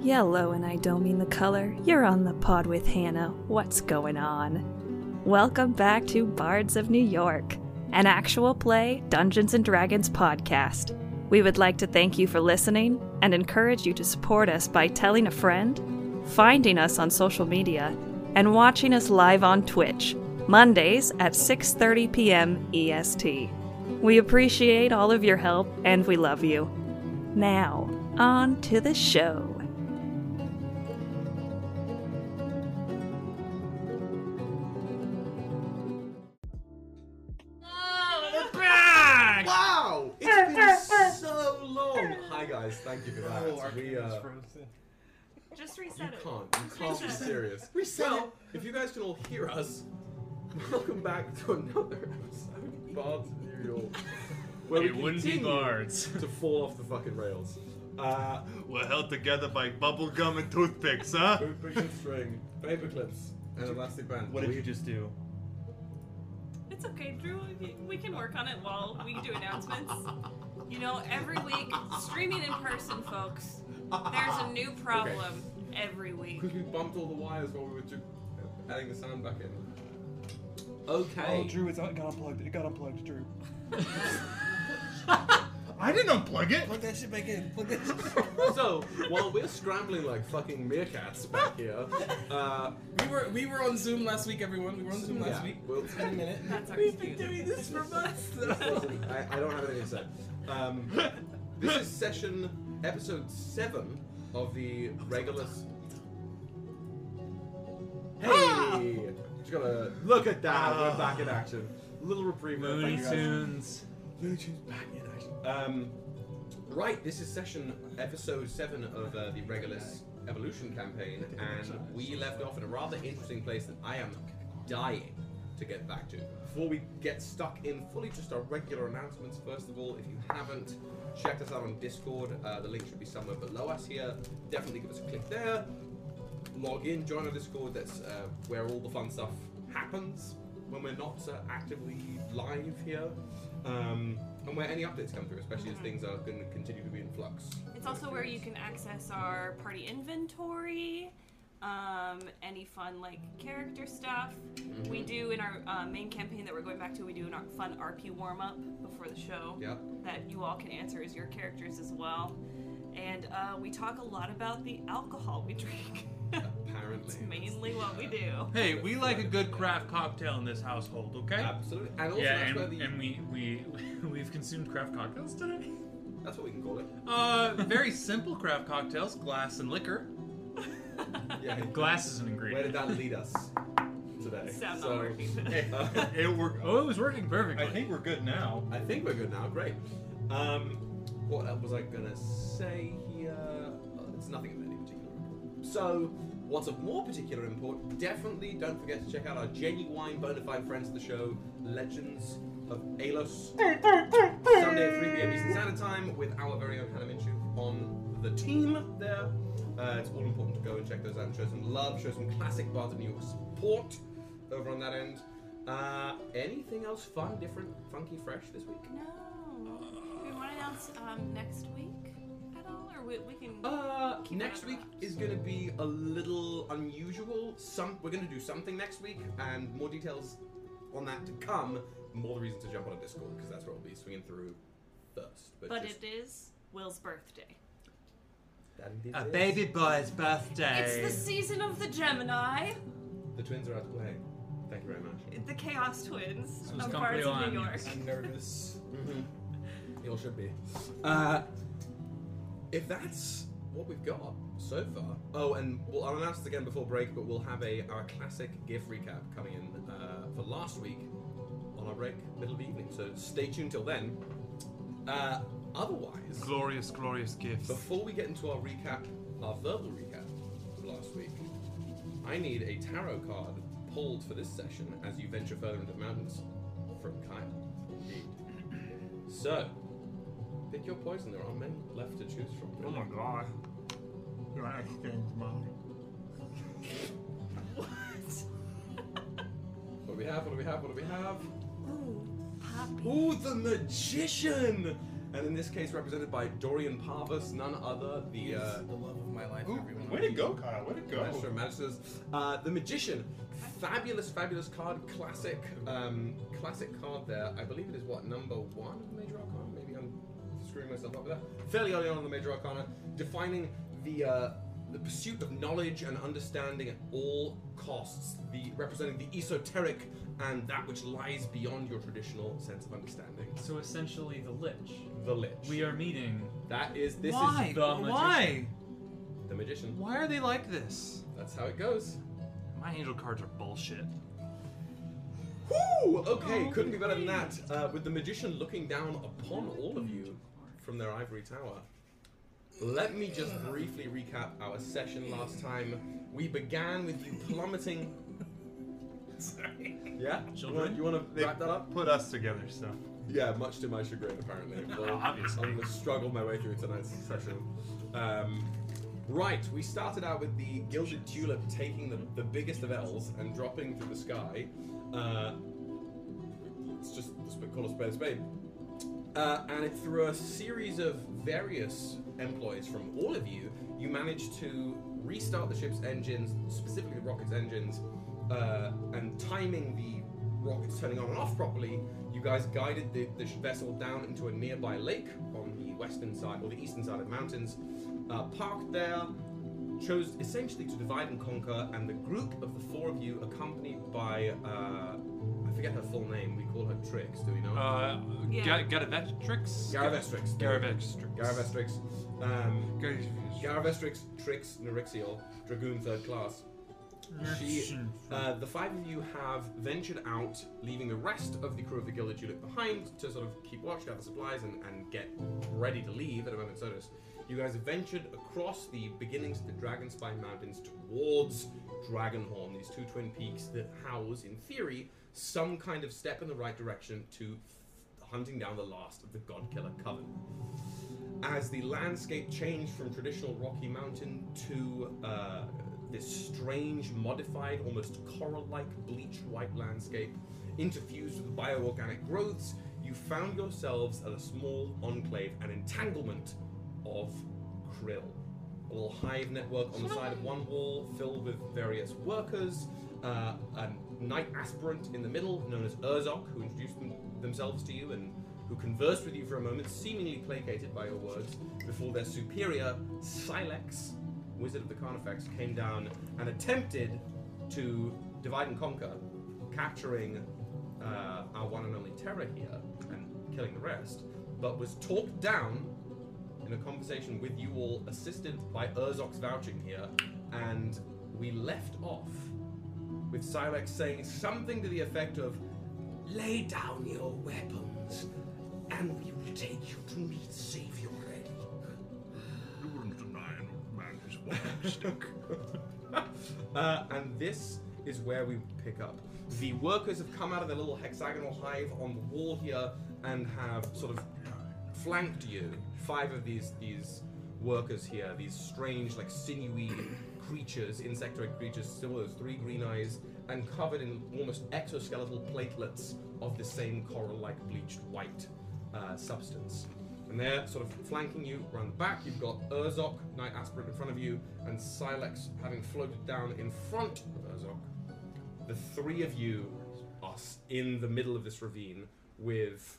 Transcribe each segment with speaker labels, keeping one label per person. Speaker 1: Yellow, and I don't mean the color. You're on the pod with Hannah. What's going on? Welcome back to Bards of New York, an actual play Dungeons and Dragons podcast. We would like to thank you for listening and encourage you to support us by telling a friend, finding us on social media, and watching us live on Twitch, Mondays at 6:30 p.m. EST. E We appreciate all of your help and we love you. Now, on to the show.
Speaker 2: Wow! It's been so long. Hi guys, thank you for that. we, uh,
Speaker 1: Just
Speaker 2: you
Speaker 1: reset
Speaker 2: can't, you can't be serious. Well, if you guys can all hear us, welcome back to another episode of Bards of New York, where
Speaker 3: It
Speaker 2: we
Speaker 3: wouldn't be
Speaker 2: continue
Speaker 3: guards.
Speaker 2: to fall off the fucking rails. Uh,
Speaker 3: We're held together by bubblegum and toothpicks, huh?
Speaker 2: with bridge and string, paper clips, and elastic band.
Speaker 4: What did
Speaker 2: We-
Speaker 4: you just do?
Speaker 5: It's okay, Drew. We- We can work on it while we do announcements. You know, every week, streaming in person, folks, there's a new problem every week.
Speaker 2: Because we bumped all the wires while we were ju- adding the sound back in. Okay.
Speaker 4: Oh, Drew, it's, it got unplugged. It got unplugged, Drew.
Speaker 3: I didn't unplug it.
Speaker 4: Plug that shit back in. Plug that shit
Speaker 2: So while we're scrambling like fucking meerkats back here, uh,
Speaker 6: Oh, We were we were on Zoom last week, everyone. We were on Zoom last
Speaker 2: yeah,
Speaker 6: week.
Speaker 2: We'll,
Speaker 6: Wait a minute.
Speaker 5: That's our excuse.
Speaker 6: doing this for months.
Speaker 2: Listen, I, I don't have anything to say. Um, this is session episode seven of the Regulus. Hey, just gotta look at that. We're back in action. Little reprieve. there, thank
Speaker 3: Looney
Speaker 2: you guys.
Speaker 3: Tunes.
Speaker 2: Looney Tunes back in action. Um, right, this is session episode seven of uh, the Regulus Evolution campaign, and we left off in a rather interesting place that I am dying to get back to. Before we get stuck in fully, just our regular announcements. First of all, if you haven't checked us out on Discord, uh, the link should be somewhere below us here. Definitely give us a click there. Log in, join our Discord. That's uh, where all the fun stuff happens when we're not uh, actively live here, um, and where any updates come through, especially as things are going to continue to be in flux.
Speaker 5: It's also where you can access our party inventory, um, any fun like character stuff.
Speaker 2: Mm-hmm.
Speaker 5: We do in our uh, main campaign that we're going back to. We do an ar- fun RP warm up before the show.
Speaker 2: Yeah.
Speaker 5: that you all can answer as your characters as well. And uh, we talk a lot about the alcohol we drink.
Speaker 2: Apparently.
Speaker 5: it's mainly what we do.
Speaker 3: Hey, we like a good craft cocktail in this household, okay?
Speaker 2: Absolutely. And also,
Speaker 3: yeah,
Speaker 2: that's,
Speaker 3: and,
Speaker 2: where the,
Speaker 3: and we we we've consumed craft cocktails today.
Speaker 2: that's what we can call it.
Speaker 3: Uh, very simple craft cocktails, glass and liquor.
Speaker 2: Yeah.
Speaker 3: Glass is an
Speaker 2: where did
Speaker 3: ingredient.
Speaker 2: that lead us today?
Speaker 5: Sound
Speaker 2: So,
Speaker 5: not working.
Speaker 2: uh,
Speaker 3: It worked. Oh, it was working perfectly.
Speaker 4: we're good now.
Speaker 2: I think we're good now. Great. Um, what else was I gonna say here? Uh, it's nothing of any particular import. So, what's of more particular import? Definitely don't forget to check out our genuine bona fide friends of the show, Legends of Alos. Sunday at 3 p.m. Eastern Standard Time with our very own Hannah Minshew on the team there. Uh, it's all important to go and check those out and show some love, show some classic Bards of New York support over on that end. Uh, anything else fun, different, funky, fresh this week?
Speaker 5: No. Do we want to announce um, next week at all? Or we, we can.
Speaker 2: Uh,
Speaker 5: Keep
Speaker 2: next
Speaker 5: it
Speaker 2: week
Speaker 5: up.
Speaker 2: is going to be a little unusual. Some we're going to do something next week, and more details on that to come. More the reason to jump on a Discord because that's what we'll be swinging through first. But,
Speaker 5: but
Speaker 2: just,
Speaker 5: it is Will's birthday.
Speaker 2: that it
Speaker 3: A
Speaker 2: is.
Speaker 3: Ah, baby boy's birthday.
Speaker 5: It's the season of the Gemini,
Speaker 2: The twins are out of play. Thank you very much.
Speaker 5: the Chaos Twins
Speaker 3: was
Speaker 5: of
Speaker 3: company
Speaker 5: Bards of
Speaker 3: line.
Speaker 5: New York.
Speaker 6: I'm nervous.
Speaker 2: It all should be. Uh, if that's what we've got so far. Oh, and we'll, I'll announce it again before break, but we'll have a our classic GIF recap coming in uh, for last week on our break, middle of the evening. So stay tuned till then. Uh, otherwise,
Speaker 3: glorious, glorious gifts.
Speaker 2: before we get into our recap, our verbal recap of last week, I need a tarot card pulled for this session as you venture further into the mountains from Kyle. So, pick your poison. There are many left to choose from.
Speaker 3: Oh my god.
Speaker 2: What do we have? What do we have? What do we have?
Speaker 5: Ooh, Poppy.
Speaker 2: Ooh, the magician! and in this case represented by Dorian Parvis, none other, the
Speaker 6: He's
Speaker 2: uh,
Speaker 6: the love of my life,
Speaker 4: Ooh,
Speaker 6: everyone.
Speaker 4: way to go, Kyle. Way to
Speaker 2: Master
Speaker 4: go.
Speaker 2: of Magisters. Uh, the Magician. Fabulous, fabulous card. Classic, um, classic card there. I believe it is what number one of the Major Arcana. Maybe I'm screwing myself up with that. Fairly early on in the Major Arcana, defining the uh, the pursuit of knowledge and understanding at all costs. The representing the esoteric and that which lies beyond your traditional sense of understanding.
Speaker 7: So essentially, the Lich.
Speaker 2: The Lich.
Speaker 7: We are meeting.
Speaker 2: That is this
Speaker 3: Why?
Speaker 7: the
Speaker 3: Why?
Speaker 2: is the Magician.
Speaker 3: Why are they like this?
Speaker 2: That's how it goes.
Speaker 3: My angel cards are bullshit.
Speaker 2: Woo! Okay, couldn't be better than that. Uh, with the magician looking down upon all of you from their ivory tower. Let me just briefly recap our session last time. We began with you plummeting.
Speaker 6: Sorry.
Speaker 2: Yeah,
Speaker 7: Children?
Speaker 2: You want to
Speaker 8: They
Speaker 2: wrap that up?
Speaker 8: put us together, so.
Speaker 2: Yeah, much to my chagrin, apparently. Well,
Speaker 3: Obviously.
Speaker 2: I'm going to struggle my way through tonight's session. Um, right, we started out with the Gilded Tulip taking the, the biggest of L's and dropping through the sky. Uh, it's just, just call a spade a spade. Uh, and it, through a series of various employs from all of you, you managed to restart the ship's engines, specifically the rocket's engines, uh, and timing the rockets turning on and off properly, you guys guided the, the sh- vessel down into a nearby lake on the western side, or the eastern side of the mountains, uh, parked there, chose essentially to divide and conquer, and the group of the four of you, accompanied by, uh, I forget her full name, we call her Trix, do we know? her?
Speaker 3: Uh,
Speaker 5: Yeah.
Speaker 3: Ga- Garavetrix?
Speaker 2: Garavestrix.
Speaker 3: Garavetrix.
Speaker 2: Garavestrix. Um,
Speaker 3: Garavetrix.
Speaker 2: Garavestrix, Trix, Nerixiel, Dragoon Third Class. She, uh, the five of you have ventured out, leaving the rest of the crew of the Gilded Tulip behind to sort of keep watch, gather supplies, and, and get ready to leave at a moment's notice. You guys have ventured across the beginnings of the Dragonspine Mountains towards Dragonhorn, these two twin peaks that house, in theory, some kind of step in the right direction to f- hunting down the last of the God Killer Coven as the landscape changed from traditional Rocky Mountain to uh, this strange, modified, almost coral like, bleached white landscape, interfused with bioorganic growths, you found yourselves at a small enclave, an entanglement of krill. A little hive network on the side of one wall filled with various workers, uh, a knight aspirant in the middle known as Urzok, who introduced them- themselves to you and who conversed with you for a moment, seemingly placated by your words, before their superior, Silex, Wizard of the Carnifex, came down and attempted to divide and conquer, capturing uh, our one and only Terra here and killing the rest, but was talked down in a conversation with you all, assisted by Urzok's vouching here, and we left off with Silex saying something to the effect of, Lay down your weapons, and we will take you to meet Savior uh, and this is where we pick up. The workers have come out of their little hexagonal hive on the wall here and have sort of flanked you. Five of these these workers here, these strange, like sinewy creatures, insectoid creatures, still those three green eyes, and covered in almost exoskeletal platelets of the same coral-like bleached white uh, substance. And they're sort of flanking you around the back. You've got Urzok, Knight Aspirant, in front of you, and Silex having floated down in front of Urzok. The three of you are s- in the middle of this ravine with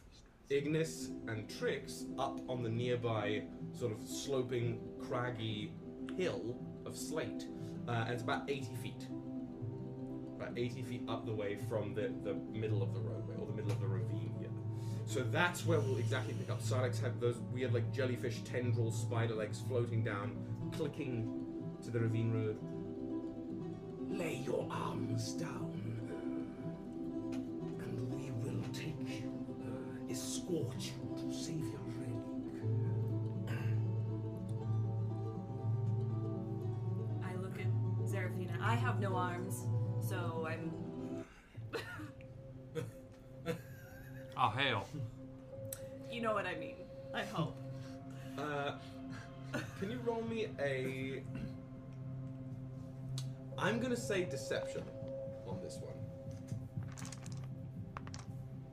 Speaker 2: Ignis and Trix up on the nearby sort of sloping, craggy hill of slate. Uh, and it's about 80 feet. About 80 feet up the way from the, the middle of the roadway, or the middle of the ravine here. So that's where we'll exactly pick up. Silex had those weird, like, jellyfish tendrils, spider legs floating down, clicking to the ravine road. Lay your arms down, and we will take you, uh, escort you to Savior Relic.
Speaker 5: I look at Zerafina. I have no arms, so I'm.
Speaker 3: Oh, hail.
Speaker 5: You know what I mean. I hope.
Speaker 2: Uh, can you roll me a? I'm gonna say deception on this one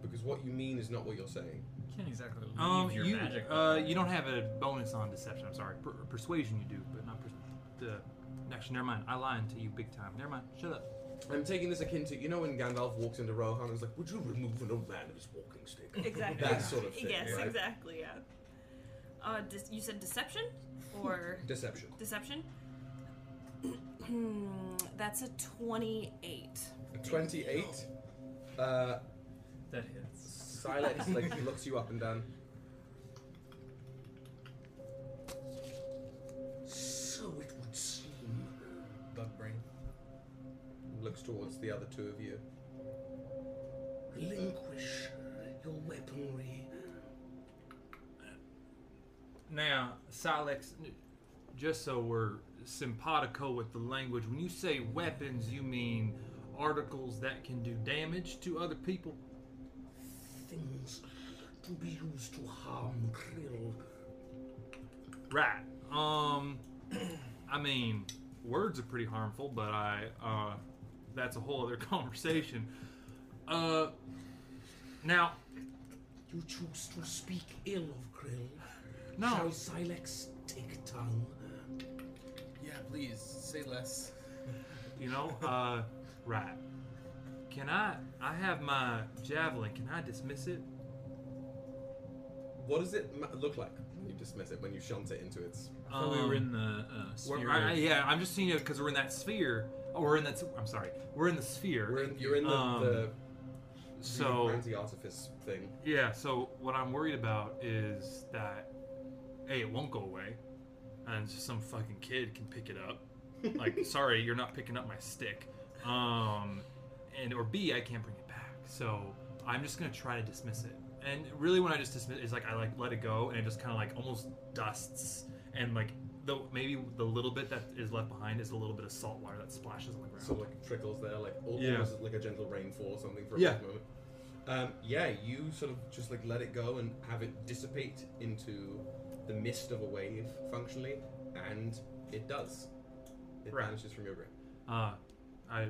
Speaker 2: because what you mean is not what you're saying.
Speaker 7: can't exactly leave
Speaker 3: Um,
Speaker 7: your
Speaker 3: you,
Speaker 7: magic.
Speaker 3: uh, you don't have a bonus on deception. I'm sorry, per- persuasion you do, but not pers- the. Actually, never mind. I lied to you big time. Never mind. Shut up.
Speaker 2: I'm taking this akin to you know when Gandalf walks into Rohan and is like, "Would you remove an old man of his walking stick?"
Speaker 5: Exactly.
Speaker 2: That sort of thing.
Speaker 5: Yes,
Speaker 2: right?
Speaker 5: exactly. Yeah. Uh, dis- you said deception or
Speaker 2: Deception.
Speaker 5: deception? That's a twenty-eight.
Speaker 2: Twenty-eight. Uh,
Speaker 7: that hits.
Speaker 2: Silex like looks you up and down. So it would seem.
Speaker 6: Bug brain.
Speaker 2: Looks towards the other two of you.
Speaker 6: Relinquish your weaponry.
Speaker 3: Now, Silex, just so we're simpatico with the language, when you say weapons, you mean articles that can do damage to other people?
Speaker 6: Things to be used to harm Krill.
Speaker 3: Right. Um, I mean, words are pretty harmful, but I, uh, that's a whole other conversation. Uh, now,
Speaker 6: You choose to speak ill of Krill.
Speaker 3: No.
Speaker 6: Shall Silex take tongue?
Speaker 8: Yeah, please say less.
Speaker 3: you know, uh, right. Can I, I have my javelin, can I dismiss it?
Speaker 2: What does it ma- look like when you dismiss it, when you shunt it into its.
Speaker 7: I thought we were
Speaker 3: Um,
Speaker 7: in the uh,
Speaker 3: We're-
Speaker 7: sphere.
Speaker 3: I- I- yeah, I'm just seeing it because we're in that sphere. Oh, we're in that. s- I'm sorry. We're in the sphere.
Speaker 2: We're in, you're in the,
Speaker 3: Um,
Speaker 2: the,
Speaker 3: so
Speaker 2: anti artifice thing.
Speaker 3: yeah. So what I'm worried about is that a it won't go away, and just some fucking kid can pick it up. Like, sorry, you're not picking up my stick. Um, and or B, I can't bring it back. So I'm just gonna try to dismiss it. And really, when I just dismiss, it's like I like let it go, and it just kind of like almost dusts, and like the maybe the little bit that is left behind is a little bit of salt water that splashes on the ground.
Speaker 2: So like trickles there, like al-
Speaker 3: Yeah.
Speaker 2: almost like a gentle rainfall or something for a
Speaker 3: Yeah.
Speaker 2: brief moment. Um, yeah, you sort of just like let it go and have it dissipate into the mist of a wave, functionally, and it does. It
Speaker 3: Right.
Speaker 2: vanishes from your grip.
Speaker 3: Uh, I,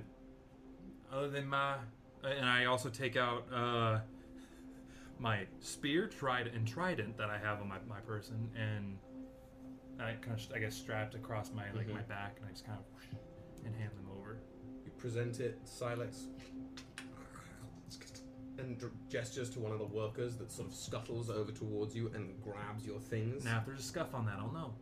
Speaker 3: other than my, and I also take out uh, my spear, trident, and trident that I have on my, my person, and I kind of, I guess, strapped across my like my
Speaker 2: Mhm.
Speaker 3: back, and I just kind of whoosh, and hand them over.
Speaker 2: You present it, Silex, and dr- gestures to one of the workers that sort of scuttles over towards you and grabs your things.
Speaker 3: Now, if there's a scuff on that, I'll know.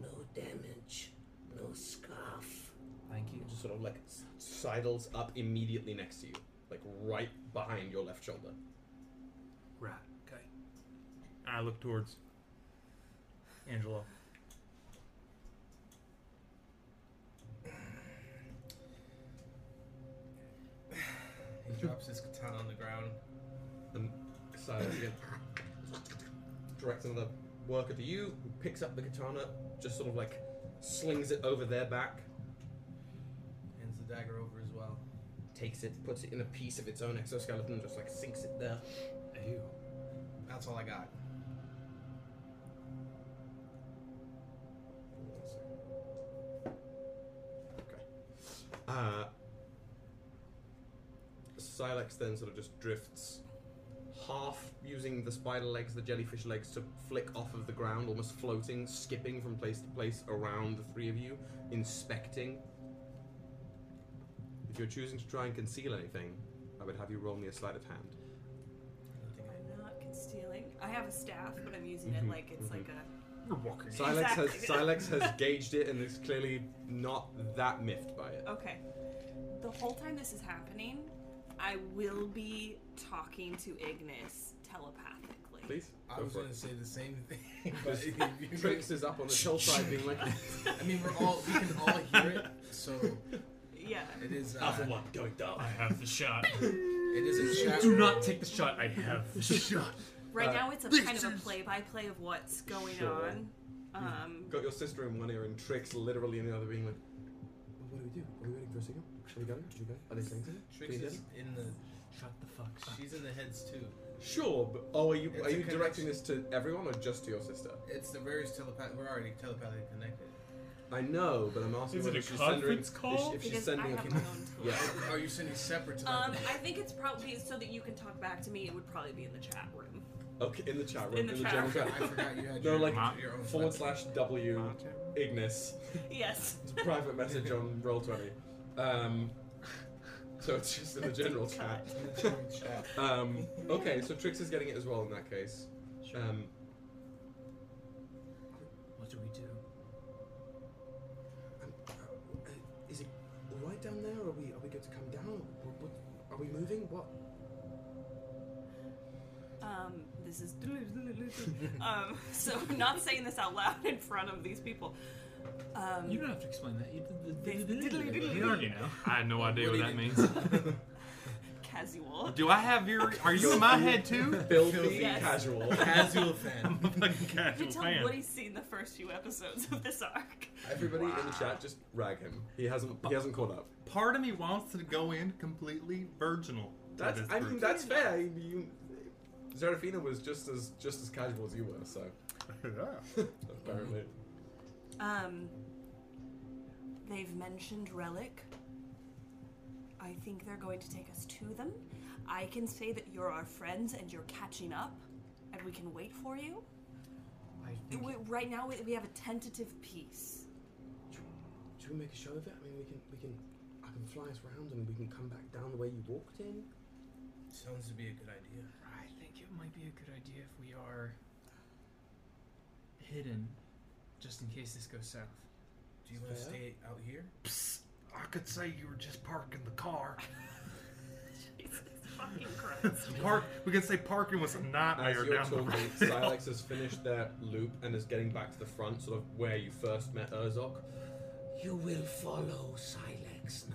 Speaker 6: No damage, no scarf.
Speaker 3: Thank you.
Speaker 2: just sort of like s- sidles up immediately next to you, like right behind your left shoulder.
Speaker 3: Right. Okay. I look towards Angelo.
Speaker 8: He drops his katana on the ground.
Speaker 2: And Silas again directs another worker to you, who picks up the katana, just sort of like slings it over their back,
Speaker 8: Hands the dagger over as well.
Speaker 2: takes it, puts it in a piece of its own exoskeleton, just like sinks it there.
Speaker 3: Ew.
Speaker 8: That's all I got.
Speaker 2: Okay. Uh, Silex then sort of just drifts, half using the spider legs, the jellyfish legs, to flick off of the ground, almost floating, skipping from place to place around the three of you, inspecting. If you're choosing to try and conceal anything, I would have you roll me a sleight of hand.
Speaker 5: I'm not concealing. I have a staff, but I'm using
Speaker 2: Mhm,
Speaker 5: it like it's
Speaker 2: mhm.
Speaker 5: like a.
Speaker 3: You're walking.
Speaker 2: Silex has
Speaker 5: Exactly.
Speaker 2: Silex has gauged it and is clearly not that miffed by
Speaker 8: Uh,
Speaker 2: it.
Speaker 5: Okay. The whole time this is happening, I will be talking to Ignis telepathically.
Speaker 2: Please.
Speaker 8: I
Speaker 2: go
Speaker 8: was
Speaker 2: for it.
Speaker 8: gonna say the same thing. But
Speaker 2: Because Trix is up on this hillside being like,
Speaker 8: I mean, we're all we can all hear it, so
Speaker 5: Yeah.
Speaker 8: it is. Uh,
Speaker 7: Alpha one, going down. I have the shot.
Speaker 8: It is a chat.
Speaker 7: Do not take the shot. I have the shot.
Speaker 5: Right
Speaker 2: Uh,
Speaker 5: now, it's a kind of a play-by-play of what's going
Speaker 2: Sure. Mm-hmm.
Speaker 5: on. Um,
Speaker 2: got your sister in one ear and Trix literally in the other being like, "Well, what do we do? Are we waiting for a signal? Are we going? Did you go? Are they saying something?
Speaker 8: Trix
Speaker 2: Can you
Speaker 8: is
Speaker 2: hear
Speaker 8: in the.
Speaker 7: Shut the fuck up.
Speaker 8: She's in the heads too.
Speaker 2: them?" Sure, but oh, are you
Speaker 8: It's
Speaker 2: are
Speaker 8: a
Speaker 2: you
Speaker 8: connection.
Speaker 2: directing this to everyone or just to your sister?
Speaker 8: It's the various telepath. We're already telepathically connected.
Speaker 2: I know, but I'm asking
Speaker 7: Is
Speaker 2: whether
Speaker 7: it a
Speaker 2: she's sending,
Speaker 7: conference call?
Speaker 2: if, if she's
Speaker 5: Because I
Speaker 2: sending a
Speaker 5: have my
Speaker 2: com-
Speaker 5: own tool.
Speaker 2: yeah.
Speaker 8: Are you Oh, sending separate to that?
Speaker 5: Um, I think it's probably so that you can talk back to me. It would probably be in the chat room.
Speaker 2: Okay, in the chat room,
Speaker 5: In the chat
Speaker 2: general
Speaker 5: room.
Speaker 8: I forgot you had
Speaker 2: No,
Speaker 8: your,
Speaker 2: like,
Speaker 8: your own
Speaker 2: Forward slash
Speaker 8: website.
Speaker 2: W Ignis.
Speaker 5: Yes.
Speaker 2: It's a private message on roll twenty. Um, so it's just in the general chat. Um, okay, so Trix is getting it as well in that case. Um,
Speaker 7: What do we do?
Speaker 6: Um, uh, is it all right down there? Are we are we going to come down? What, what, are we moving? What?
Speaker 5: Um, this is. um, so I'm not saying this out loud in front of these people. Um,
Speaker 7: You don't have to explain that. You,
Speaker 5: You
Speaker 7: already know.
Speaker 3: I had no idea what that means.
Speaker 5: casual.
Speaker 3: Do I have your? Are you in my head too?
Speaker 2: filthy,
Speaker 8: Filthy.
Speaker 5: Yes.
Speaker 2: casual.
Speaker 8: Casual fan.
Speaker 3: I'm a fucking
Speaker 5: You
Speaker 3: casual
Speaker 5: can tell
Speaker 3: fan.
Speaker 5: what he's seen the first few episodes of this arc.
Speaker 2: Everybody in the chat, just rag him. He hasn't. He hasn't caught up.
Speaker 3: Part of me wants to go in completely virginal. to
Speaker 2: That's.
Speaker 3: this
Speaker 2: I
Speaker 3: group.
Speaker 2: mean, that's fair. I mean, You, Zerafina was just as just as casual as you were, so apparently.
Speaker 5: Um, they've mentioned Relic. I think they're going to take us to them. I can say that you're our friends and you're catching up, and we can wait for you.
Speaker 6: I think,
Speaker 5: We, right now, we, we have a tentative peace.
Speaker 6: should we make a show of it? I mean, we can we can I can fly us round and we can come back down the way you walked in.
Speaker 8: Sounds to be a good idea.
Speaker 7: I think it might be a good idea if we are hidden, just in case this goes south.
Speaker 8: Do you want to
Speaker 6: Fair.
Speaker 8: stay out here?
Speaker 3: I could say you were just parking the car.
Speaker 5: Jesus fucking Christ.
Speaker 3: Park. We could say parking was a
Speaker 2: As
Speaker 3: nightmare
Speaker 2: you're
Speaker 3: down the
Speaker 2: talking,
Speaker 3: road.
Speaker 2: Silex has finished their loop and is getting back to the front, sort of where you first met Urzok.
Speaker 6: You will follow Silex now.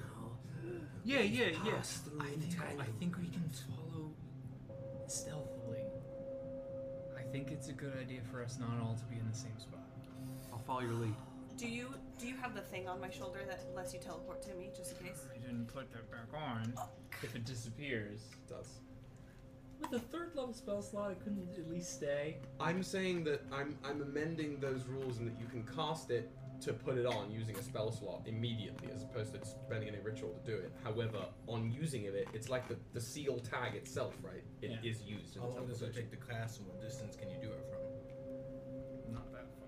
Speaker 7: Yeah, yeah,
Speaker 6: Pass through
Speaker 7: I think I
Speaker 6: entanglement.
Speaker 7: think we can follow stealthily. I think it's a good idea for us not all to be in the same spot.
Speaker 3: I'll follow your lead.
Speaker 5: Do you do you have the thing on my shoulder that lets you teleport to me, just in case?
Speaker 7: I didn't put that back on. If it disappears,
Speaker 2: Does.
Speaker 7: with a third level spell slot, it couldn't at least stay.
Speaker 2: I'm saying that I'm I'm amending those rules and that you can cast it to put it on using a spell slot immediately as opposed to spending any ritual to do it. However, on using of it, it's like the, the seal tag itself, right? It is
Speaker 7: Yeah.
Speaker 2: used in
Speaker 8: How
Speaker 2: the
Speaker 8: long does it
Speaker 2: teleportation.
Speaker 8: take to class and what distance can you do it from?
Speaker 7: Not that far.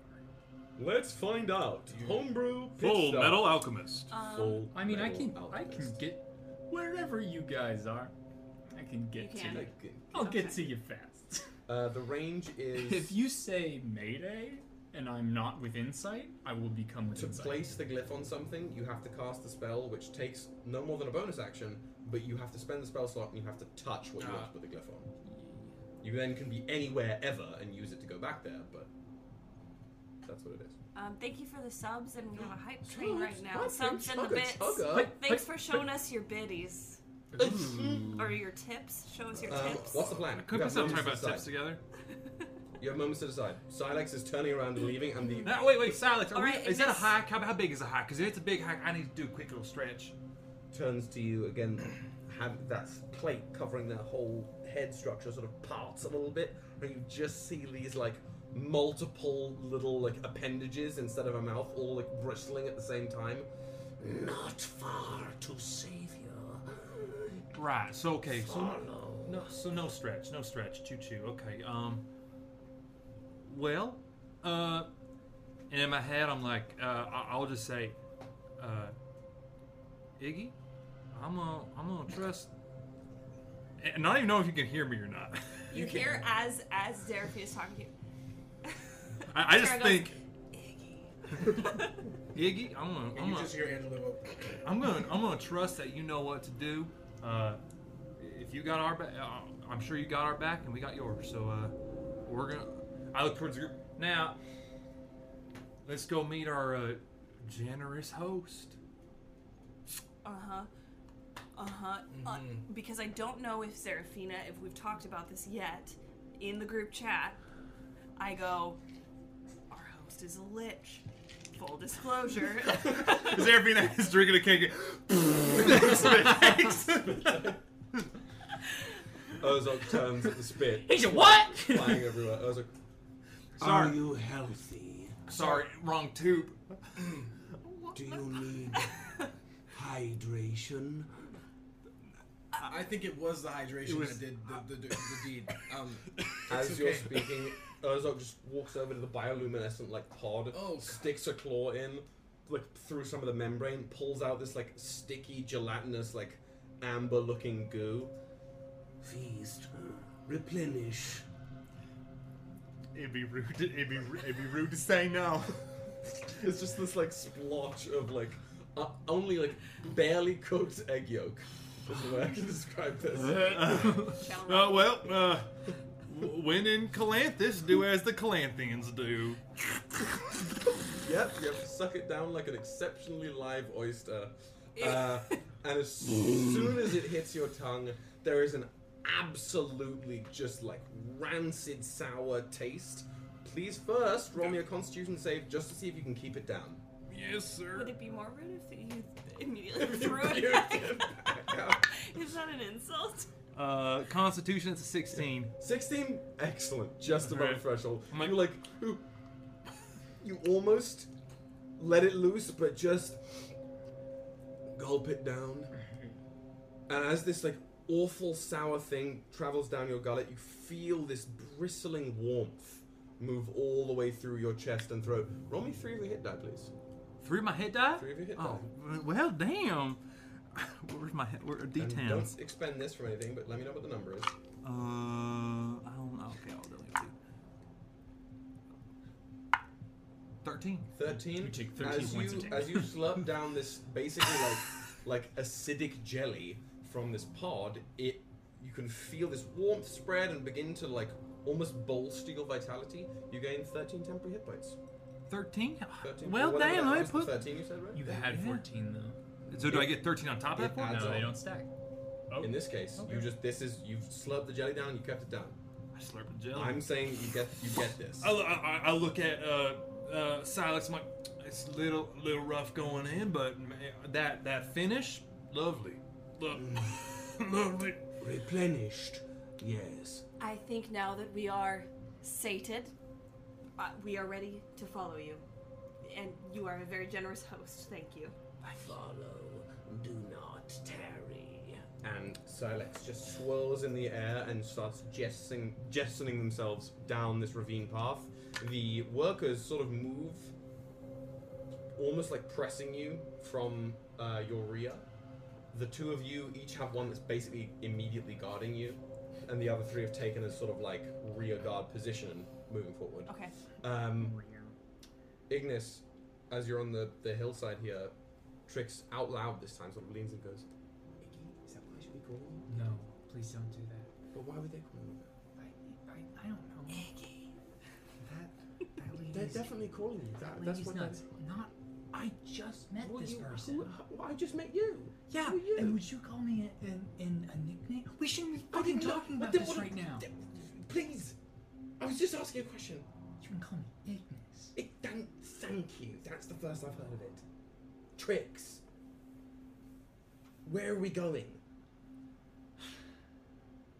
Speaker 2: Let's find out. Homebrew pitch
Speaker 3: Full
Speaker 2: stop.
Speaker 3: Metal Alchemist.
Speaker 5: Um,
Speaker 2: Full
Speaker 7: I mean, I
Speaker 2: Metal
Speaker 7: can I can
Speaker 2: Alchemist.
Speaker 7: get wherever you guys are. I can get
Speaker 5: You
Speaker 7: to
Speaker 5: can.
Speaker 7: you.
Speaker 2: Like,
Speaker 7: I'll get
Speaker 5: Okay.
Speaker 7: to you fast.
Speaker 2: Uh, the range is
Speaker 7: if you say Mayday and I'm not within sight, I will become
Speaker 2: to
Speaker 7: within sight.
Speaker 2: place the glyph on something, you have to cast the spell, which takes no more than a bonus action, but you have to spend the spell slot and you have to touch what you want to put the glyph on. You then can be anywhere ever and use it to go back there, but that's what it is.
Speaker 5: um, thank you for the subs, and we have a hype train right now. Subs and the bits.
Speaker 2: Chugga.
Speaker 7: But-
Speaker 5: Thanks
Speaker 7: but- Mm.
Speaker 5: for showing us your biddies
Speaker 7: Ooh.
Speaker 5: or your tips. Show us your
Speaker 7: Uh,
Speaker 2: Um,
Speaker 5: tips.
Speaker 2: what's the plan?
Speaker 3: Could
Speaker 2: You
Speaker 3: we
Speaker 2: have
Speaker 3: stop
Speaker 2: moments
Speaker 3: talking
Speaker 2: to
Speaker 3: about
Speaker 2: decide.
Speaker 3: tips together?
Speaker 2: You have moments to decide. Silex is turning around and leaving, and the
Speaker 3: No, wait, wait, Silex. Are
Speaker 5: All
Speaker 3: we,
Speaker 5: right,
Speaker 3: is that a
Speaker 5: Ignis.
Speaker 3: hike? How, how big is a hike? Because if it's a big hike, I need to do a quick little stretch.
Speaker 2: turns to you again, have that plate covering their whole head structure sort of parts a little bit, and you just see these like multiple little like appendages instead of a mouth, all like bristling at the same time.
Speaker 6: Not far to savior.
Speaker 3: Right. So okay. So
Speaker 6: Follow.
Speaker 3: no. So no stretch. No stretch. Choo choo. Okay. Um. Well, uh, and in my head, I'm like, uh, I- I'll just say, uh, Iggy, I'm gonna, I'm gonna trust. And I don't even know if you can hear me or not.
Speaker 5: You hear as as Zerafia is talking to you.
Speaker 3: I, I just
Speaker 5: Tara goes,
Speaker 3: think,
Speaker 5: Iggy.
Speaker 3: Iggy, I'm gonna, I'm
Speaker 8: you
Speaker 3: gonna,
Speaker 8: just hear Angela go,
Speaker 3: I'm gonna I'm gonna trust that you know what to do. Uh, if you got our back, uh, I'm sure you got our back, and we got yours. So uh, we're gonna. I look towards the group now. Let's go meet our uh, generous host.
Speaker 5: Uh-huh. Uh-huh. Uh,
Speaker 7: Mm-hmm.
Speaker 8: Mhm.
Speaker 5: because I don't know if Serafina, if we've talked about this yet, in the group chat, I go, our host is a lich. Full disclosure.
Speaker 3: Serafina is drinking a cake.
Speaker 2: Ozok turns at the spit,
Speaker 7: He's a what?
Speaker 2: flying everywhere. Ozok,
Speaker 6: Are
Speaker 3: sorry,
Speaker 6: you healthy?
Speaker 3: sorry, wrong tube.
Speaker 6: Do you need hydration?
Speaker 8: I think it was the hydration
Speaker 3: It was- uh,
Speaker 8: that did the, the, the, the deed. Um,
Speaker 2: As
Speaker 8: it's
Speaker 2: you're
Speaker 8: okay.
Speaker 2: speaking, Urzok just walks over to the bioluminescent like pod,
Speaker 8: Oh, God.
Speaker 2: sticks a claw in, like through some of the membrane, pulls out this like sticky, gelatinous, like amber-looking goo.
Speaker 6: Feast. Replenish.
Speaker 3: It'd be rude. To, it'd be ru- it'd be rude to say no.
Speaker 2: It's just this like splotch of like uh, only like barely cooked egg yolk. Is the way I can describe this.
Speaker 3: Uh, well, uh, w- when in Calanthus, do as the Calanthians do.
Speaker 2: Yep, yep. Suck it down like an exceptionally live oyster. Uh, and as soon as it hits your tongue, there is an absolutely just like rancid sour taste. Please first roll me a Constitution save just to see if you can keep it down.
Speaker 3: Yes, sir.
Speaker 5: Would it be more rude if you immediately threw
Speaker 2: You
Speaker 5: it back?
Speaker 2: back out.
Speaker 5: Is that an insult?
Speaker 3: Uh, Constitution, it's a 16.
Speaker 2: 16, excellent, just above the
Speaker 3: Right.
Speaker 2: threshold.
Speaker 3: I'm like-
Speaker 2: you like, ooh, you almost let it loose, but just gulp it down. And as this like awful sour thing travels down your gullet, you feel this bristling warmth move all the way through your chest and throat. Roll me three of your hit die, please.
Speaker 3: Three of my hit die?
Speaker 2: Three of your hit
Speaker 3: Oh, well, damn. Where's my hit? Where are
Speaker 2: die. And don't
Speaker 3: D10s?
Speaker 2: expend this from anything, but let me know what the number is.
Speaker 3: Uh, I don't know. Okay, I'll delete two. 13.
Speaker 2: 13.
Speaker 3: You take 13
Speaker 2: as
Speaker 3: points
Speaker 2: you,
Speaker 3: of damage.
Speaker 2: As you slurp down this basically like like acidic jelly from this pod, it you can feel this warmth spread and begin to like almost bolster your vitality. You gain 13 temporary hit points.
Speaker 3: 13?
Speaker 2: 13 or
Speaker 3: Well,
Speaker 2: whatever
Speaker 3: damn,
Speaker 2: that
Speaker 3: let me
Speaker 2: was, the
Speaker 3: put.
Speaker 2: 13 you said, right?
Speaker 7: You had
Speaker 3: Yeah.
Speaker 7: 14 though.
Speaker 3: So do I get 13 on top of
Speaker 2: It
Speaker 3: that? point?
Speaker 2: adds
Speaker 7: No, they
Speaker 2: up.
Speaker 7: don't stack. Oh.
Speaker 2: In this case, you
Speaker 7: Okay.
Speaker 2: just this is you've slurped the jelly down and you kept it down.
Speaker 3: I slurp the jelly.
Speaker 2: I'm saying you get you get this.
Speaker 3: I, I, I look at uh, uh, Silex. I'm like, it's a little, little rough going in, but man, that that finish, lovely, Lo- lovely.
Speaker 6: Replenished. Yes.
Speaker 5: I think now that we are sated, uh, we are ready to follow you. And you are a very generous host, thank you.
Speaker 6: Follow. Do not tarry.
Speaker 2: and Silex just swirls in the air and starts jetsoning, jetsoning themselves down this ravine path. The workers sort of move, almost like pressing you from uh, your rear. The two of you each have one that's basically immediately guarding you, and the other three have taken a sort of like rear guard position and moving forward.
Speaker 5: Okay.
Speaker 2: Um, Ignis, as you're on the, the hillside here, tricks out loud this time, sort of leans and goes,
Speaker 6: Iggy? Is that what I should be calling you?
Speaker 7: No, please don't do that.
Speaker 6: But why would they call you
Speaker 7: I, I, I don't know. That, that
Speaker 6: that?
Speaker 7: lady.
Speaker 6: They're definitely calling you that. That's what
Speaker 7: nuts.
Speaker 6: they-
Speaker 7: Not. I just met
Speaker 6: Well,
Speaker 7: this
Speaker 6: you-
Speaker 7: person.
Speaker 6: who- who- I just met you.
Speaker 7: yeah,
Speaker 6: who are you?
Speaker 7: and would you call me a- an, an, a nickname? We shouldn't be
Speaker 6: I
Speaker 7: fucking
Speaker 6: didn't know-
Speaker 7: talking
Speaker 6: I
Speaker 7: about
Speaker 6: didn't
Speaker 7: this
Speaker 6: wanna-
Speaker 7: right now.
Speaker 6: d- Please. I was just asking a question.
Speaker 7: You can call me Ignis.
Speaker 6: It, thank, thank you. That's the first I've heard of it. Tricks. Where are we going?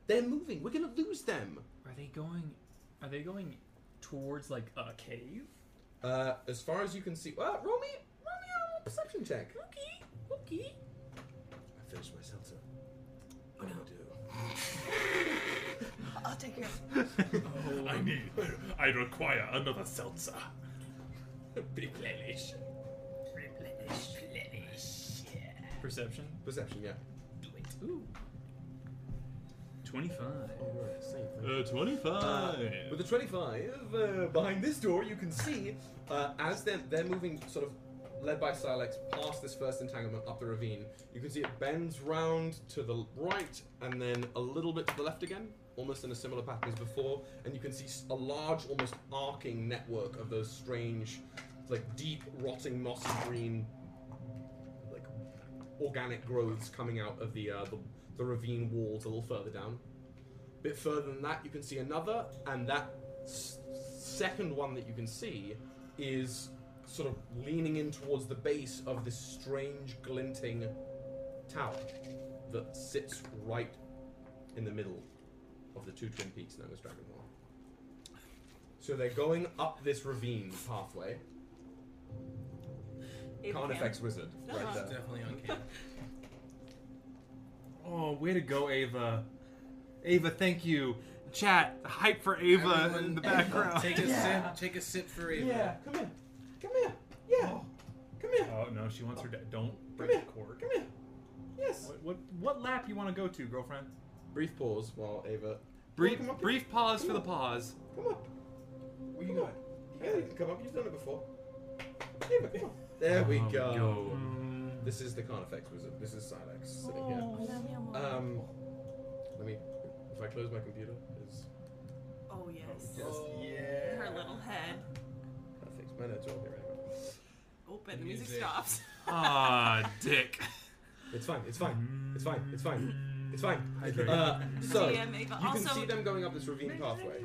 Speaker 2: They're moving. We're gonna lose them.
Speaker 7: Are they going? Are they going towards like a cave?
Speaker 2: Uh, as far as you can see, well, roll me, roll me a perception check.
Speaker 7: Okay, okay.
Speaker 2: I finished my seltzer.
Speaker 6: Oh,
Speaker 2: I do.
Speaker 5: I'll take your
Speaker 3: I need, I require another seltzer.
Speaker 2: Replenish.
Speaker 7: Perception.
Speaker 2: Perception, yeah.
Speaker 7: Ooh. Twenty-five.
Speaker 3: Uh, 25.
Speaker 2: Uh, with the 25, uh, behind this door, you can see uh, as they're, they're moving, sort of led by Silex, past this first entanglement up the ravine, you can see it bends round to the right and then a little bit to the left again, almost in a similar pattern as before. And you can see s- a large, almost arcing network of those strange, like deep, rotting, mossy green, like organic growths coming out of the, uh, the, the ravine walls a little further down bit further than that, you can see another, and that s- second one that you can see is sort of leaning in towards the base of this strange glinting tower that sits right in the middle of the two twin peaks known as Dragonmore. So they're going up this ravine pathway.
Speaker 5: Able
Speaker 2: Con
Speaker 5: can.
Speaker 2: effects wizard. Right
Speaker 5: Uh-huh.
Speaker 2: there.
Speaker 8: It's definitely uncanny.
Speaker 3: Oh, way to go, Ava. Ava, thank you. Chat, hype for Ava in
Speaker 8: Everyone,
Speaker 3: the background.
Speaker 8: Take a
Speaker 4: Yeah.
Speaker 8: sip. Take a sip for Ava.
Speaker 4: Yeah,
Speaker 2: Come here. Come here. Yeah. Come here.
Speaker 3: Oh no, she wants her dad. Don't
Speaker 2: Come
Speaker 3: break
Speaker 2: here.
Speaker 3: the cord.
Speaker 2: Come here. Yes.
Speaker 3: What, what what lap you want to go to, girlfriend?
Speaker 2: Brief pause while Ava.
Speaker 3: Brief
Speaker 2: Come up.
Speaker 3: brief pause for the pause.
Speaker 2: Come up.
Speaker 8: Where you
Speaker 2: Come
Speaker 8: going?
Speaker 2: on. Yeah, you can come up. You've done it before. Ava, come on. There we
Speaker 3: Um,
Speaker 2: go.
Speaker 3: go.
Speaker 2: This is the Con effects wizard. This is Silex sitting
Speaker 5: Oh.
Speaker 2: here. Um, let me. If I close my computer, is
Speaker 5: Oh yes.
Speaker 2: Yes.
Speaker 8: Yeah.
Speaker 5: Her little head.
Speaker 2: Perfect. My notes are all here anyway.
Speaker 5: Open. The music
Speaker 8: Music.
Speaker 5: stops.
Speaker 3: Ah, dick.
Speaker 2: It's fine. It's fine. It's fine. It's fine. It's fine. Uh, so you
Speaker 5: DM Ava.
Speaker 2: can
Speaker 5: Also-
Speaker 2: see them going up this ravine pathway.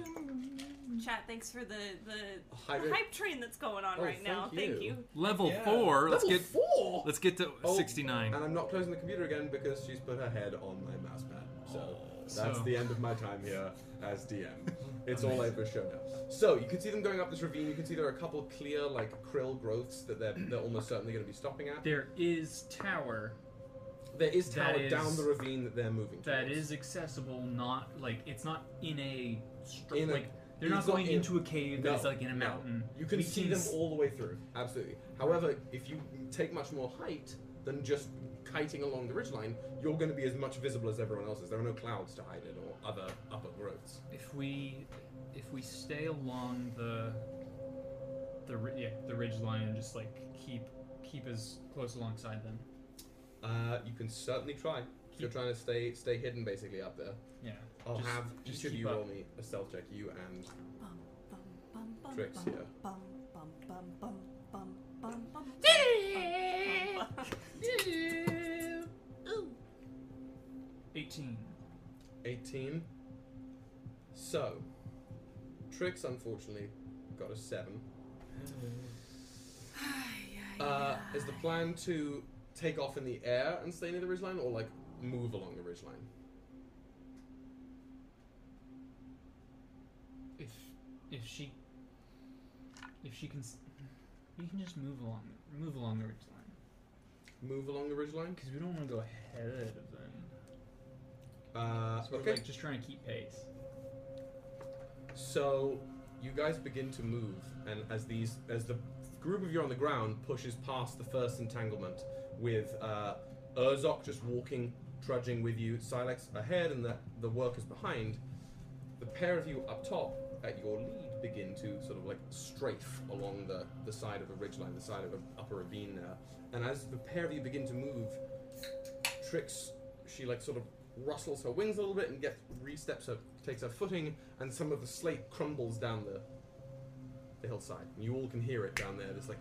Speaker 5: Chat. Thanks for the the,
Speaker 2: Hydrate-
Speaker 5: the hype train that's going on
Speaker 2: Oh,
Speaker 5: right now.
Speaker 2: thank you.
Speaker 5: Thank you.
Speaker 3: Level
Speaker 8: Yeah.
Speaker 3: four. Let's
Speaker 2: Level
Speaker 3: get
Speaker 2: four.
Speaker 3: let's get to
Speaker 2: Oh,
Speaker 3: sixty nine.
Speaker 2: And I'm not closing the computer again because she's put her head on my mouse pad. So that's
Speaker 3: So-
Speaker 2: the end of my time here as DM. It's all over show now. So you can see them going up this ravine. You can see there are a couple of clear like krill growths that they're they're almost certainly going to be stopping at.
Speaker 7: There is tower
Speaker 2: There is
Speaker 7: That
Speaker 2: tower down
Speaker 7: is-
Speaker 2: the ravine that they're moving.
Speaker 7: that
Speaker 2: towards.
Speaker 7: is accessible, not like it's not in a str-
Speaker 2: In a-
Speaker 7: like they're
Speaker 2: it's
Speaker 7: not going
Speaker 2: not in-
Speaker 7: into a cave
Speaker 2: No,
Speaker 7: that's like in a
Speaker 2: no.
Speaker 7: mountain.
Speaker 2: You can
Speaker 7: We
Speaker 2: see them
Speaker 7: s-
Speaker 2: all the way through. Absolutely. However, if you take much more height than just kiting along the ridgeline, you're going to be as much visible as everyone else is. There are no clouds to hide in or other upper growths.
Speaker 7: If we if we stay along the the ri- yeah, the ridge line and just like keep keep as close alongside them.
Speaker 2: Uh, you can certainly try. If you're trying to stay stay hidden, basically up there.
Speaker 7: Yeah.
Speaker 2: I'll
Speaker 7: Just-
Speaker 2: Oh. have
Speaker 7: just
Speaker 2: each of
Speaker 7: keep
Speaker 2: you
Speaker 7: up.
Speaker 2: roll me a stealth check. You and
Speaker 5: Bum, bum, bum, bum,
Speaker 2: Tricks
Speaker 5: bum,
Speaker 2: here.
Speaker 5: bum, bum, bum, bum, bum, bum, bum, bum, bum.
Speaker 7: 18.
Speaker 2: 18. So, Trix unfortunately got a seven. Uh, is the plan to take off in the air and stay near the ridgeline, or like move along the ridgeline?
Speaker 7: If if she if she can s- we can just move along move along the ridge line
Speaker 2: Move along the ridgeline.
Speaker 7: because we don't want to go ahead of them.
Speaker 2: Uh,
Speaker 7: So we're
Speaker 2: okay.
Speaker 7: like just trying to keep pace.
Speaker 2: So you guys begin to move, and as these, as the group of you on the ground pushes past the first entanglement, with uh, Urzok just walking, trudging with you, Silex ahead, and the the workers behind. The pair of you up top at your lead begin to sort of like strafe along the the side of a ridgeline, the side of an upper ravine there, and as the pair of you begin to move, Trix, she like sort of rustles her wings a little bit and gets re-steps her, takes her footing, and some of the slate crumbles down the the hillside. And you all can hear it down there. This like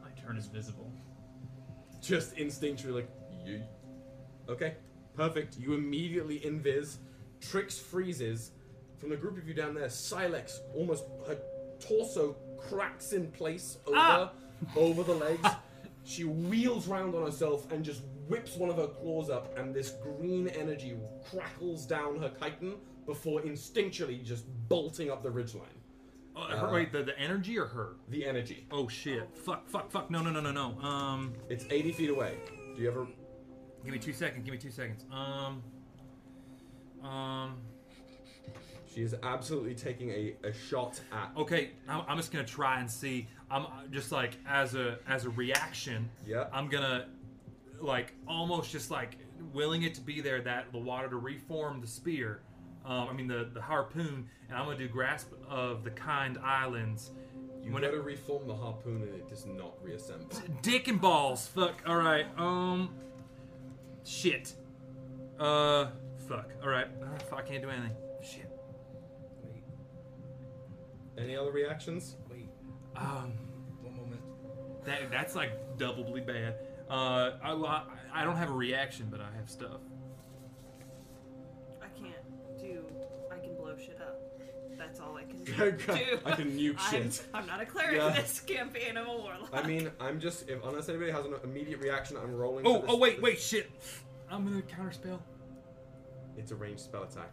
Speaker 7: My turn is visible.
Speaker 2: just instinctually like yeet. Okay, perfect. You immediately invis. Trix freezes. From the group of you down there, Silex almost her torso cracks in place over over the legs. She wheels round on herself and just whips one of her claws up, and this green energy crackles down her chitin before instinctually just bolting up the ridgeline.
Speaker 3: Oh, her- wait, the, the energy or her?
Speaker 2: The energy.
Speaker 3: Oh shit! Fuck! Fuck! Fuck! No! No! No! No! No! Um,
Speaker 2: It's 80 feet away. Do you ever?
Speaker 3: give me two seconds. Give me two seconds. Um, um.
Speaker 2: She is absolutely taking a, a shot at.
Speaker 3: okay I'm, I'm just gonna try and see i'm uh, just like as a as a reaction
Speaker 2: Yep.
Speaker 3: i'm gonna like almost just like willing it to be there that the water to reform the spear um, i mean the the harpoon and i'm gonna do grasp of the kind islands
Speaker 2: You
Speaker 3: When
Speaker 2: gotta
Speaker 3: it-
Speaker 2: reform the harpoon and it does not reassemble.
Speaker 3: dick and balls fuck all right um shit uh fuck all right Ah, fuck, i can't do anything shit
Speaker 8: Wait,
Speaker 2: Any other reactions?
Speaker 8: wait,
Speaker 3: um
Speaker 8: one moment.
Speaker 3: That, that's like doubly bad. Uh, I, I, I don't have a reaction, but I have stuff.
Speaker 5: I can't do. I can blow shit up. That's all I can do.
Speaker 2: I can- I can nuke
Speaker 5: I'm,
Speaker 2: shit.
Speaker 5: I'm not a cleric
Speaker 2: Yeah.
Speaker 5: in this campaign. I'm a warlock.
Speaker 3: Ah.
Speaker 2: I mean, I'm just if unless anybody has an immediate reaction, I'm rolling. for
Speaker 3: Oh,
Speaker 2: this-
Speaker 3: oh wait, wait, shit! I'm gonna counterspell.
Speaker 2: It's a ranged spell attack.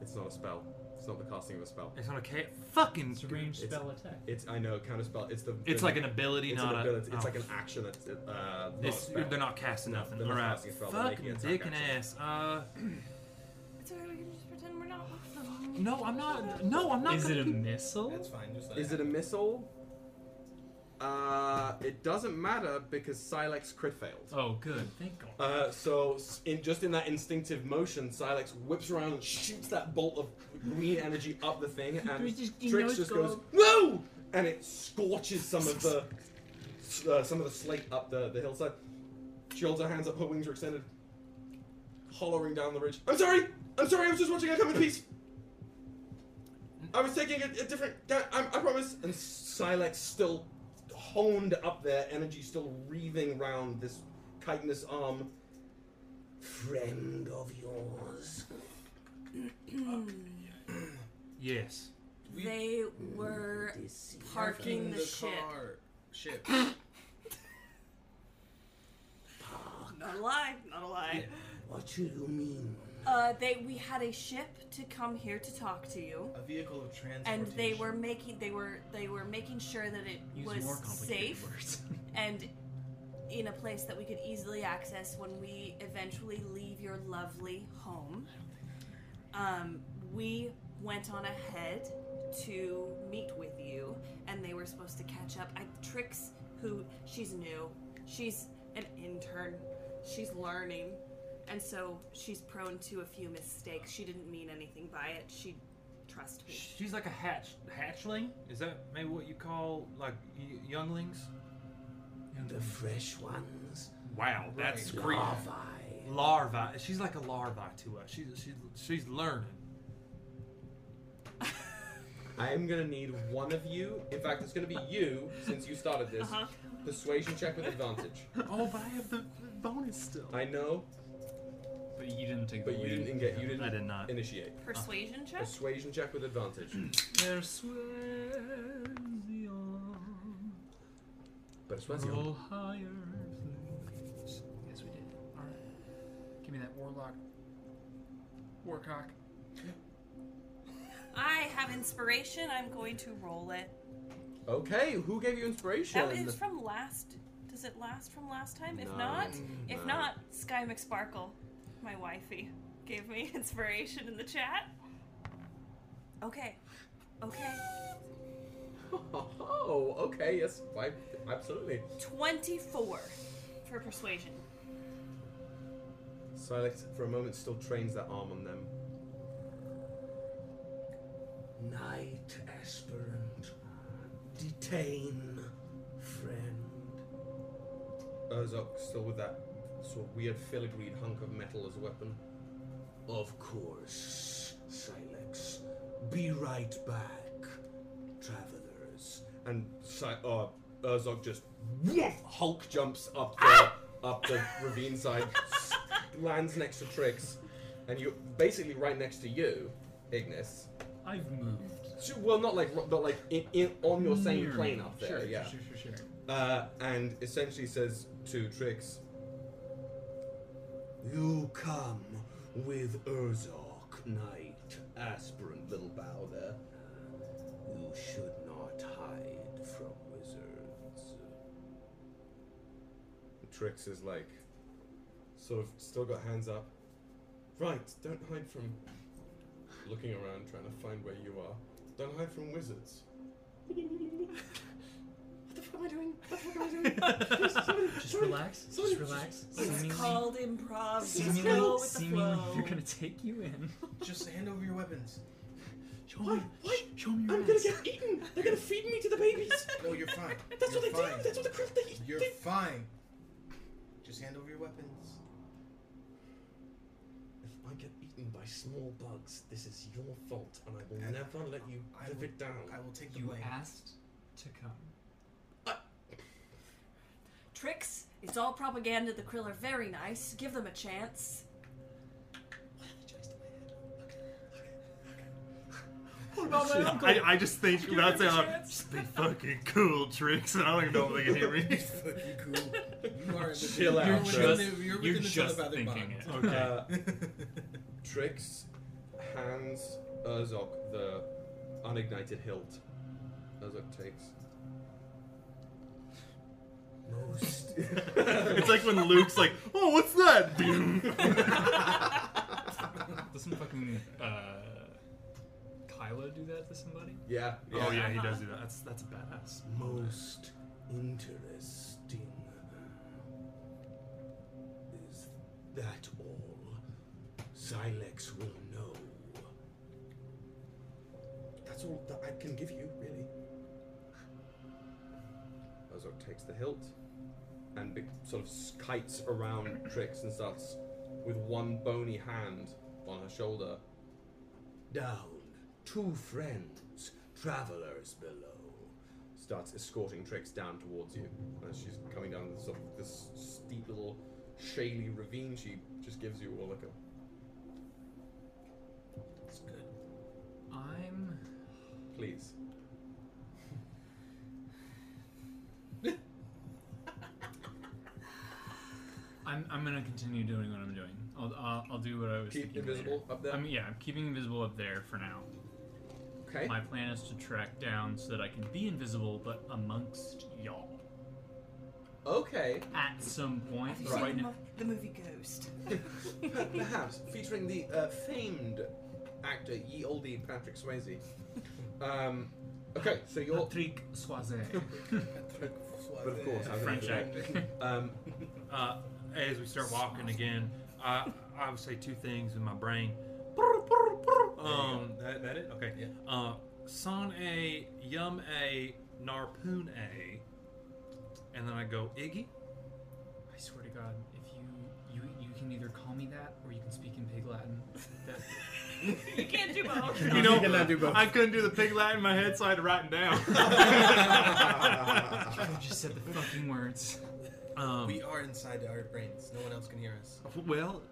Speaker 2: It's not a spell. It's not the casting of a spell.
Speaker 3: It's not okay. Fucking.
Speaker 7: It's a ranged
Speaker 2: It's-
Speaker 7: spell attack.
Speaker 2: It's I know counter spell. It's the.
Speaker 3: It's
Speaker 2: the-
Speaker 3: like an ability,
Speaker 2: It's
Speaker 3: not
Speaker 2: an ability.
Speaker 3: a.
Speaker 2: It's
Speaker 3: oh,
Speaker 2: like an action. It's, uh, not a
Speaker 3: This,
Speaker 2: spell.
Speaker 3: they're not casting
Speaker 2: No,
Speaker 3: nothing.
Speaker 2: they're
Speaker 3: All
Speaker 2: not
Speaker 3: right.
Speaker 2: casting a spell, they're making attack
Speaker 3: Fucking dick and ass.
Speaker 2: actions.
Speaker 3: Uh,
Speaker 5: It's okay, we can just pretend we're not with them.
Speaker 3: no, I'm not. No, I'm not.
Speaker 7: Is
Speaker 3: gonna
Speaker 7: it a
Speaker 3: do-
Speaker 7: missile?
Speaker 8: That's fine. Just let
Speaker 2: Is it a missile? Uh, it doesn't matter because Silex crit failed.
Speaker 7: Oh, good. Thank God.
Speaker 2: Uh, so s- in just in that instinctive motion, Silex whips around and shoots that bolt of green energy up the thing, and
Speaker 7: just- he
Speaker 2: Trix
Speaker 7: knows
Speaker 2: just
Speaker 7: God.
Speaker 2: goes whoa, and it scorches some of the s- uh, some of the slate up the, the hillside. She holds her hands up, her wings are extended, hollowing down the ridge. I'm sorry, I'm sorry, I was just watching her come in peace. I was taking a, a different. I, I I promise. And Silex still honed up there, energy still wreathing round this chitinous arm. Friend of yours.
Speaker 3: Yes.
Speaker 8: We-
Speaker 5: They were parking the, ship.
Speaker 8: car. Ship.
Speaker 5: Not a lie. Not a lie.
Speaker 6: What do you mean?
Speaker 5: Uh, they we had a ship to come here to talk to you,
Speaker 8: A vehicle of transportation.
Speaker 5: and they were making they were they were making sure that it
Speaker 7: Use
Speaker 5: was
Speaker 7: more complicated
Speaker 5: safe
Speaker 7: words.
Speaker 5: and in a place that we could easily access when we eventually leave your lovely home. Um, we went on ahead to meet with you, and they were supposed to catch up. I Trix, who she's new, she's an intern, she's learning, and so she's prone to a few mistakes. She didn't mean anything by it. She trust me.
Speaker 3: She's like a hatch hatchling. Is that maybe what you call like y- younglings?
Speaker 6: The fresh ones.
Speaker 3: Wow, that's great.
Speaker 6: Larvae.
Speaker 3: Larva. She's like a larva to us. She's she's she's learning.
Speaker 2: I'm gonna need one of you. In fact, it's gonna be you since you started this.
Speaker 5: Uh-huh.
Speaker 2: Persuasion check with advantage.
Speaker 3: Oh, but I have the bonus still.
Speaker 2: I know,
Speaker 7: But you didn't take
Speaker 2: but
Speaker 7: the
Speaker 2: you
Speaker 7: lead.
Speaker 2: didn't get. You didn't.
Speaker 3: I did not.
Speaker 2: initiate.
Speaker 5: Persuasion check.
Speaker 2: Persuasion check with advantage.
Speaker 7: Persuasion.
Speaker 2: Persuasion.
Speaker 7: Roll higher, please. Yes, we did. All right. Give me that warlock. Warcock.
Speaker 5: I have inspiration. I'm going to roll it.
Speaker 2: Okay, who gave you inspiration?
Speaker 5: That is from last. Does it last from last time? If
Speaker 2: No.
Speaker 5: not, if
Speaker 2: No.
Speaker 5: not, Sky McSparkle, my wifey, gave me inspiration in the chat. Okay. Okay.
Speaker 2: Oh, okay, yes, I, absolutely.
Speaker 5: 24 for persuasion.
Speaker 2: Silex, for a moment, still trains that arm on them.
Speaker 6: Night aspirant. Detain friend.
Speaker 2: Urzok, still with that sort of weird filigreed hunk of metal as a weapon.
Speaker 6: Of course, Silex. Be right back, travelers.
Speaker 2: And si- uh, Urzok just woof, Hulk jumps up the, up the ravine side, s- lands next to Trix, and you're basically right next to you, Ignis.
Speaker 7: I've moved.
Speaker 2: So- Well, not like, ro- but like in, in, on your same
Speaker 7: Near
Speaker 2: plane
Speaker 7: me.
Speaker 2: up there,
Speaker 7: Sure,
Speaker 2: yeah.
Speaker 7: Sure, sure, sure.
Speaker 2: Uh, and essentially says to Trix,
Speaker 6: You come with Urzok, Knight Aspirant. Little bow there. You should not hide from wizards.
Speaker 2: Trix is like, sort of still got hands up. Right, don't hide from. Looking around, trying to find where you are. Don't hide from wizards. what the fuck am I doing? What the fuck am I doing?
Speaker 7: Just relax. Just relax. Seemingly,
Speaker 5: It's called improv. Just go
Speaker 7: seemingly,
Speaker 5: with the
Speaker 7: seemingly
Speaker 5: flow.
Speaker 7: they're gonna take you in.
Speaker 8: Just hand over your weapons.
Speaker 7: Show me,
Speaker 2: What?
Speaker 7: show me your
Speaker 2: I'm gonna
Speaker 7: ass.
Speaker 2: get eaten! They're gonna feed me to the babies!
Speaker 8: No, you're fine.
Speaker 2: That's
Speaker 8: you're
Speaker 2: what they
Speaker 8: fine.
Speaker 2: do! That's what the crap they eat!
Speaker 8: You're
Speaker 2: They-
Speaker 8: fine. Just hand over your weapons.
Speaker 6: If I get eaten by small bugs, this is your fault, and I will
Speaker 8: And
Speaker 6: never let you
Speaker 8: I
Speaker 6: live
Speaker 8: will-
Speaker 6: it down.
Speaker 8: I will take the
Speaker 7: You
Speaker 8: blame.
Speaker 7: asked to come.
Speaker 5: Tricks. It's all propaganda. The krill are very nice. Give them a chance.
Speaker 7: What about my uncle?
Speaker 3: I, I just think that's
Speaker 7: him a
Speaker 3: how
Speaker 7: chance.
Speaker 3: just be fucking cool tricks, and I don't even know if they can hear me.
Speaker 8: Fucking cool. You are
Speaker 2: Chill
Speaker 8: You're
Speaker 2: out,
Speaker 8: within
Speaker 2: Trix.
Speaker 8: the- Uh, you're
Speaker 7: You're
Speaker 8: within the sound
Speaker 7: just
Speaker 8: of other
Speaker 6: Uh,
Speaker 7: thinking
Speaker 8: bonds.
Speaker 7: it.
Speaker 3: Okay.
Speaker 2: Uh, Trix hands Urzok the unignited hilt. Urzok takes. Most.
Speaker 3: it's like when Luke's like, "Oh, what's that?" Boom.
Speaker 7: Doesn't fucking uh, Kylo do that to somebody?
Speaker 2: yeah, yeah.
Speaker 3: Oh yeah, he does do that. That's that's a badass.
Speaker 6: most interesting. Is that all Silex will know? That's all that I can give you, really.
Speaker 2: Urzok takes the hilt and be- sort of kites around Trix and starts with one bony hand on her shoulder.
Speaker 6: Down, two friends, travelers below.
Speaker 2: starts escorting Trix down towards you as she's coming down this, sort of, this steep little shaly ravine. She just gives you all like a
Speaker 6: It's good.
Speaker 7: I'm.
Speaker 2: please.
Speaker 7: I'm, I'm gonna continue doing what I'm doing. I'll, I'll, I'll do what I was.
Speaker 2: Keep
Speaker 7: thinking
Speaker 2: invisible
Speaker 7: later.
Speaker 2: up there?
Speaker 7: I'm, yeah, I'm keeping invisible up there for now.
Speaker 2: Okay.
Speaker 7: My plan is to track down so that I can be invisible, but amongst y'all.
Speaker 2: Okay.
Speaker 7: At some point,
Speaker 5: Have you
Speaker 7: but
Speaker 5: seen
Speaker 7: right
Speaker 5: the,
Speaker 7: now,
Speaker 5: mo- the movie Ghost?
Speaker 2: Perhaps featuring the uh, famed actor ye olde Patrick Swayze. Um, okay, so you're.
Speaker 7: Patrick Soise,
Speaker 2: But of course, I'm
Speaker 7: French
Speaker 2: gonna-
Speaker 7: actor.
Speaker 2: Um,
Speaker 3: Uh, as we start walking again, I I would say two things in my brain. Um, that, that it? Okay.
Speaker 8: Yeah.
Speaker 3: Uh, son a, yum a, narpoon a, and then I go Iggy.
Speaker 7: I swear to God, if you, you you can either call me that or you can speak in Pig Latin. That,
Speaker 5: you can't do both.
Speaker 3: You
Speaker 8: No,
Speaker 3: know,
Speaker 8: you cannot do both.
Speaker 3: I couldn't do the pig Latin in my head, so I had to write it Um, down.
Speaker 7: I just said the fucking words.
Speaker 3: um,
Speaker 8: We are inside our brains. No one else can hear us.
Speaker 3: well,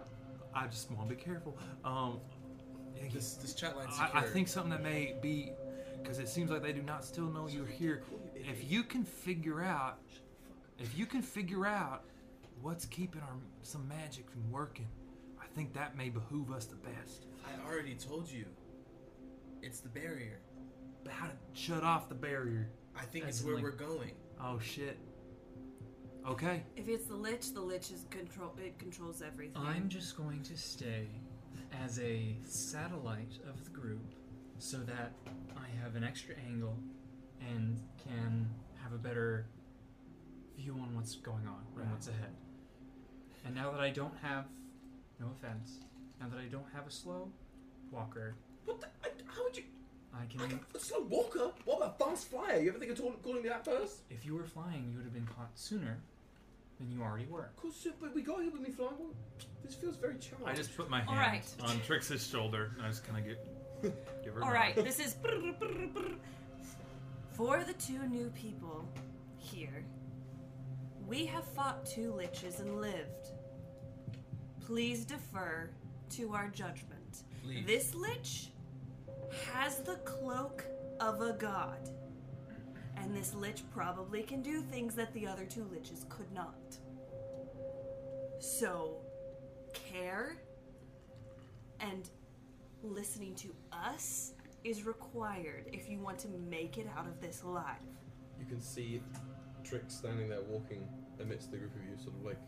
Speaker 3: I just want to be careful. Um, Iggy,
Speaker 8: This this chat line's
Speaker 3: I, I
Speaker 8: secure.
Speaker 3: think something that may be because it seems like they do not still know you're here. If you can figure out, if you can figure out what's keeping our some magic from working, I think that may behoove us the best.
Speaker 8: I already told you. It's the barrier.
Speaker 3: But how to shut off the barrier?
Speaker 8: I think
Speaker 7: As
Speaker 8: it's
Speaker 7: in,
Speaker 8: where
Speaker 7: like-
Speaker 8: we're going.
Speaker 3: Oh shit. Okay.
Speaker 5: If it's the lich, the lich is control. It controls everything.
Speaker 7: I'm just going to stay as a satellite of the group so that I have an extra angle and can have a better view on what's going on and what's ahead. And now that I don't have, no offense, now that I don't have a slow walker,
Speaker 2: what the, I, how would you.
Speaker 7: I
Speaker 2: I
Speaker 7: can.
Speaker 2: can, a slow walker? What about fast flyer? You ever think of ta- calling me that first?
Speaker 7: If you were flying, you would have been caught sooner than you already were.
Speaker 2: Of course, but we got here with me flying. Well, This feels very challenging.
Speaker 3: I just put my hand
Speaker 5: All right.
Speaker 3: on Trix's shoulder and I just kind of get. Give her
Speaker 5: All
Speaker 3: my-
Speaker 5: right, this is brr, brr, brr. for the two new people here. We have fought two liches and lived. Please defer to our judgment.
Speaker 8: Please.
Speaker 5: This lich has the cloak of a god. And this lich probably can do things that the other two liches could not. So, care and listening to us is required if you want to make it out of this alive.
Speaker 2: You can see Trix standing there walking amidst the group of you, sort of like.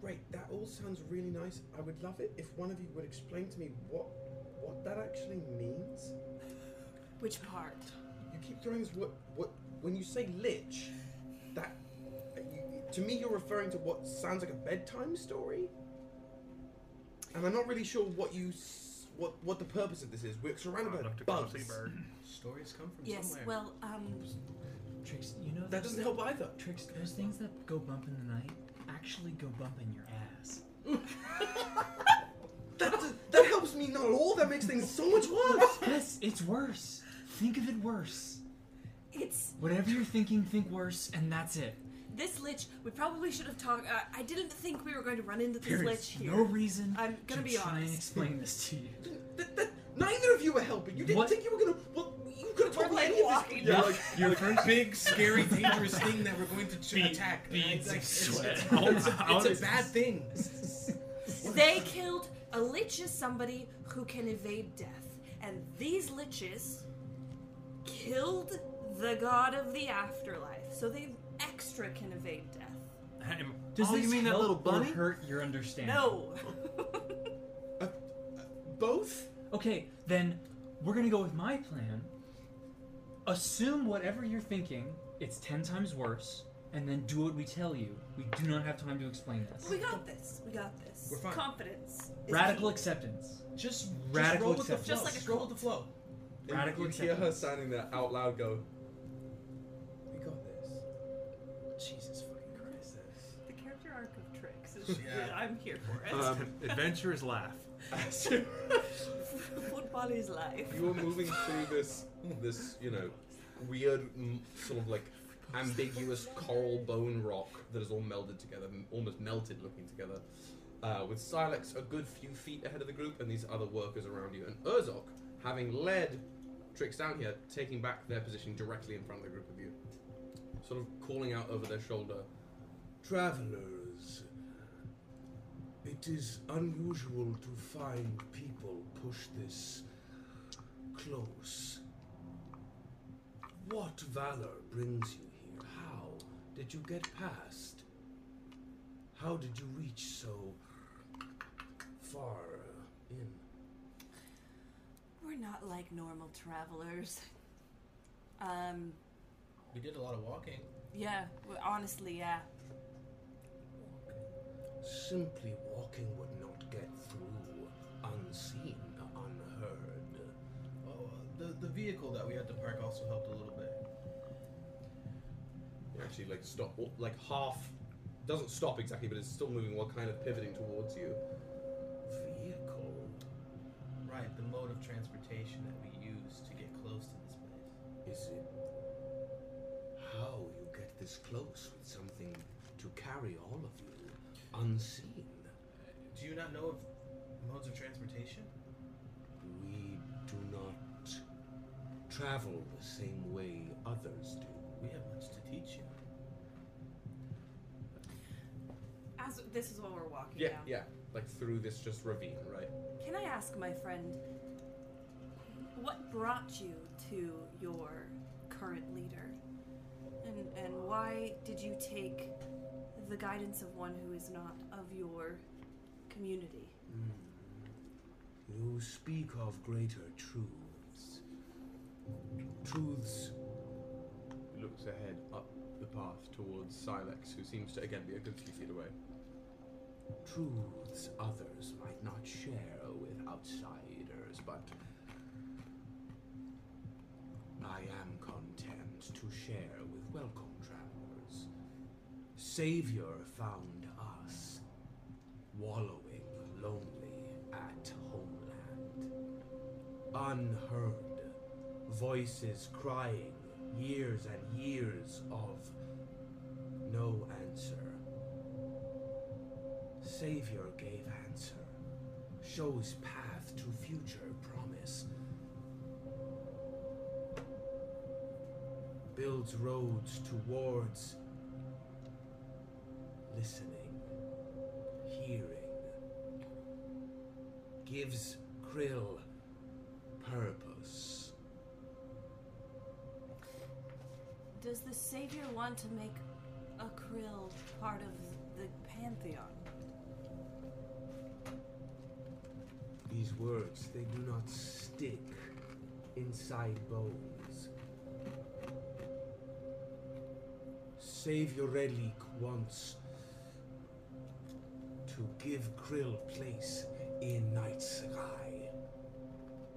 Speaker 6: Great, that all sounds really nice. I would love it if one of you would explain to me what what that actually means.
Speaker 5: Which part?
Speaker 6: You keep throwing this what what when you say lich, that you, to me you're referring to what sounds like a bedtime story. And I'm not really sure what you s- what what the purpose of this is. We're surrounded by
Speaker 3: Dr.
Speaker 6: bugs.
Speaker 3: Cosy Bird.
Speaker 8: Stories come from
Speaker 5: Yes,
Speaker 8: somewhere.
Speaker 5: well, um,
Speaker 7: Tricks, you know
Speaker 6: That doesn't help either.
Speaker 7: Tricks, those things that go bump in the night actually go bump in your ass.
Speaker 6: That does- that helps me not at all. That makes things so much worse.
Speaker 7: Yes, it's worse. Think of it worse.
Speaker 5: it's
Speaker 7: Whatever you're thinking, think worse, and that's it.
Speaker 5: this lich. We probably should have talked. Uh, I didn't think we were going to run into this
Speaker 7: There
Speaker 5: lich
Speaker 7: is
Speaker 5: here.
Speaker 7: no reason
Speaker 5: I'm gonna
Speaker 7: to
Speaker 5: be
Speaker 7: try and
Speaker 5: honest.
Speaker 7: explain this to you.
Speaker 6: That- that- neither of you were helping. You didn't
Speaker 7: What?
Speaker 6: think you were gonna. Well, you could have
Speaker 5: We're
Speaker 6: told me
Speaker 5: like
Speaker 6: any of this.
Speaker 5: walking
Speaker 2: Yeah,
Speaker 5: down-
Speaker 2: like,
Speaker 8: Your first big, scary, dangerous thing that we're going to ch- attack.
Speaker 7: beads
Speaker 8: It's like-
Speaker 7: of
Speaker 8: it's-
Speaker 7: sweat.
Speaker 8: It's, it's a- it's a bad thing.
Speaker 5: They killed a lich is somebody who can evade death, and these liches killed the god of the afterlife, so they extra can evade death.
Speaker 6: Am-
Speaker 7: Does
Speaker 6: oh,
Speaker 7: this
Speaker 6: you mean that
Speaker 7: help
Speaker 6: little
Speaker 7: or
Speaker 6: bunny?
Speaker 7: hurt your understanding?
Speaker 5: No.
Speaker 2: Both?
Speaker 7: Okay, then we're gonna go with my plan. Assume whatever you're thinking, it's ten times worse, and then do what we tell you. We do not have time to explain this.
Speaker 5: we got this. We got this.
Speaker 8: We're fine.
Speaker 5: Confidence. is
Speaker 7: Radical
Speaker 5: key.
Speaker 7: acceptance.
Speaker 8: Just
Speaker 7: Radical
Speaker 8: just roll with the
Speaker 7: acceptance.
Speaker 8: flow.
Speaker 5: Just like a
Speaker 8: roll with the flow.
Speaker 2: And
Speaker 7: Radical
Speaker 2: you hear her
Speaker 7: acceptance.
Speaker 2: signing that out loud go,
Speaker 8: We got this. Jesus fucking Christ! This.
Speaker 5: The character arc of tricks is
Speaker 8: Yeah.
Speaker 5: I'm here for it.
Speaker 6: Um, adventure is laugh.
Speaker 5: Football is life.
Speaker 2: You are moving through this, this you know, weird mm, sort of like ambiguous coral bone rock that is all melded together, m- almost melted looking together, uh, with Silex a good few feet ahead of the group and these other workers around you, and Urzok having led Tricks down here, taking back their position directly in front of the group of you, sort of calling out over their shoulder, "Travelers." It is unusual to find people push this close. What valor brings you here? How did you get past? How did you reach so far uh, in?
Speaker 5: We're not like normal travelers. Um,
Speaker 8: We did a lot of walking.
Speaker 5: yeah, well, honestly, yeah.
Speaker 2: Simply walking would not get through unseen, unheard.
Speaker 8: Oh, the the vehicle that we had to park also helped a little bit.
Speaker 2: You actually like stop, like half, doesn't stop exactly, but it's still moving while kind of pivoting towards you. Vehicle
Speaker 8: Right, the mode of transportation that we used to get close to this place.
Speaker 2: Is it how you get this close with something to carry all of you unseen?
Speaker 8: Do you not know of modes of transportation?
Speaker 2: We do not travel the same way others do.
Speaker 8: We have much to teach you.
Speaker 5: As this is what we're walking down.
Speaker 2: yeah. Like through this just ravine, right?
Speaker 5: Can I ask my friend what brought you to your current leader? And and why did you take the guidance of one who is not of your community?
Speaker 2: You speak of greater truths. Truths. Looks ahead up the path towards Silex, who seems to again be a good few feet away. Truths others might not share with outsiders, but I am content to share with welcome travelers. Savior found us wallowing lonely at homeland. Unheard, voices crying, years and years of no answer. Savior gave answer, shows path to future promise. Builds roads towards listening hearing gives Krill purpose.
Speaker 5: Does the savior want to make a krill part of the pantheon?
Speaker 2: These words, they do not stick inside bones. Savior Relic wants to give Krill place in night sky.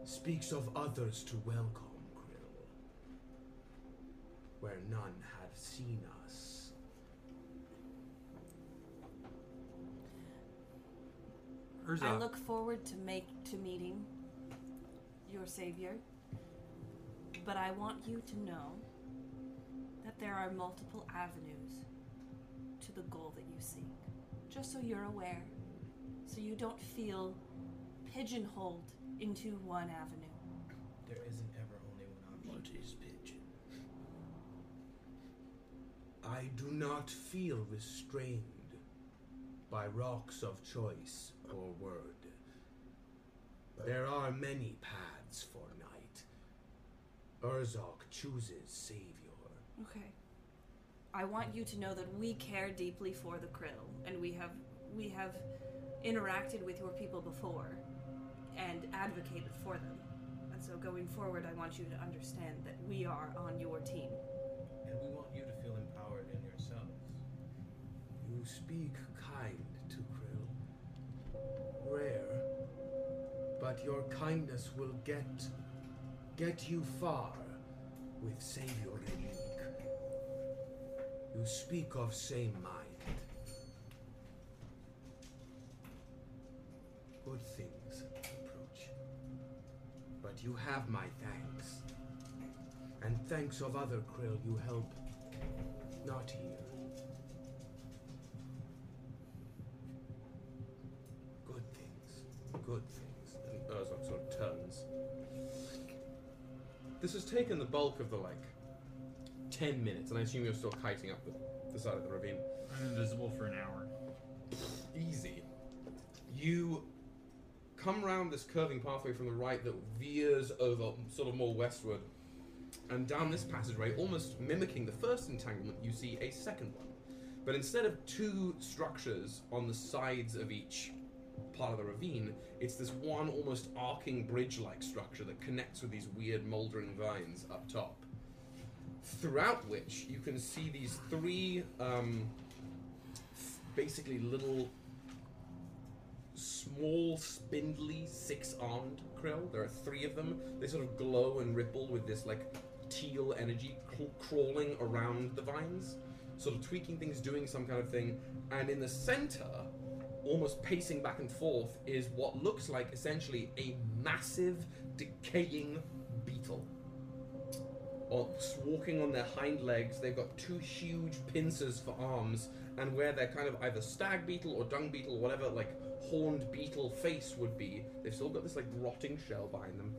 Speaker 2: Speaks of others to welcome Krill, where none have seen us.
Speaker 5: I
Speaker 6: Urza,
Speaker 5: look forward to make to meeting your savior. But I want you to know that there are multiple avenues to the goal that you seek. Just so you're aware. So you don't feel pigeonholed into one avenue.
Speaker 8: There isn't ever only one option.
Speaker 2: What is pigeon? I do not feel restrained by rocks of choice,
Speaker 6: or word. There are many paths for night. Urzok chooses Savior.
Speaker 5: Okay. I want you to know that we care deeply for the krill, and we have we have interacted with your people before, and advocated for them. And so going forward, I want you to understand that we are on your team.
Speaker 8: And we want you to feel empowered in yourselves.
Speaker 6: You speak kind to Krill. Rare. But your kindness will get get you far with Savior Unique. You speak of same mind. Good things approach. But you have my thanks. And thanks of other Krill you help. Not here. Good things. Good things.
Speaker 2: And Urzok oh, sort of turns. This has taken the bulk of the like ten minutes, and I assume you're still kiting up the, the side of the ravine.
Speaker 7: I'm invisible for an hour.
Speaker 2: Easy. You come round this curving pathway from the right that veers over sort of more westward, and down this passageway, almost mimicking the first entanglement, you see a second one. But instead of two structures on the sides of each part of the ravine, it's this one almost arcing bridge like structure that connects with these weird mouldering vines up top. Throughout which you can see these three um, basically little small, spindly, six-armed krill. There are three of them. They sort of glow and ripple with this like teal energy cl- crawling around the vines, sort of tweaking things, doing some kind of thing. And in the center, almost pacing back and forth, is what looks like essentially a massive, decaying beetle. On, walking on their hind legs, they've got two huge pincers for arms, and where their kind of either stag beetle or dung beetle, whatever like horned beetle face would be, they've still got this like rotting shell behind them.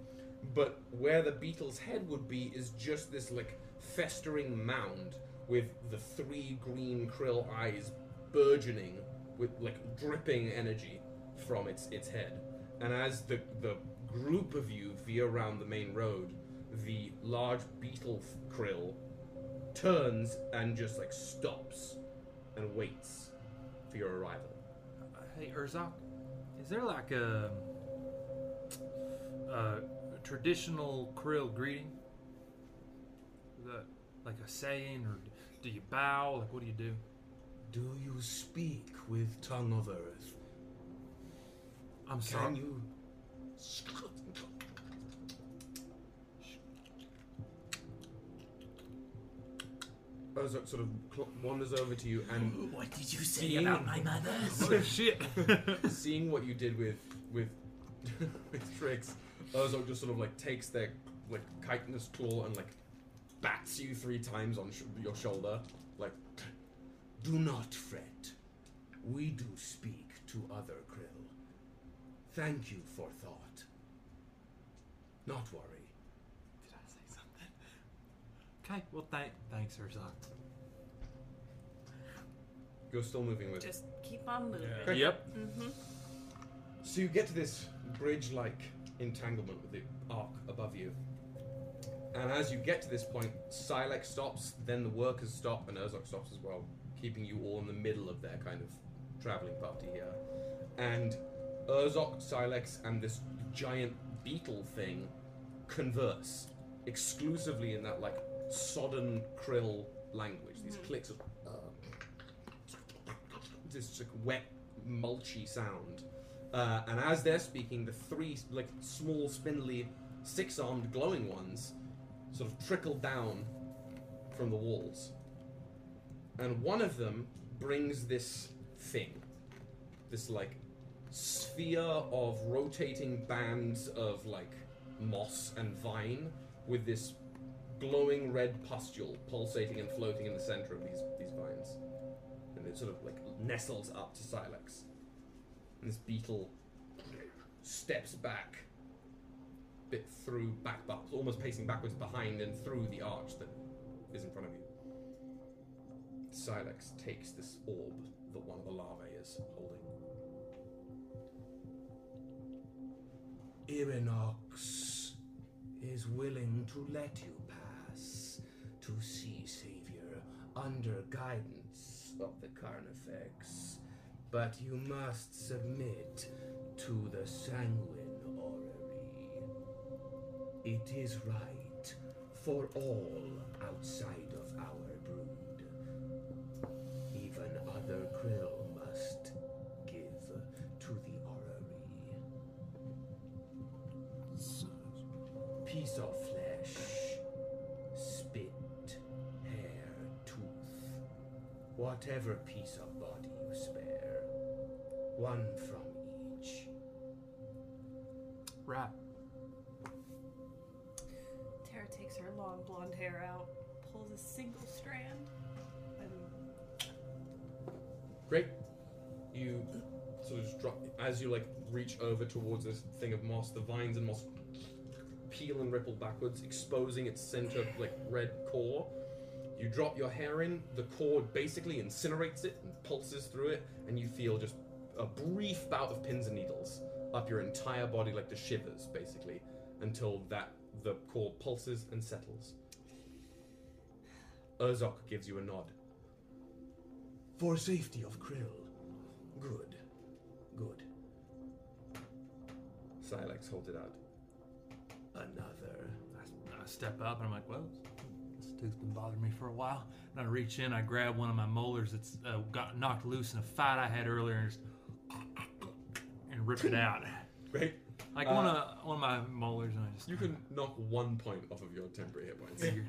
Speaker 2: But where the beetle's head would be is just this like festering mound with the three green krill eyes burgeoning with like dripping energy from its its head. And as the the group of you veer around the main road, the large beetle f- krill turns and just like stops and waits for your arrival.
Speaker 3: Hey, Urzok, is there like a, a traditional Krill greeting? The- like a saying, or do you bow? Like, what do you do?
Speaker 6: Do you speak with tongue of earth?
Speaker 3: I'm
Speaker 6: Can
Speaker 3: sorry.
Speaker 6: you?
Speaker 2: Ozok Oh, sort of cl- wanders over to you and
Speaker 7: What did you
Speaker 2: say about
Speaker 7: my mother?
Speaker 3: Oh, shit.
Speaker 2: seeing what you did with with with tricks, Ozok just sort of like takes their like chitinous claw and like bats you three times on sh- your shoulder. Like
Speaker 6: Do not fret. We do speak to other krill. Thank you for thought. Not worry.
Speaker 3: Did I say something? Okay, well, thank, thanks, Urzok.
Speaker 2: you're still moving with it.
Speaker 5: Just keep on moving.
Speaker 2: Okay.
Speaker 3: Yep.
Speaker 5: Mm-hmm.
Speaker 2: So you get to this bridge-like entanglement with the arc above you, and as you get to this point, Silex stops, then the workers stop, and Ozok stops as well, keeping you all in the middle of their kind of traveling party here. And Urzok, Silex, and this giant beetle thing converse exclusively in that like sodden krill language. These clicks of uh, this like, wet, mulchy sound. Uh, and as they're speaking, the three like small, spindly, six-armed, glowing ones sort of trickle down from the walls. And one of them brings this thing, this like sphere of rotating bands of like moss and vine with this glowing red pustule pulsating and floating in the center of these these vines. And it sort of like nestles up to Silex. And this beetle steps back bit through back back almost pacing backwards behind and through the arch that is in front of you. Silex takes this orb that one of the larvae is holding.
Speaker 6: Irinox is willing to let you pass to see Savior under guidance of the Carnifex, but you must submit to the Sanguine Orrery. It is right for all outside of our brood. Even other krill must give to the orrery. Piece of flesh, spit, hair, tooth, whatever piece of body you spare, one from each.
Speaker 7: Wrap.
Speaker 5: Tara takes her long blonde hair out, pulls a single strand, and
Speaker 2: Great. You sort of just drop as you like reach over towards this thing of moss. The vines and moss peel and ripple backwards, exposing its center like red core. You drop your hair in. The cord basically incinerates it and pulses through it, and you feel just a brief bout of pins and needles up your entire body, like the shivers, basically, until that the cord pulses and settles. Urzok gives you a nod.
Speaker 6: For safety of Krill. Good. Good.
Speaker 2: Silex holds it out.
Speaker 6: Another.
Speaker 3: I step up and I'm like, well, this tooth's been bothering me for a while. And I reach in, I grab one of my molars that's uh, got knocked loose in a fight I had earlier, and just and rip it out.
Speaker 2: Great.
Speaker 3: Like one of one of my molars, and I just
Speaker 2: You can knock one point off of your temporary hit points.
Speaker 3: figured,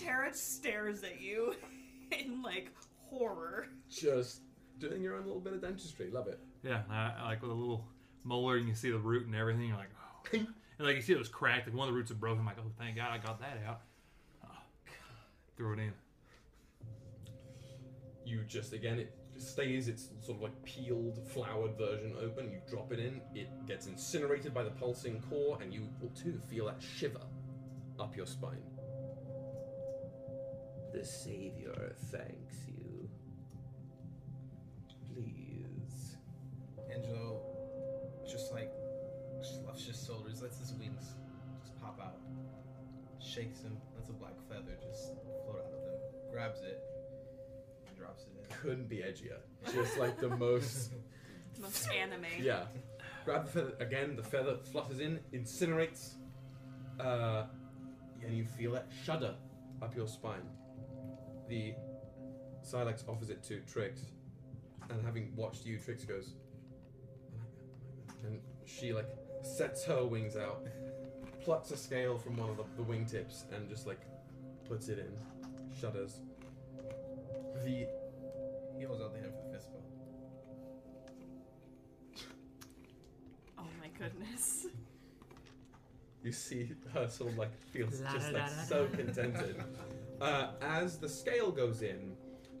Speaker 5: Tara stares at you in like horror.
Speaker 2: Just doing your own little bit of dentistry. Love it.
Speaker 3: yeah, and I, I like with a little molar, and you see the root and everything. You're like, oh. and like you see it was cracked. Like one of the roots had broken. I'm like, oh, thank God I got that out. Oh, God. Throw it in.
Speaker 2: You just again it stays its sort of like peeled, flowered version open. You drop it in, it gets incinerated by the pulsing core, and you will too feel that shiver up your spine.
Speaker 6: The Savior thanks you. Please.
Speaker 8: Angelo just like sloughs his shoulders, lets his wings just pop out, shakes him, lets a black feather just float out of them, grabs it, and drops it in.
Speaker 2: Couldn't be edgier. Just like the most
Speaker 5: Most anime.
Speaker 2: Yeah. Grab the feather again, the feather flutters in, incinerates, uh, and you feel that shudder up your spine. The Silex offers it to Trix, and having watched you, Trix goes, and she like sets her wings out, plucks a scale from one of the, the wingtips, and just like puts it in, shudders. The
Speaker 8: He holds out the hand for the fist bump.
Speaker 5: Oh my goodness.
Speaker 2: You see her sort of like feels
Speaker 7: La
Speaker 2: just
Speaker 7: la
Speaker 2: like
Speaker 7: la
Speaker 2: so contented. Uh, as the scale goes in,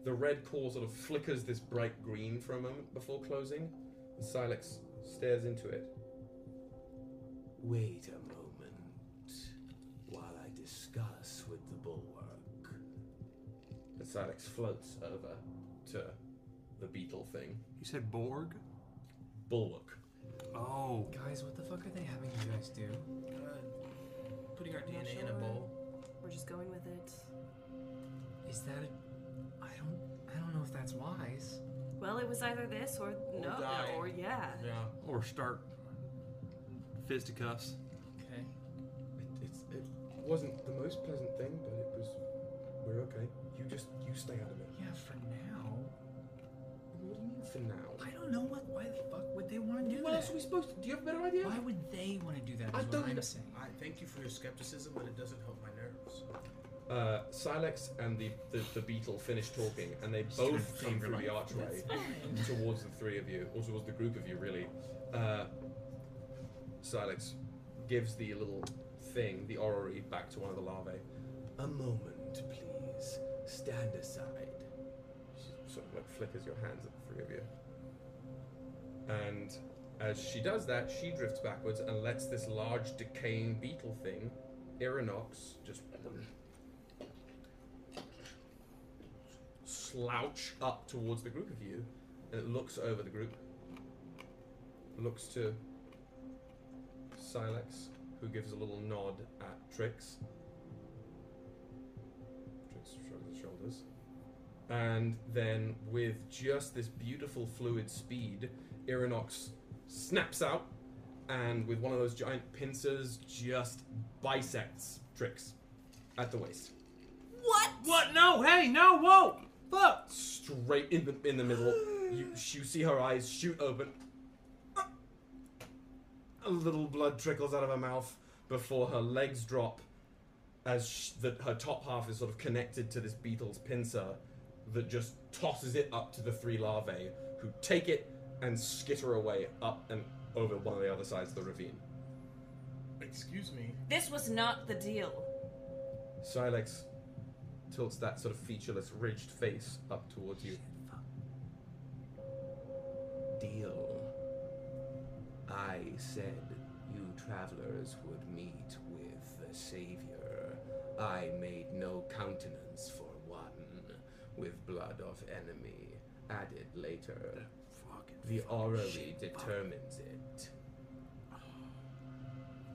Speaker 2: the red core sort of flickers this bright green for a moment before closing. And Silex stares into it.
Speaker 6: Wait a moment while I discuss with the bulwark.
Speaker 2: And Silex floats over to the beetle thing.
Speaker 3: You said Borg.
Speaker 2: Bulwark.
Speaker 3: Oh,
Speaker 7: Guys, what the fuck are they having you guys do?
Speaker 8: Putting our
Speaker 5: Not
Speaker 8: DNA in a
Speaker 5: sure.
Speaker 8: bowl.
Speaker 5: We're just going with it.
Speaker 7: Is that a. I don't. I don't know if that's wise.
Speaker 5: Well, it was either this or no,
Speaker 8: die.
Speaker 5: or yeah.
Speaker 8: Yeah.
Speaker 3: or start fisticuffs.
Speaker 7: Okay.
Speaker 2: It, it's, it wasn't the most pleasant thing, but it was. We're okay. You just you stay out of it.
Speaker 7: Yeah, for now.
Speaker 2: What do you mean for now?
Speaker 7: I don't know what. Why the fuck would they want to do
Speaker 2: What
Speaker 7: that?
Speaker 2: else are we supposed to? Do you have a better idea?
Speaker 7: Why would they want to do that? Is
Speaker 2: I
Speaker 7: what
Speaker 2: don't
Speaker 7: I'm
Speaker 2: kn-
Speaker 7: saying.
Speaker 8: I thank you for your skepticism, but it doesn't help my nerves.
Speaker 2: Uh, Silex and the, the, the beetle finish talking, and they both come through the archway towards the three of you, or towards the group of you, really. Uh, Silex gives the little thing, the orrery, back to one of the larvae.
Speaker 6: A moment, please. Stand aside.
Speaker 2: She sort of like flickers your hands at the three of you. And as she does that, she drifts backwards and lets this large decaying beetle thing, Irinox, just slouch up towards the group of you. And it looks over the group, looks to Silex, who gives a little nod at Trix. Trix shrugs his shoulders. And then, with just this beautiful fluid speed, Irinox snaps out and, with one of those giant pincers, just bisects Trix at the waist.
Speaker 5: What?
Speaker 3: What? No! Hey! No! Whoa! Look!
Speaker 2: Straight in the in the middle. You, you see her eyes shoot open. A little blood trickles out of her mouth before her legs drop as sh- the, her top half is sort of connected to this beetle's pincer that just tosses it up to the three larvae who take it and skitter away up and over one of the other sides of the ravine.
Speaker 8: Excuse me.
Speaker 5: This was not the deal.
Speaker 2: Silex tilts that sort of featureless, ridged face up towards you. Deal. I said you travelers would meet with the Savior. I made no countenance for one, with blood of enemy added later. The orally determines it.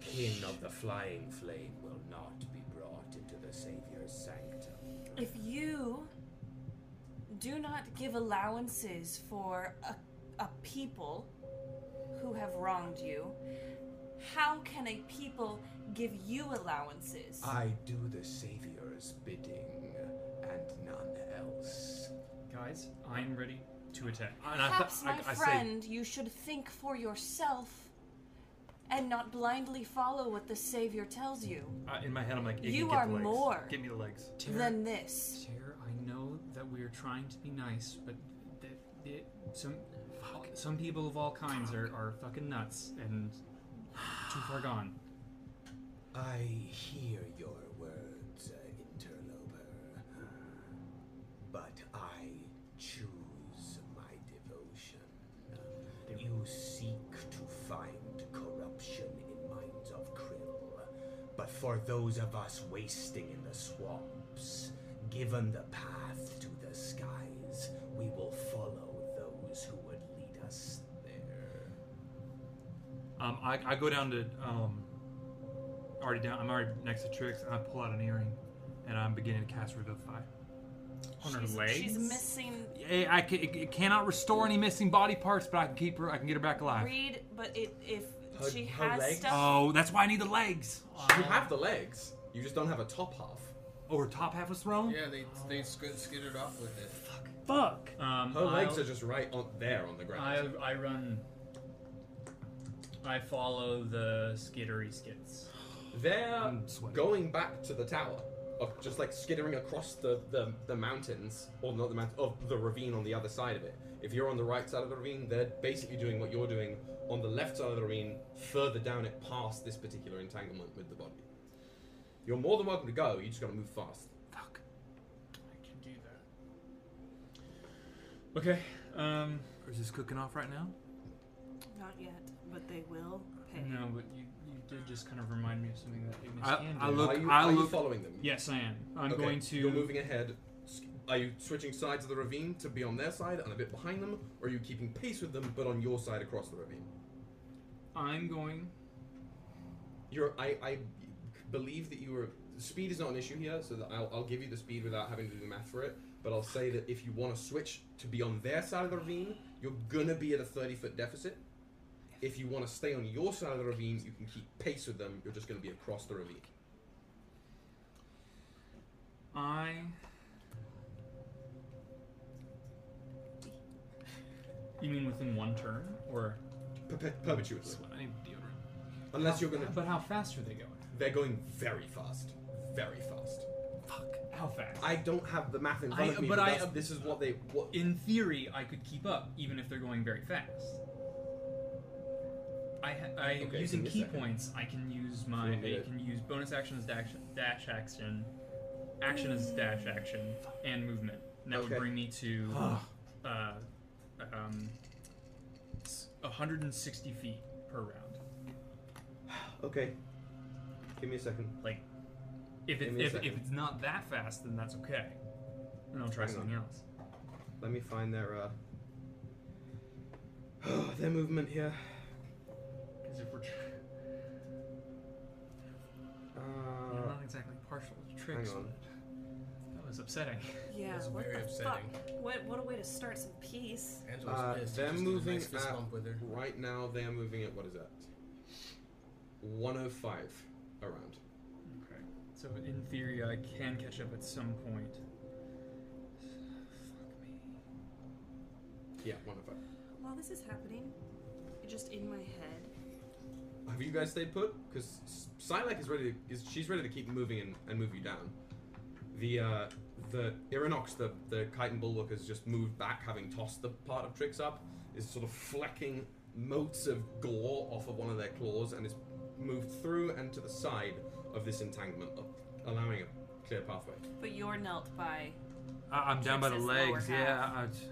Speaker 2: Kin of the Flying Flame will not be brought into the Savior's sanctum.
Speaker 5: If you do not give allowances for a, a people who have wronged you, how can a people give you allowances?
Speaker 2: I do the Savior's bidding and none else.
Speaker 7: Guys, I'm ready to attack.
Speaker 3: And I,
Speaker 5: Perhaps,
Speaker 3: th- I,
Speaker 5: my
Speaker 3: I say,
Speaker 5: friend, you should think for yourself and not blindly follow what the Savior tells you.
Speaker 3: uh, in my head, I'm like, Iggy,
Speaker 5: You
Speaker 3: get
Speaker 5: are
Speaker 3: the legs.
Speaker 5: more
Speaker 3: Give me the legs.
Speaker 7: Tara,
Speaker 5: Than this.
Speaker 7: Tara, I know that we are trying to be nice, but th- th- some some people of all kinds are, are fucking nuts and too far gone.
Speaker 2: I hear your words, uh, interloper, but I choose my devotion. You seek to find corruption in minds of krill, but for those of us wasting in the swamps, given the path to the skies, we will follow those who would lead us there.
Speaker 3: Um, I, I go down to um, already down. I'm already next to Trix, and I pull out an earring, and I'm beginning to cast Revivify.
Speaker 7: On
Speaker 5: she's,
Speaker 7: her legs.
Speaker 5: she's missing
Speaker 3: Yeah, I ca it, it cannot restore any missing body parts, but I can keep her. I can get her back alive.
Speaker 5: Reed, but it, if
Speaker 2: Her-
Speaker 5: she
Speaker 2: her
Speaker 5: has
Speaker 2: legs?
Speaker 5: stuff.
Speaker 3: Oh, that's why I need the legs.
Speaker 2: You have the legs, you just don't have a top half.
Speaker 3: Oh, her top half was thrown.
Speaker 8: Yeah, they they sk- skittered off with it.
Speaker 7: Fuck. Um,
Speaker 2: Her legs
Speaker 7: I'll-
Speaker 2: are just right on there on the
Speaker 7: I,
Speaker 2: ground.
Speaker 7: I run. I follow the skittery skits.
Speaker 2: They're
Speaker 3: I'm sweating.
Speaker 2: going back to the tower, of just like skittering across the, the, the mountains, or not the mountain, of the ravine on the other side of it. If you're on the right side of the ravine, they're basically doing what you're doing on the left side of the ravine, further down it past this particular entanglement with the body. You're more than welcome to go, you just gotta move fast.
Speaker 3: Fuck.
Speaker 8: I can do that.
Speaker 7: Okay. Um.
Speaker 3: Or is this cooking off right now? Oh.
Speaker 5: Not yet, but they will pay.
Speaker 2: Mm-hmm.
Speaker 7: No, but you, you did just kind of remind me of something that Ignis
Speaker 3: I-
Speaker 7: can do.
Speaker 3: I look-
Speaker 2: are you,
Speaker 3: I
Speaker 2: are you
Speaker 3: look-
Speaker 2: following them?
Speaker 7: Yes, I am. I'm
Speaker 2: Okay,
Speaker 7: going to.
Speaker 2: You're moving ahead. S- Are you switching sides of the ravine to be on their side and a bit behind them, or are you keeping pace with them but on your side across the ravine?
Speaker 7: I'm going.
Speaker 2: You're, I, I believe that you were. Speed is not an issue here, so that I'll, I'll give you the speed without having to do the math for it. But I'll say that if you want to switch to be on their side of the ravine, you're gonna be at a 30 foot deficit. If you want to stay on your side of the ravine, you can keep pace with them. You're just gonna be across the ravine.
Speaker 7: I. You mean within one turn, or
Speaker 2: Perpet- perpetuously.
Speaker 3: I need deodorant.
Speaker 2: Unless you're gonna.
Speaker 7: But how fast are they going?
Speaker 2: They're going very fast. Very fast.
Speaker 7: Fuck. How fast?
Speaker 2: I don't have the math in front
Speaker 7: I-
Speaker 2: of me,
Speaker 7: but
Speaker 2: but,
Speaker 7: I-
Speaker 2: that's- this is what they. What,
Speaker 7: In theory, I could keep up, even if they're going very fast. I, ha- I
Speaker 2: Okay,
Speaker 7: using
Speaker 2: give me a
Speaker 7: key
Speaker 2: second.
Speaker 7: points. I can use
Speaker 2: So
Speaker 7: my.
Speaker 2: you need
Speaker 7: I
Speaker 2: it.
Speaker 7: can use bonus action as dash, dash action, action as dash action, and movement. And that
Speaker 2: Okay.
Speaker 7: would bring me to uh, um, s- 160 feet per round.
Speaker 2: okay. Give me a second.
Speaker 7: Like, if
Speaker 2: Give
Speaker 7: it,
Speaker 2: me a
Speaker 7: if, if
Speaker 2: second.
Speaker 7: it's not that fast, then that's okay. And I'll try
Speaker 2: Hang on.
Speaker 7: something else.
Speaker 2: Let me find their uh their movement here.
Speaker 7: Because if we're tr- tricks.
Speaker 2: Uh, Hang on.
Speaker 7: That was upsetting.
Speaker 5: Yeah,
Speaker 8: That's
Speaker 5: what
Speaker 8: very
Speaker 5: the
Speaker 8: upsetting.
Speaker 5: fuck? What, what a way to start some peace.
Speaker 8: Angela's
Speaker 2: Uh,
Speaker 8: pissed. He
Speaker 2: they're
Speaker 8: just did a
Speaker 2: moving
Speaker 8: nice fist
Speaker 2: at-
Speaker 8: bump with her.
Speaker 2: Right now, they are moving at what is that? 105 around.
Speaker 7: Okay. So in theory, I can catch up at some point. Fuck me.
Speaker 2: Yeah, 105.
Speaker 5: While this is happening, just in my head.
Speaker 2: Have you guys stayed put? Because Psylocke is ready. To, is she's ready to keep moving and, and move you down. The uh, the Irinox, the the chitin bulwark, has just moved back, having tossed the part of Trix up. Is sort of flecking motes of gore off of one of their claws and is moved through and to the side of this entanglement, up, allowing a clear pathway.
Speaker 5: But you're knelt by.
Speaker 3: I- I'm down by the
Speaker 5: Tricks his lower
Speaker 3: legs. Yeah.
Speaker 5: half.
Speaker 3: I j-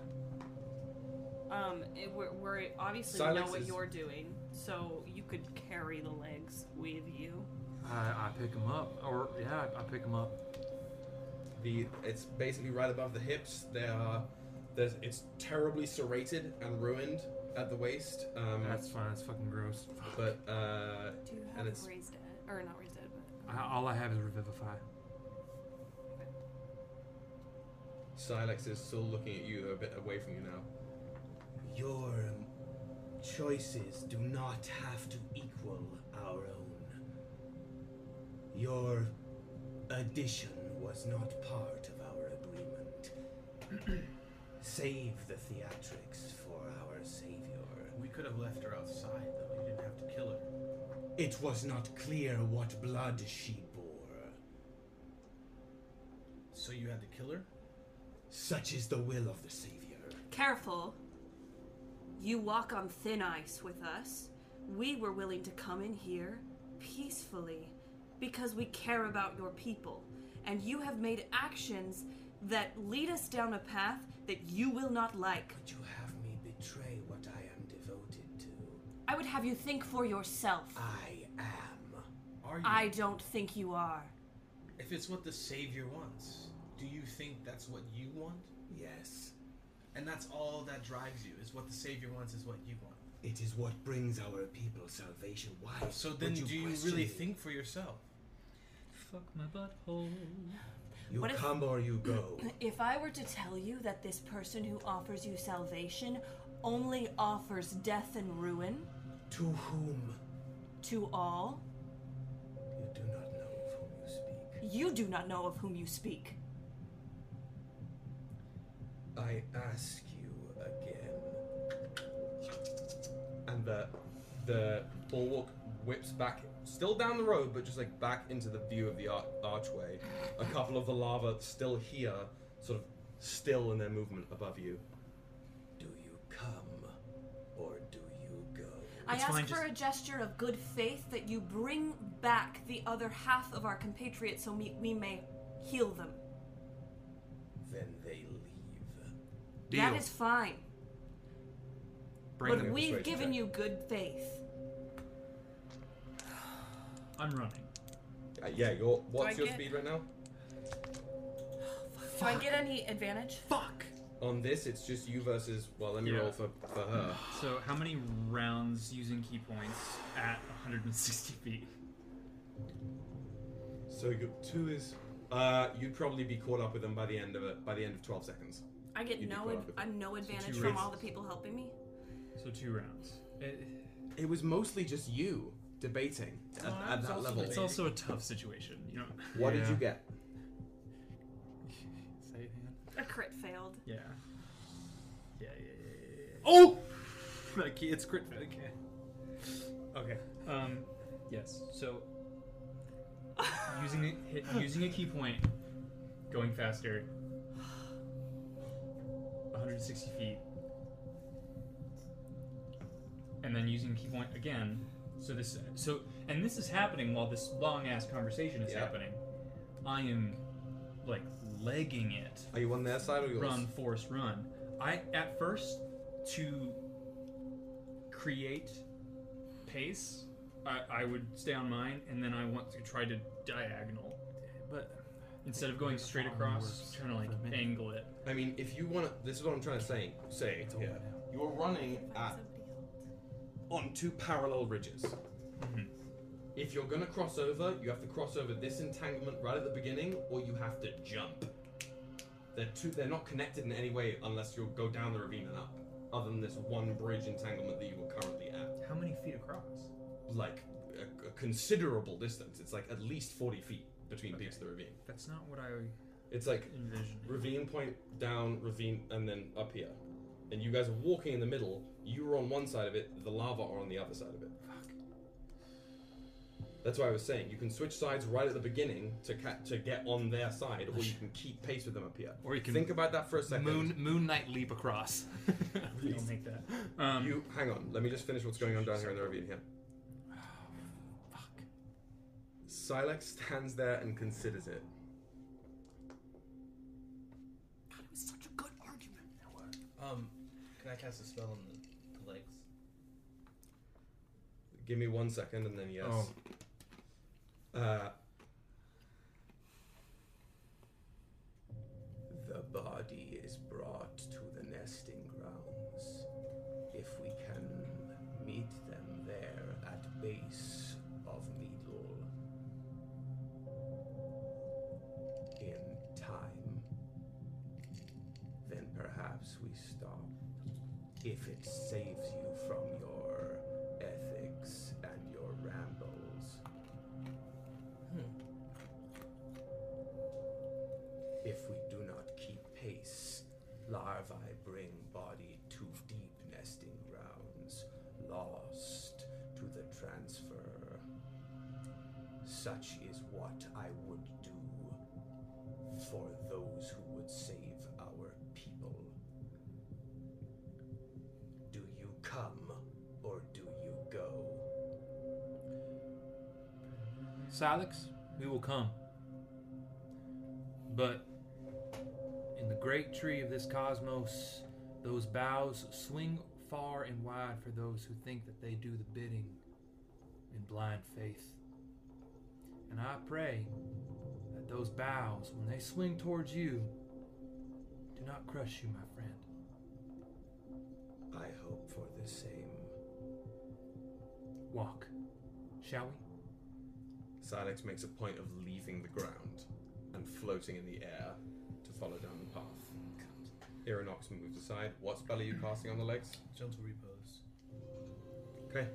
Speaker 5: Um, it- we're, we're obviously we know
Speaker 2: Silex
Speaker 5: what
Speaker 2: is-
Speaker 5: you're doing, so you could carry the legs with you.
Speaker 3: I, I pick him up, or yeah, I, I pick him up.
Speaker 2: The it's basically right above the hips. There are there's it's terribly serrated and ruined at the waist. Um,
Speaker 3: That's fine. That's fucking gross. Fuck.
Speaker 2: but uh,
Speaker 5: Do you
Speaker 2: And it's-
Speaker 5: have raised dead? Or not raised dead, but.
Speaker 3: I, all I have is revivify.
Speaker 2: Silex is still looking at you a bit away from you now.
Speaker 6: Your um, choices do not have to equal our own. Your addition was not part of our agreement. Save the theatrics for our savior.
Speaker 8: We could have left her outside, though. You didn't have to kill her.
Speaker 6: It was not clear what blood she bore.
Speaker 8: So you had to kill her?
Speaker 6: Such is the will of the savior.
Speaker 5: Careful! You walk on thin ice with us. We were willing to come in here peacefully because we care about your people. And you have made actions that lead us down a path that you will not like.
Speaker 6: Would you have me betray what I am devoted to?
Speaker 5: I would have you think for yourself.
Speaker 6: I am.
Speaker 8: Are you?
Speaker 5: I don't think you are.
Speaker 8: If it's what the Savior wants, do you think that's what you want?
Speaker 6: Yes.
Speaker 8: And that's all that drives you, is what the Savior wants, is what you want.
Speaker 6: It is what brings our people salvation. Why?
Speaker 8: So
Speaker 6: would
Speaker 8: then, do you really
Speaker 6: question me?
Speaker 8: think for yourself?
Speaker 7: Fuck my butthole.
Speaker 6: you
Speaker 5: What if-
Speaker 6: come or you go?
Speaker 5: If I were to tell you that this person who offers you salvation only offers death and ruin
Speaker 6: to whom
Speaker 5: to all,
Speaker 6: you do not know of whom you speak.
Speaker 5: you do not know of whom you speak.
Speaker 6: I ask you again.
Speaker 2: And the the bulwark whips back, still down the road, but just like back into the view of the ar- archway. A couple of the lava still here, sort of still in their movement above you.
Speaker 6: Do you come or do you go?
Speaker 5: I
Speaker 7: It's
Speaker 5: ask
Speaker 7: fine,
Speaker 5: for a gesture of good faith that you bring back the other half of our compatriots so we, we may heal them.
Speaker 6: Then they leave.
Speaker 3: Deal.
Speaker 5: That is fine.
Speaker 3: Bring
Speaker 5: but
Speaker 3: him.
Speaker 5: we've
Speaker 2: persuasion
Speaker 5: given
Speaker 2: check.
Speaker 5: you good faith.
Speaker 7: I'm running.
Speaker 2: Uh, yeah, your what's
Speaker 5: I
Speaker 2: your
Speaker 5: get-
Speaker 2: speed right now?
Speaker 5: Do I get any advantage?
Speaker 7: Fuck.
Speaker 2: On this, it's just you versus. Well, let me
Speaker 3: Yeah.
Speaker 2: roll for for her.
Speaker 7: So how many rounds using key points at 160 feet?
Speaker 2: So you two is. Uh, you'd probably be caught up with them by the end of it. By the end of twelve seconds.
Speaker 5: I get
Speaker 2: You'd be
Speaker 5: no
Speaker 2: proud
Speaker 5: ad-
Speaker 2: of it.
Speaker 5: i no advantage
Speaker 7: two
Speaker 5: from
Speaker 7: raises.
Speaker 5: all the people helping me.
Speaker 7: So two rounds. It,
Speaker 2: It was mostly just you debating at,
Speaker 8: Well,
Speaker 2: at
Speaker 8: it's
Speaker 2: that
Speaker 8: also
Speaker 2: level.
Speaker 7: it's also a tough situation, you know.
Speaker 2: What did
Speaker 3: Yeah.
Speaker 2: you get?
Speaker 7: Say it,
Speaker 5: A
Speaker 7: man.
Speaker 5: crit failed.
Speaker 7: Yeah. Yeah, yeah, Oh! Okay, it's crit. Okay. Okay. Um, yes. So, using a, hit, using a key point, going faster, 160 feet, and then using a key point again. So this, so, and this is happening while this long ass conversation is
Speaker 2: Yeah.
Speaker 7: happening. I am, like, legging it
Speaker 2: Are you on their side or yours?
Speaker 7: run force run i at first to create pace I, I would stay on mine and then i want to try to diagonal but instead of going straight across trying to like angle it
Speaker 2: I mean, if you want to, this is what I'm trying to say. Say here. Ah. You're running at on two parallel ridges. If you're gonna cross over, you have to cross over this entanglement right at the beginning, or you have to jump. They're two, they're not connected in any way unless you'll go down the ravine and up. Other than this one bridge entanglement that you are currently at,
Speaker 8: How many feet across?
Speaker 2: like a, a considerable distance. It's like at least forty feet between peaks of the ravine.
Speaker 7: That's not what I
Speaker 2: It's like
Speaker 7: envisioned.
Speaker 2: ravine point down ravine and then up here and you guys are walking in the middle you were on one side of it the lava are on the other side of it that's why i was saying you can switch sides right at the beginning to ca- to get on their side or you can keep pace with them up here
Speaker 3: Or you can
Speaker 2: think about that for a second
Speaker 3: moon moon knight leap across.
Speaker 7: Don't make that. Um,
Speaker 2: you hang on let me just finish what's going on down here in the ravine here
Speaker 7: fuck.
Speaker 2: silex stands there and considers it
Speaker 8: Um, can I cast a spell on the, the legs?
Speaker 2: give me one second and then yes
Speaker 3: Oh.
Speaker 2: Uh, the body is brought to the nesting grounds. If we can meet them there at base of Needle in time, then perhaps we stop. If it saves you from your ethics and your rambles, Hmm. If we do not keep pace, larvae bring body to deep nesting grounds, lost to the transfer. Such is what I would do for those who would save our people. Do you come or do you go?
Speaker 3: Silex, we will come. But in the great tree of this cosmos, those boughs swing far and wide for those who think that they do the bidding in blind faith. And I pray that those boughs, when they swing towards you, do not crush you, my friend.
Speaker 2: I hope for the same.
Speaker 3: Walk, shall we?
Speaker 2: Silex makes a point of leaving the ground and floating in the air to follow down the path. Irinox moves aside. What spell are you casting on the legs?
Speaker 8: Gentle repose.
Speaker 2: Okay.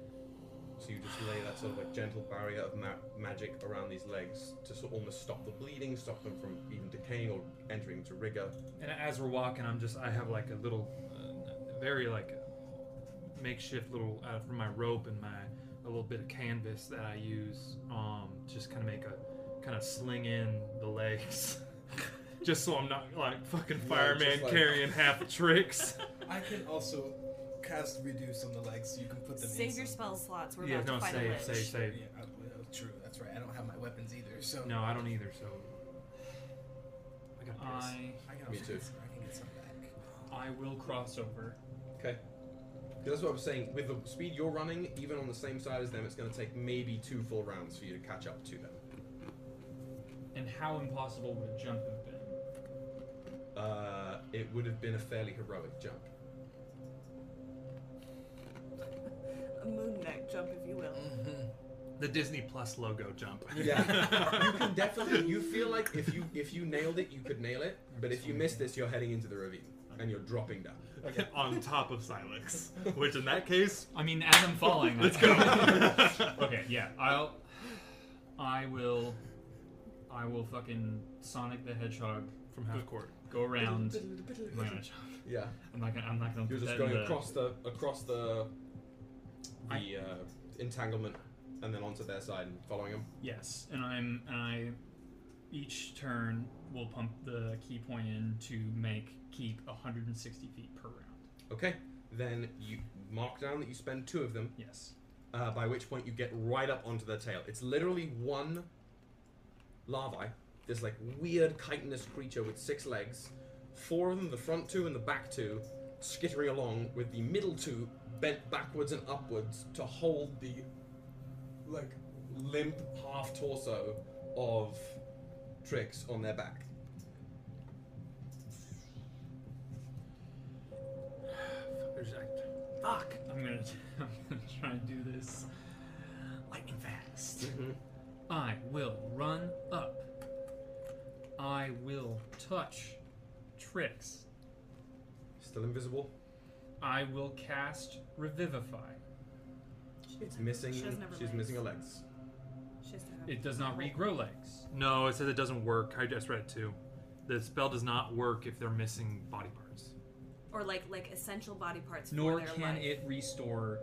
Speaker 2: So you just lay that sort of like gentle barrier of ma- magic around these legs to sort of almost stop the bleeding, stop them from even decaying or entering into rigor.
Speaker 3: And as we're walking, I'm just I have like a little, uh, very like makeshift little uh, from my rope and my a little bit of canvas that I use, um, just kind of make a kind of sling in the legs, just so I'm not like fucking fireman
Speaker 8: just like-
Speaker 3: carrying half tricks.
Speaker 8: I can also cast reduce on the legs so you can put them in.
Speaker 5: Save your
Speaker 8: some-
Speaker 5: spell slots. We're
Speaker 3: yeah,
Speaker 5: about
Speaker 3: no,
Speaker 5: to fight a
Speaker 3: save,
Speaker 5: lich.
Speaker 3: save, save.
Speaker 8: Yeah, I- well, true. That's right. I don't have my weapons either, so
Speaker 3: No, I don't either. So I got this.
Speaker 7: I
Speaker 8: I can
Speaker 2: Me
Speaker 8: also
Speaker 2: too.
Speaker 8: Get some, I can get some back.
Speaker 7: I will cross over.
Speaker 2: Okay. 'Cause that's what I was saying. With the speed you're running, even on the same side as them, it's going to take maybe two full rounds for you to catch up to them.
Speaker 7: And how impossible would a jump have been?
Speaker 2: Uh, it would have been a fairly heroic jump.
Speaker 5: A moon neck jump, if you will.
Speaker 2: Mm.
Speaker 3: The Disney Plus logo jump.
Speaker 2: Yeah. you can definitely. You feel like if you if you nailed it, you could nail it. But if you miss this, you're heading into the ravine and you're dropping down.
Speaker 3: on top of Silex, which in that case,
Speaker 7: I mean, as I'm falling.
Speaker 3: let's
Speaker 7: I-
Speaker 3: go.
Speaker 7: okay, yeah. I'll. I will. I will fucking Sonic the Hedgehog
Speaker 3: From half court.
Speaker 7: go around. I'm not gonna. jump.
Speaker 2: Yeah.
Speaker 7: I'm not gonna. I'm not gonna
Speaker 2: You're
Speaker 7: put
Speaker 2: just
Speaker 7: that
Speaker 2: going
Speaker 7: in the,
Speaker 2: across the across the the
Speaker 7: I-
Speaker 2: uh, entanglement and then onto their side and following them.
Speaker 7: Yes, and I'm and I each turn will pump the key point in to make keep 160 feet per round.
Speaker 2: Okay. Then you mark down that you spend two of them,
Speaker 7: Yes.
Speaker 2: uh, by which point you get right up onto their tail. It's literally one larvae, this like weird chitinous creature with six legs, four of them, the front two and the back two, skittering along with the middle two bent backwards and upwards to hold the like limp half torso of Trix on their back.
Speaker 3: There's, I, fuck.
Speaker 7: I'm gonna. I'm gonna try and do this lightning fast. fast.
Speaker 2: Mm-hmm.
Speaker 7: I will run up. I will touch tricks.
Speaker 2: Still invisible.
Speaker 7: I will cast Revivify.
Speaker 2: It's missing.
Speaker 5: She doesn't have her
Speaker 2: she's
Speaker 5: legs.
Speaker 2: missing her legs.
Speaker 5: She has to have-
Speaker 7: It does not regrow legs.
Speaker 3: No, it says it doesn't work. I just read it too. The spell does not work if they're missing body parts.
Speaker 5: or like like essential body parts.
Speaker 7: Nor
Speaker 5: for their
Speaker 7: can
Speaker 5: life.
Speaker 7: it restore.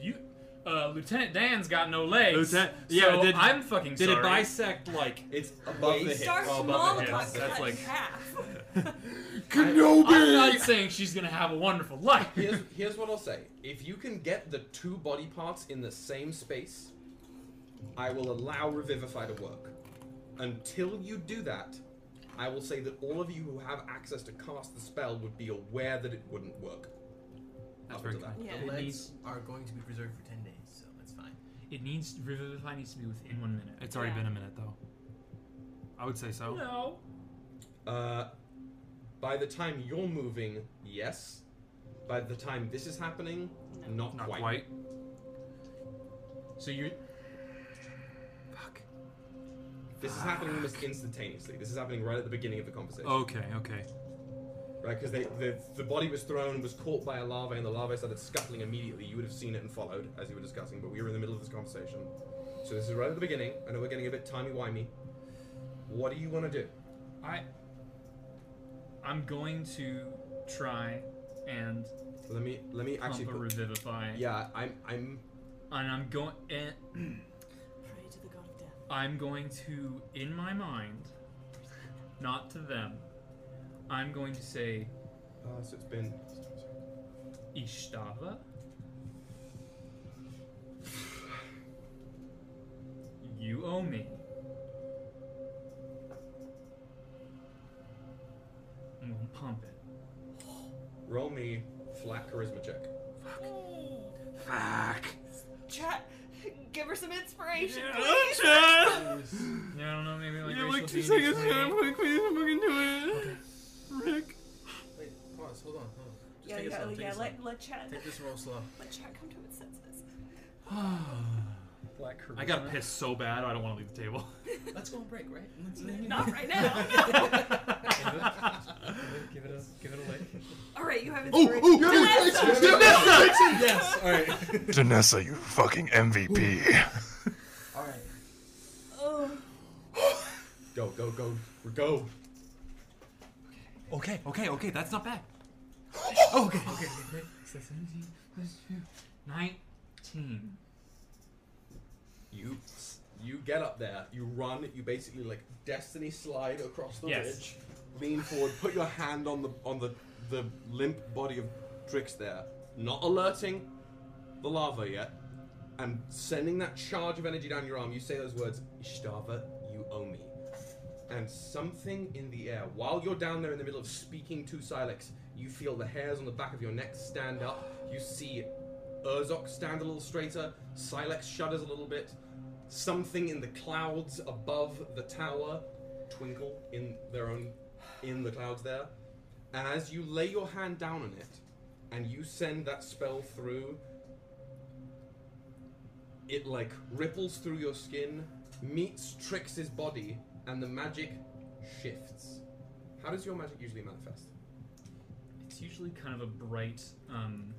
Speaker 7: You, uh, Lieutenant Dan's got no legs.
Speaker 3: Lieutenant-
Speaker 7: so
Speaker 3: yeah, did-
Speaker 7: I'm fucking
Speaker 3: Did
Speaker 7: sorry.
Speaker 3: it bisect like
Speaker 2: It's above the hip.
Speaker 3: Waist.
Speaker 5: Start
Speaker 3: Oh, above
Speaker 5: small,
Speaker 3: the
Speaker 5: cut,
Speaker 3: hips.
Speaker 5: cut
Speaker 3: That's like-
Speaker 5: in half.
Speaker 7: I'm not saying she's gonna have a wonderful life.
Speaker 2: Here's, here's what I'll say. If you can get the two body parts in the same space, I will allow Revivify to work. Until you do that, I will say that all of you who have access to cast the spell would be aware that it wouldn't work.
Speaker 3: That's
Speaker 2: Up
Speaker 3: very
Speaker 2: until that.
Speaker 5: Yeah.
Speaker 8: The
Speaker 7: It
Speaker 8: legs
Speaker 7: needs-
Speaker 8: are going to be preserved for 10 days, so that's fine.
Speaker 7: It needs revivify needs to be within one minute.
Speaker 3: It's already
Speaker 5: Yeah.
Speaker 3: been a minute though. I would say so.
Speaker 7: No.
Speaker 2: Uh, by the time you're moving, yes. By the time this is happening, not,
Speaker 3: Not
Speaker 2: quite.
Speaker 3: quite.
Speaker 7: So you're
Speaker 3: Fuck.
Speaker 2: This is happening almost instantaneously. This is happening right at the beginning of the conversation.
Speaker 3: Okay, okay.
Speaker 2: Right, because the, the body was thrown, was caught by a larva, and the larva started scuttling immediately. You would have seen it and followed as you were discussing, but we were in the middle of this conversation. So this is right at the beginning. I know we're getting a bit timey-wimey. What do you want to do?
Speaker 7: I. I'm going to try and
Speaker 2: Let me let me
Speaker 7: pump
Speaker 2: actually.
Speaker 7: a
Speaker 2: put-
Speaker 7: revivify.
Speaker 2: yeah, I'm I'm
Speaker 7: And I'm going and
Speaker 5: Pray to the god of death.
Speaker 7: I'm going to, in my mind, not to them, I'm going to say
Speaker 2: uh, so it's been
Speaker 7: Ishtava. You owe me. I'm gonna pump it.
Speaker 2: roll me flat charisma check.
Speaker 3: Fuck.
Speaker 5: Chat, give her some inspiration, please.
Speaker 3: Yeah,
Speaker 7: Yeah, I don't know, maybe like, racial
Speaker 3: two
Speaker 7: themes or
Speaker 3: seconds.
Speaker 7: something.
Speaker 3: Quick, please, I'm fucking do it. Rick.
Speaker 8: Wait, pause, hold on, hold on. Just
Speaker 5: Yeah,
Speaker 8: take it
Speaker 5: yeah,
Speaker 8: slow, take
Speaker 5: yeah.
Speaker 8: it slow.
Speaker 5: Let, let chat,
Speaker 8: Take this roll slow.
Speaker 5: let chat come to its senses.
Speaker 7: Black charisma.
Speaker 3: I got pissed so bad. I don't want to leave the table.
Speaker 8: Let's go on break, right? Let's-
Speaker 5: Not right now. no.
Speaker 7: Give it a give it a lick.
Speaker 5: All right, you have
Speaker 9: Ooh,
Speaker 5: inspiration.
Speaker 9: ooh,
Speaker 8: yes, alright.
Speaker 9: Danessa, you fucking MVP.
Speaker 8: alright.
Speaker 5: Oh,
Speaker 2: Go go go go.
Speaker 3: okay, okay, okay. That's not bad.
Speaker 7: Oh, okay, okay. okay. So 17 plus 2. 19.
Speaker 2: You you get up there. You run. You basically like destiny slide across the
Speaker 7: Yes.
Speaker 2: ridge. Lean forward. Put your hand on the on the the limp body of Drix there, not alerting the lava yet, and sending that charge of energy down your arm. You say those words, Ishtava, you owe me. And something in the air, while you're down there in the middle of speaking to Silex, you feel the hairs on the back of your neck stand up. You see Urzok stand a little straighter. Silex shudders a little bit. Something in the clouds above the tower twinkle in their own in the clouds there. And as you lay your hand down on it and you send that spell through, it like ripples through your skin, meets Trix's body, and the magic shifts. How does your magic usually manifest?
Speaker 7: It's usually kind of a bright. Um,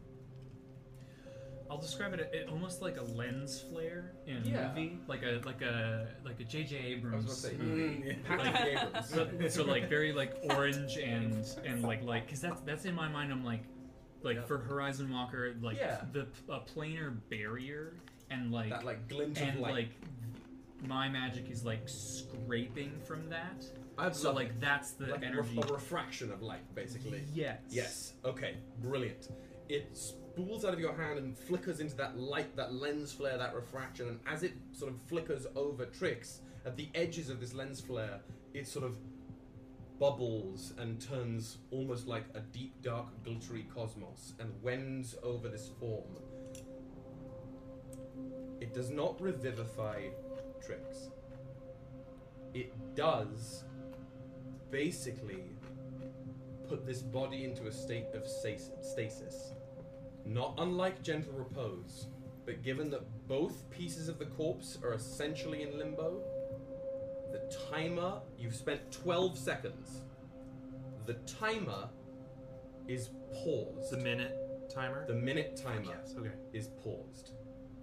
Speaker 7: I'll describe it, it almost like a lens flare in a
Speaker 2: Yeah.
Speaker 7: movie, like a like a like a J.J.
Speaker 2: I was
Speaker 7: Abrams
Speaker 2: about to say, hmm,
Speaker 7: movie.
Speaker 2: Patrick Abrams.
Speaker 7: So, so like very like orange and and like like because that's that's in my mind. I'm like like for Horizon Walker, like
Speaker 2: Yeah.
Speaker 7: the a planar barrier and like
Speaker 2: that like glint of
Speaker 7: and
Speaker 2: light.
Speaker 7: like my magic is like scraping from that.
Speaker 2: I've
Speaker 7: So like that's the
Speaker 2: like
Speaker 7: energy.
Speaker 2: A refraction of light, basically.
Speaker 7: Yes.
Speaker 2: Yes. Okay. Brilliant. It spools out of your hand and flickers into that light, that lens flare, that refraction, and as it sort of flickers over tricks at the edges of this lens flare, it sort of bubbles and turns almost like a deep, dark, glittery cosmos and wends over this form. It does not revivify tricks. It does basically put this body into a state of stas- stasis. Not unlike gentle repose, but given that Both pieces of the corpse are essentially in limbo. The timer, you've spent 12 seconds. The timer is paused.
Speaker 3: The minute timer?
Speaker 2: The minute timer
Speaker 3: yes, okay.
Speaker 2: is paused.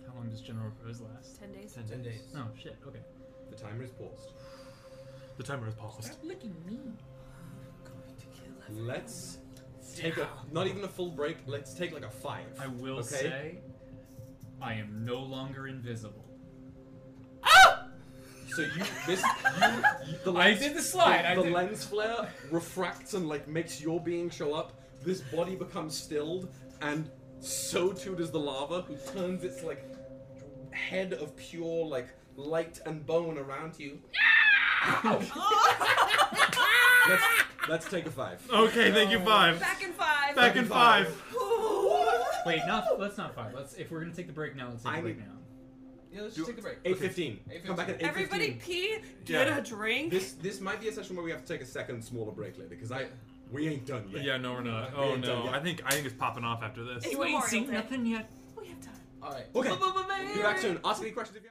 Speaker 7: How long does general repose last?
Speaker 5: Ten days.
Speaker 3: Ten
Speaker 8: Ten days.
Speaker 7: Oh shit. Okay.
Speaker 2: The timer is paused.
Speaker 3: The timer is paused.
Speaker 7: Look at me.
Speaker 2: Let's take a not even a full break. Let's take like a five.
Speaker 7: I will
Speaker 2: okay?
Speaker 7: say, I am no longer invisible.
Speaker 2: So you this you, you the
Speaker 7: I
Speaker 2: lens,
Speaker 7: did the slide,
Speaker 2: The,
Speaker 7: I
Speaker 2: the
Speaker 7: did-
Speaker 2: lens flare refracts and like makes your being show up. This body becomes stilled, and so too does the lava, who turns its like head of pure like light and bone around you.
Speaker 5: Oh,
Speaker 2: let's, let's take a five.
Speaker 3: Okay, thank you, five.
Speaker 5: Back in five.
Speaker 3: Back in five.
Speaker 7: Wait, not let's not five. Let's if we're gonna take the break now, let's take
Speaker 2: I
Speaker 7: the break
Speaker 2: need-
Speaker 7: now.
Speaker 8: Yeah, let's
Speaker 3: Do-
Speaker 8: just take a break.
Speaker 2: Eight fifteen. Come back at eight
Speaker 5: Everybody pee. Get
Speaker 3: Yeah.
Speaker 5: a drink.
Speaker 2: This this might be a session where we have to take a second smaller break later because I we ain't done yet.
Speaker 3: Yeah, no, we're not.
Speaker 2: Yeah,
Speaker 3: Oh
Speaker 2: it's
Speaker 3: no,
Speaker 2: okay.
Speaker 3: I think I think it's popping off after this.
Speaker 5: It's Memorial Day.
Speaker 7: yet.
Speaker 5: We have time.
Speaker 8: All right.
Speaker 2: Okay. Be back soon. Ask any questions if you.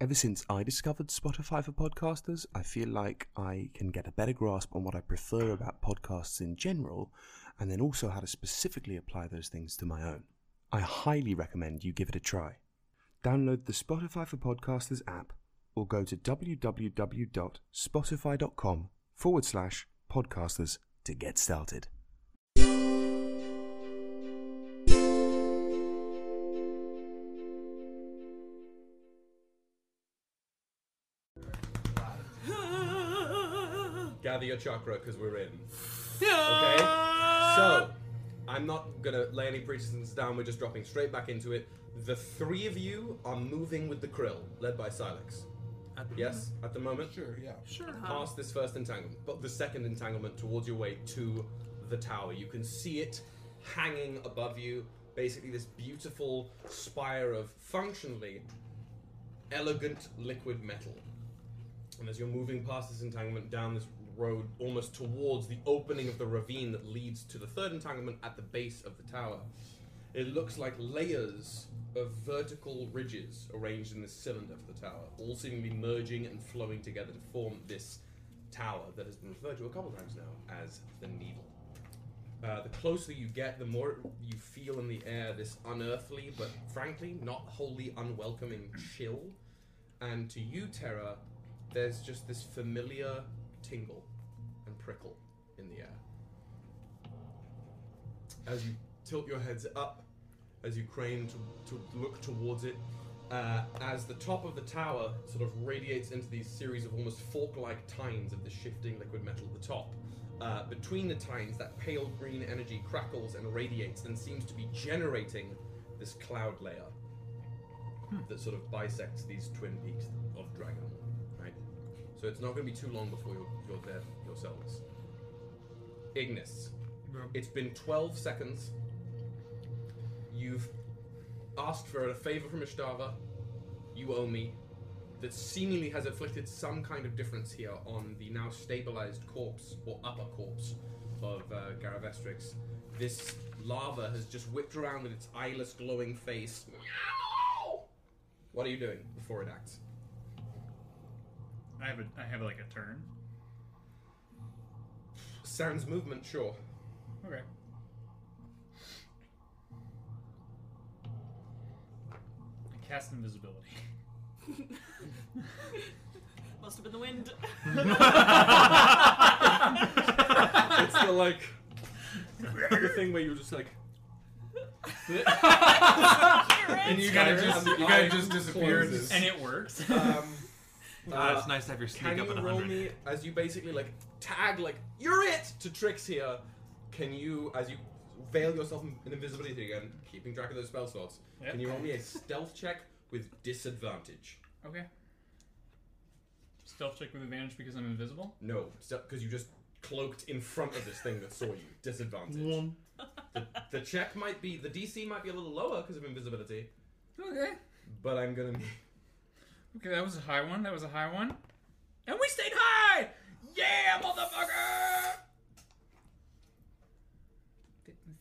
Speaker 10: Ever since I discovered Spotify for podcasters, I feel like I can get a better grasp on what I prefer about podcasts in general, and then also how to specifically apply those things to my own. I highly recommend you give it a try. Download the Spotify for Podcasters app or go to www.spotify.com forward slash podcasters to get started.
Speaker 2: Gather your chakra because we're in. Okay? So, I'm not gonna lay any pretenses down, we're just dropping straight back into it. The three of you are moving with the krill, led by Silex. yes, at the moment?
Speaker 4: Sure, yeah.
Speaker 2: Past this first entanglement, but the second entanglement towards your way to the tower. You can see it hanging above you, basically, this beautiful spire of functionally elegant liquid metal. And as you're moving past this entanglement down this road, almost towards the opening of the ravine that leads to the third entanglement at the base of the tower, it looks like layers of vertical ridges arranged in this cylinder for the tower, all seemingly merging and flowing together to form this tower that has been referred to a couple times now as the Needle. Uh, the closer you get, the more you feel in the air this unearthly, but frankly, not wholly unwelcoming chill. And to you, Terra, there's just this familiar tingle and prickle in the air. As you tilt your heads up, as you crane to, to look towards it, uh, as the top of the tower sort of radiates into these series of almost fork like tines of the shifting liquid metal at the top. Uh, between the tines, that pale green energy crackles and radiates and seems to be generating this cloud layer that sort of bisects these twin peaks of Dragonmore, right? So it's not going to be too long before you're, you're there yourselves. Ignis, it's been 12 seconds. You've asked for a favor from Ishtava. You owe me. That seemingly has inflicted some kind of difference here on the now stabilized corpse or upper corpse of uh, Garavestrix. This lava has just whipped around with its eyeless, glowing face. What are you doing before it acts?
Speaker 7: I have a I have like a turn.
Speaker 2: Sans movement, sure.
Speaker 7: Okay. cast invisibility.
Speaker 5: Must have been the wind.
Speaker 6: It's the like the thing where you're just like
Speaker 7: And you gotta just- you gotta just disappear. And it works.
Speaker 6: Ah, it's nice to have your sneak
Speaker 2: Um, can
Speaker 6: up
Speaker 2: you
Speaker 6: at
Speaker 2: roll
Speaker 6: 100.
Speaker 2: me as you basically like tag like you're it to Trix here? Can you as you veil yourself in in invisibility again, keeping track of those spell slots?
Speaker 7: Yep.
Speaker 2: Can you roll me a stealth check with disadvantage?
Speaker 7: Okay. Stealth check with advantage because I'm invisible.
Speaker 2: No, because you just cloaked in front of this thing that saw you. Disadvantage.
Speaker 7: One.
Speaker 2: The, the check might be the DC might be a little lower because of invisibility,
Speaker 7: Okay.
Speaker 2: but I'm gonna.
Speaker 7: Okay, that was a high one. That was a high one. And we stayed high! Yeah, motherfucker!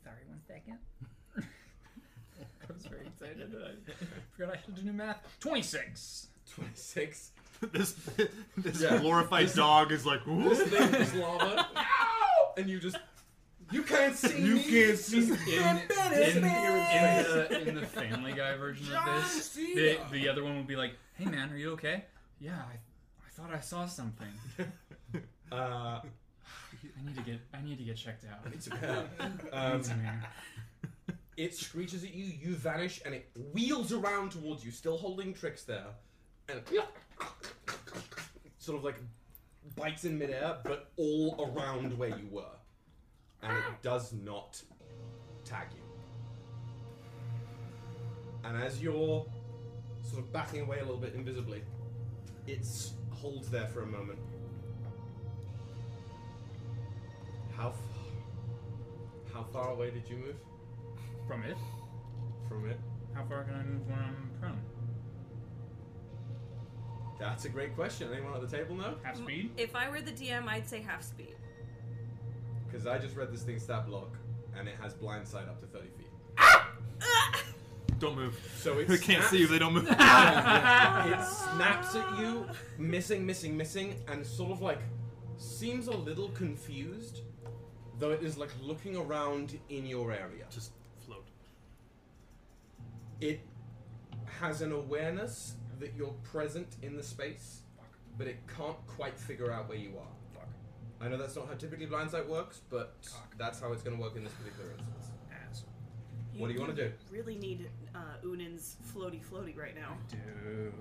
Speaker 7: Sorry, one second. I was very excited. and I forgot I had to do math. 26.
Speaker 2: 26.
Speaker 6: this this
Speaker 2: Yeah.
Speaker 6: glorified
Speaker 2: This-
Speaker 6: dog is like "Ooh."
Speaker 2: This thing is lava. and you just you can't see
Speaker 7: You
Speaker 2: me.
Speaker 7: can't see me.
Speaker 2: Bam, bam,
Speaker 7: in, in,
Speaker 2: bam.
Speaker 7: the, in the Family Guy version of this,
Speaker 2: John
Speaker 7: the,
Speaker 2: Cena.
Speaker 7: the other one would be like, "Hey man, are you okay? Yeah, I, I thought I saw something.
Speaker 2: Uh,
Speaker 7: I need to get I need to get checked out.
Speaker 2: It's okay.
Speaker 7: I need
Speaker 2: Um,
Speaker 7: some air.
Speaker 2: It screeches at you, you vanish, and it wheels around towards you, still holding tricks there, and sort of like bites in midair, but all around where you were. And it does not tag you. And as you're sort of backing away a little bit invisibly, it s- holds there for a moment. How far? How far away did you move?
Speaker 7: From it?
Speaker 2: From it?
Speaker 7: How far can I move when I'm prone?
Speaker 2: That's a great question. Anyone at the table know?
Speaker 7: Half speed?
Speaker 5: if I were the DM, I'd say half speed.
Speaker 2: Because I just read this thing stat block, and it has blind sight up to 30 feet.
Speaker 6: Don't move.
Speaker 2: So it
Speaker 6: They can't
Speaker 2: snaps-
Speaker 6: see if they don't move.
Speaker 2: Yeah, yeah. it snaps at you, missing, missing, missing, and sort of like seems a little confused, though it is like looking around in your area.
Speaker 6: Just float.
Speaker 2: It has an awareness that you're present in the space, but it can't quite figure out where you are. I know that's not how typically blindsight works, but that's how it's going to work in this particular instance. What do you want to do?
Speaker 5: Really need uh, Unin's floaty floaty right now.
Speaker 7: Do.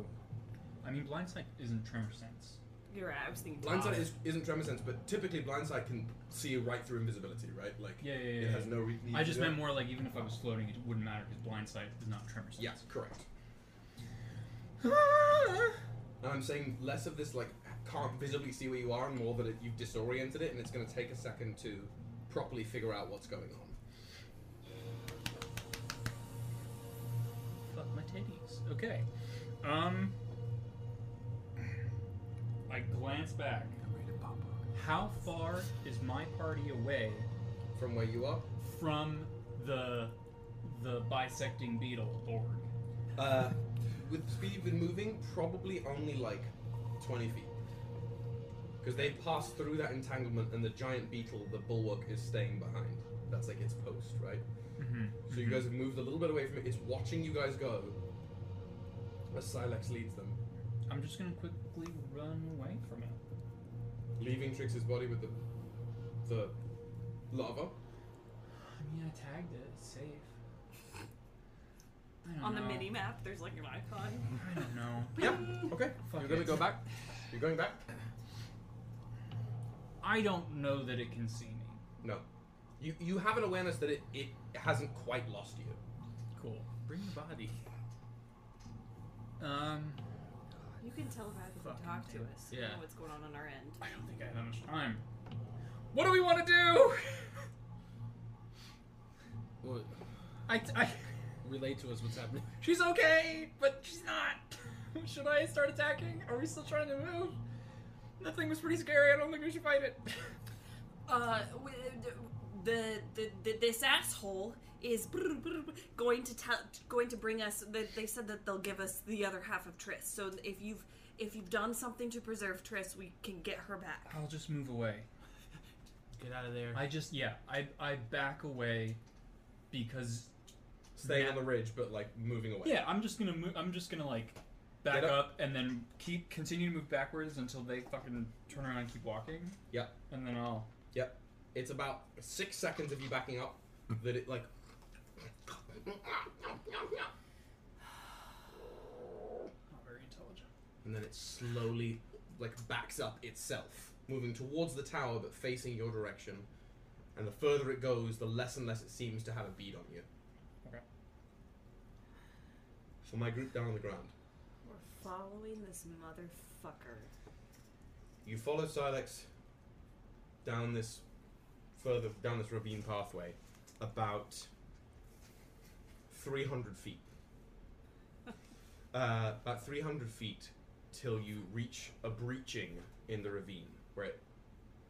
Speaker 7: I mean, blindsight isn't tremor sense.
Speaker 5: You're right. I was thinking.
Speaker 2: Blindsight is, isn't tremor sense, but typically blindsight can see you right through invisibility, right? Like
Speaker 7: Yeah, yeah, yeah.
Speaker 2: it
Speaker 7: yeah.
Speaker 2: has no. Re- need
Speaker 7: I
Speaker 2: to
Speaker 7: just
Speaker 2: do it.
Speaker 7: meant more like even if I was floating, it wouldn't matter because blindsight is not tremor sense.
Speaker 2: Yeah, correct. And I'm saying less of this like can't visibly see where you are, and more that it, you've disoriented it, and it's going to take a second to properly figure out what's going on.
Speaker 7: Fuck my titties. Okay. Um. I glance back. How far is my party away
Speaker 2: from where you are?
Speaker 7: From the the bisecting beetle org.
Speaker 2: Uh, with the speed you've been moving, probably only like 20 feet. Because they passed through that entanglement, and the giant beetle, the bulwark, is staying behind. That's like its post, right?
Speaker 7: Mhm.
Speaker 2: So you guys have moved a little bit away from it. It's watching you guys go. As Silex leads them,
Speaker 7: I'm just gonna quickly run away from it.
Speaker 2: leaving Trix's body with the the lava.
Speaker 7: I mean, I tagged it. It's safe. I don't
Speaker 5: On the
Speaker 7: know.
Speaker 5: mini map, there's like an icon.
Speaker 7: I don't know.
Speaker 2: Yeah. Okay.
Speaker 7: Fuck
Speaker 2: You're gonna
Speaker 7: it.
Speaker 2: go back. You're going back.
Speaker 7: I don't know that it can see me.
Speaker 2: No. You you have an awareness that it, it hasn't quite lost you.
Speaker 7: Cool.
Speaker 11: Bring your body.
Speaker 7: Um,
Speaker 5: You can telepathically
Speaker 7: Fucking
Speaker 5: talk to
Speaker 7: do it.
Speaker 5: us. You
Speaker 7: Yeah.
Speaker 5: know what's going on on our end.
Speaker 7: I don't think I have that much time. What do we want to do?
Speaker 11: Well,
Speaker 7: I, I,
Speaker 11: relate to us what's happening.
Speaker 7: she's okay, but she's not. Should I start attacking? Are we still trying to move? That thing was pretty scary. I don't think we should fight it.
Speaker 5: Uh, w- the, the, the this asshole is going to tell going to bring us. They, they said that they'll give us the other half of Triss. So if you've if you've done something to preserve Triss, we can get her back.
Speaker 7: I'll just move away.
Speaker 11: Get out of there.
Speaker 7: I just yeah, I I back away because
Speaker 2: Staying on the ridge, but like moving away.
Speaker 12: Yeah, I'm just gonna move. I'm just gonna like back
Speaker 2: Get
Speaker 12: up. and then keep continue to move backwards until they fucking turn around and keep walking.
Speaker 2: Yep.
Speaker 12: And then I'll.
Speaker 2: Yep. It's about six seconds of you backing up that it like
Speaker 13: Not very intelligent.
Speaker 2: and then it slowly like backs up itself, moving towards the tower but facing your direction. And the further it goes, the less and less it seems to have a bead on you.
Speaker 12: Okay.
Speaker 2: So my group down on the ground.
Speaker 5: We're following this motherfucker.
Speaker 2: You follow Silex down this further down this ravine pathway, about three hundred feet. uh, about three hundred feet till you reach a breaching in the ravine where it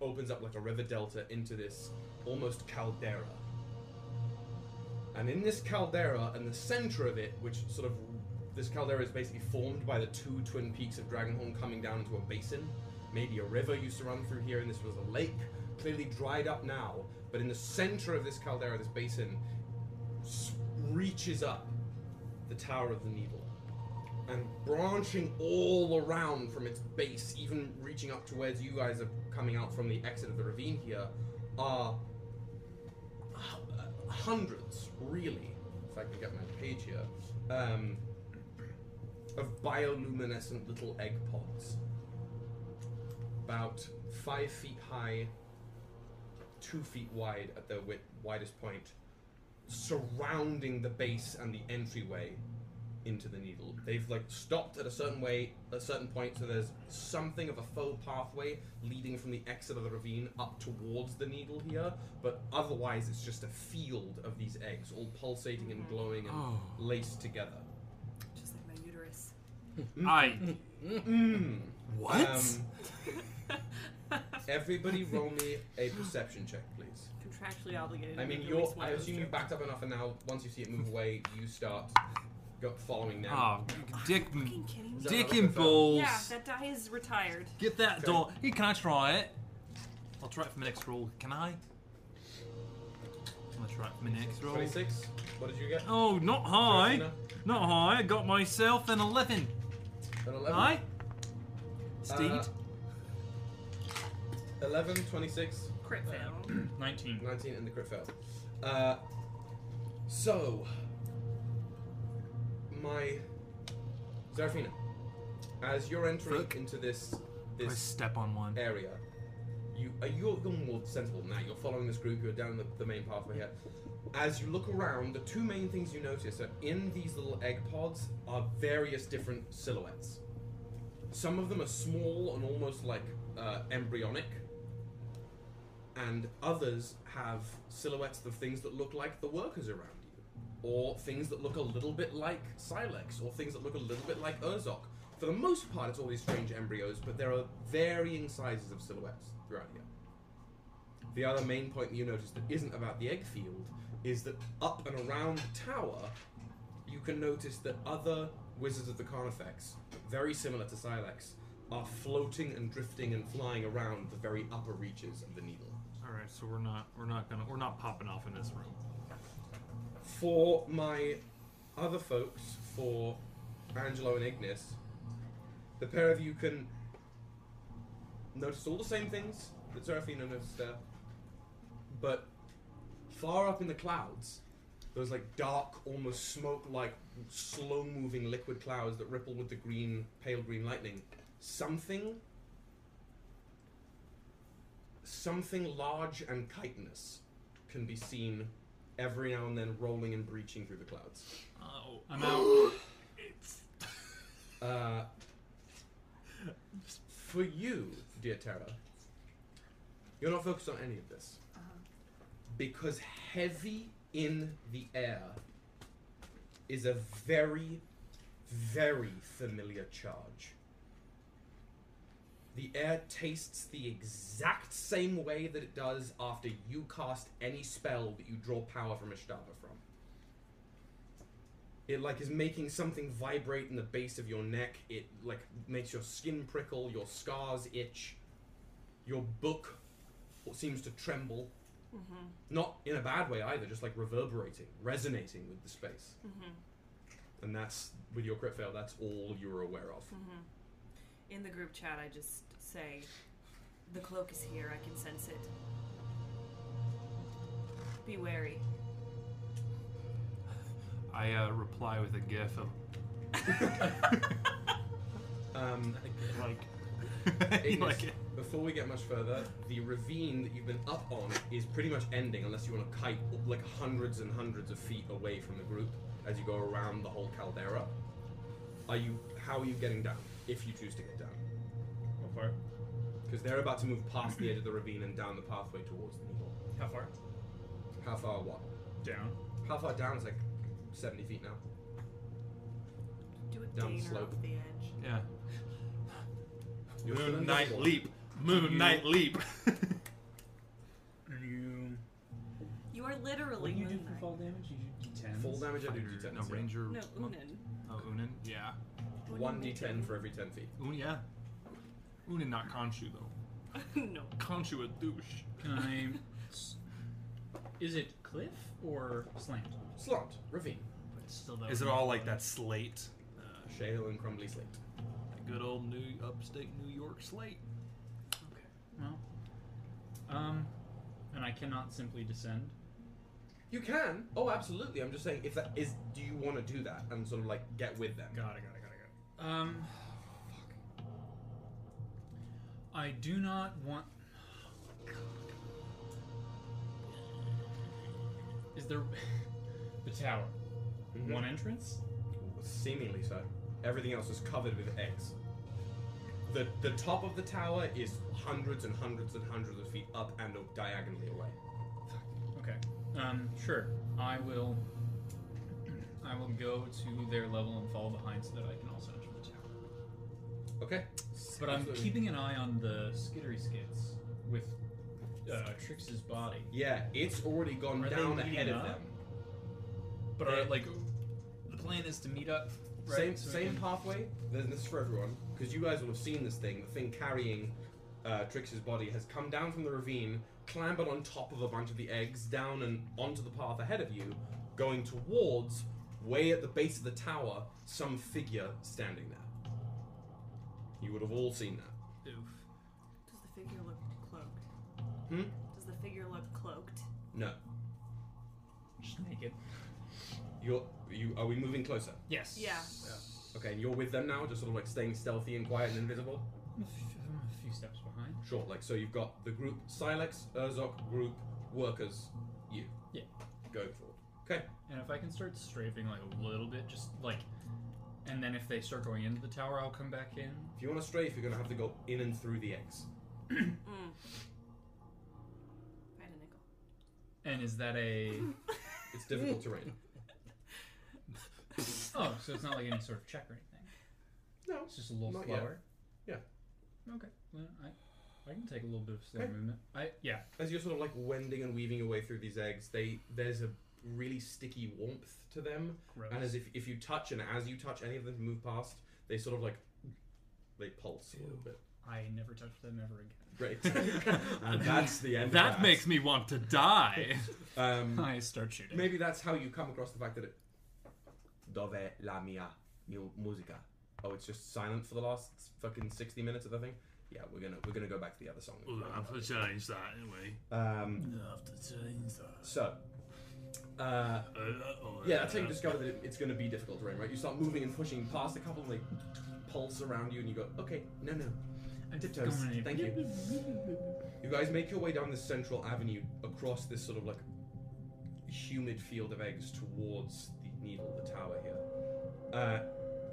Speaker 2: opens up like a river delta into this almost caldera. And in this caldera, and the center of it, which sort of this caldera is basically formed by the two twin peaks of Dragonhorn coming down into a basin. Maybe a river used to run through here, and this was a lake, clearly dried up now. But in the center of this caldera, this basin s- reaches up the Tower of the Needle and branching all around from its base, even reaching up to where you guys are coming out from the exit of the ravine here, are hundreds, really, if I can get my page here, um, of bioluminescent little egg pods. About five feet high, two feet wide at their wi- widest point, surrounding the base and the entryway into the needle. They've like stopped at a certain way, a certain point, so there's something of a faux pathway leading from the exit of the ravine up towards the needle here, but otherwise it's just a field of these eggs, all pulsating and glowing and
Speaker 12: Oh.
Speaker 2: laced together.
Speaker 5: Just like my uterus.
Speaker 2: I. Mm-hmm.
Speaker 5: What?
Speaker 2: Um, everybody, roll me a perception check, please.
Speaker 5: Contractually obligated.
Speaker 2: I
Speaker 5: to
Speaker 2: mean,
Speaker 5: make at
Speaker 2: you're.
Speaker 5: least one
Speaker 2: I
Speaker 5: of those
Speaker 2: assume you
Speaker 5: jokes.
Speaker 2: backed up enough, and now once you see it move away, you start go, following them.
Speaker 3: Oh, dick,
Speaker 5: Fucking kidding me?
Speaker 3: Is that dick and balls.
Speaker 5: Yeah, that die is retired.
Speaker 3: Get that door. Hey, can I try it? I'll try it for my next roll. Can I? I'm gonna try it for my next roll.
Speaker 2: 26? What did you get?
Speaker 3: Oh, not high. Not high. I got myself an 11.
Speaker 2: An 11?
Speaker 3: High? Steed?
Speaker 2: Oh. Uh, 11, 26.
Speaker 5: Crit fail.
Speaker 12: 19.
Speaker 2: 19 in the crit fail. Uh, so, my. Zarafina, as you're entering into this this
Speaker 3: step on one
Speaker 2: area, you are you're, you're more sensible than that. You're following this group. You're down the, the main pathway here. As you look around, the two main things you notice are in these little egg pods are various different silhouettes. Some of them are small and almost like uh, embryonic, and others have silhouettes of things that look like the workers around you, or things that look a little bit like Silex, or things that look a little bit like Urzok. For the most part, it's all these strange embryos, but there are varying sizes of silhouettes throughout here. The other main point that you notice that isn't about the egg field is that up and around the tower, you can notice that other Wizards of the Carnifex, very similar to Silex, are floating and drifting and flying around the very upper reaches of the needle.
Speaker 3: All right, so we're not we're not gonna we're not popping off in this room.
Speaker 2: For my other folks, for Angelo and Ignis, the pair of you can notice all the same things that Serafina noticed there, but far up in the clouds, those like dark, almost smoke-like, slow-moving liquid clouds that ripple with the green, pale green lightning. Something, something large and chitinous can be seen every now and then, rolling and breaching through the clouds.
Speaker 3: Oh, I'm out.
Speaker 2: Uh, for you, dear Terra, you're not focused on any of this. Because heavy in the air is a very, very familiar charge. The air tastes the exact same way that it does after you cast any spell that you draw power from Ishtaba from. It like is making something vibrate in the base of your neck. It like makes your skin prickle, your scars itch, your book seems to tremble.
Speaker 5: Mhm.
Speaker 2: Not in a bad way either, just like reverberating, resonating with the space.
Speaker 5: Mhm.
Speaker 2: And that's, with your crit fail, that's all you were aware of.
Speaker 5: Mhm. In the group chat, I just say, "The cloak is here. I can sense it. Be wary."
Speaker 3: I uh, reply with a gif of.
Speaker 2: Um,
Speaker 3: like,
Speaker 2: Ignis,
Speaker 3: like it.
Speaker 2: before we get much further, the ravine that you've been up on is pretty much ending unless you want to kite like hundreds and hundreds of feet away from the group as you go around the whole caldera. Are you? How are you getting down? If you choose to get down.
Speaker 12: How far?
Speaker 2: Because they're about to move past the edge of the ravine and down the pathway towards the needle.
Speaker 12: How far?
Speaker 2: How far? What?
Speaker 12: Down.
Speaker 2: How far down is like seventy feet now?
Speaker 5: Do a
Speaker 2: Down the
Speaker 5: gainer
Speaker 2: slope.
Speaker 5: off the edge.
Speaker 3: Yeah.
Speaker 2: You're still in
Speaker 3: Moon
Speaker 2: the
Speaker 3: Knight
Speaker 2: level.
Speaker 3: leap. Moon
Speaker 12: You-
Speaker 3: Knight leap.
Speaker 12: You.
Speaker 5: You are literally
Speaker 12: you do
Speaker 5: Moon
Speaker 12: for
Speaker 5: Knight.
Speaker 12: fall damage? You do d10s?
Speaker 2: Full damage. I do d10s,
Speaker 3: No,
Speaker 2: yeah.
Speaker 3: Ranger.
Speaker 5: No,
Speaker 3: monk-
Speaker 5: Unin.
Speaker 3: Oh, Unin, yeah.
Speaker 5: Unin
Speaker 2: One d10 for every ten feet.
Speaker 3: Unin, yeah. Unin, not Khonshu, though.
Speaker 5: no.
Speaker 3: Khonshu a douche.
Speaker 7: Can I? s- Is it cliff or slant?
Speaker 2: Slant, ravine.
Speaker 7: But it's still though.
Speaker 3: Is it all like that slate? Uh,
Speaker 2: shale and crumbly slate.
Speaker 3: Good old new upstate New York slate.
Speaker 7: Well, um, and I cannot simply descend.
Speaker 2: You can. Oh, absolutely. I'm just saying, if that is, do you want to do that and sort of like get with them?
Speaker 12: Got it, got it, got it,
Speaker 7: Um, I do not want. Is there Mm-hmm.
Speaker 12: got it. The tower.
Speaker 2: Mhm.
Speaker 12: One entrance?
Speaker 2: Seemingly so. Everything else is covered with eggs. The the top of the tower is hundreds and hundreds and hundreds of feet up and diagonally away.
Speaker 7: okay? Um, sure. I will. I will go to their level and fall behind so that I can also enter the tower.
Speaker 2: Okay.
Speaker 7: But I'm
Speaker 2: Absolutely.
Speaker 7: keeping an eye on the skittery skits with uh, Trix's body.
Speaker 2: Yeah, it's already gone
Speaker 7: Are they
Speaker 2: down
Speaker 7: leading
Speaker 2: ahead of
Speaker 7: up?
Speaker 2: them.
Speaker 7: But
Speaker 2: They-
Speaker 7: are, like, the plan is to meet up. Right?
Speaker 2: same
Speaker 7: So we
Speaker 2: same
Speaker 7: can-
Speaker 2: pathway. Then this is for everyone because you guys will have seen this thing. The thing carrying uh, Trix's body has come down from the ravine, clambered on top of a bunch of the eggs, down and onto the path ahead of you, going towards way at the base of the tower. Some figure standing there. You would have all seen that.
Speaker 5: Does the figure look cloaked?
Speaker 2: Hmm?
Speaker 5: Does the figure look cloaked?
Speaker 2: No.
Speaker 7: Just naked.
Speaker 2: You're you. Are we moving closer?
Speaker 7: Yes.
Speaker 5: Yeah.
Speaker 2: Okay, and you're with them now, just sort of like staying stealthy and quiet and invisible.
Speaker 7: I'm a f- I'm a few steps behind.
Speaker 2: Sure. Like so, you've got the group Silex, Urzok group, workers, you.
Speaker 7: Yeah.
Speaker 2: Going forward. Okay.
Speaker 7: And if I can start strafing like a little bit, just like, and then if they start going into the tower, I'll come back in.
Speaker 2: If you want to strafe, you're going to have to go in and through the eggs.
Speaker 5: Mm. I had a nickel.
Speaker 7: And is that a?
Speaker 2: It's difficult terrain.
Speaker 7: oh, so it's not like any sort of check or anything.
Speaker 2: No.
Speaker 7: It's just a little
Speaker 2: Not yet.
Speaker 7: slower.
Speaker 2: Yeah.
Speaker 7: Okay. Well, I, I can take a little bit of slow
Speaker 2: Okay.
Speaker 7: movement. I yeah.
Speaker 2: As you're sort of like wending and weaving your way through these eggs, they there's a really sticky warmth to them,
Speaker 7: Gross.
Speaker 2: and as if if you touch and as you touch any of them to move past, they sort of like they pulse a little bit.
Speaker 7: I never touch them ever again.
Speaker 2: Great. and that's the end.
Speaker 3: That
Speaker 2: of that
Speaker 3: makes me want to die.
Speaker 2: Um,
Speaker 7: I start shooting.
Speaker 2: Maybe that's how you come across the fact that it. Dove la mia mu- musica. Oh, it's just silent for the last fucking sixty minutes of the thing. Yeah, we're gonna we're gonna go back to the other song.
Speaker 3: Well, I have to change that anyway.
Speaker 2: Um,
Speaker 3: I have to change that.
Speaker 2: so, uh,
Speaker 3: Uh, uh,
Speaker 2: yeah, that's how you
Speaker 3: uh,
Speaker 2: discover that it, it's going to be difficult terrain, right? You start moving and pushing past a couple of like pulse around you, and you go, okay, no, no,
Speaker 7: I'm
Speaker 2: tiptoes.
Speaker 7: going in.
Speaker 2: Thank you. You guys make your way down this central avenue across this sort of like humid field of eggs towards the needle, the tower here. Uh,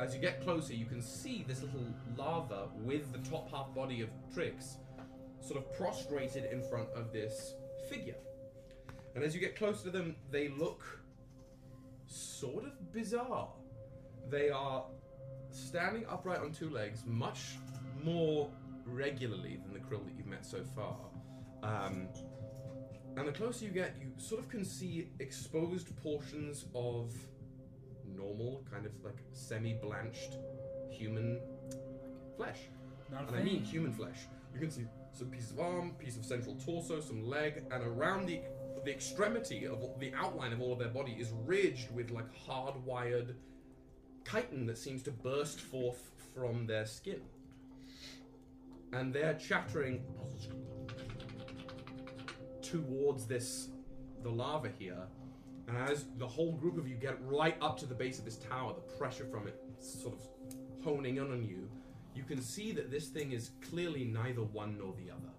Speaker 2: as you get closer, you can see this little larva with the top half body of Trix sort of prostrated in front of this figure. And as you get closer to them, they look sort of bizarre. They are standing upright on two legs much more regularly than the krill that you've met so far. Um, and the closer you get, you sort of can see exposed portions of normal, kind of like semi blanched human flesh.
Speaker 7: Not a
Speaker 2: and I mean
Speaker 7: fan.
Speaker 2: human flesh. You can see some piece of arm, piece of central torso, some leg, and around the the extremity of the outline of all of their body is ridged with like hardwired chitin that seems to burst forth from their skin. And they're chattering towards this the lava here. And as the whole group of you get right up to the base of this tower, the pressure from it sort of honing in on you, you can see that this thing is clearly neither one nor the other.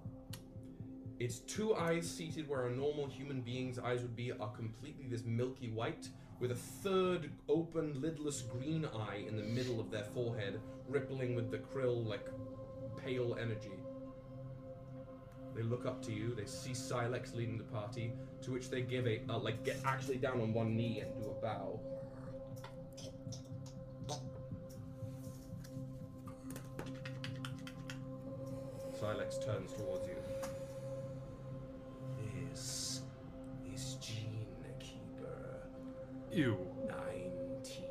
Speaker 2: Its two eyes, seated where a normal human being's eyes would be, are completely this milky white, with a third open, lidless green eye in the middle of their forehead, rippling with the krill like pale energy. They look up to you. They see Silex leading the party, to which they give a uh, like get actually down on one knee and do a bow. Silex turns towards you. This is Gene Keeper.
Speaker 3: Ew.
Speaker 2: Nineteen.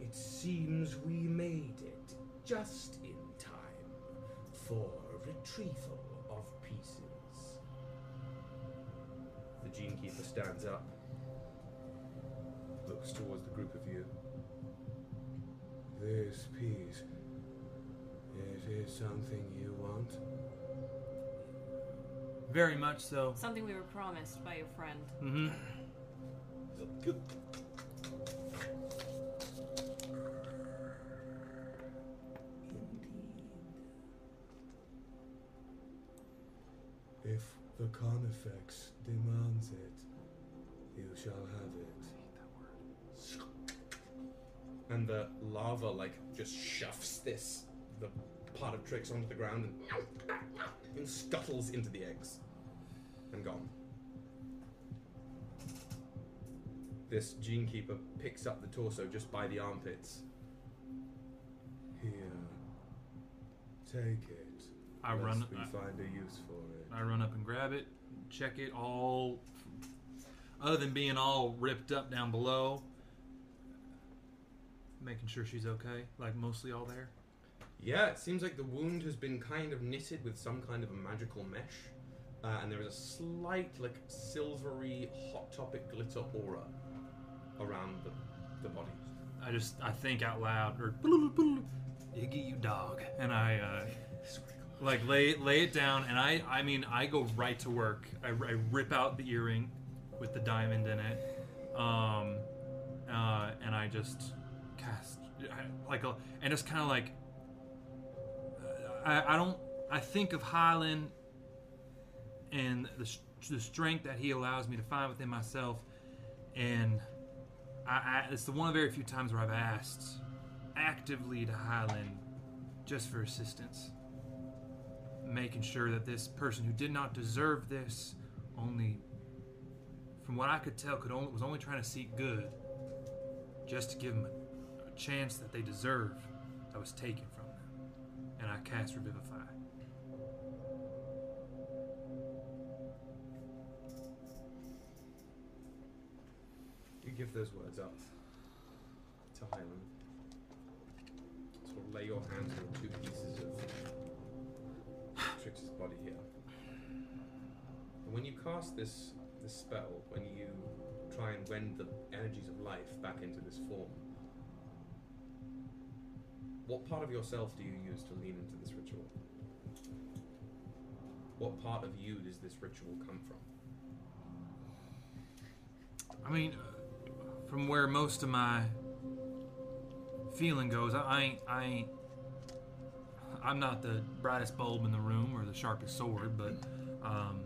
Speaker 2: It seems we made it just in time for retrieval of pieces. The Gene Keeper stands up, looks towards the group of you. This piece. It is something you want.
Speaker 3: Very much so.
Speaker 5: Something we were promised by your friend.
Speaker 3: Mm-hmm.
Speaker 14: If the Carnifex demands it, you shall have it.
Speaker 2: And the lava, like, just shoves this, the pot of tricks onto the ground and, and scuttles into the eggs. And gone. This gene keeper picks up the torso just by the armpits.
Speaker 14: Here, take it.
Speaker 3: I
Speaker 14: lest
Speaker 3: run- Uh,
Speaker 14: We
Speaker 3: I-
Speaker 14: find a use for it.
Speaker 3: I run up and grab it, check it all. Other than being all ripped up down below, making sure she's okay, like mostly all there.
Speaker 2: Yeah, it seems like the wound has been kind of knitted with some kind of a magical mesh, uh, and there is a slight, like, silvery, hot topic glitter aura around the, the body.
Speaker 3: I just I think out loud or Iggy, you dog, and I uh, like lay lay it down, and I I mean I go right to work. I, I rip out the earring with the diamond in it, um, uh, and I just cast I, like a, and just kind of like I, I don't I think of Highland and the, s- the strength that he allows me to find within myself, and I, I, it's the one of very few times where I've asked actively to Highland just for assistance, making sure that this person who did not deserve this only, from what I could tell, could only, was only trying to seek good, just to give them a, a chance that they deserve that was taken from them, and I cast Revivify.
Speaker 2: You give those words up to Hylan. Sort of lay your hands on the two pieces of Trix's body here. And when you cast this this spell, when you try and wend the energies of life back into this form, what part of yourself do you use to lean into this ritual? What part of you does this ritual come from?
Speaker 3: I mean, from where most of my feeling goes, I, I ain't, I ain't, I'm not the brightest bulb in the room or the sharpest sword, but um,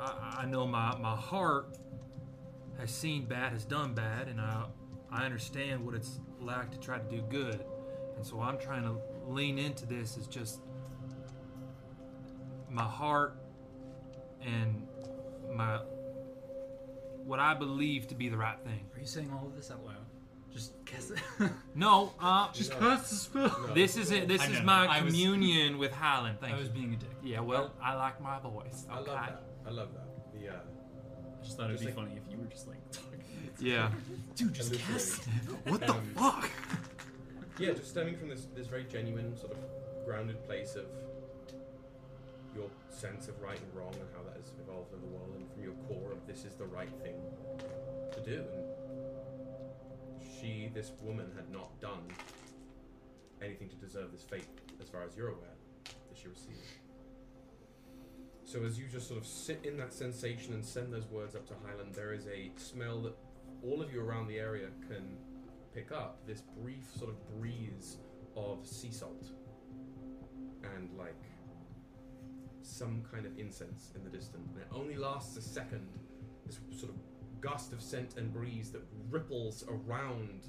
Speaker 3: I, I know my, my heart has seen bad, has done bad, and I, I understand what it's like to try to do good, and so I'm trying to lean into this as just my heart and my what I believe to be the right thing.
Speaker 7: Are you saying all of this out loud? Just cast
Speaker 3: No, uh,
Speaker 7: Just cast the spell. No.
Speaker 3: This is it. This
Speaker 7: I
Speaker 3: is
Speaker 7: know.
Speaker 3: my
Speaker 7: I was-
Speaker 3: communion with Highland. Thank
Speaker 7: I
Speaker 3: you.
Speaker 7: was being a dick.
Speaker 3: Yeah, well, I like my voice.
Speaker 2: I love
Speaker 3: okay?
Speaker 2: that. I love that. uh, Yeah.
Speaker 12: I just thought it'd
Speaker 2: Just
Speaker 12: be
Speaker 2: like-
Speaker 12: funny if you were just like talking.
Speaker 3: Yeah.
Speaker 7: Dude, just
Speaker 2: Elucidating.
Speaker 7: cast it. What the fuck?
Speaker 2: Yeah, just stemming from this this very genuine sort of grounded place of your sense of right and wrong and how that has evolved in the world, and from your core of this is the right thing to do. And she, this woman, had not done anything to deserve this fate, as far as you're aware, that she received. So as you just sort of sit in that sensation and send those words up to Highland, there is a smell that all of you around the area can pick up. This brief sort of breeze of sea salt and like some kind of incense in the distance. And it only lasts a second. This sort of gust of scent and breeze that ripples around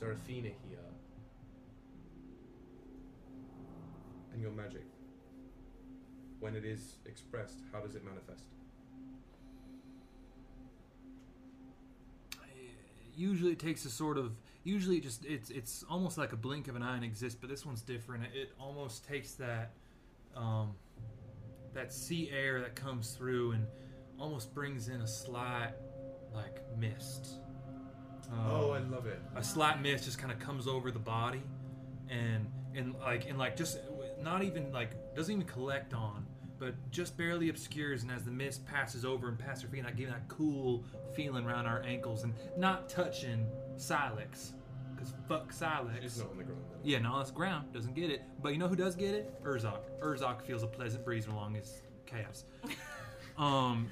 Speaker 2: Zerafina here. And your magic, when it is expressed, how does it manifest?
Speaker 3: usually it takes a sort of usually it just it's it's almost like a blink of an eye and exists but this one's different it, it almost takes that um that sea air that comes through and almost brings in a slight like mist Um,
Speaker 2: Oh, I love it.
Speaker 3: a slight mist just kind of comes over the body and and like and like just not even like doesn't even collect on but just barely obscures and as the mist passes over and passes her feet and i give that cool feeling around our ankles and not touching silex because fuck silex
Speaker 2: She's not on the ground.
Speaker 3: yeah no it's ground doesn't get it but you know who does get it urzok urzok feels a pleasant breeze along his calves um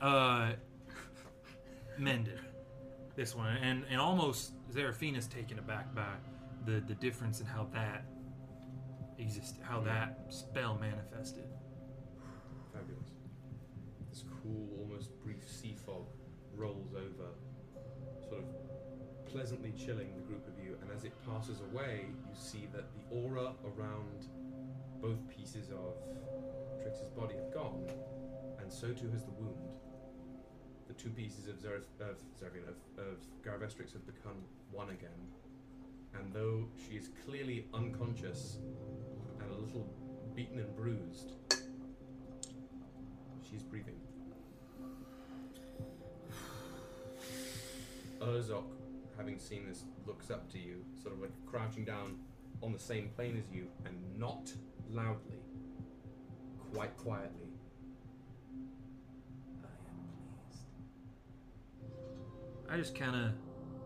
Speaker 3: uh mended this one and and almost Zarafina's taken aback by the the difference in how that existed how that spell manifested
Speaker 2: Fabulous. This cool, almost brief sea fog rolls over, sort of pleasantly chilling the group of you. And as it passes away, you see that the aura around both pieces of Trix's body have gone, and so too has the wound. The two pieces of Zerif, of, Zerif, of, of Garavestrix have become one again. And though she is clearly unconscious and a little beaten and bruised, She's breathing. Urzok, having seen this, looks up to you, sort of like crouching down on the same plane as you, and not loudly, quite quietly.
Speaker 3: I just kind of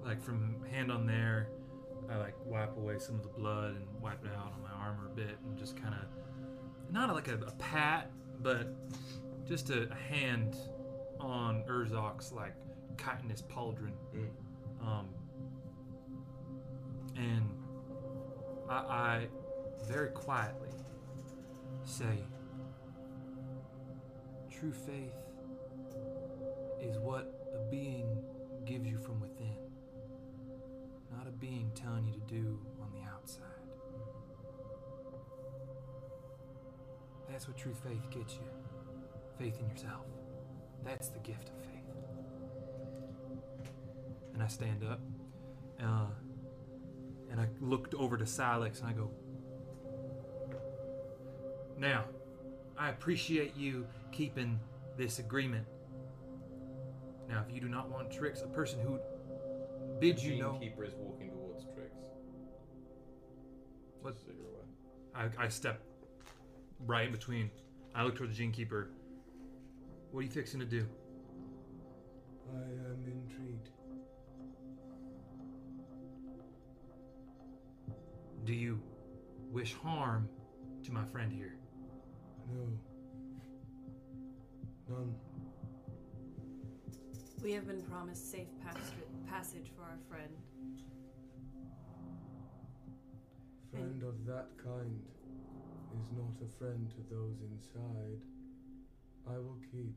Speaker 3: like from hand on there, I like wipe away some of the blood and wipe it out on my armor a bit, and just kind of not like a, a pat, but just a, a hand on Urzok's like chitinous pauldron, um, and I, I very quietly say, "True faith is what a being gives you from within, not a being telling you to do on the outside. That's what true faith gets you faith in yourself. That's the gift of faith. And I stand up, uh, and I looked over to Silex and I go, Now, I appreciate you keeping this agreement. Now, if you do not want tricks, a person who bid you
Speaker 2: Gene
Speaker 3: know.
Speaker 2: Keeper is walking towards Trix.
Speaker 3: What?
Speaker 2: So you're aware.
Speaker 3: I, I step right in between. I look towards the gene keeper. What are you fixing to do?
Speaker 14: I am intrigued.
Speaker 3: Do you wish harm to my friend here?
Speaker 14: No. None.
Speaker 5: We have been promised safe pas- passage for our friend.
Speaker 14: Friend of that kind is not a friend to those inside. I will keep.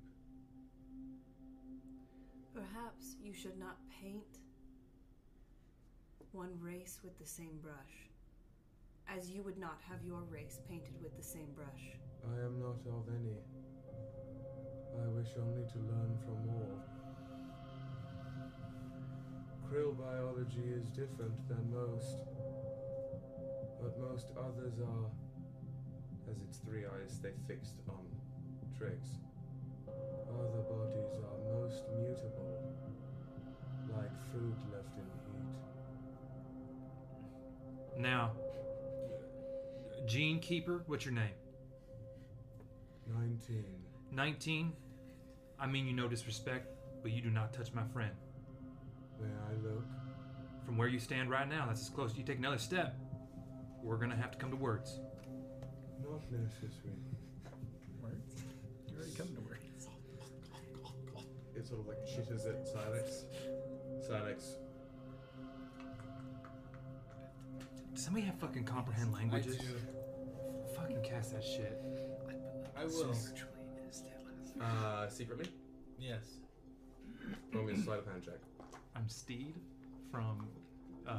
Speaker 5: Perhaps you should not paint one race with the same brush, as you would not have your race painted with the same brush.
Speaker 14: I am not of any. I wish only to learn from all. Krill biology is different than most, but most others are.
Speaker 2: As its three eyes stay fixed on Trix.
Speaker 14: Other bodies are most mutable, like fruit left in heat.
Speaker 3: Now, Gene Keeper, what's your name?
Speaker 2: 19.
Speaker 3: 19. I mean you no disrespect, but you do not touch my friend.
Speaker 2: May I look?
Speaker 3: From where you stand right now, that's as close. You take another step, we're gonna have to come to words.
Speaker 2: Not necessary.
Speaker 7: Words? You already come to words.
Speaker 15: It sort of like chitters at Silex. Silex.
Speaker 3: Does somebody have fucking comprehend languages? Fucking cast that shit.
Speaker 8: I will.
Speaker 6: Uh, secretly?
Speaker 8: Yes.
Speaker 6: Roll me a sleight of hand check.
Speaker 3: I'm Steed from uh,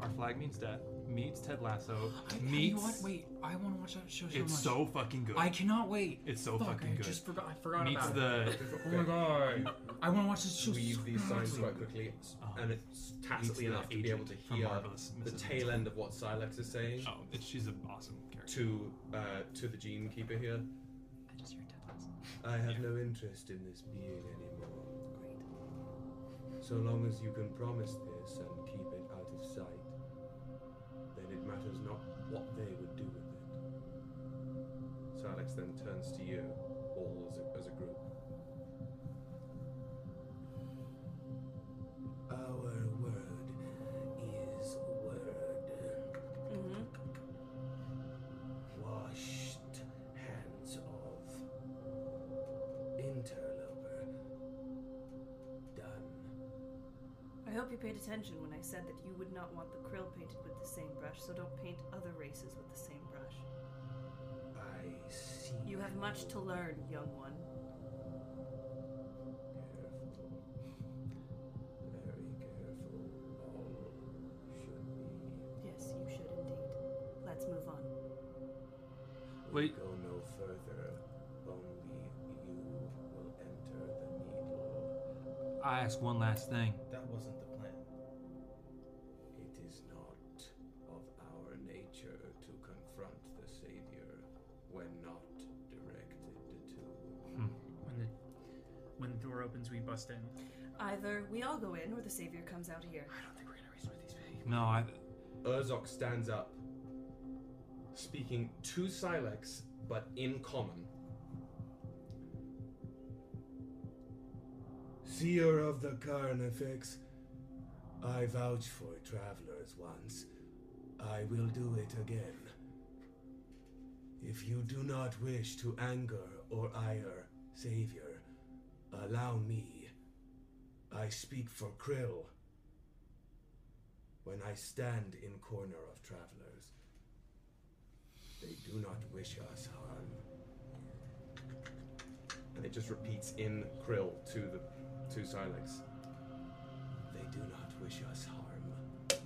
Speaker 3: Our Flag Means Death, meets Ted Lasso,
Speaker 7: You
Speaker 3: meets.
Speaker 7: know what? Wait, I want to watch that show so
Speaker 3: It's
Speaker 7: much.
Speaker 3: so fucking good.
Speaker 7: I cannot wait.
Speaker 3: It's so
Speaker 7: Fuck,
Speaker 3: fucking
Speaker 7: I
Speaker 3: good.
Speaker 7: just forgot. I forgot
Speaker 3: meets
Speaker 7: about
Speaker 3: the.
Speaker 7: it. Oh my god. I want to watch this show so
Speaker 6: Weave these signs
Speaker 7: badly.
Speaker 6: quite quickly, and it's
Speaker 3: Uh, meets the
Speaker 6: tacitly enough to be able to
Speaker 3: agent from
Speaker 6: hear
Speaker 3: Marvelous
Speaker 6: the
Speaker 3: Mrs.
Speaker 6: tail end of what Silex is saying.
Speaker 3: Oh, it's, she's an awesome character.
Speaker 6: To uh, to the gene keeper here.
Speaker 7: I just heard Ted Lasso.
Speaker 2: I have no interest in this being anymore. So long as you can promise this and keep it out of sight, then it matters not what they would do with it.
Speaker 6: Silex then turns to you, all as a, as a group.
Speaker 2: Our word is word.
Speaker 5: Mm-hmm.
Speaker 2: Washed hands of interloper. Done.
Speaker 5: I hope you paid attention when I said that you would not want the krill painted with the same brush, so don't paint other races with the same brush.
Speaker 2: I see.
Speaker 5: You have much to learn, young one.
Speaker 2: Careful. Very careful. All should be.
Speaker 5: Yes, you should indeed. Let's move on.
Speaker 2: We go no further. Only you will enter the needle.
Speaker 3: I ask one last thing.
Speaker 8: That wasn't the plan.
Speaker 2: It is not of our nature to confront the Savior when not directed to.
Speaker 7: When the when the door opens, we bust in.
Speaker 5: Either we all go in, or the savior comes out here. I
Speaker 7: don't think we're gonna reason with these people.
Speaker 3: No, I.
Speaker 6: Urzok stands up, speaking to Silex, but in common.
Speaker 2: Seer of the Carnifex, I vouch for travelers once. I will do it again. If you do not wish to anger or ire Savior, allow me. I speak for Krill. When I stand in corner of travelers, they do not wish us harm.
Speaker 6: And it just repeats in Krill to the to Silex.
Speaker 2: They do not wish us harm.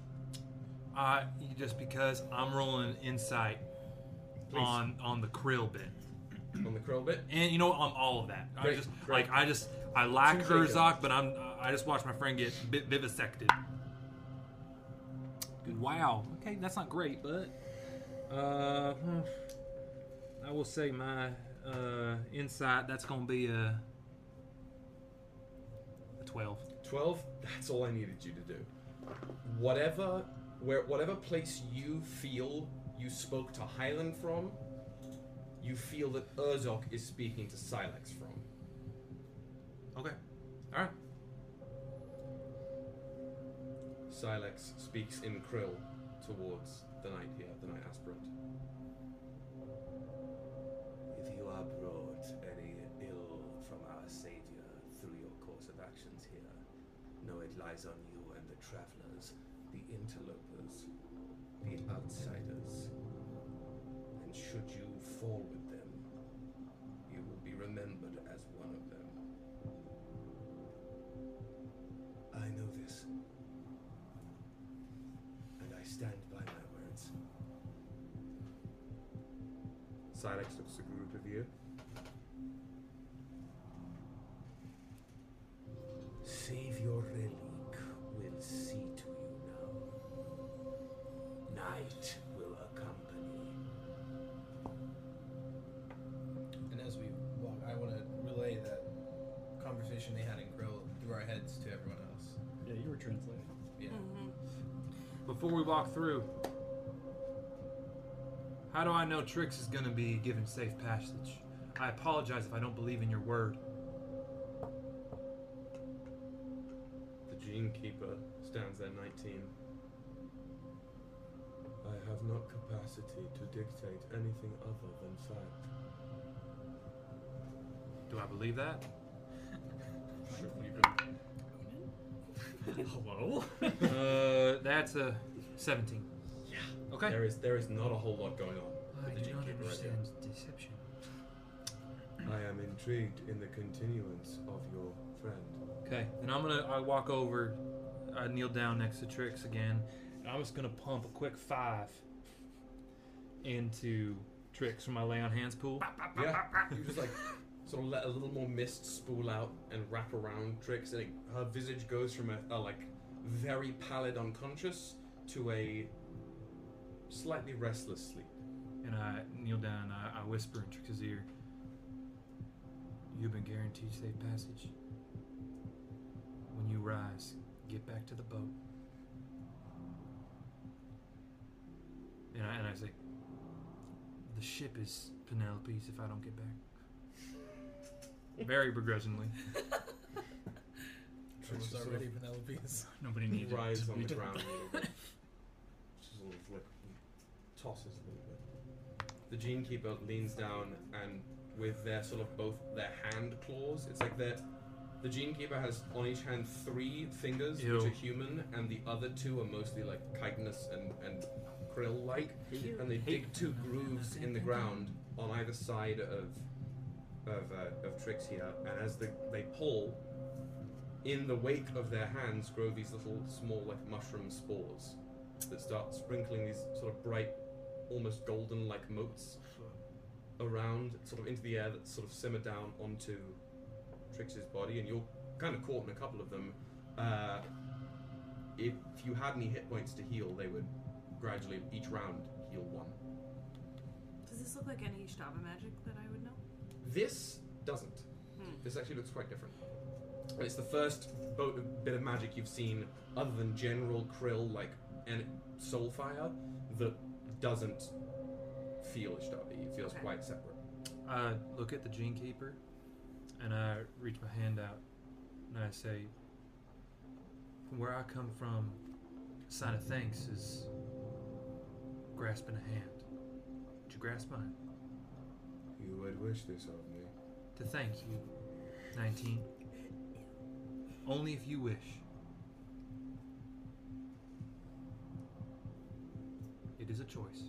Speaker 3: I Uh, just because I'm rolling insight
Speaker 6: Please.
Speaker 3: on on the krill bit.
Speaker 6: On the krill bit,
Speaker 3: and you know what, on all of that. I
Speaker 6: Great,
Speaker 3: just
Speaker 6: great.
Speaker 3: like I just I lack
Speaker 6: Two shakers.
Speaker 3: Urzok, but I'm I just watched my friend get vi- vivisected. Wow. Okay, that's not great, but uh, hmm, I will say my uh insight that's gonna be a a twelve.
Speaker 6: 12 that's all i needed you to do whatever where whatever place you feel you spoke to highland from you feel that urzok is speaking to silex from
Speaker 3: okay all right
Speaker 6: silex speaks in krill towards the night here the night aspirant
Speaker 2: If you are brought any ill from our Savior through your course of actions here, know it lies on you and the travelers, the interlopers, the outsiders. And should you fall with them, you will be remembered as one of them. I know this. And I stand by my words.
Speaker 6: silex looks at the group of you
Speaker 2: Save your relic will see to you now. Night will accompany.
Speaker 8: And as we walk, I want to relay that conversation they had in Grill through our heads to everyone else.
Speaker 7: Yeah, you were translating.
Speaker 8: Yeah.
Speaker 3: Before we walk through, How do I know Trix is going to be given safe passage? I apologize if I don't believe in your word.
Speaker 2: The Gene Keeper stands there 19.
Speaker 14: I have not capacity to dictate anything other than fact.
Speaker 3: Do I believe that? Hello? uh, that's a 17. Yeah. Okay.
Speaker 2: There is there is not a whole lot going on.
Speaker 7: I
Speaker 2: with the
Speaker 7: do not
Speaker 2: Gatekeeper right now.
Speaker 7: understand deception.
Speaker 14: I am intrigued in the continuance of your friend.
Speaker 3: Okay, and I'm gonna I walk over, I kneel down next to Trix again, and I'm just gonna pump a quick five into Trix from my lay on hands pool.
Speaker 2: Yeah. You just like sort of let a little more mist spool out and wrap around Trix, and it, her visage goes from a, a like very pallid unconscious to a slightly restless sleep.
Speaker 3: And I kneel down and I, I whisper in Trix's ear, You've been guaranteed safe passage. When you rise, get back to the boat. And I, and I say, The ship is Penelope's if I don't get back. Very begrudgingly.
Speaker 2: Trix just sort of
Speaker 8: Penelope's.
Speaker 3: Nobody needed
Speaker 2: rides
Speaker 3: to
Speaker 2: on
Speaker 3: be-
Speaker 2: the ground a little bit. Just sort of like tosses a little bit. The gene keeper leans down and with their sort of both their hand claws, it's like their the gene keeper has on each hand three fingers
Speaker 3: Ew.
Speaker 2: which are human and the other two are mostly like chitinous and, and krill like and they dig two grooves in the ground on either side of of, uh, of Trix here, and as the, they pull, in the wake of their hands grow these little small, like mushroom spores that start sprinkling these sort of bright, almost golden like motes around, sort of into the air that sort of simmer down onto Trix's body, and you're kind of caught in a couple of them. Uh, if you had any hit points to heal, they would gradually, each round, heal one.
Speaker 5: Does this look like any Shtaba magic that I would know?
Speaker 2: This doesn't.
Speaker 5: Hmm.
Speaker 2: This actually looks quite different. And It's the first boat bit of magic you've seen, other than general krill like and soulfire, that doesn't feel Ishtabi. It feels
Speaker 3: Okay.
Speaker 2: quite separate.
Speaker 3: I look at the gene keeper and I reach my hand out and I say, From where I come from, a sign of thanks is grasping a hand. Would you grasp mine?
Speaker 14: You would wish this of me.
Speaker 3: To thank you, 19. Only if you wish. It is a choice.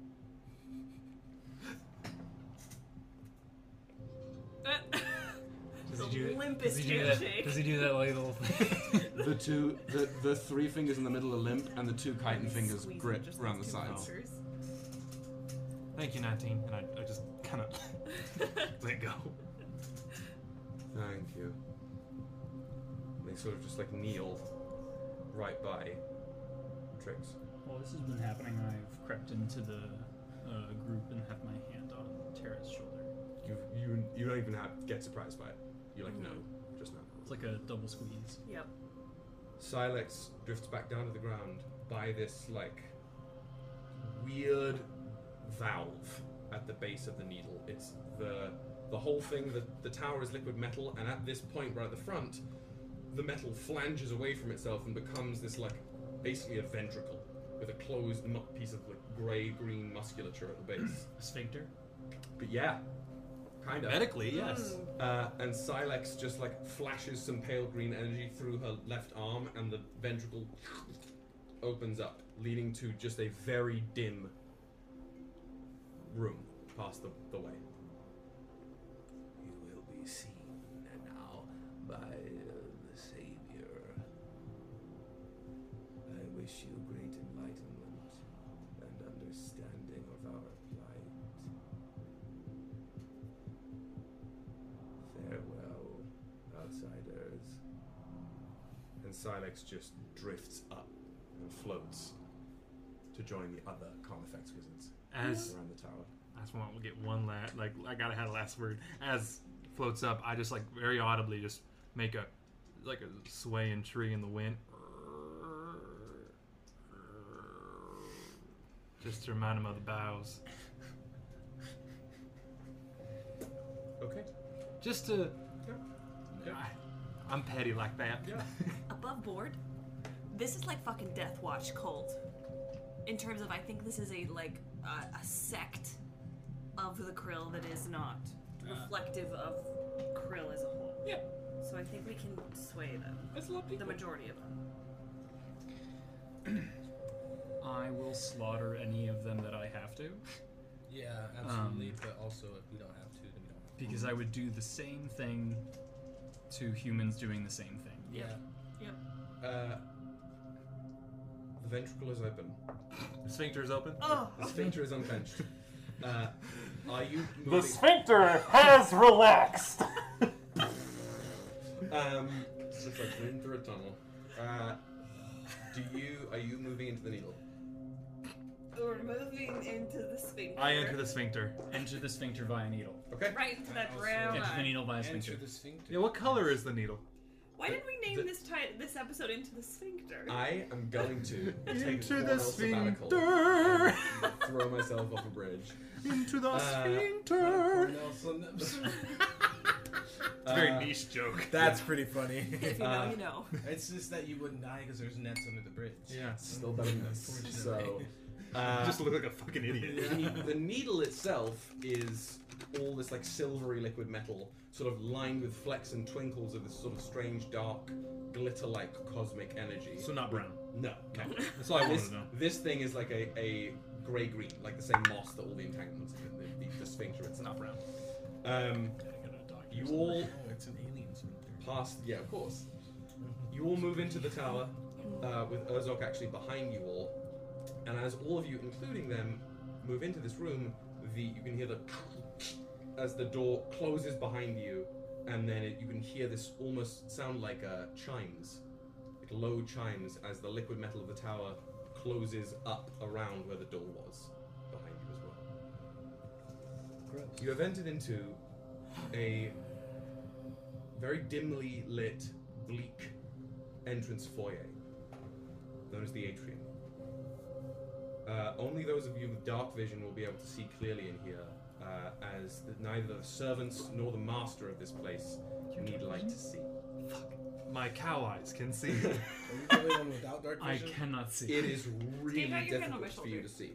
Speaker 5: Does he do- limpest does he do that- handshake. does he do that like little
Speaker 2: the two, the, the three fingers in the middle are limp, and the two chitin fingers
Speaker 5: Squeeze it
Speaker 2: grip
Speaker 5: just
Speaker 2: around the
Speaker 5: those two
Speaker 2: sides.
Speaker 5: fingers.
Speaker 3: Thank you, 19. And I, I just kind of let go.
Speaker 2: Thank you. They sort of just like kneel right by Trix.
Speaker 12: While this has been happening, I've crept into the uh, group and have my hand on Tara's shoulder.
Speaker 2: You, you, you don't even have get surprised by it. You like no,
Speaker 5: Mm-hmm.
Speaker 2: just now.
Speaker 12: It's like a double squeeze.
Speaker 5: Yep.
Speaker 2: Silex drifts back down to the ground by this like weird valve at the base of the needle. It's the the whole thing. The the tower is liquid metal, and at this point, right at the front, the metal flanges away from itself and becomes this like basically a ventricle with a closed mu- piece of like grey green musculature at the base.
Speaker 12: A sphincter.
Speaker 2: But yeah, kind of.
Speaker 3: Medically, yes.
Speaker 2: Uh, and Silex just like flashes some pale green energy through her left arm, and the ventricle opens up, leading to just a very dim room past the, the way.
Speaker 14: You will be seen now by uh, the Savior. I wish you great enlightenment and understanding of our plight.
Speaker 2: Farewell, outsiders. And Silex just drifts up and floats to join the other Carnifex wizards
Speaker 3: As-
Speaker 2: around the tower.
Speaker 3: I just want to get one last, like, I gotta have a last word. As floats up, I just, like, very audibly just make a, like, a swaying tree in the wind. just to remind him of the vows.
Speaker 2: Okay.
Speaker 3: Just to. I, I'm petty like that.
Speaker 5: Above board, this is like fucking Death Watch cult. In terms of, I think this is a like a, a sect of the Krill that is not reflective of Krill as a whole.
Speaker 13: Yeah.
Speaker 5: So I think we can sway them.
Speaker 13: That's a lot of
Speaker 5: The
Speaker 13: people.
Speaker 5: majority of them.
Speaker 12: I will slaughter any of them that I have to.
Speaker 8: Yeah,
Speaker 12: Um,
Speaker 8: Uh, absolutely. but also, if we don't have to, then we don't have to.
Speaker 12: Because I would do the same thing to humans doing the same thing.
Speaker 8: Yeah.
Speaker 5: Yep.
Speaker 2: Uh, the ventricle is open.
Speaker 3: The sphincter is open.
Speaker 5: Oh.
Speaker 2: The sphincter is unclenched. Uh, are you?
Speaker 16: The
Speaker 2: moving-
Speaker 16: sphincter has relaxed.
Speaker 2: Um, looks like we're in through a tunnel. Uh, do you? Are you moving into the needle?
Speaker 5: We're moving into the sphincter.
Speaker 3: I enter the sphincter.
Speaker 12: Enter the sphincter via needle.
Speaker 2: Okay.
Speaker 5: Right into that brown
Speaker 12: Enter the
Speaker 5: eye.
Speaker 12: needle via
Speaker 8: Enter
Speaker 12: sphincter.
Speaker 8: the sphincter.
Speaker 3: Yeah. What color is the needle?
Speaker 5: Why didn't we name
Speaker 3: The-
Speaker 5: this ti- this episode into the sphincter?
Speaker 2: I am going to take
Speaker 3: Into
Speaker 2: a
Speaker 3: the
Speaker 2: four-hour sabbatical
Speaker 3: sphincter.
Speaker 6: Uh,
Speaker 2: and Throw myself off a bridge.
Speaker 3: Into the
Speaker 2: Uh,
Speaker 3: sphincter.
Speaker 8: It's a very
Speaker 3: niche joke.
Speaker 8: That's pretty funny.
Speaker 5: If you
Speaker 3: uh,
Speaker 5: know, you know.
Speaker 8: It's just that you wouldn't die because there's nets under the bridge.
Speaker 2: Yeah, it's still better than this. So,
Speaker 8: Unfortunately.
Speaker 2: uh,
Speaker 3: Just look like a fucking idiot.
Speaker 2: the- the needle itself is all this like silvery liquid metal, sort of lined with flecks and twinkles of this sort of strange, dark, glitter-like cosmic energy.
Speaker 3: So not brown.
Speaker 2: No, no.
Speaker 3: That's all I wanted
Speaker 2: this,
Speaker 3: to know.
Speaker 2: This thing is like a, a grey-green, like the same moss that all the entanglements are in the, the, the sphincter. It's not brown. Um, you all
Speaker 8: It's an alien sphincter.
Speaker 2: past. Yeah, of course. You all move into the tower, uh, with Urzok actually behind you all. And as all of you, including them, move into this room, the you can hear the as the door closes behind you, and then it, you can hear this almost sound like uh, chimes, like low chimes, as the liquid metal of the tower closes up around where the door was behind you as well. You have entered into a very dimly lit, bleak entrance foyer known as the atrium. Uh, only those of you with dark vision will be able to see clearly in here, uh, as the, neither the servants nor the master of this place need light to see.
Speaker 3: My cow eyes can see.
Speaker 12: I cannot see.
Speaker 2: It is really
Speaker 12: Steve, how you handle my
Speaker 2: difficult for you to see.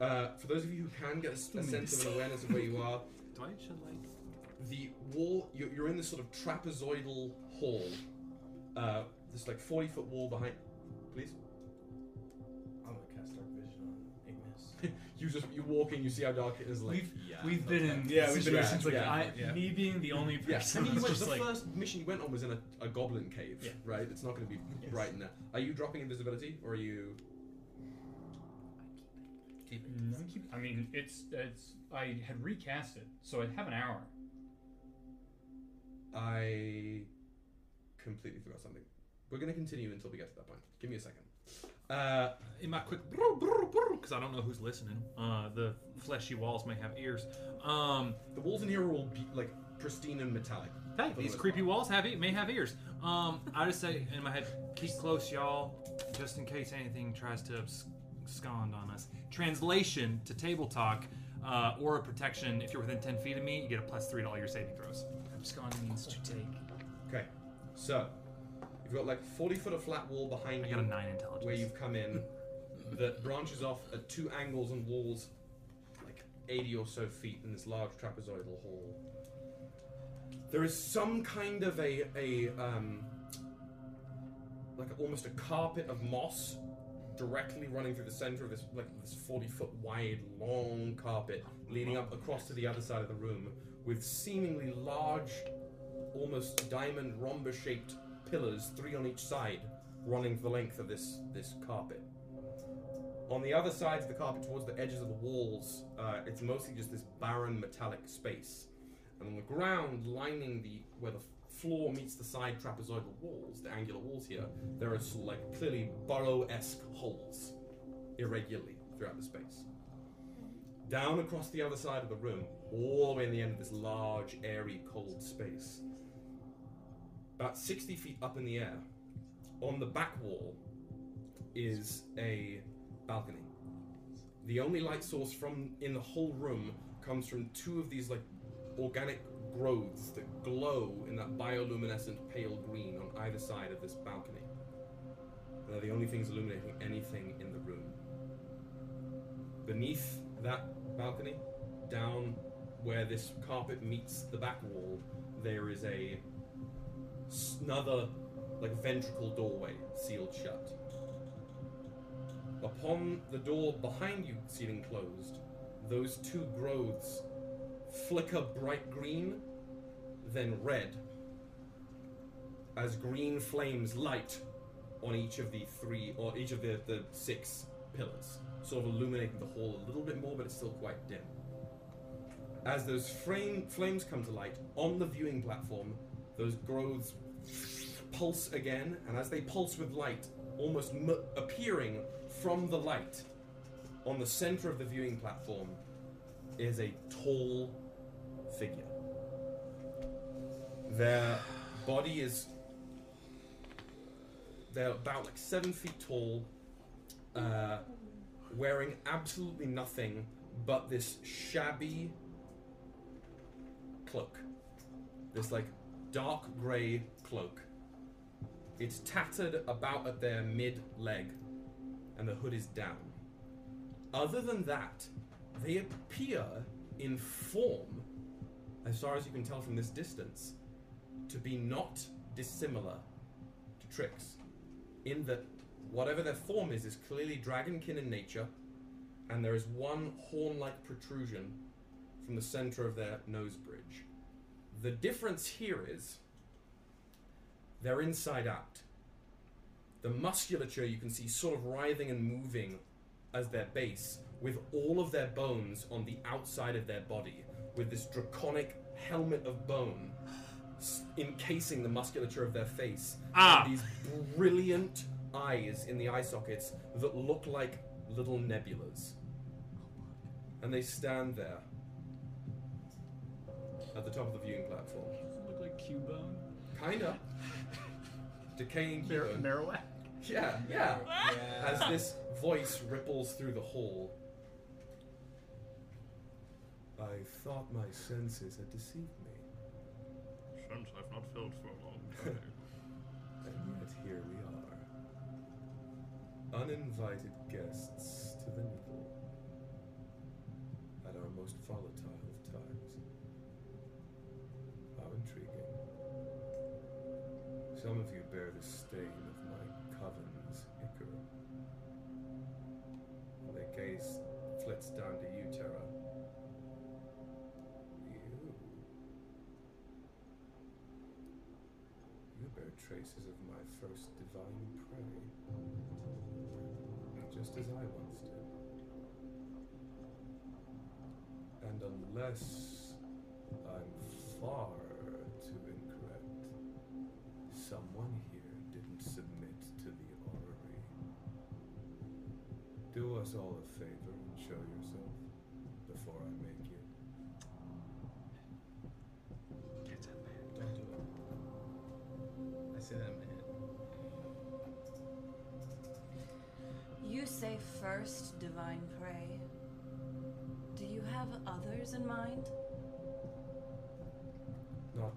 Speaker 2: Uh, for those of you who can get a, a
Speaker 3: me to
Speaker 2: sense of
Speaker 3: see.
Speaker 2: an awareness of where you are,
Speaker 3: Do I need to like?
Speaker 2: the wall you're, you're in this sort of trapezoidal hall uh, this like 40 foot wall behind please
Speaker 8: I'm gonna cast dark vision on Ignis.
Speaker 2: you just you walk in you see how dark it is like
Speaker 12: We've- we've been in situations like I- me being the only person
Speaker 2: yeah. I mean,
Speaker 12: was
Speaker 2: you went-
Speaker 12: just
Speaker 2: the
Speaker 12: like-
Speaker 2: first mission you went on was in a, a goblin cave
Speaker 12: Yeah.
Speaker 2: right it's not going to be bright in there are you dropping invisibility or are you
Speaker 12: No, keep- I mean, it's it's. I had recast it, so I'd have an hour.
Speaker 2: I completely forgot something. We're going to continue until we get to that point. Give me a second. Uh,
Speaker 3: in my quick because I don't know who's listening. Uh, the fleshy walls may have ears. Um,
Speaker 2: the walls in here are all be, like pristine and metallic.
Speaker 3: Hey,
Speaker 2: For the
Speaker 3: these
Speaker 2: most
Speaker 3: creepy walls have e- may have ears. Um, I just say in my head, keep close, y'all, just in case anything tries to abscond on us. Translation to table talk, uh, aura protection. If you're within ten feet of me, you get a plus three to all your saving throws.
Speaker 12: Abscond means to take.
Speaker 2: Okay, so you've got like 40 foot of flat wall behind you.
Speaker 3: got a nine intelligence.
Speaker 2: Where you've come in, that branches off at two angles and walls, like 80 or so feet in this large trapezoidal hall. There is some kind of a a um, like almost a carpet of moss directly running through the center of this like this 40 foot wide long carpet leading up across to the other side of the room with seemingly large almost diamond rhombus shaped pillars three on each side running the length of this this carpet on the other sides of the carpet towards the edges of the walls uh, it's mostly just this barren metallic space and on the ground lining the where the floor meets the side trapezoidal walls the angular walls here there are sort of like clearly burrow-esque holes irregularly throughout the space down across the other side of the room all the way in the end of this large airy cold space about 60 feet up in the air on the back wall is a balcony The only light source from in the whole room comes from two of these like organic growths that glow in that bioluminescent pale green on either side of this balcony. And they're the only things illuminating anything in the room. Beneath that balcony, down where this carpet meets the back wall, there is a another like ventricle doorway sealed shut. Upon the door behind you sealing closed, those two growths flicker bright green, then red, as green flames light on each of the three or each of the, the six pillars, sort of illuminating the hall a little bit more, but it's still quite dim. As those frame, flames come to light on the viewing platform, those growths pulse again, and as they pulse with light, almost m- appearing from the light, on the center of the viewing platform is a tall figure. Their body is. They're about like seven feet tall, uh, wearing absolutely nothing but this shabby cloak. This like dark grey cloak. It's tattered about at their mid leg, and the hood is down. Other than that, they appear in form, as far as you can tell from this distance, to be not dissimilar to Trix. In that, whatever their form is, is clearly dragonkin in nature, and there is one horn like protrusion from the center of their nose bridge. The difference here is they're inside out. The musculature you can see sort of writhing and moving as their base, with all of their bones on the outside of their body, with this draconic helmet of bone s- encasing the musculature of their face.
Speaker 3: Ah.
Speaker 2: And these brilliant eyes in the eye sockets that look like little nebulas. And they stand there at the top of the viewing platform.
Speaker 12: Look like Cubone.
Speaker 2: Kinda. Decaying
Speaker 12: Mar-
Speaker 2: human.
Speaker 12: Marowak.
Speaker 2: Yeah, yeah.
Speaker 12: Yeah.
Speaker 2: As this voice ripples through the hall. I thought my senses had deceived me.
Speaker 3: Shams I've not felt for a long time.
Speaker 2: And yet here we are. Uninvited guests to the needle. At our most volatile of times. How intriguing. Some of you bear the stain of my coven's ichor. Their gaze flits down to you, Terra. You. You bear traces of my first divine prey. Just as I once did. And unless I'm far too incorrect, someone here didn't submit to the orrery. Do us all a favor and show yourself before I make you.
Speaker 8: Get that man. Don't do it. I say that in my head.
Speaker 5: You say first, divine prey. Do you have others in mind?
Speaker 2: Not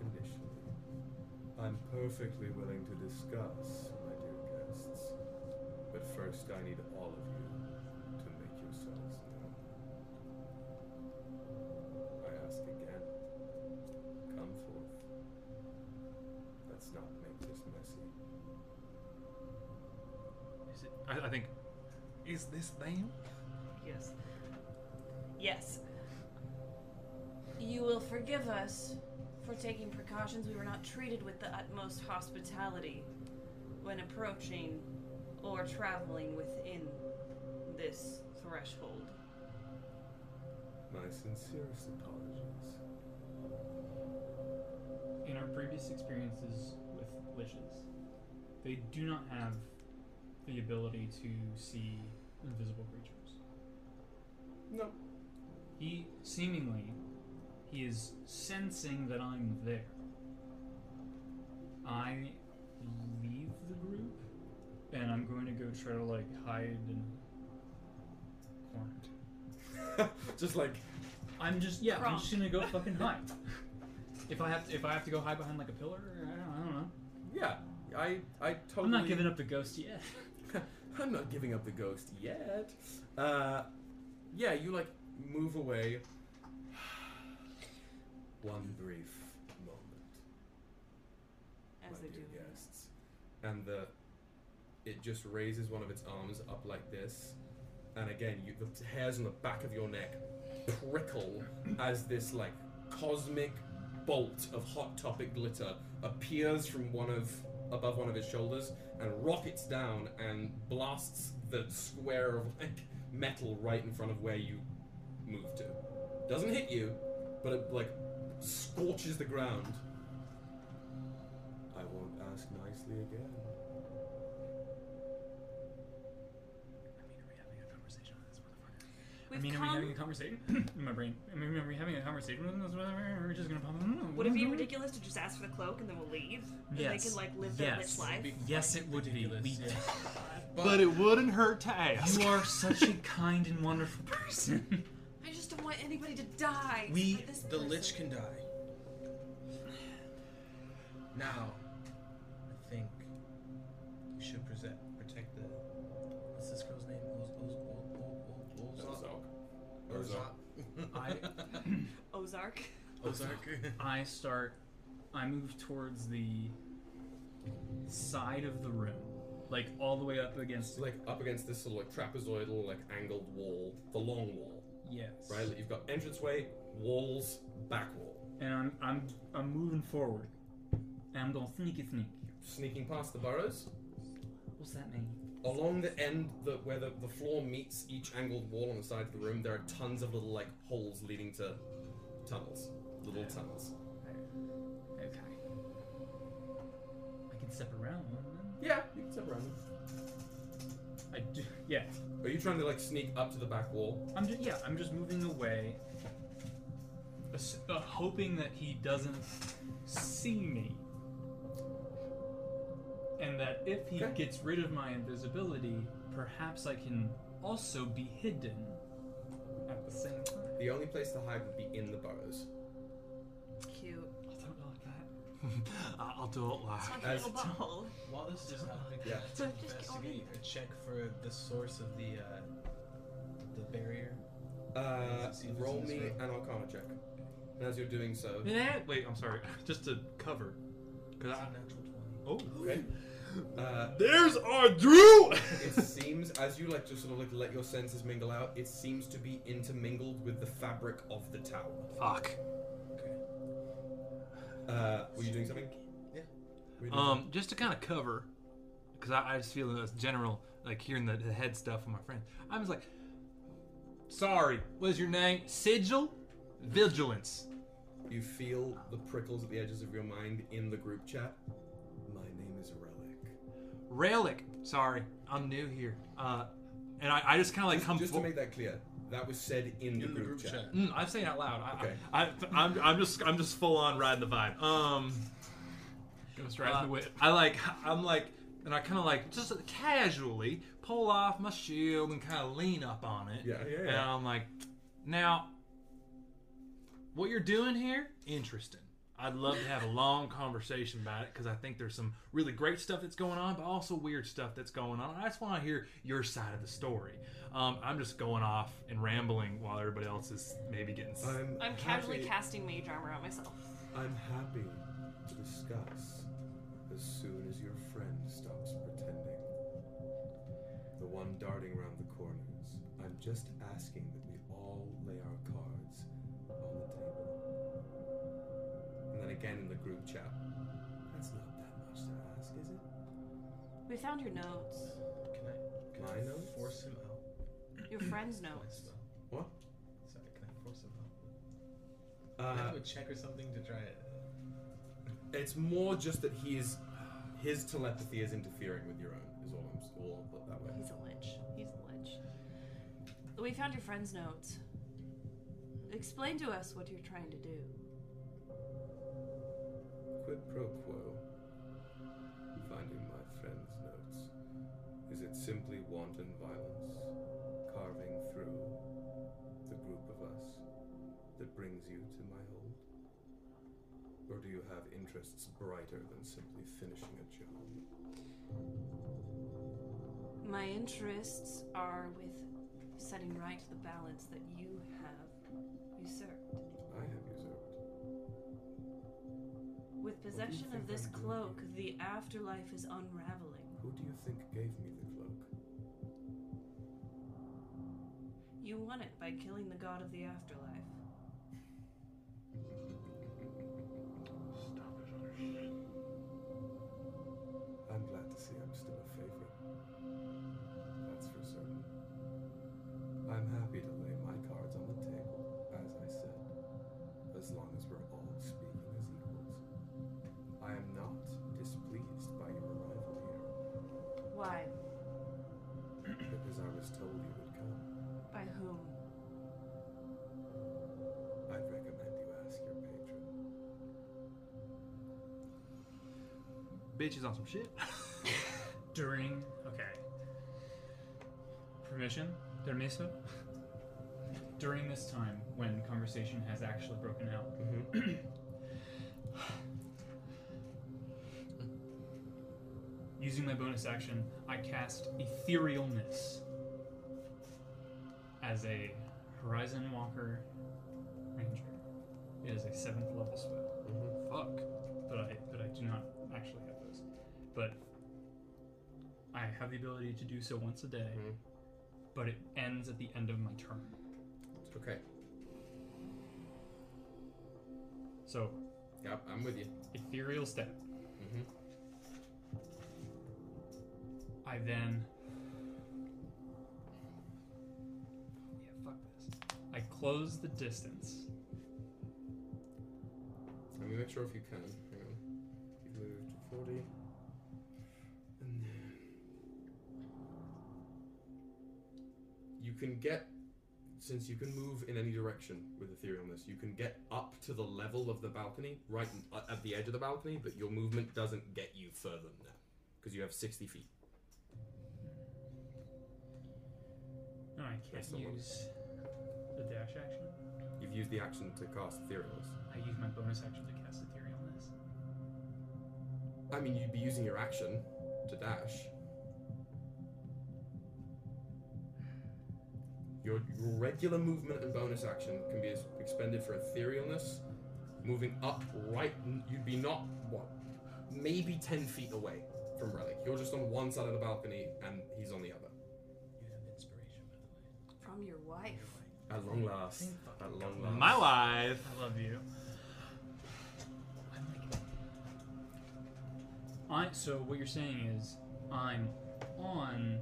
Speaker 2: initially. I'm perfectly willing to discuss, my dear guests. But first, I need all of you to make yourselves known. I ask again. Come forth. Let's not make this messy.
Speaker 3: Is it? I, I think. Is this them?
Speaker 5: Yes. Yes. You will forgive us for taking precautions we were not treated with the utmost hospitality when approaching or traveling within this threshold.
Speaker 2: My sincerest apologies.
Speaker 12: in our previous experiences with liches, they do not have the ability to see invisible creatures.
Speaker 2: No.
Speaker 12: He seemingly he is sensing that I'm there. I leave the group and I'm going to go try to like hide in
Speaker 7: corner.
Speaker 2: just like
Speaker 7: I'm just yeah, I'm just
Speaker 17: Wrong.
Speaker 7: gonna go fucking hide. if I have to, if I have to go hide behind like a pillar, I don't, I don't know.
Speaker 2: Yeah, I I totally.
Speaker 7: I'm not giving up the ghost yet.
Speaker 2: I'm not giving up the ghost yet. Uh, yeah, you like move away. One brief moment,
Speaker 5: As
Speaker 2: my
Speaker 5: they
Speaker 2: dear
Speaker 5: do.
Speaker 2: guests, and the it just raises one of its arms up like this, and again, you, the hairs on the back of your neck prickle as this like cosmic bolt of hot topic glitter appears from one of above one of his shoulders and rockets down and blasts the square of like metal right in front of where you move to. Doesn't hit you, but it like scorches the ground. I won't ask nicely again.
Speaker 7: I mean, are we having a conversation in my brain? I mean, are we having a conversation with this? Or are we just gonna pop?
Speaker 5: Would it be ridiculous to just ask for the cloak and then we'll leave? And
Speaker 7: Mm-hmm. Yes.
Speaker 5: they can like live their rich
Speaker 7: yes.
Speaker 5: life?
Speaker 7: Yes, it would be. We-
Speaker 18: But, it wouldn't hurt to ask.
Speaker 7: You are such a kind and wonderful person.
Speaker 5: I just don't want anybody to die.
Speaker 8: We,
Speaker 5: but this
Speaker 8: the
Speaker 5: person-
Speaker 8: lich can die. Now, I think we should present, protect the. What's this girl's name? Oz, Oz, Oz, Oz, Oz, Oz, Oz,
Speaker 7: I-
Speaker 5: Ozark.
Speaker 7: I start. I move towards the side of the room, like all the way up against.
Speaker 2: Like up against this sort of like trapezoidal, like angled wall, the long wall.
Speaker 7: Yes.
Speaker 2: Right? Like, You've got entranceway, walls, back wall.
Speaker 7: And I'm I'm I'm moving forward, and I'm going sneaky sneak.
Speaker 2: Sneaking past the burrows.
Speaker 7: What's that mean?
Speaker 2: Along the end, the, where the, the floor meets each angled wall on the side of the room, there are tons of little like holes leading to tunnels, little tunnels.
Speaker 7: Okay. I can step around one.
Speaker 2: Yeah, you can step around.
Speaker 7: I do. Yeah.
Speaker 2: Are you trying to like sneak up to the back wall?
Speaker 7: I'm just yeah. I'm just moving away, ass- uh, hoping that he doesn't see me, and that if he gets rid of my invisibility, perhaps I can also be hidden at the same time.
Speaker 2: The only place to hide would be in the burrows.
Speaker 5: Cute.
Speaker 7: I don't like that.
Speaker 6: I'll do it
Speaker 19: Ah,
Speaker 6: live.
Speaker 8: As- While this is happening,
Speaker 6: Yeah.
Speaker 8: yeah. to investigate or check for the source of the uh, the barrier.
Speaker 2: Uh,
Speaker 8: Does it seem
Speaker 2: roll
Speaker 8: it's in
Speaker 2: me
Speaker 8: this
Speaker 2: an Arcana check. And as you're doing so,
Speaker 6: Yeah. Wait, I'm sorry. Just to cover. Cause I, oh,
Speaker 2: okay. Uh,
Speaker 6: There's our Drew.
Speaker 2: it seems as you like just sort of like let your senses mingle out. It seems to be intermingled with the fabric of the tower.
Speaker 6: Fuck.
Speaker 2: Uh, were you doing something? Yeah.
Speaker 6: Um, just to kind of cover, because I, I just feel this general, like hearing the, the head stuff from my friends. I was like, sorry, what is your name? Sigil? Vigilance.
Speaker 2: You feel the prickles at the edges of your mind in the group chat. My name is Relic.
Speaker 6: Relic. Sorry, I'm new here. Uh, and I, I just kind of like
Speaker 2: Just-
Speaker 6: come
Speaker 2: just to
Speaker 6: fo-
Speaker 2: make that clear, that was said in, the, group chat.
Speaker 6: Mm, I'm saying out loud. I,
Speaker 2: Okay.
Speaker 6: I, I, am I'm just I'm just full on riding the vibe. Um, uh,
Speaker 18: Ghost riding the whip.
Speaker 6: I like I'm like and I kind of like just casually pull off my shield and kind of lean up on it.
Speaker 2: Yeah, yeah,
Speaker 6: And
Speaker 2: yeah.
Speaker 6: I'm like, now, what you're doing here, interesting. I'd love to have a long conversation about it because I think there's some really great stuff that's going on, but also weird stuff that's going on. I just want to hear your side of the story. Um, I'm just going off and rambling while everybody else is maybe getting.
Speaker 8: Um,
Speaker 6: s-
Speaker 2: I'm,
Speaker 5: I'm casually
Speaker 2: happy-
Speaker 5: casting mage armor on myself.
Speaker 2: I'm happy to discuss as soon as your friend stops pretending. The one darting around the corners. I'm just asking that we all lay our cards on the table. And then again in the group chat. That's not that much to ask, is it?
Speaker 5: We found your notes.
Speaker 8: Can I? Can
Speaker 2: My
Speaker 8: I
Speaker 2: notes?
Speaker 8: force him out?
Speaker 5: Your friend's notes.
Speaker 2: What?
Speaker 8: Sorry, can I force him out? Can I
Speaker 2: Uh,
Speaker 8: do a check or something to try it?
Speaker 2: It's more just that he is, his telepathy is interfering with your own. Is all I'm. s- All I'll put that way.
Speaker 5: He's a lich. He's a lich. We found your friend's notes. Explain to us what you're trying to do.
Speaker 2: Quid pro quo. Finding my friend's notes. Is it simply wanton violence? Carving through
Speaker 19: interests brighter than simply finishing a job?
Speaker 5: My interests are with setting right the balance that you have usurped.
Speaker 19: I have usurped.
Speaker 5: With
Speaker 19: do you
Speaker 5: possession
Speaker 19: think
Speaker 5: of this
Speaker 19: I'm doing
Speaker 5: cloak, the afterlife is unraveling.
Speaker 19: Who do you think gave me the cloak?
Speaker 5: You won it by killing the god of the afterlife.
Speaker 19: I'm glad to see I'm still a favorite. That's for certain. I'm happy to lay my cards on the table, as I said, as long as we're all speaking as equals. I am not displeased by your arrival here.
Speaker 5: Why?
Speaker 19: because I was told you would come.
Speaker 5: By whom?
Speaker 19: I'd recommend you ask your patron.
Speaker 3: Bitch is on some shit.
Speaker 7: During okay. Permission, permiso. During this time, when conversation has actually broken out, using my bonus action, I cast etherealness as a Horizon Walker Ranger. It is a seventh level spell. Fuck. But I but I do not actually have those. But I have the ability to do so once a day, but it ends at the end of my turn.
Speaker 2: Okay.
Speaker 7: So.
Speaker 2: Yep, I'm with you.
Speaker 7: Ethereal step.
Speaker 2: Mm-hmm.
Speaker 7: I then.
Speaker 6: Yeah, fuck this.
Speaker 7: I close the distance.
Speaker 2: Let me make sure if you can. Hang on. You moved to 40. And then. You can get. Since you can move in any direction with etherealness, you can get up to the level of the balcony, right in- at- at the edge of the balcony, but your movement doesn't get you further than that. Because you have 60 feet.
Speaker 7: No, I can't
Speaker 2: That's the one.
Speaker 7: use the dash action.
Speaker 2: You've used the action to cast etherealness.
Speaker 7: I use my bonus action to cast etherealness.
Speaker 2: I mean, you'd be using your action to dash. Your your regular movement and bonus action can be ex- expended for etherealness. Moving up, right, you'd be not what, maybe ten feet away from Relic. You're just on one side of the balcony, and he's on the other.
Speaker 5: From your wife.
Speaker 2: At long last, at long last.
Speaker 3: My wife.
Speaker 7: I love you. I so what you're saying is I'm on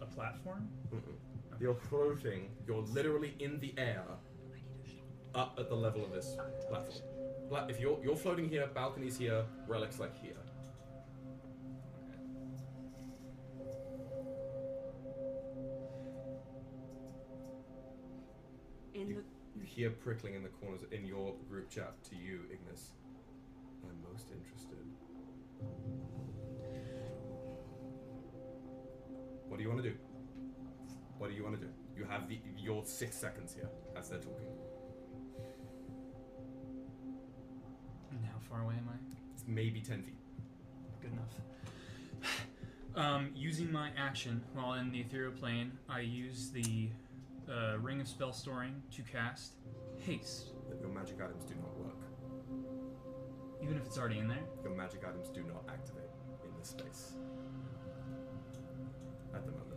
Speaker 7: a platform.
Speaker 2: Mm-mm. You're floating. You're literally in the air, up at the level of this platform. Pla- If you're you're floating here, balconies here, relics like here.
Speaker 5: In
Speaker 2: you, you hear prickling in the corners in your group chat to you, Ignis. I'm most interested. What do you want to do? What do you want to do? You have the, your six seconds here as they're talking.
Speaker 7: And how far away am I?
Speaker 2: It's maybe ten feet.
Speaker 7: Good enough. Um, using my action while in the ethereal plane, I use the uh, ring of spell storing to cast haste.
Speaker 2: That your magic items do not work.
Speaker 7: Even if it's already in there.
Speaker 2: Your magic items do not activate in this space. At the moment.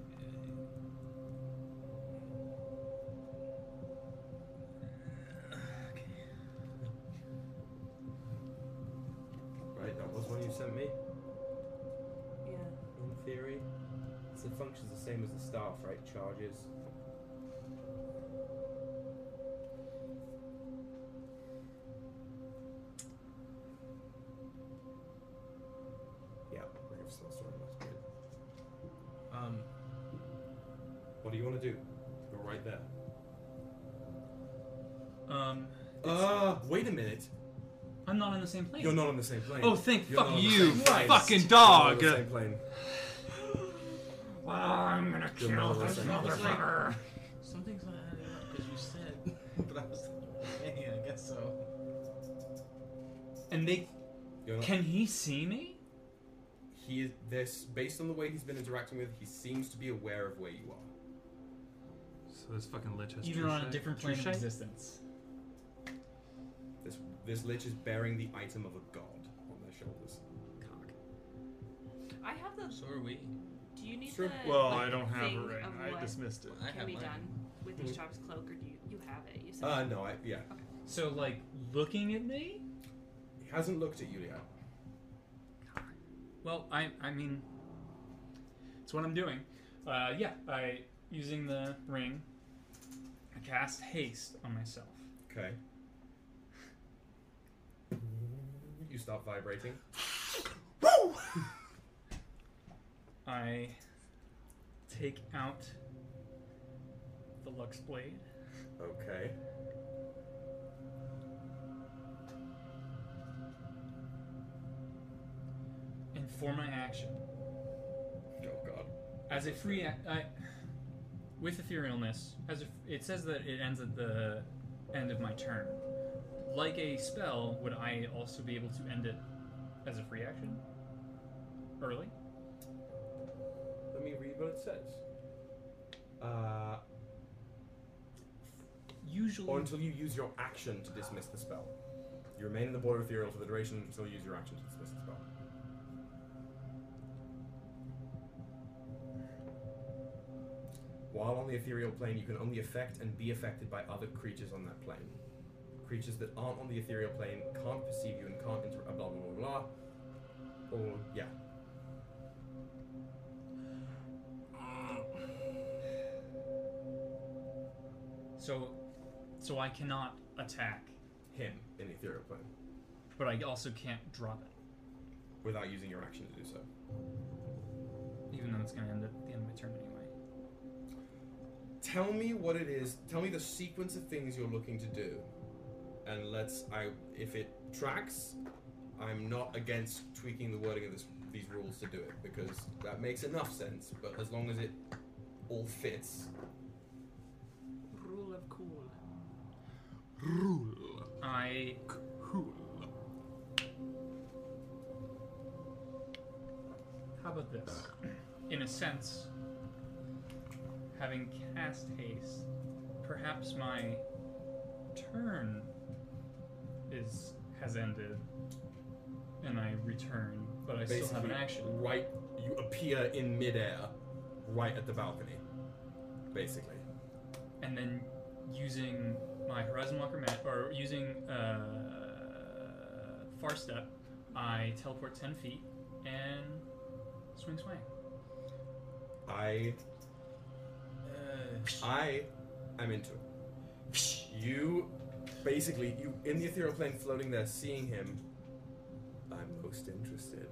Speaker 2: Right, that was one you sent me.
Speaker 5: Yeah.
Speaker 2: In theory. So it functions the same as the staff, right? Charges. Yeah, we have still story. That's good.
Speaker 20: Um,
Speaker 2: What do you want to do? You're right there.
Speaker 7: Um.
Speaker 2: Ah, wait a minute.
Speaker 7: I'm not on the same plane.
Speaker 2: You're not on the same plane.
Speaker 7: Oh, thank
Speaker 2: You're not
Speaker 7: fuck
Speaker 2: on the
Speaker 7: you,
Speaker 2: same plane.
Speaker 3: fucking
Speaker 2: You're not on
Speaker 3: dog.
Speaker 2: the same plane.
Speaker 6: Well, I'm gonna
Speaker 2: You're not
Speaker 6: kill
Speaker 2: on the
Speaker 6: this
Speaker 2: same plane.
Speaker 6: motherfucker.
Speaker 20: Something's not adding up because you said, but I was like, yeah, I guess so.
Speaker 7: And they
Speaker 2: You're not-
Speaker 7: Can he see me?
Speaker 2: He is this based on the way he's been interacting with. He seems to be aware of where you are.
Speaker 3: So this fucking lich has
Speaker 7: Even on a
Speaker 3: Trisha-
Speaker 7: different plane of
Speaker 3: Trisha?
Speaker 7: existence.
Speaker 2: This this lich is bearing the item of a god on their shoulders.
Speaker 5: I have the.
Speaker 8: So are we.
Speaker 5: Do you need
Speaker 3: Sure.
Speaker 5: the?
Speaker 3: Well,
Speaker 5: Uh, like,
Speaker 3: I don't have it
Speaker 5: thing
Speaker 3: right
Speaker 5: of
Speaker 3: now. I
Speaker 5: what
Speaker 3: dismissed it. I
Speaker 5: Can
Speaker 3: have
Speaker 5: be
Speaker 3: mine.
Speaker 5: done with
Speaker 2: Mhm.
Speaker 5: each Job's cloak, or do you you have it? You said.
Speaker 2: Uh, no, I yeah.
Speaker 7: So like looking at me?
Speaker 2: He hasn't looked at you yet.
Speaker 7: Well, I I mean, it's what I'm doing. Uh, yeah, I using the ring, I cast haste on myself.
Speaker 2: Okay. You start vibrating.
Speaker 7: I take out the Lux blade.
Speaker 2: Okay.
Speaker 7: And for my action,
Speaker 2: Oh god.
Speaker 7: as a free, ac- I, with Etherealness, as if it says that it ends at the end of my turn. Like a spell, would I also be able to end it as a free action? Early.
Speaker 2: Let me read what it says. Uh,
Speaker 7: Usually.
Speaker 2: Or until you use your action to dismiss the spell. You remain in the border ethereal for the duration until you use your action to dismiss the spell. While on the ethereal plane, you can only affect and be affected by other creatures on that plane. Creatures that aren't on the ethereal plane can't perceive you and can't interact. Blah blah blah blah. Or yeah.
Speaker 7: So, so I cannot attack
Speaker 2: him in the ethereal plane.
Speaker 7: But I also can't drop it.
Speaker 2: Without using your action to do so.
Speaker 7: Even though it's going to end at the end of my turn anyway.
Speaker 2: Tell me what it is. Tell me the sequence of things you're looking to do, and let's. I if it tracks, I'm not against tweaking the wording of this, these rules to do it because that makes enough sense. But as long as it all fits,
Speaker 5: Rule of cool.
Speaker 7: I. How about this? Uh. In a sense, having cast haste, perhaps my turn is has ended, and I return, but I still have an
Speaker 2: basically,
Speaker 7: action.
Speaker 2: Right, you appear in midair, right at the balcony, basically.
Speaker 7: and then using my Horizon Walker mat or using uh, Far Step, I teleport ten feet and swing, swing.
Speaker 2: I
Speaker 7: Uh,
Speaker 2: I am into it. You basically you in the ethereal plane floating there, seeing him. I'm most interested.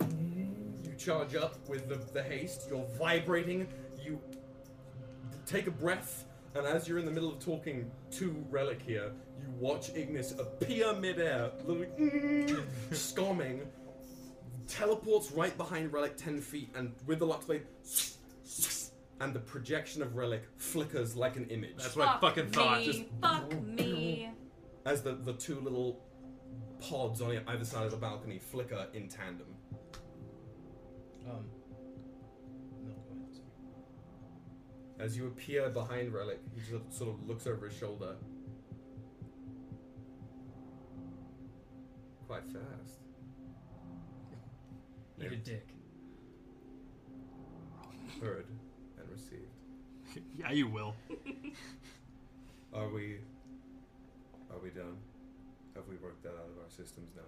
Speaker 2: You charge up with the, the haste, you're vibrating, you take a breath, and as you're in the middle of talking to Relic here, you watch Ignis appear midair, literally scomming, teleports right behind Relic 10 feet, and with the Lux Blade, and the projection of Relic flickers like an image.
Speaker 3: That's what I Fuck fucking thought.
Speaker 5: Me,
Speaker 3: Just-
Speaker 5: fuck me.
Speaker 2: As the, the two little pods on either side of the balcony flicker in tandem.
Speaker 8: Um. No, go ahead. sorry.
Speaker 2: As you appear behind Relic, he just sort of looks over his shoulder. Quite fast.
Speaker 7: Eat a dick.
Speaker 2: Heard and received.
Speaker 3: yeah, you will.
Speaker 2: Are we. Are we done? Have we worked that out of our systems now?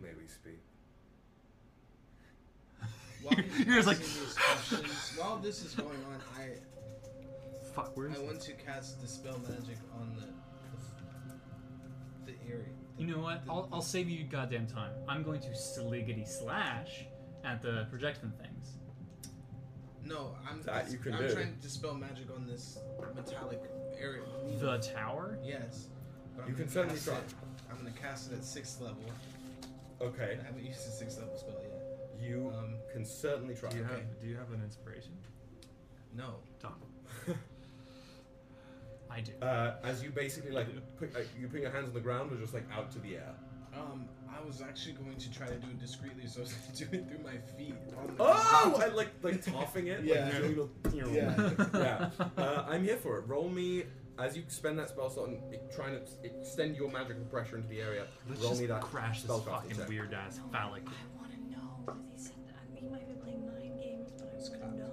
Speaker 2: May we speak?
Speaker 8: While he's
Speaker 3: You're just like-
Speaker 8: asking these questions- while this is going on, I
Speaker 3: Fuck, where is
Speaker 8: I
Speaker 3: it?
Speaker 8: want to cast dispel magic on the the, the area.
Speaker 7: You know what? I'll, I'll save you goddamn time. I'm going to sliggity slash at the projection things.
Speaker 8: No, I'm
Speaker 7: That you can
Speaker 8: I'm
Speaker 7: do.
Speaker 8: trying to dispel magic on this metallic area.
Speaker 7: The tower?
Speaker 8: Yes. But
Speaker 2: You
Speaker 8: gonna
Speaker 2: can certainly
Speaker 8: cast
Speaker 2: try.
Speaker 8: it- I'm gonna cast it at sixth level.
Speaker 2: Okay.
Speaker 8: I haven't used a sixth level spell yet.
Speaker 2: You can certainly try.
Speaker 3: Do you have Do you have an inspiration?
Speaker 8: No.
Speaker 3: Tom.
Speaker 7: I do.
Speaker 2: Uh, as you basically like put, like, you put your hands on the ground or just like out to the air.
Speaker 8: Um, I was actually going to try to do it discreetly, so I was going to do it through my feet. on the-
Speaker 2: Oh, I like like toffing it.
Speaker 8: Yeah.
Speaker 2: Like, doing the-
Speaker 8: Yeah.
Speaker 2: yeah. Uh, I'm here for it. Roll me as you spend that spell slot and trying to extend your magical pressure into the area.
Speaker 3: Let's
Speaker 2: roll
Speaker 3: just
Speaker 2: me that
Speaker 3: crash this
Speaker 2: spellcasting
Speaker 3: fucking
Speaker 2: check.
Speaker 3: weird ass phallic.
Speaker 5: I want to know because he said that I mean, he might be playing mind games, but I want to know.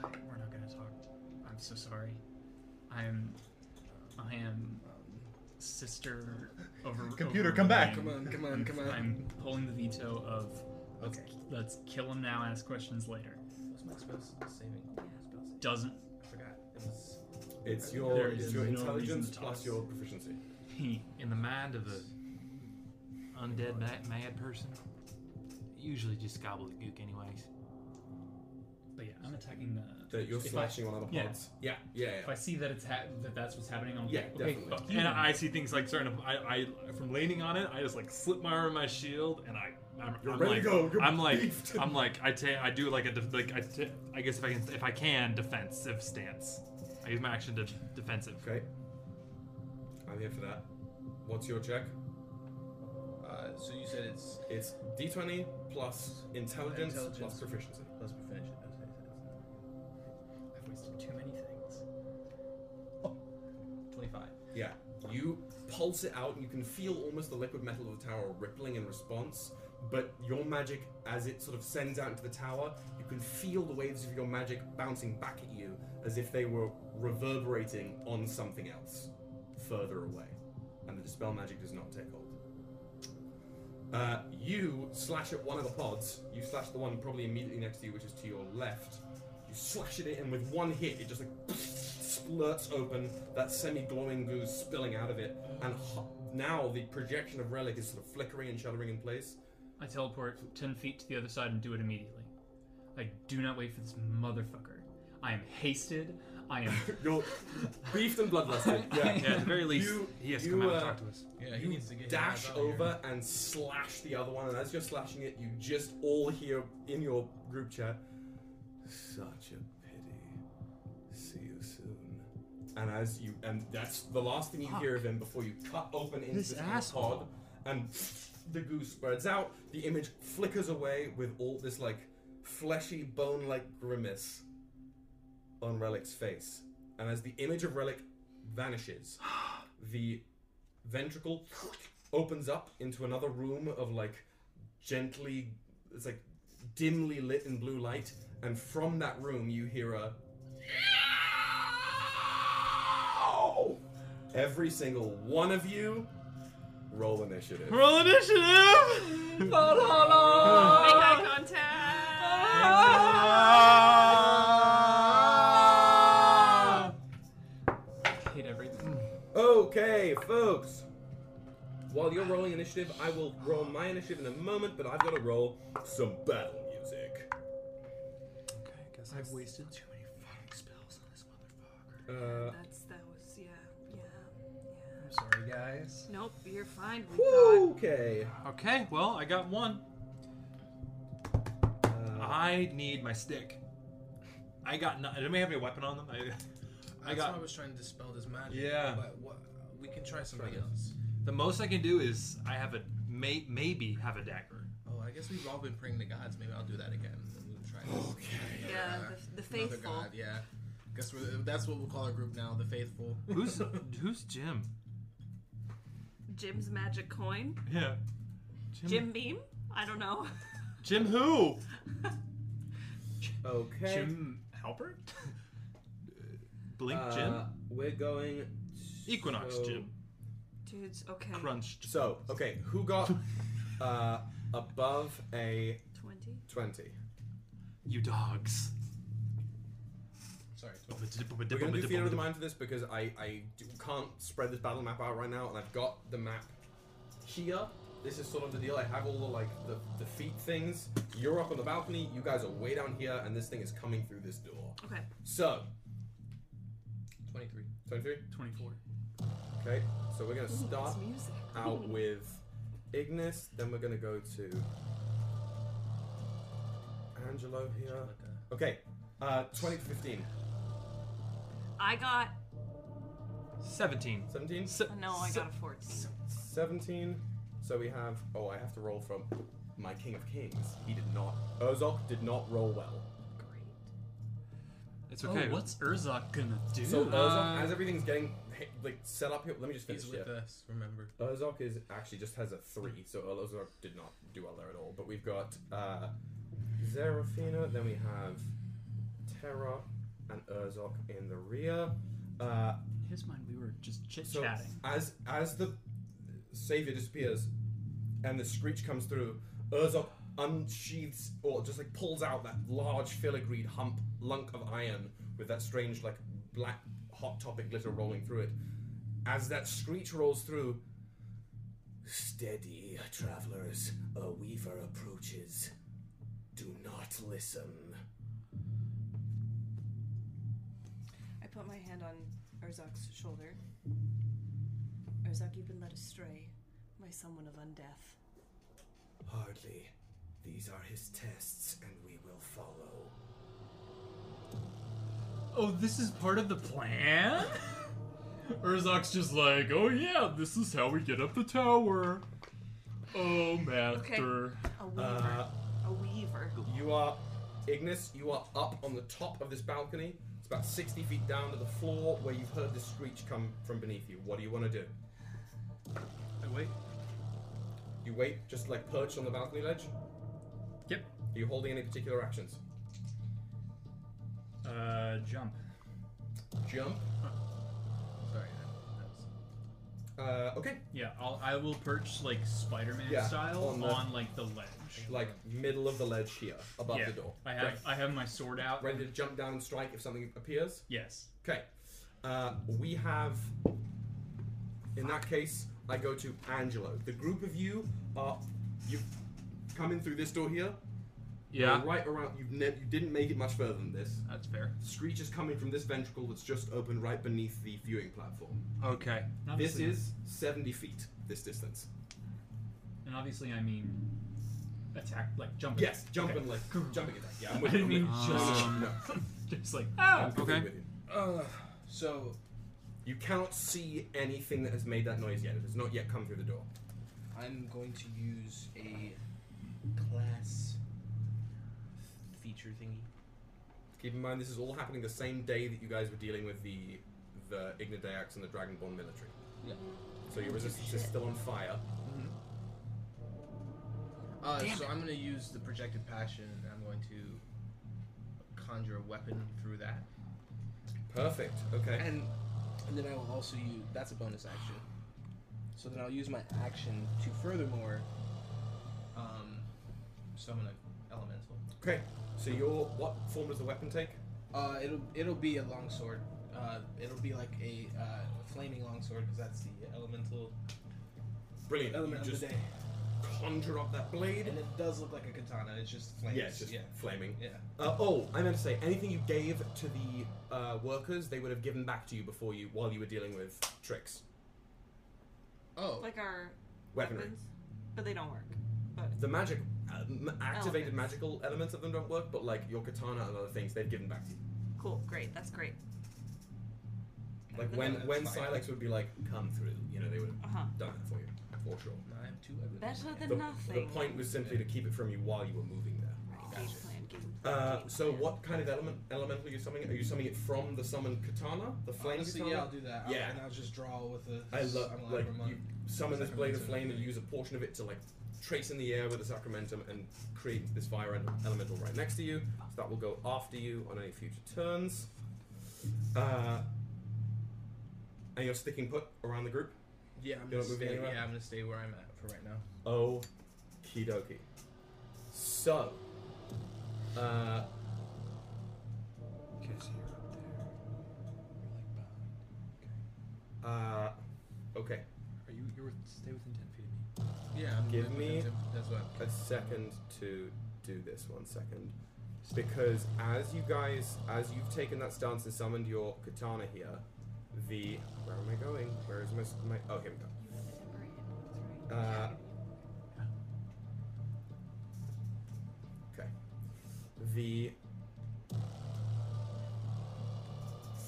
Speaker 7: We're not gonna talk. I'm so sorry. I am. I am. um, Sister over.
Speaker 4: Computer,
Speaker 7: over
Speaker 4: come back. Come on,
Speaker 7: Ryan.
Speaker 4: come on,
Speaker 7: I'm-
Speaker 4: come on.
Speaker 7: I'm pulling the veto of. Let's, let's kill him now. Ask questions later.
Speaker 8: What's my spell saving? Spell saving?
Speaker 7: Doesn't.
Speaker 8: I forgot. It was.
Speaker 2: It's your
Speaker 7: There
Speaker 2: it's
Speaker 7: is
Speaker 2: your
Speaker 7: no
Speaker 2: intelligence
Speaker 7: reason to
Speaker 2: plus
Speaker 7: talk.
Speaker 2: your proficiency.
Speaker 3: In the mind of a undead mad, mad person, usually just gobbledygook, anyways.
Speaker 7: But yeah, I'm attacking the.
Speaker 2: That you're
Speaker 7: if I-
Speaker 2: slashing on other
Speaker 7: yeah.
Speaker 2: pods. Yeah, yeah, yeah.
Speaker 7: If I see that it's ha- that that's what's happening, I'm
Speaker 3: Yeah,
Speaker 7: like, okay,
Speaker 3: definitely.
Speaker 7: fuck you
Speaker 3: and
Speaker 7: then.
Speaker 3: I see things like starting to. I, I from leaning on it, I just like slip my arm in my shield, and I. I'm,
Speaker 2: You're
Speaker 3: I'm
Speaker 2: ready
Speaker 3: like,
Speaker 2: to go. You're
Speaker 3: I'm like,
Speaker 2: beefed.
Speaker 3: I'm like, I ta- I do like a def- like I, ta- I guess if I can if I can defensive stance. I use my action to defensive.
Speaker 2: Okay. I'm here for that. What's your check?
Speaker 8: Uh, so you said it's
Speaker 2: it's d20 plus intelligence, plus
Speaker 8: Intelligence.
Speaker 2: proficiency.
Speaker 8: Plus proficiency. I've wasted too many things. 25.
Speaker 2: Yeah. You pulse it out, and you can feel almost the liquid metal of the tower rippling in response. But your magic, as it sort of sends out into the tower, you can feel the waves of your magic bouncing back at you as if they were reverberating on something else further away. And the dispel magic does not take hold. Uh, you slash at one of the pods. You slash the one probably immediately next to you, which is to your left. You slash at it, and with one hit, it just like splurts open, that semi-glowing goo spilling out of it, and ho- now the projection of relic is sort of flickering and shuddering in place.
Speaker 7: I teleport 10 feet to the other side and do it immediately. I do not wait for this motherfucker. I am hasted. I am.
Speaker 2: You're beefed and bloodlusted. Yeah.
Speaker 3: Yeah, at the very least,
Speaker 2: you,
Speaker 3: he has to
Speaker 2: you,
Speaker 3: come out and
Speaker 2: uh,
Speaker 3: talk to us.
Speaker 8: Yeah, he
Speaker 2: you
Speaker 8: needs to get his
Speaker 2: dash
Speaker 8: ass out of
Speaker 2: over and slash the other one, and as you're slashing it, you just all hear in your group chat, "Such a pity. See you soon." And as you, and that's the last thing you hear of him before you cut open into
Speaker 3: This
Speaker 2: this, little
Speaker 3: asshole.
Speaker 2: pod, and the goo spreads out. The image flickers away with all this like fleshy, bone-like grimace on Relic's face. And as the image of Relic vanishes, the ventricle opens up into another room of like gently, it's like dimly lit in blue light. And from that room, you hear a. Every single one of you roll initiative.
Speaker 3: Roll initiative.
Speaker 5: Make eye Ah! contact.
Speaker 7: hate everything.
Speaker 2: Okay, folks. While you're rolling initiative, I will roll my initiative in a moment, but I've got to roll some battle music.
Speaker 7: I've wasted too many fucking spells on this
Speaker 2: Uh,
Speaker 5: That's that was yeah
Speaker 7: I'm
Speaker 3: sorry, guys.
Speaker 5: yeah. Nope, you're fine. We
Speaker 2: Okay.
Speaker 3: Okay. Well, I got one. I need my stick. I got. No- I didn't have any weapon on them. I, I
Speaker 8: That's
Speaker 3: got.
Speaker 8: why I was trying to dispel this magic.
Speaker 3: Yeah.
Speaker 8: But what, we can try something
Speaker 3: Try this.
Speaker 8: else.
Speaker 3: The most I can do is I have a may, maybe have a dagger.
Speaker 8: Oh, I guess we've all been praying to gods. Maybe I'll do that again. And we'll try this. Okay.
Speaker 5: Yeah, the- the faithful.
Speaker 8: God, yeah. Guess we're, that's what we'll call our group now, the faithful.
Speaker 3: Who's who's Jim?
Speaker 5: Jim's magic coin.
Speaker 3: Yeah.
Speaker 5: Jim, Beam. I don't know.
Speaker 3: Jim who?
Speaker 2: Okay.
Speaker 7: Jim
Speaker 3: Halpert? Blink Jim?
Speaker 2: Uh, We're going.
Speaker 3: Equinox
Speaker 2: so-
Speaker 3: Jim.
Speaker 5: Dudes, okay.
Speaker 3: Crunched.
Speaker 2: So, okay, who got uh, above a
Speaker 5: 20?
Speaker 2: 20?
Speaker 3: You dogs.
Speaker 8: Sorry.
Speaker 2: We're going to do theater of the mind for this because I, I do- can't spread this battle map out right now, and I've got the map here. This is sort of the deal. I have all the like the, the feet things. You're up on the balcony. You guys are way down here, and this thing is coming through this door.
Speaker 5: Okay.
Speaker 2: So,
Speaker 8: 23.
Speaker 2: 23?
Speaker 7: 24.
Speaker 2: Okay, so we're gonna
Speaker 5: Ooh,
Speaker 2: start
Speaker 5: it's music.
Speaker 2: out
Speaker 5: Ooh.
Speaker 2: with Ignis, then we're gonna go to Angelo here. Okay, uh, 20 to 15.
Speaker 5: I got
Speaker 3: 17.
Speaker 2: 17?
Speaker 5: no, I got a 14.
Speaker 2: 17. So we have. Oh, I have to roll from my King of Kings. He did not. Ozok did not roll well.
Speaker 3: It's okay.
Speaker 7: Oh, what's Urzok gonna do?
Speaker 2: So Ozok, as everything's getting hit, like set up here, let me just finish
Speaker 8: He's with
Speaker 2: here.
Speaker 8: us, remember.
Speaker 2: Ozok is actually just has a three, so Ozok did not do well there at all. But we've got uh, Zerafina, then we have Terra and Urzok in the rear. Uh,
Speaker 7: In his mind, we were just chit chatting.
Speaker 2: as as the savior disappears and the screech comes through, Urzok unsheathes or just like pulls out that large filigreed hump lunk of iron with that strange like black hot topic glitter rolling through it. As that screech rolls through,
Speaker 14: Steady, travelers. A weaver approaches. Do not listen.
Speaker 5: I put my hand on Urzok's shoulder. Urzok, you've been led astray by someone of undeath.
Speaker 14: Hardly. These are his tests, and we will follow.
Speaker 12: Oh, this is part of the plan? Urzok's just like, oh yeah, this is how we get up the tower. Oh, master.
Speaker 5: A weaver.
Speaker 2: Uh,
Speaker 5: a weaver.
Speaker 2: You are, Ignis, you are up on the top of this balcony. It's about 60 feet down to the floor where you've heard the screech come from beneath you. What do you want to do?
Speaker 8: I wait.
Speaker 2: You wait, just like perched on the balcony ledge?
Speaker 12: Yep.
Speaker 2: Are you holding any particular actions?
Speaker 12: Uh, jump.
Speaker 2: Jump?
Speaker 8: Sorry.
Speaker 2: Uh, okay.
Speaker 12: Yeah, I'll, I will perch like Spider-Man
Speaker 2: Yeah,
Speaker 12: style
Speaker 2: on
Speaker 12: on,
Speaker 2: the-
Speaker 12: like the ledge.
Speaker 2: Like middle of the ledge here, above
Speaker 12: Yeah,
Speaker 2: the door.
Speaker 12: I have- I have my sword out.
Speaker 2: Ready to jump down and strike if something appears?
Speaker 12: Yes.
Speaker 2: Okay. Uh, we have. In that case, I go to Angelo. The group of you are. You've come in through this door here.
Speaker 3: Yeah.
Speaker 2: You're right around. You've ne- you didn't make it much further than this.
Speaker 12: That's fair.
Speaker 2: Screech is coming from this ventricle that's just opened right beneath the viewing platform.
Speaker 3: Okay.
Speaker 2: This
Speaker 12: Obviously-
Speaker 2: is 70 feet, this distance.
Speaker 12: And obviously, I mean attack, like jumping.
Speaker 2: Yes, jumping
Speaker 12: Okay.
Speaker 2: like jumping attack. Yeah, Um, I'm
Speaker 12: I
Speaker 2: with you.
Speaker 12: didn't mean
Speaker 2: I'm with you.
Speaker 12: just.
Speaker 2: No, no, no.
Speaker 12: just like
Speaker 2: I'm
Speaker 12: ah.
Speaker 2: completely with you.
Speaker 8: Uh, so
Speaker 2: You cannot see anything that has made that noise yet. It has not yet come through the door.
Speaker 8: I'm going to use a class feature thingy.
Speaker 2: Keep in mind, this is all happening the same day that you guys were dealing with the the Ignadaiacs and the Dragonborn military.
Speaker 8: Yeah.
Speaker 2: So your resistance is still on fire.
Speaker 8: Uh,
Speaker 2: Damn
Speaker 8: so
Speaker 2: it.
Speaker 8: I'm going to use the projected passion, and I'm going to conjure a weapon through that.
Speaker 2: Perfect. Okay.
Speaker 8: And and then I will also use that's a bonus action. So then I'll use my action to furthermore um, summon an elemental.
Speaker 2: Okay. So your what form does the weapon take?
Speaker 8: Uh, it'll it'll be a longsword. Uh, it'll be like a uh, flaming longsword because that's the elemental.
Speaker 2: Brilliant.
Speaker 8: Element
Speaker 2: you just
Speaker 8: of the day.
Speaker 2: conjure up that blade.
Speaker 8: And it does look like a katana. It's just flames.
Speaker 2: Yeah, it's just flaming.
Speaker 8: Yeah.
Speaker 2: Uh, oh, I meant to say, anything you gave to the uh, workers, they would have given back to you before you, while you were dealing with tricks,
Speaker 8: Oh.
Speaker 5: Like our
Speaker 2: weaponry.
Speaker 5: weapons. But they don't work.
Speaker 2: The magic, uh,
Speaker 5: Oh,
Speaker 2: m- activated
Speaker 5: Elements.
Speaker 2: magical elements of them don't work, but like your katana and other things, they've given back to you.
Speaker 5: Cool, great, that's great.
Speaker 2: Like
Speaker 5: That's
Speaker 2: when
Speaker 5: fine.
Speaker 2: when Silex would be like, come through, you know, they would have
Speaker 5: Uh-huh.
Speaker 2: done it for you, for sure.
Speaker 8: I have two weapons.
Speaker 5: Better than
Speaker 2: the,
Speaker 5: nothing.
Speaker 2: The point was simply to keep it from you while you were moving there.
Speaker 5: Game plan, game plan.
Speaker 2: Uh, so what kind of element elemental are you summoning? Are you summoning it from the summoned katana, the flame
Speaker 8: Honestly,
Speaker 2: katana?
Speaker 8: yeah, I'll do that. I'll-
Speaker 2: yeah,
Speaker 8: and I'll just draw with a.
Speaker 2: I love
Speaker 8: I'm
Speaker 2: like
Speaker 8: live remote.
Speaker 2: you summon this blade of
Speaker 8: Sacramentum.
Speaker 2: flame and use a portion of it to like trace in the air with a sacramentum and create this fire en- elemental right next to you. So that will go after you on any future turns. Uh, and you're sticking put around the group.
Speaker 8: Yeah, I'm
Speaker 2: You're
Speaker 8: gonna
Speaker 2: not moving
Speaker 8: stay,
Speaker 2: anywhere?
Speaker 8: Yeah, I'm gonna stay where I'm at for right now.
Speaker 2: Oh, dokie. So, uh, uh, okay.
Speaker 8: Are you? You're with, stay within ten feet of me. Yeah, I'm
Speaker 2: Give
Speaker 8: within
Speaker 2: me
Speaker 8: 10 That's what.
Speaker 2: a second to do this. One second, because as you guys, as you've taken that stance and summoned your katana here, the where am I going? Where is my s- my? Oh, here we go. Uh, okay. The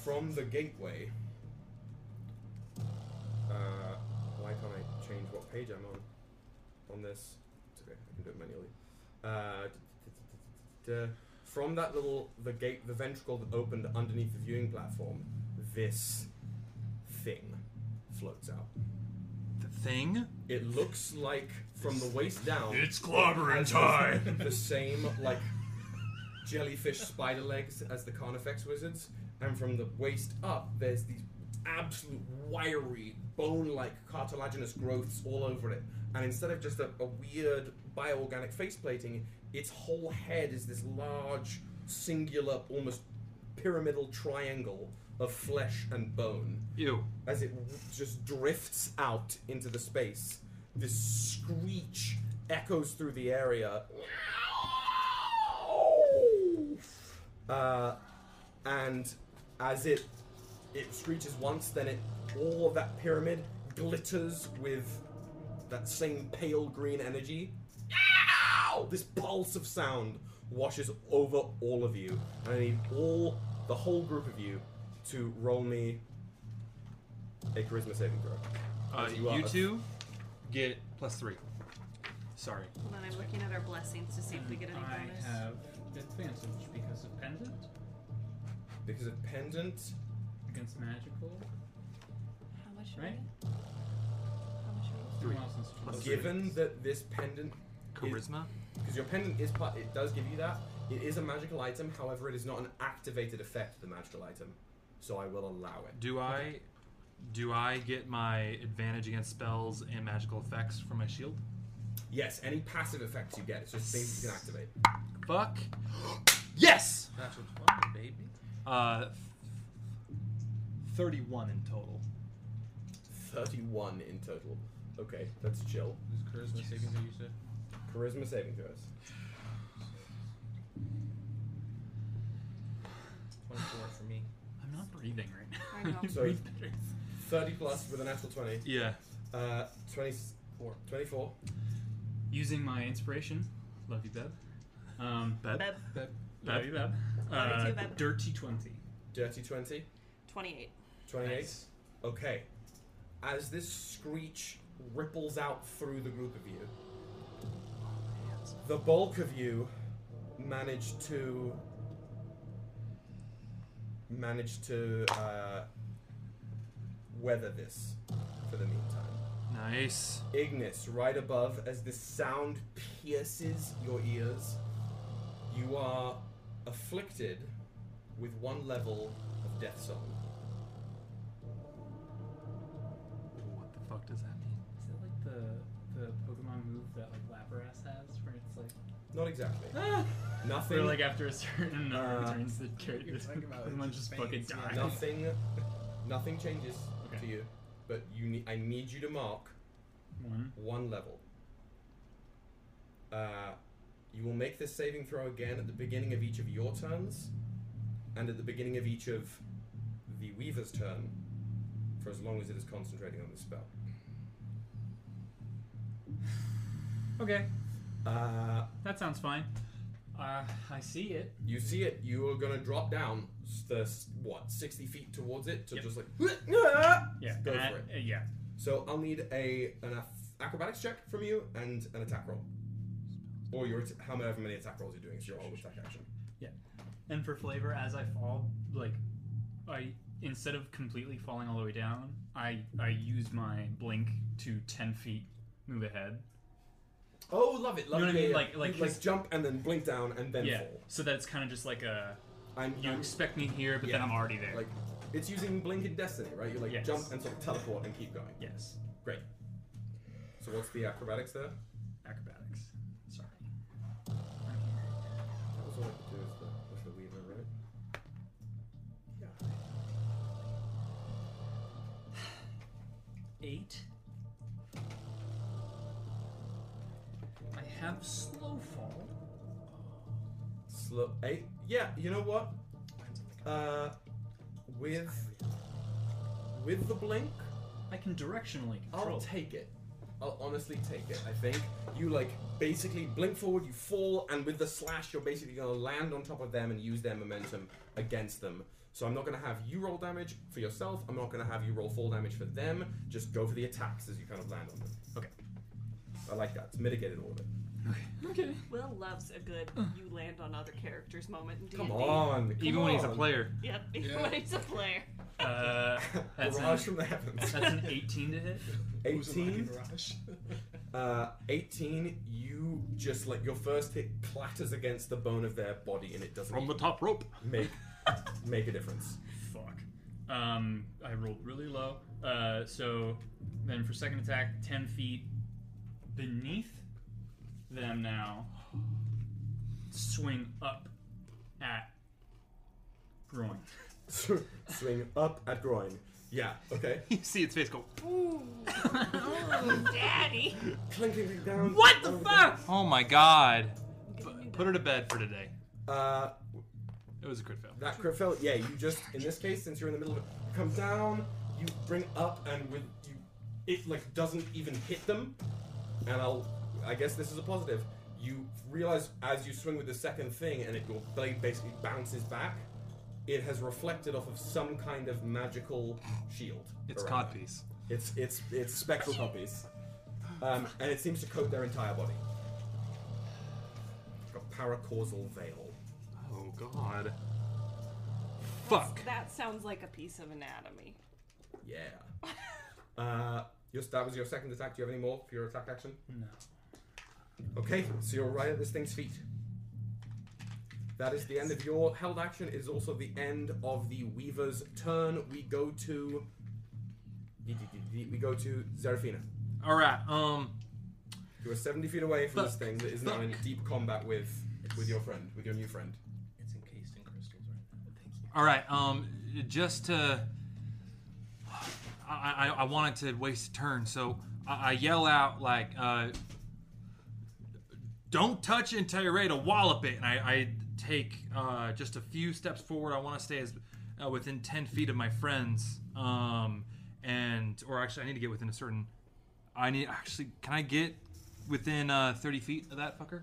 Speaker 2: from the gateway. Uh, why can't I change what page I'm on? on this. It's okay, I can do it manually. Uh, d- d- d- d- from that little the gate, the ventricle that opened underneath the viewing platform, this thing floats out.
Speaker 3: The thing?
Speaker 2: It looks like from the waist down.
Speaker 3: It's clobbering
Speaker 2: has
Speaker 3: time.
Speaker 2: The same like jellyfish spider legs as the Carnifex wizards, and from the waist up, there's these absolute wiry, bone-like cartilaginous growths all over it. And instead of just a, a weird bioorganic face plating, its whole head is this large, singular, almost pyramidal triangle of flesh and bone.
Speaker 3: Ew.
Speaker 2: As it w- just drifts out into the space, this screech echoes through the area. Uh, and as it it screeches once, then it all of that pyramid glitters with that same pale green energy. Ow! This pulse of sound washes over all of you, and I need all the whole group of you to roll me a charisma saving throw.
Speaker 3: Uh,
Speaker 2: As
Speaker 3: you,
Speaker 2: are-
Speaker 3: two get plus three. Sorry.
Speaker 5: Hold on, I'm looking at our blessings to see if we get any
Speaker 7: I
Speaker 5: bonus.
Speaker 7: have advantage because of pendant
Speaker 2: Because of pendant
Speaker 7: against magical.
Speaker 5: How much are
Speaker 7: Right?
Speaker 5: we? How much are
Speaker 3: Three.
Speaker 7: Well, since
Speaker 3: Plus
Speaker 7: it's-
Speaker 3: three.
Speaker 2: Given that this pendant,
Speaker 3: Charisma?
Speaker 2: because your pendant is part, it does give you that. It is a magical item, however, it is not an activated effect of the magical item, so I will allow it.
Speaker 3: Do I do I get my advantage against spells and magical effects from my shield?
Speaker 2: Yes, any passive effects you get, it's just things you can activate.
Speaker 3: Fuck. yes.
Speaker 21: Natural twenty, baby.
Speaker 3: Uh, thirty-one in total.
Speaker 2: Thirty-one in total. Okay, that's chill.
Speaker 21: Charisma saving throw, you said?
Speaker 2: Charisma saving throws.
Speaker 21: 24 for me.
Speaker 7: I'm not breathing right now.
Speaker 5: I know.
Speaker 7: need to
Speaker 2: So
Speaker 7: breathe better.
Speaker 2: 30 plus with a natural 20.
Speaker 3: Yeah.
Speaker 2: Uh, 24. 24.
Speaker 7: Using my inspiration, love you, Beb. Um,
Speaker 3: Beb?
Speaker 5: Beb.
Speaker 7: Beb.
Speaker 3: Beb.
Speaker 7: Love you, Beb.
Speaker 5: Love you too,
Speaker 7: Uh,
Speaker 5: Beb.
Speaker 7: Dirty twenty.
Speaker 2: Dirty 20.
Speaker 5: we? 28.
Speaker 2: 28. Okay. As this screech ripples out through the group of you, the bulk of you manage to manage to uh, weather this for the meantime.
Speaker 3: Nice.
Speaker 2: Ignis, right above, as the sound pierces your ears, you are afflicted with one level of death song.
Speaker 3: What the fuck does that mean?
Speaker 7: Is that like the the Pokemon move that like Lapras has, where it's like
Speaker 2: Not exactly.
Speaker 7: ah!
Speaker 2: Nothing.
Speaker 7: Where like after a certain number of
Speaker 2: Uh,
Speaker 7: turns, the character Pokemon just fucking dies.
Speaker 2: Nothing. Nothing changes
Speaker 7: Okay.
Speaker 2: to you, but you. Ne- I need you to mark
Speaker 7: One.
Speaker 2: one level. Uh, you will make this saving throw again at the beginning of each of your turns, and at the beginning of each of the Weaver's turn, for as long as it is concentrating on the spell.
Speaker 7: Okay,
Speaker 2: Uh,
Speaker 7: that sounds fine. Uh, I see it.
Speaker 2: you see it. You are gonna drop down s- the s- what sixty feet towards it to
Speaker 7: Yep.
Speaker 2: just like "Ah!"
Speaker 7: Yeah,
Speaker 2: go
Speaker 7: and
Speaker 2: for it.
Speaker 7: I- uh, yeah.
Speaker 2: So I'll need a an ath- acrobatics check from you and an attack roll, or your att- however many attack rolls you're doing. So your whole attack action.
Speaker 7: Yeah. And for flavor, as I fall, like I instead of completely falling all the way down, I I use my blink to ten feet move ahead.
Speaker 2: Oh, love it! Love
Speaker 7: You know what I
Speaker 2: it.
Speaker 7: mean?
Speaker 2: yeah,
Speaker 7: Like-
Speaker 2: yeah.
Speaker 7: like
Speaker 2: You, like
Speaker 7: his-
Speaker 2: jump and then blink down and then
Speaker 7: yeah.
Speaker 2: fall.
Speaker 7: So that it's kind of just like a
Speaker 2: I'm
Speaker 7: you
Speaker 2: I'm-
Speaker 7: expect me here, but
Speaker 2: yeah.
Speaker 7: then I'm already there.
Speaker 2: Like it's using blink and destiny, right? You like
Speaker 7: Yes.
Speaker 2: jump and sort of teleport and keep going.
Speaker 7: yes,
Speaker 2: Great. So what's the acrobatics there?
Speaker 7: acrobatics. Sorry.
Speaker 2: That was all I could do is the, was the weaver, right?
Speaker 7: Eight. I have slow fall.
Speaker 2: Slow eight. Yeah, you know what? Uh, with with the blink,
Speaker 7: I can directionally control.
Speaker 2: I'll take it. I'll honestly take it. I think you like basically blink forward, you fall, and with the slash, you're basically gonna land on top of them and use their momentum against them. So I'm not gonna have you roll damage for yourself. I'm not gonna have you roll fall damage for them. Just go for the attacks as you kind of land on them.
Speaker 7: Okay.
Speaker 2: I like that. It's mitigated order.
Speaker 5: Okay. Will loves a good you land on other characters moment in D&D.
Speaker 2: Come on,
Speaker 6: Even
Speaker 2: come
Speaker 6: when he's a
Speaker 2: on.
Speaker 6: player.
Speaker 5: Yep, even when he's a player.
Speaker 7: Uh,
Speaker 2: that's Barrage an- from the heavens.
Speaker 7: That's an 18 to hit.
Speaker 2: Who's a lucky 18? Uh, 18, you just like your first hit clatters against the bone of their body and it doesn't
Speaker 6: From the top rope.
Speaker 2: Make make a difference.
Speaker 7: Fuck. Um, I rolled really low. Uh, so then for second attack, 10 feet beneath them now. Swing up at groin.
Speaker 2: Swing up at groin. Yeah, okay.
Speaker 6: You see its face go
Speaker 5: Daddy!
Speaker 2: Clinking down.
Speaker 6: What the fuck? Oh my god. P- Put her to bed for today.
Speaker 2: Uh,
Speaker 6: it was a crit fail.
Speaker 2: That crit fail, yeah, you just in this case, since you're in the middle of it, you come down, you bring up and with you it like doesn't even hit them. And I'll I guess this is a positive. You realize as you swing with the second thing and it your blade basically bounces back, it has reflected off of some kind of magical shield.
Speaker 6: It's
Speaker 2: around
Speaker 6: cod piece.
Speaker 2: it. It's it's it's spectral copies. Um, and it seems to coat their entire body. A paracausal veil.
Speaker 6: Oh god. Fuck.
Speaker 5: That sounds like a piece of anatomy.
Speaker 2: Yeah. Uh, your, that was your second attack. Do you have any more for your attack action?
Speaker 7: No.
Speaker 2: Okay, so you're right at this thing's feet. That is the end of your held action. It is also the end of the Weaver's turn. We go to. We go to Zerafina.
Speaker 6: Alright, um.
Speaker 2: You are 70 feet away from this
Speaker 6: Fuck.
Speaker 2: thing that is now in deep combat with with your friend, with your new friend.
Speaker 22: It's encased in crystals right now.
Speaker 6: All right. Um, just to, I, I, I wanted to waste a turn, so I, I yell out like, uh, "Don't touch it, Tirade, wallop it!" And I, I take uh, just a few steps forward. I want to stay as uh, within ten feet of my friends. Um, and or actually, I need to get within a certain. I need actually. Can I get within uh, thirty feet of that fucker?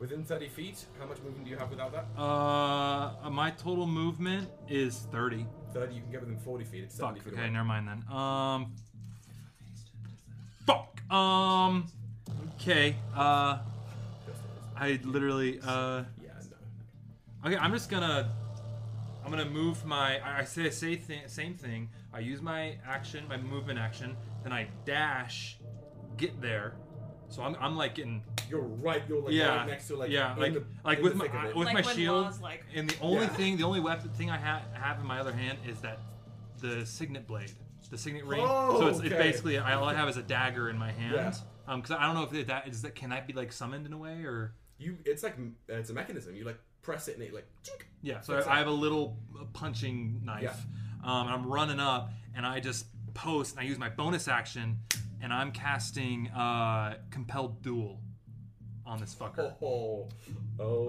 Speaker 2: Within 30 feet, how much movement do you have without that?
Speaker 6: Uh, my total movement is thirty.
Speaker 2: 30, you can get within 40 feet. It's 70
Speaker 6: Fuck.
Speaker 2: feet
Speaker 6: Okay,
Speaker 2: away.
Speaker 6: never mind then. Um. Fuck. Um. Okay. Uh. I literally. Uh.
Speaker 2: Yeah.
Speaker 6: No. Okay, I'm just gonna. I'm gonna move my. I, I say say th- same thing. I use my action, my movement action, then I dash, get there. So I'm, I'm like getting.
Speaker 2: You're right. You're like right next to, like,
Speaker 6: yeah,
Speaker 2: in
Speaker 6: like
Speaker 2: the-
Speaker 6: like
Speaker 2: in
Speaker 6: with
Speaker 2: the
Speaker 6: my
Speaker 2: thick of it.
Speaker 6: with
Speaker 2: Like
Speaker 6: my
Speaker 2: when
Speaker 6: shield.
Speaker 2: Law's, like-
Speaker 6: and the only
Speaker 2: Yeah.
Speaker 6: thing, the only weapon thing I ha- have in my other hand is that the signet blade, the signet ring.
Speaker 2: Oh,
Speaker 6: so it's, it's
Speaker 2: okay.
Speaker 6: basically I, all I have is a dagger in my hand.
Speaker 2: Yeah.
Speaker 6: Um, because I don't know if that is that can that be like summoned in a way or
Speaker 2: You, it's like m- uh, it's a mechanism. You like press it and it like. chink.
Speaker 6: yeah. So
Speaker 2: That's
Speaker 6: I, I
Speaker 2: it.
Speaker 6: have a little uh, punching knife.
Speaker 2: Yeah.
Speaker 6: Um, and I'm running up and I just post and I use my bonus action and I'm casting uh compelled duel on this fucker.
Speaker 2: Oh,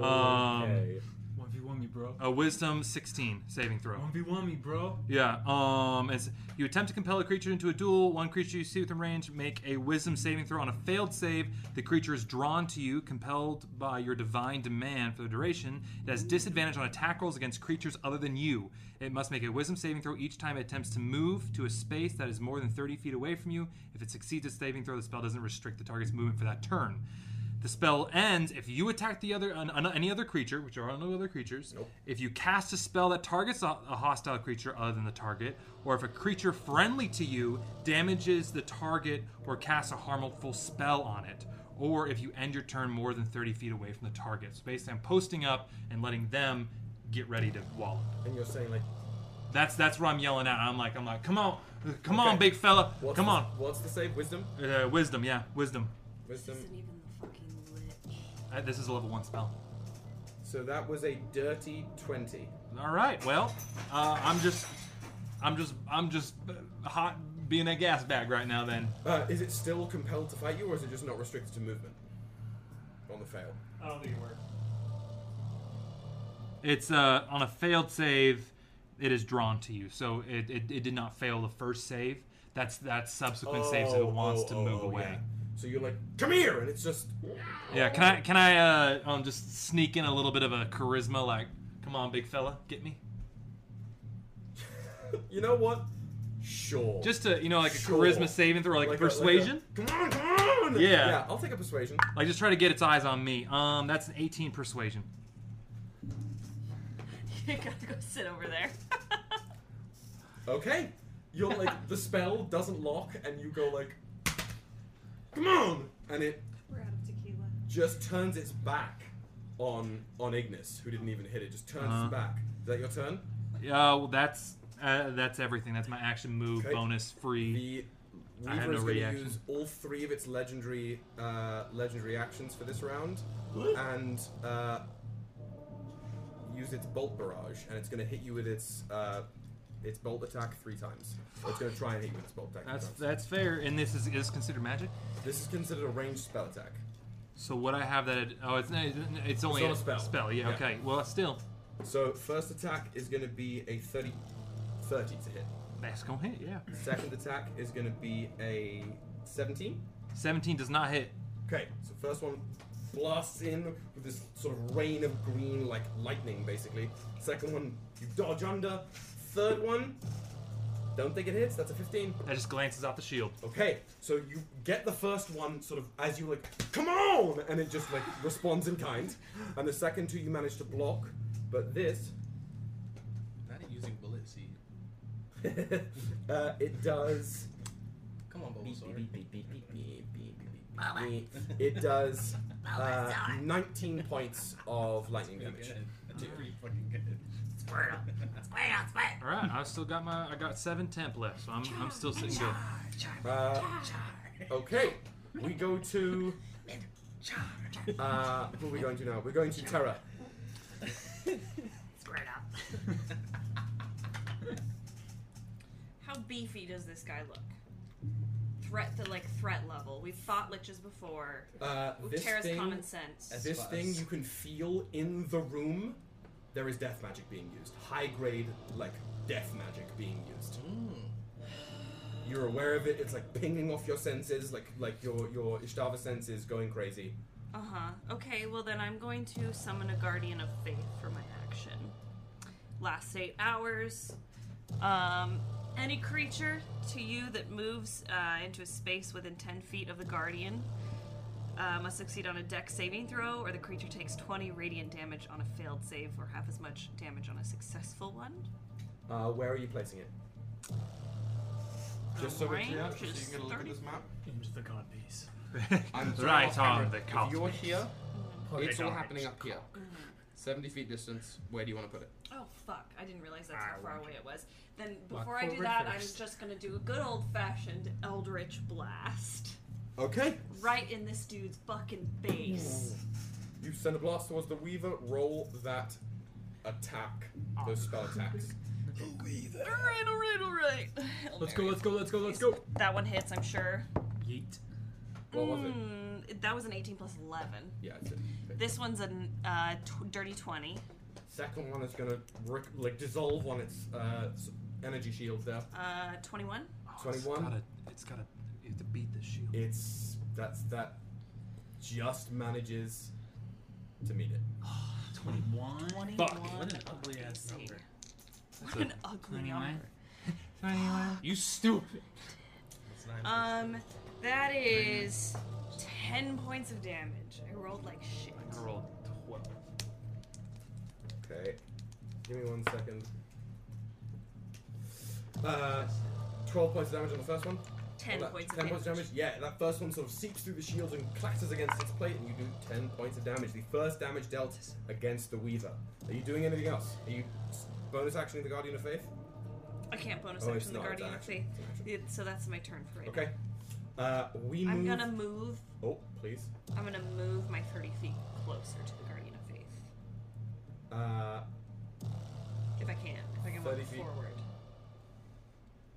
Speaker 6: Um,
Speaker 2: okay.
Speaker 7: 1v1 me, bro.
Speaker 6: A wisdom 16 saving throw.
Speaker 7: 1v1 me, bro.
Speaker 6: Yeah. Um. As you attempt to compel a creature into a duel, one creature you see within range make a Wisdom saving throw. On a failed save, the creature is drawn to you, compelled by your divine demand for the duration. It has disadvantage on attack rolls against creatures other than you. It must make a Wisdom saving throw each time it attempts to move to a space that is more than 30 feet away from you. If it succeeds its saving throw, the spell doesn't restrict the target's movement for that turn. The spell ends if you attack the other an, an- any other creature, which are no other creatures. If you cast a spell that targets a, a hostile creature other than the target, or if a creature friendly to you damages the target or casts a harmful spell on it, or if you end your turn more than 30 feet away from the target. So basically, I'm posting up and letting them get ready to wallop.
Speaker 2: And you're saying like,
Speaker 6: That's that's where I'm yelling at. I'm like I'm like, come on, come on, big fella,
Speaker 2: What's
Speaker 6: come
Speaker 2: the-
Speaker 6: on.
Speaker 2: What's the save? Wisdom.
Speaker 6: Uh, wisdom, yeah, wisdom.
Speaker 2: Wisdom.
Speaker 6: Uh, this is a level one spell.
Speaker 2: So that was a dirty twenty.
Speaker 6: All right. Well, uh, I'm just, I'm just, I'm just uh, hot being a gas bag right now. Then
Speaker 2: Uh, is it still compelled to fight you, or is it just not restricted to movement? On the fail.
Speaker 23: I don't think it worked.
Speaker 6: it's uh, on a failed save, it is drawn to you. So it, it, it did not fail the first save. That's that's subsequent saves that it
Speaker 2: Oh,
Speaker 6: wants
Speaker 2: oh,
Speaker 6: to
Speaker 2: oh,
Speaker 6: move
Speaker 2: oh,
Speaker 6: away.
Speaker 2: yeah. So you're like, come here, and it's just.
Speaker 6: Yeah. Can I can I uh, um, just sneak in a little bit of a charisma? Like, come on, big fella, get me.
Speaker 2: You know what? Sure.
Speaker 6: Just to you know like a
Speaker 2: Sure.
Speaker 6: charisma saving throw, like,
Speaker 2: Like a- like a-
Speaker 6: persuasion.
Speaker 2: come on, come on. alone!
Speaker 3: Yeah.
Speaker 2: Yeah, I'll take a persuasion.
Speaker 3: Like, just try to get its eyes on me. Um, that's an 18 persuasion.
Speaker 5: you gotta go sit over there.
Speaker 2: Okay. You're like the spell doesn't lock, and you go like, come on, and it
Speaker 5: We're out of tequila.
Speaker 2: just turns its back on on Ignis, who didn't even hit it. Just turns
Speaker 3: Uh-huh.
Speaker 2: its back. Is that your turn?
Speaker 3: Yeah, well, that's uh, that's everything. That's my action move,
Speaker 2: Okay.
Speaker 3: bonus, free.
Speaker 2: Reaver
Speaker 3: I had no
Speaker 2: is going to
Speaker 3: reaction.
Speaker 2: use all three of its legendary uh, legendary actions for this round,
Speaker 3: What?
Speaker 2: and uh, use its bolt barrage, and it's going to hit you with its uh, its bolt attack three times. Or It's going to try and hit you with its bolt attack.
Speaker 3: That's
Speaker 2: three times.
Speaker 3: that's fair. And this is, is considered magic.
Speaker 2: This is considered a ranged spell attack.
Speaker 3: So what I have that oh it's it's, it's only
Speaker 2: not
Speaker 3: a spell. Yeah, Okay. Well, still.
Speaker 2: So first attack is going to be a 30, 30 to hit.
Speaker 3: That's gonna hit. Yeah.
Speaker 2: Second attack is going to be a seventeen.
Speaker 3: 17 does not hit.
Speaker 2: Okay, so first one blasts in with this sort of rain of green, like lightning, basically. Second one, you dodge under. Third one, don't think it hits. That's a 15.
Speaker 3: That just glances off the shield.
Speaker 2: Okay, so you get the first one sort of as you like, come on, and it just like responds in kind. And the second two you manage to block, but this
Speaker 8: Not using bullet seed.
Speaker 2: uh, it does.
Speaker 8: Come on, Bulbasaur.
Speaker 2: It does uh, 19 points of lightning damage.
Speaker 8: fucking good.
Speaker 13: Squirtle. Squirtle, squirtle.
Speaker 3: All right. I still got my I got seven temp left, so I'm I'm still sitting good.
Speaker 2: Uh, okay, we go to. Uh, who are we going to now? We're going to Terra.
Speaker 5: Squirtle. How beefy does this guy look? Threat to like threat level. We've fought liches before.
Speaker 2: Uh,
Speaker 5: Ooh,
Speaker 2: this
Speaker 5: Terra's
Speaker 2: thing,
Speaker 5: common sense.
Speaker 2: This thing you can feel in the room. There is death magic being used. High grade, like death magic being used. You're aware of it. It's like pinging off your senses, like like your your Ishtava senses going crazy.
Speaker 5: Uh huh. Okay, well then I'm going to summon a guardian of faith for my action. Last eight hours. Um, any creature to you that moves uh, into a space within 10 feet of the guardian uh, must succeed on a dex saving throw, or the creature takes 20 radiant damage on a failed save, or half as much damage on a successful one.
Speaker 2: Uh, where are you placing it? Just so we're
Speaker 5: range
Speaker 2: clear, just so you
Speaker 5: is
Speaker 2: can get a look at
Speaker 5: 30.
Speaker 2: this map.
Speaker 7: Into the god base.
Speaker 6: I'm sorry,
Speaker 3: Right
Speaker 6: off
Speaker 3: on
Speaker 6: camera.
Speaker 3: the
Speaker 6: If
Speaker 3: cosmos.
Speaker 6: You're here.
Speaker 5: Put
Speaker 6: it's
Speaker 5: it
Speaker 6: all
Speaker 5: on
Speaker 6: happening
Speaker 5: its
Speaker 6: up here. 70 feet distance. Where do you want to put it?
Speaker 5: Oh fuck! I didn't realize that's how
Speaker 6: I
Speaker 5: far
Speaker 6: want
Speaker 5: away it was. Then
Speaker 6: Walk
Speaker 5: before I do
Speaker 6: forward
Speaker 5: that, i I'm
Speaker 6: first.
Speaker 5: just gonna do a good old-fashioned Eldritch Blast.
Speaker 2: Okay.
Speaker 5: right in this dude's fucking face.
Speaker 2: You send a blast towards the Weaver. Roll that attack. Those spell attacks.
Speaker 5: Alright, alright, alright. Hail
Speaker 2: Let's
Speaker 5: Mary.
Speaker 2: go, let's go, let's go, let's go.
Speaker 5: That one hits, I'm sure.
Speaker 3: Yeet.
Speaker 2: What was it?
Speaker 5: Mm, that was an 18 plus 11.
Speaker 2: Yeah, it's it.
Speaker 5: This one's a uh, tw dirty 20.
Speaker 2: Second one is gonna ric- like dissolve on its uh, s- energy shield there.
Speaker 5: Uh, 21.
Speaker 2: Twenty-one.
Speaker 3: Oh, it's gotta. You have to beat the shield.
Speaker 2: It's that's that. Just manages to meet it.
Speaker 7: 21.
Speaker 5: 21.
Speaker 7: What an ugly ass number.
Speaker 5: What an ugly number.
Speaker 7: You stupid.
Speaker 5: Um, that is 10 points of damage. I rolled like shit.
Speaker 3: I rolled 12.
Speaker 2: Okay. Give me one second. Uh, 12 points of damage on the first one.
Speaker 5: 10
Speaker 2: Well, that-
Speaker 5: points of
Speaker 2: 10 points of damage. Yeah, that first one sort of seeps through the shield and clatters against its plate, and you do 10 points of damage. The first damage dealt against the Weaver. Are you doing anything else? Are you s- bonus actioning the Guardian of Faith?
Speaker 5: I can't bonus
Speaker 2: Oh, it's
Speaker 5: action
Speaker 2: not,
Speaker 5: the
Speaker 2: it's
Speaker 5: Guardian
Speaker 2: an
Speaker 5: of Faith. Yeah, So that's my turn for right
Speaker 2: Okay. Uh, we
Speaker 5: now. I'm
Speaker 2: move.
Speaker 5: gonna move.
Speaker 2: Oh, please.
Speaker 5: I'm gonna move my 30 feet closer to the Guardian of Faith.
Speaker 2: Uh,
Speaker 5: If I can. If I can
Speaker 2: 30
Speaker 5: move
Speaker 2: feet.
Speaker 5: forward.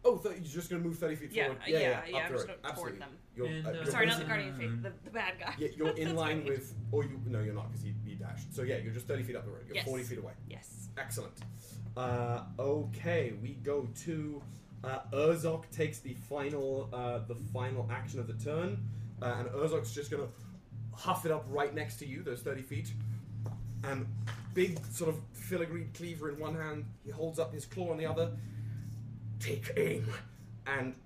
Speaker 2: oh, th- you're just going to move 30 feet
Speaker 5: Yeah,
Speaker 2: forward.
Speaker 5: uh, yeah,
Speaker 2: yeah,
Speaker 5: yeah,
Speaker 2: up
Speaker 5: I'm
Speaker 2: the
Speaker 5: just
Speaker 2: road.
Speaker 5: gonna
Speaker 2: Absolutely.
Speaker 5: forward them.
Speaker 2: You're,
Speaker 7: And,
Speaker 2: uh,
Speaker 7: uh,
Speaker 2: you're
Speaker 5: Sorry, not the
Speaker 2: within-
Speaker 5: Guardian of Faith, the, the bad guy.
Speaker 2: Yeah, you're in
Speaker 5: That's
Speaker 2: line
Speaker 5: right.
Speaker 2: with, or you, no, you're not, because he, he dashed. So yeah, you're just 30 feet up the road. You're
Speaker 5: Yes.
Speaker 2: 40 feet away.
Speaker 5: Yes.
Speaker 2: Excellent. Uh, okay, we go to uh, Urzok takes the final, uh, the final action of the turn, uh, and Urzok's just gonna huff it up right next to you, those 30 feet, and big sort of filigreed cleaver in one hand, he holds up his claw in the other. Take aim, and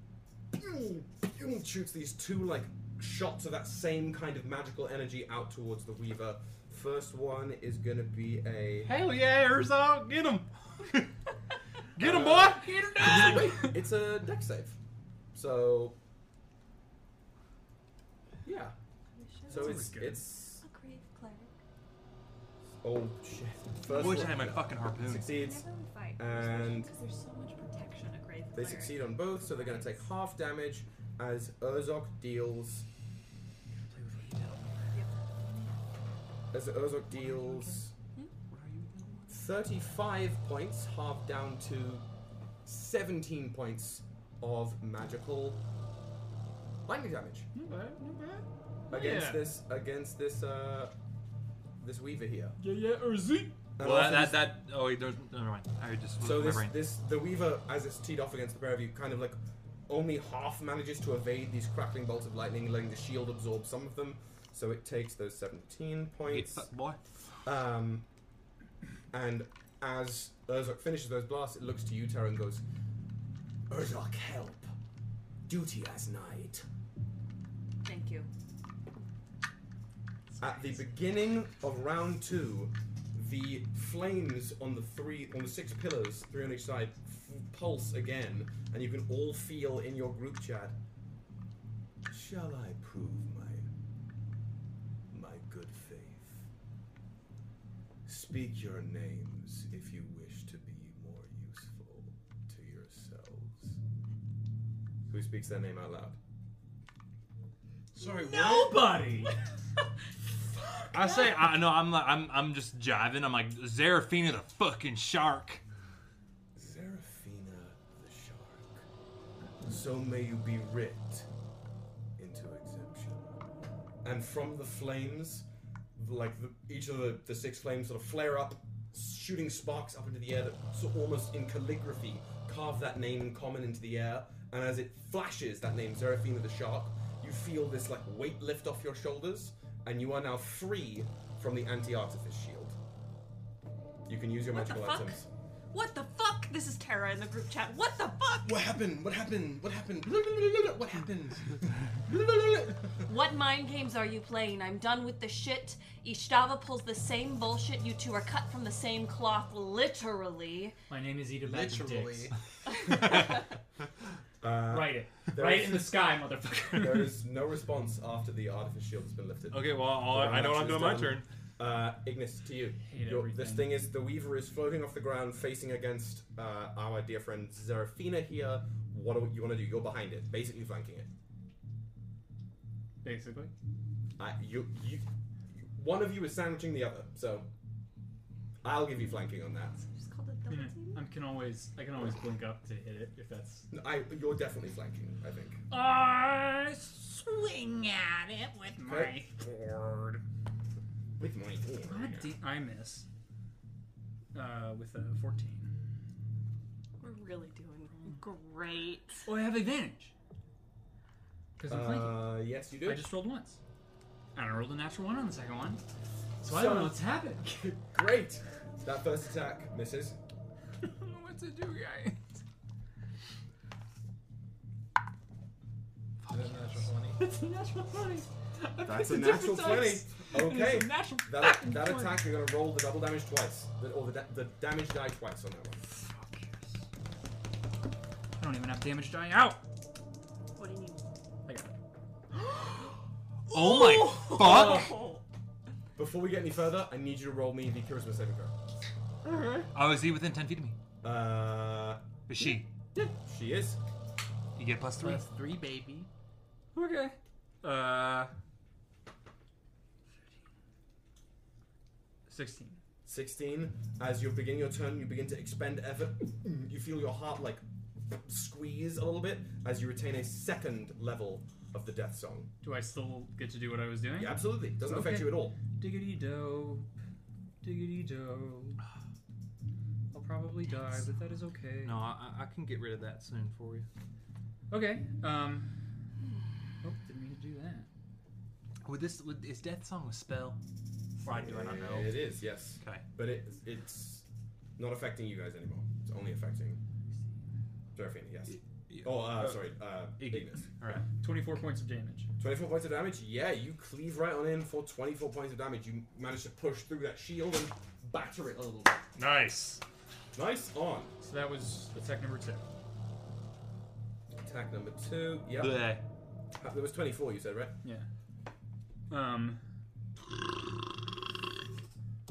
Speaker 2: boom, boom, shoots these two like shots of that same kind of magical energy out towards the Weaver. First one is going to be a.
Speaker 3: Hell yeah, Herzog! Get him!
Speaker 2: Get him, boy! Get him down! Wait, it's a deck save. So. Yeah. So it's. it's
Speaker 5: a grave cleric.
Speaker 2: oh, shit. First
Speaker 3: Wish I
Speaker 2: one-
Speaker 3: had my fucking harpoon.
Speaker 2: Succeeds.
Speaker 5: Never fight.
Speaker 2: And.
Speaker 5: Because there's so much protection a grave
Speaker 2: They
Speaker 5: cleric.
Speaker 2: succeed on both, so they're going to take half damage as Urzok deals. As Urzok deals 35 points, half down to 17 points of magical lightning damage against
Speaker 3: Yeah.
Speaker 2: this against this uh this weaver here.
Speaker 3: Yeah, yeah, Urzi!
Speaker 2: And
Speaker 3: Well,
Speaker 2: also
Speaker 3: that, that, that. Oh, wait, there's. Never mind. I just.
Speaker 2: So
Speaker 3: my
Speaker 2: this,
Speaker 3: brain.
Speaker 2: this the Weaver, as it's teed off against the pair of you, kind of like only half manages to evade these crackling bolts of lightning, letting the shield absorb some of them. So it takes those 17 points.
Speaker 3: fucked, boy.
Speaker 2: Um, and as Urzok finishes those blasts, it looks to you, Terra, and goes, Urzok, help. Duty as knight.
Speaker 5: Thank you.
Speaker 2: At the beginning of round two, the flames on the three on the six pillars, three on each side, f- pulse again, and you can all feel in your group chat. Shall I prove my my good faith? Speak your names if you wish to be more useful to yourselves. Who speaks their name out loud?
Speaker 3: Sorry,
Speaker 2: Nobody!
Speaker 3: I say, I no, I'm like, I'm, I'm just jiving. I'm like, Zerafina the fucking shark.
Speaker 2: Zerafina the Shark. So may you be writ into exemption. And from the flames, like the, each of the, the six flames sort of flare up, shooting sparks up into the air that sort of almost in calligraphy carve that name in common into the air. And as it flashes that name, Zerafina the Shark, you feel this like weight lift off your shoulders, and you are now free from the anti artifice shield. You can use your
Speaker 5: What the
Speaker 2: magical
Speaker 5: fuck?
Speaker 2: items.
Speaker 5: What the fuck? This is Tara in the group chat. What the fuck?
Speaker 8: What happened? What happened? What happened? What happened?
Speaker 5: What mind games are you playing? I'm done with the shit. Ishtava pulls the same bullshit. You two are cut from the same cloth, literally.
Speaker 7: My name is Ida Bag of Dicks.
Speaker 2: Uh,
Speaker 7: Write it.
Speaker 2: there
Speaker 7: Write it
Speaker 2: is-
Speaker 7: in the sky, motherfucker.
Speaker 2: there is no response after the artifice shield has been lifted.
Speaker 3: Okay, well, I'll- I know what I'm
Speaker 2: The
Speaker 3: doing my
Speaker 2: action is done. Uh, Ignis, to you.
Speaker 3: Hate
Speaker 2: Your- this
Speaker 3: everything.
Speaker 2: thing is the Weaver is floating off the ground, facing against uh, our dear friend Zerafina here. What do you want to do? You're behind it, basically flanking it.
Speaker 12: Basically.
Speaker 2: I, Uh, you, you, one of you is sandwiching the other, so I'll give you flanking on that. Hmm.
Speaker 12: Yeah, I can always I can always blink up to hit it if that's.
Speaker 2: I, you're definitely flanking, I think.
Speaker 13: I swing at it with my.
Speaker 12: sword.
Speaker 2: With my sword.
Speaker 12: I miss. Uh, with a fourteen.
Speaker 5: We're really doing great.
Speaker 12: Oh, I have advantage. Because I'm flanking.
Speaker 2: Uh, yes, you do.
Speaker 12: I just rolled once, and I rolled a natural one on the second one. So, I
Speaker 2: So-
Speaker 12: don't know what's happened.
Speaker 2: Great. That first attack misses.
Speaker 13: I don't know what to do, guys.
Speaker 12: That's a natural twenty. I
Speaker 2: That's a
Speaker 12: picked
Speaker 2: natural
Speaker 12: different
Speaker 2: 20.
Speaker 12: dice. It's
Speaker 2: Okay.
Speaker 12: a natural
Speaker 2: That,
Speaker 12: fucking
Speaker 2: that
Speaker 12: 20.
Speaker 2: attack, you're going to roll the double damage twice. The, or the, da- the damage die twice on that one.
Speaker 12: I don't even have damage die out.
Speaker 5: What do you need?
Speaker 12: I got it.
Speaker 3: Oh my fuck!
Speaker 2: Before we get any further, I need you to roll me the charisma saving throw.
Speaker 3: Oh, is he within 10 feet of me?
Speaker 2: Uh,
Speaker 3: Is she?
Speaker 2: She is.
Speaker 3: You get plus three.
Speaker 7: Plus three, baby.
Speaker 12: Okay. Uh. Sixteen.
Speaker 2: 16. As you begin your turn, you begin to expend effort. You feel your heart like squeeze a little bit as you retain a second level of the death song.
Speaker 12: Do I still get to do what I was doing?
Speaker 2: Yeah, absolutely. Doesn't affect you at all.
Speaker 12: Diggity dope. Diggity dope. I'll probably die, but that is okay.
Speaker 3: No, I, Uh, I can get rid of that soon for you.
Speaker 12: Okay. Um. Oh, didn't mean to do that.
Speaker 3: Would this would, is Death Song a spell? Or I do I not know?
Speaker 2: It is, yes.
Speaker 3: Okay.
Speaker 2: But it, it's not affecting you guys anymore. It's only affecting Seraphina, yes. Oh, uh, sorry, uh, Ignis.
Speaker 7: All right, 24 points of damage.
Speaker 2: 24 points of damage? Yeah, you cleave right on in for 24 points of damage. You manage to push through that shield and batter it a little bit.
Speaker 3: Nice.
Speaker 2: Nice on.
Speaker 7: So that was attack number two.
Speaker 2: Attack number two. Yep.
Speaker 7: Bleh.
Speaker 2: Uh, There was 24, you said, right?
Speaker 7: Yeah. Um.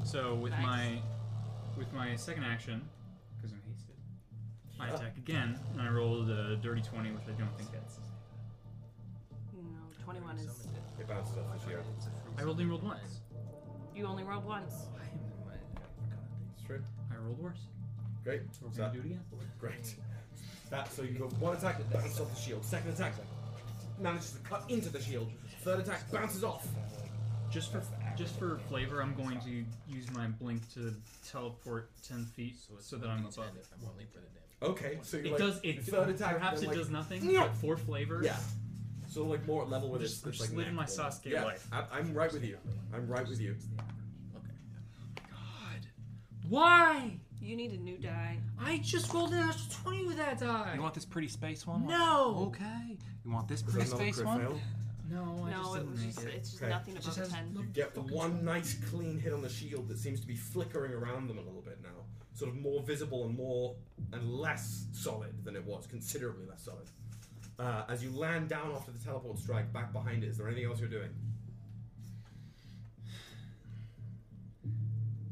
Speaker 7: So with my with my second action, because I'm hasted, I
Speaker 5: Yeah.
Speaker 7: attack again, and I rolled a dirty twenty, which I don't think hits.
Speaker 5: No, 21 is.
Speaker 2: It bounces off the shield.
Speaker 7: I rolled only rolled once.
Speaker 5: You only rolled once.
Speaker 2: It's true.
Speaker 7: I rolled worse.
Speaker 2: Great.
Speaker 7: We're
Speaker 2: So
Speaker 7: gonna
Speaker 2: that-
Speaker 7: do it again.
Speaker 2: Great. That, so you go one attack, bounces off the shield. Second attack, manages to cut into the shield. Third attack, bounces off.
Speaker 7: Just for just for flavor, I'm going to use my blink to teleport ten feet so that I'm above it.
Speaker 2: Okay, so you're
Speaker 7: it
Speaker 2: like,
Speaker 7: does. It
Speaker 2: third attack,
Speaker 7: Perhaps
Speaker 2: then,
Speaker 7: it
Speaker 2: like,
Speaker 7: does nothing.
Speaker 2: Yeah.
Speaker 7: But for flavor,
Speaker 2: Yeah. So like more at level with
Speaker 7: Just-
Speaker 2: it. it's
Speaker 7: just
Speaker 2: like
Speaker 7: living my
Speaker 2: natural.
Speaker 7: Sasuke
Speaker 2: yeah,
Speaker 7: life.
Speaker 2: I, I'm right with you. I'm right with you.
Speaker 7: Why?
Speaker 5: You need a new die.
Speaker 7: I just rolled an extra 20 with that die.
Speaker 24: You want this pretty space one?
Speaker 7: No.
Speaker 24: Okay. You want this
Speaker 2: Was
Speaker 24: pretty
Speaker 2: that another
Speaker 24: space
Speaker 2: crit
Speaker 24: one?
Speaker 2: fail?
Speaker 3: Oh,
Speaker 7: No, I
Speaker 5: No,
Speaker 7: just
Speaker 5: it
Speaker 7: didn't
Speaker 5: was
Speaker 7: make
Speaker 5: just-
Speaker 7: it.
Speaker 5: it's just nothing above a 10.
Speaker 2: You get one nice clean hit on the shield that seems to be flickering around them a little bit now, sort of more visible and more and less solid than it was, considerably less solid. Uh, as you land down after the teleport strike, back behind it, is there anything else you're doing?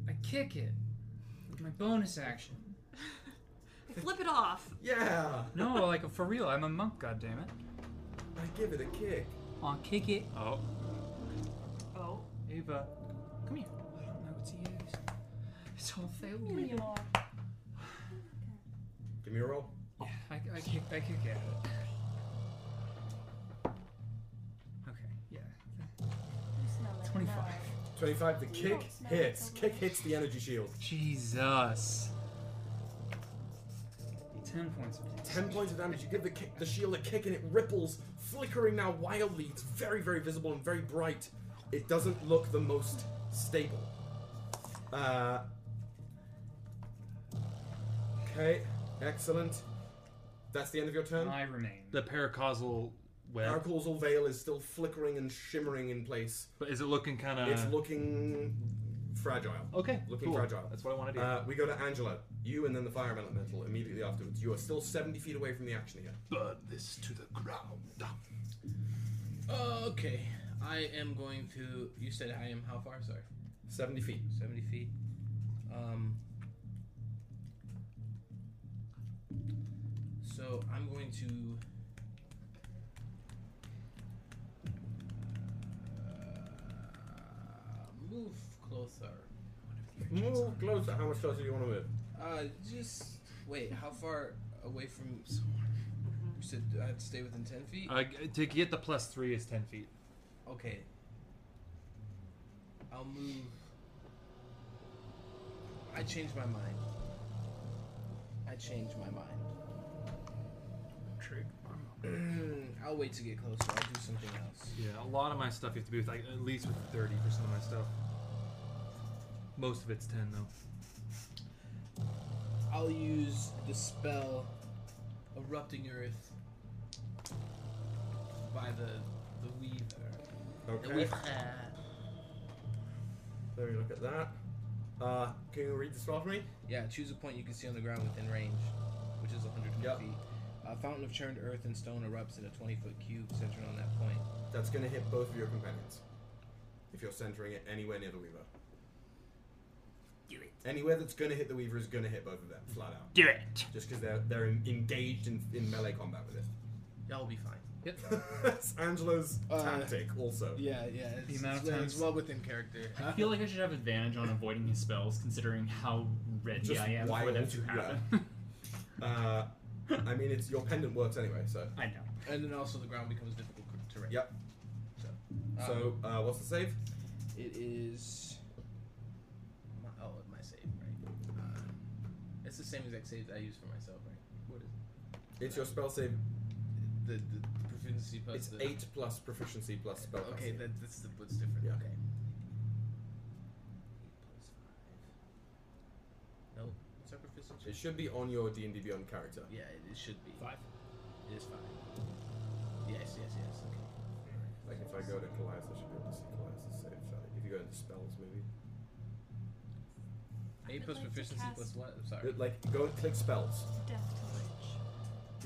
Speaker 7: I kick it with my bonus action.
Speaker 5: Flip it off.
Speaker 2: Yeah.
Speaker 7: No, like for real, I'm a monk. God damn it.
Speaker 2: I give it a kick.
Speaker 7: I'll kick it.
Speaker 3: Oh.
Speaker 5: Oh.
Speaker 7: Ava, come here. I don't know what to use. It's all failure.
Speaker 2: Give me a roll.
Speaker 7: I, I kick. I kick at it. Okay. Yeah. 25.
Speaker 2: 25, the kick hits. Kick hits the energy shield.
Speaker 7: Jesus. 10 points of damage.
Speaker 2: 10 points of damage. You give the, kick, the shield a kick and it ripples, flickering now wildly. It's very, very visible and very bright. It doesn't look the most stable. Uh, okay, excellent. That's the end of your turn.
Speaker 7: I remain.
Speaker 3: The paracausal web.
Speaker 2: Paracausal veil is still flickering and shimmering in place.
Speaker 3: But is it looking kind of?
Speaker 2: It's looking fragile.
Speaker 3: Uh. Okay,
Speaker 2: Looking
Speaker 3: cool.
Speaker 2: fragile.
Speaker 3: That's what I wanna do.
Speaker 2: Uh, we go to Angela. You and then the fire elemental immediately afterwards. You are still 70 feet away from the action here.
Speaker 25: Burn this to the ground.
Speaker 8: Okay, I am going to. You said I am how far? Sorry.
Speaker 2: Seventy feet.
Speaker 8: Seventy feet. Um. So I'm going to. Uh, move closer.
Speaker 2: Move closer. How much closer do you want to move?
Speaker 8: Uh, just wait. How far away from someone? You said I had to stay within ten feet.
Speaker 3: Uh, g- to get the plus three is ten feet.
Speaker 8: Okay. I'll move. I changed my mind. I changed my mind.
Speaker 7: Trick.
Speaker 8: I'll wait to get closer. I'll do something else.
Speaker 3: Yeah, a lot of my stuff you have to be with like at least with thirty percent of my stuff. Most of it's ten though.
Speaker 8: I'll use the spell Erupting Earth by the the Weaver. The
Speaker 2: Okay.
Speaker 8: Weaver.
Speaker 2: Let me look at that. Uh, can you read the spell for me?
Speaker 8: Yeah, choose a point you can see on the ground within range, which is 120
Speaker 2: Yep.
Speaker 8: feet. A fountain of churned earth and stone erupts in a 20 foot cube centered on that point.
Speaker 2: That's going to hit both of your companions. If you're centering it anywhere near the Weaver. Do it. Anywhere that's going to hit the Weaver is going to hit both of them, flat out.
Speaker 3: Do it.
Speaker 2: Just because they're, they're en- engaged in, in melee combat with it.
Speaker 8: Y'all will be fine.
Speaker 7: Yep.
Speaker 2: That's Angelo's
Speaker 8: Uh,
Speaker 2: tactic, also.
Speaker 8: Yeah, yeah.
Speaker 7: The amount of times-
Speaker 8: within character.
Speaker 7: I feel like I should have advantage on avoiding his spells, considering how ready
Speaker 2: Just
Speaker 7: I am for
Speaker 2: wild,
Speaker 7: that to
Speaker 2: yeah.
Speaker 7: happen.
Speaker 2: Uh, I mean, it's your pendant works anyway, so.
Speaker 7: I know.
Speaker 8: and then also the ground becomes difficult to range.
Speaker 2: Yep.
Speaker 8: So,
Speaker 2: So,
Speaker 8: Um,
Speaker 2: uh, what's the save?
Speaker 8: It is. My, oh, my save, right? Uh, it's the same exact save that I use for myself, right? What is
Speaker 2: It's your spell save.
Speaker 8: The, the proficiency plus
Speaker 2: It's
Speaker 8: the-
Speaker 2: 8 plus proficiency plus spell
Speaker 8: Okay, that, that's the, what's different.
Speaker 2: Yeah.
Speaker 8: Okay. Nope. What's our proficiency?
Speaker 2: It should be on your D&D Beyond character.
Speaker 8: Yeah, it, it should be. Five. It's fine. Yes, yes, yes. Okay.
Speaker 2: Like if I go to Goliath, I should be able to see Goliath's save value. If you go to the spells, maybe.
Speaker 8: Eight plus proficiency plus what? I'm sorry.
Speaker 2: But, Like go and click spells.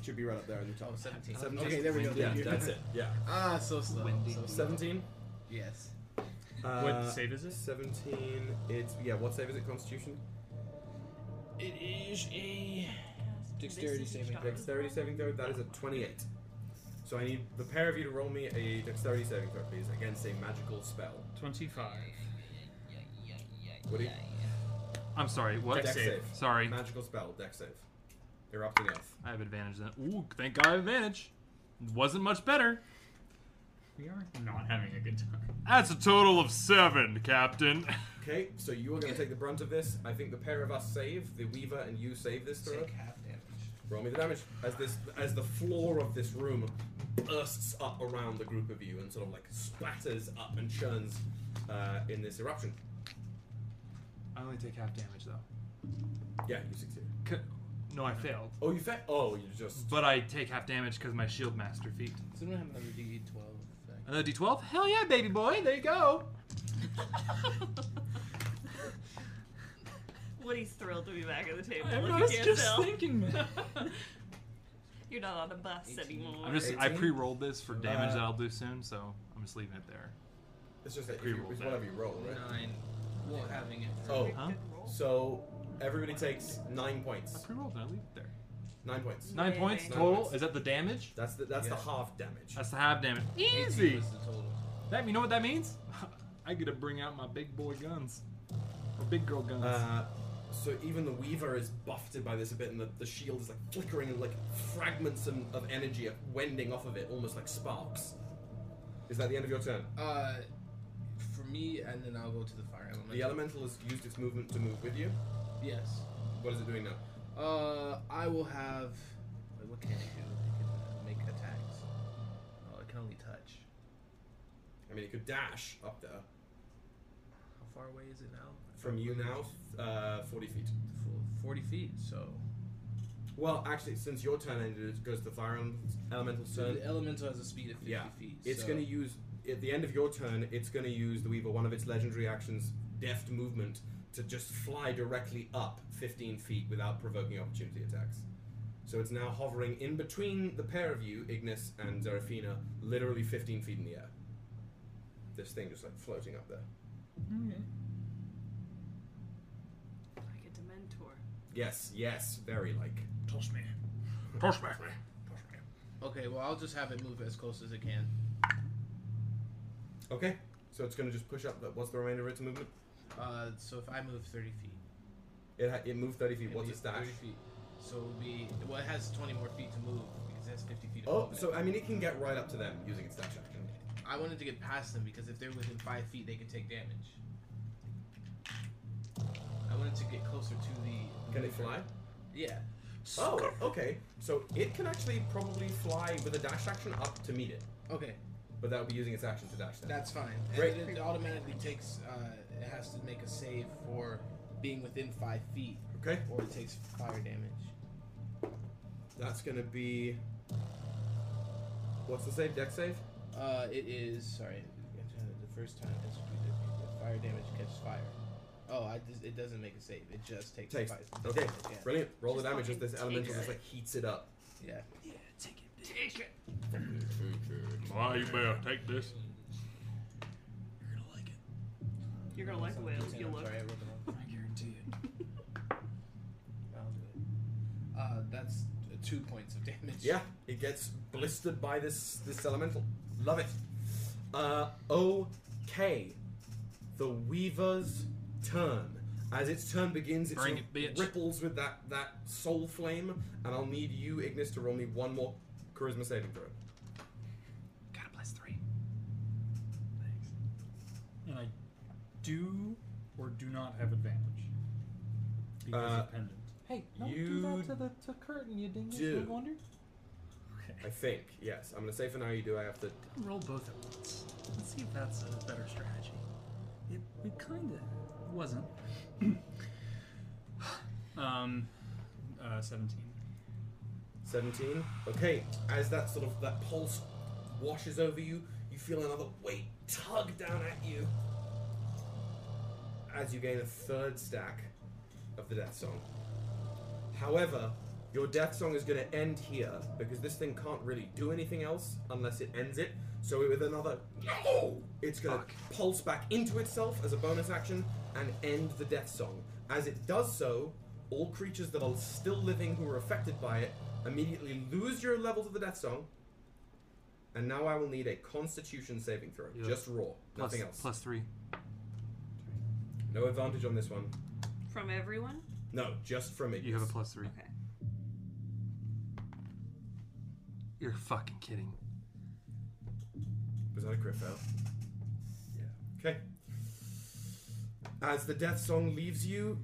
Speaker 2: It should be right up there in the top.
Speaker 8: Oh, 17.
Speaker 2: 17.
Speaker 8: Okay, there we go.
Speaker 2: Yeah,
Speaker 8: Thank you.
Speaker 2: that's it. Yeah.
Speaker 8: Ah, so slow. So slow.
Speaker 2: 17?
Speaker 8: Yes.
Speaker 2: Uh, save is it? 17. It's yeah. What save is it? Constitution.
Speaker 8: It is a dexterity saving.
Speaker 2: Dexterity saving throw. That is a 28. So I need the pair of you to roll me a dexterity saving throw, please, against a magical spell.
Speaker 3: 25.
Speaker 2: Woody.
Speaker 3: I'm sorry, what?
Speaker 2: Dex
Speaker 3: Save.
Speaker 2: save.
Speaker 3: Sorry.
Speaker 2: Magical spell. Dex save. Erupting Earth.
Speaker 3: I have advantage then. Ooh, thank God I have advantage. Wasn't much better.
Speaker 12: We are not having a good time.
Speaker 3: That's a total of seven, Captain.
Speaker 2: Okay, so you are going to take the brunt of this. I think the pair of us save, the Weaver and you save this throw. Roll me the damage as this as the floor of this room bursts up around the group of you and sort of like spatters up and churns uh, in this eruption.
Speaker 3: I only take half damage though.
Speaker 2: Yeah, you succeed.
Speaker 3: No, I failed.
Speaker 2: Oh, you failed. Oh, you just.
Speaker 3: But I take half damage because my shield master feat.
Speaker 8: So we don't have another E D12.
Speaker 3: Another D12? Hell yeah, baby boy! There you go.
Speaker 5: Woody's thrilled to be back at the table.
Speaker 12: I
Speaker 5: if you
Speaker 12: was
Speaker 5: can't
Speaker 12: just
Speaker 5: tell.
Speaker 12: thinking
Speaker 5: You're not on a bus anymore.
Speaker 3: I'm just I
Speaker 2: 18?
Speaker 3: pre-rolled this for damage
Speaker 2: Uh,
Speaker 3: that I'll do soon, so I'm just leaving it there.
Speaker 2: It's just
Speaker 3: I
Speaker 2: that if you,
Speaker 3: pre-rolled
Speaker 2: it's
Speaker 3: that.
Speaker 2: whatever you roll, right?
Speaker 8: Nine. Well, having it.
Speaker 2: Oh,
Speaker 8: Huh?
Speaker 2: so everybody takes nine points. I
Speaker 3: pre-rolled and I leave it there.
Speaker 2: Nine points.
Speaker 3: Nine points
Speaker 2: Nine
Speaker 3: total.
Speaker 2: points.
Speaker 3: Is that the damage?
Speaker 2: That's the that's the half damage.
Speaker 3: That's the half damage.
Speaker 2: 18
Speaker 3: Easy.
Speaker 2: was the total.
Speaker 3: That you know what that means? I gotta bring out my big boy guns, or big girl guns.
Speaker 2: Uh, so even the Weaver is buffeted by this a bit, and the, the shield is like flickering and like fragments of, of energy are wending off of it, almost like sparks. Is that the end of your turn?
Speaker 8: Uh, for me, and then I'll go to the fire element.
Speaker 2: The elemental has used its movement to move with you.
Speaker 8: Yes.
Speaker 2: What is it doing now?
Speaker 8: Uh, I will have. Wait, what can it do? It can uh, make attacks. Oh, it can only touch.
Speaker 2: I mean, it could dash up there
Speaker 8: How far away is it now?
Speaker 2: from you now, uh, forty feet.
Speaker 8: Forty feet. So.
Speaker 2: Well, actually, since your turn ended, it goes to the fire elemental's- elemental's
Speaker 8: So
Speaker 2: turn.
Speaker 8: the elemental has a speed of fifty
Speaker 2: yeah,
Speaker 8: feet.
Speaker 2: it's
Speaker 8: so-
Speaker 2: going to use at the end of your turn. It's going to use the Weaver one of its legendary actions, deft movement, to just fly directly up 15 feet without provoking opportunity attacks. So it's now hovering in between the pair of you, Ignis and Zerafina, literally 15 feet in the air. This thing just like floating up there.
Speaker 5: Like a Dementor.
Speaker 2: Yes, yes, very like.
Speaker 8: Toss me.
Speaker 3: Toss me.
Speaker 8: Okay, well I'll just have it move as close as it can.
Speaker 2: Okay, so it's going to just push up. But what's the remainder of its movement?
Speaker 8: Uh, so if I move thirty feet.
Speaker 2: It ha- it moved 30 feet.
Speaker 8: it'd
Speaker 2: What's
Speaker 8: be
Speaker 2: its dash?
Speaker 8: 30 feet. So it would be well, it has twenty more feet to move because it has fifty feet. of
Speaker 2: Oh,
Speaker 8: movement.
Speaker 2: so I mean, it can get right up to them using its dash action.
Speaker 8: I wanted to get past them because if they're within five feet, they can take damage. I wanted to get closer to the.
Speaker 2: Can it fly?
Speaker 8: Yeah.
Speaker 2: Oh, okay. So it can actually probably fly with a dash action up to meet it.
Speaker 8: Okay,
Speaker 2: But that would be using its action to dash then.
Speaker 8: that's fine. And
Speaker 2: Great.
Speaker 8: then it automatically takes. Uh, it has to make a save for being within five feet.
Speaker 2: Okay.
Speaker 8: Or it takes fire damage.
Speaker 2: That's going to be. What's the save? Deck save?
Speaker 8: Uh, it is sorry. The first time it's the fire damage catches fire. Oh, I just, it doesn't make a save. It just takes.
Speaker 2: Takes.
Speaker 8: Fire.
Speaker 2: Okay,
Speaker 8: Yeah.
Speaker 2: brilliant. Roll the
Speaker 8: Just
Speaker 2: damage as
Speaker 8: fucking
Speaker 2: this
Speaker 8: take
Speaker 2: elemental
Speaker 8: it.
Speaker 2: just like heats it up.
Speaker 8: Yeah.
Speaker 2: Yeah,
Speaker 8: take
Speaker 2: it.
Speaker 5: Take it.
Speaker 3: Why you better take this.
Speaker 5: You're gonna like whales. You look.
Speaker 8: I guarantee it. I'll do it. Uh, that's uh, two points of damage.
Speaker 2: Yeah, it gets blistered by this this elemental. Love it. Uh, okay, the Weaver's turn. As its turn begins, it,
Speaker 3: Bring
Speaker 2: sort of
Speaker 3: it, bitch.
Speaker 2: ripples with that that soul flame, and I'll need you, Ignis, to roll me one more charisma saving throw.
Speaker 12: Got a plus three. Thanks. And I do or do not have advantage because
Speaker 2: Uh,
Speaker 12: of pendant.
Speaker 3: Hey,
Speaker 2: don't do that You
Speaker 3: to the to curtain, you dingus.
Speaker 2: do. no wonder. I think yes. I'm gonna say for now you do. I have to.
Speaker 7: Roll both at once. Let's see if that's a better strategy. It, it kinda wasn't.
Speaker 12: Um, uh, seventeen.
Speaker 2: 17. Okay, as that sort of that pulse washes over you, you feel another weight tug down at you. As you gain a third stack of the death song. However, your death song is going to end here because this thing can't really do anything else unless it ends it. So with another no, it's going to pulse back into itself as a bonus action and end the death song. As it does so, all creatures that are still living who are affected by it immediately lose your level to the death song. And now I will need a Constitution saving throw,
Speaker 3: Yeah.
Speaker 2: just raw,
Speaker 3: Plus-
Speaker 2: nothing else.
Speaker 3: Plus three.
Speaker 2: No advantage on this one.
Speaker 5: From everyone?
Speaker 2: No, just from it.
Speaker 3: You have a plus three.
Speaker 5: Okay.
Speaker 3: You're fucking kidding.
Speaker 2: Was that a crit fail? Yeah. Okay. As the death song leaves you,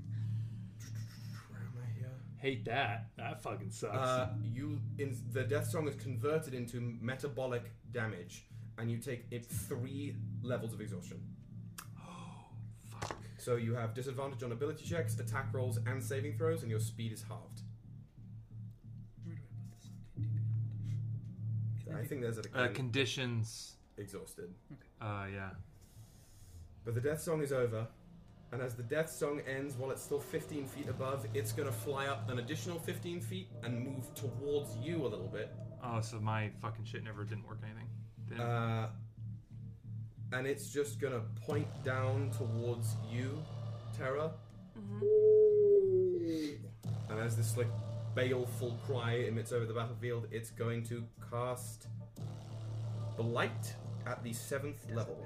Speaker 26: Hate that. That fucking sucks.
Speaker 2: Uh, you in, the death song is converted into metabolic damage, and you take it three levels of exhaustion. Oh, fuck! So you have disadvantage on ability checks, attack rolls, and saving throws, and your speed is halved. I think there's a
Speaker 3: Uh, conditions.
Speaker 2: Exhausted.
Speaker 3: Uh, yeah.
Speaker 2: But the death song is over, and as the death song ends, while it's still 15 feet above, it's gonna fly up an additional 15 feet and move towards you a little bit.
Speaker 3: Oh, so my fucking shit never didn't work anything. Didn't-
Speaker 2: Uh, and it's just gonna point down towards you, Terra. And as this like baleful cry emits over the battlefield, it's going to cast blight at the seventh level.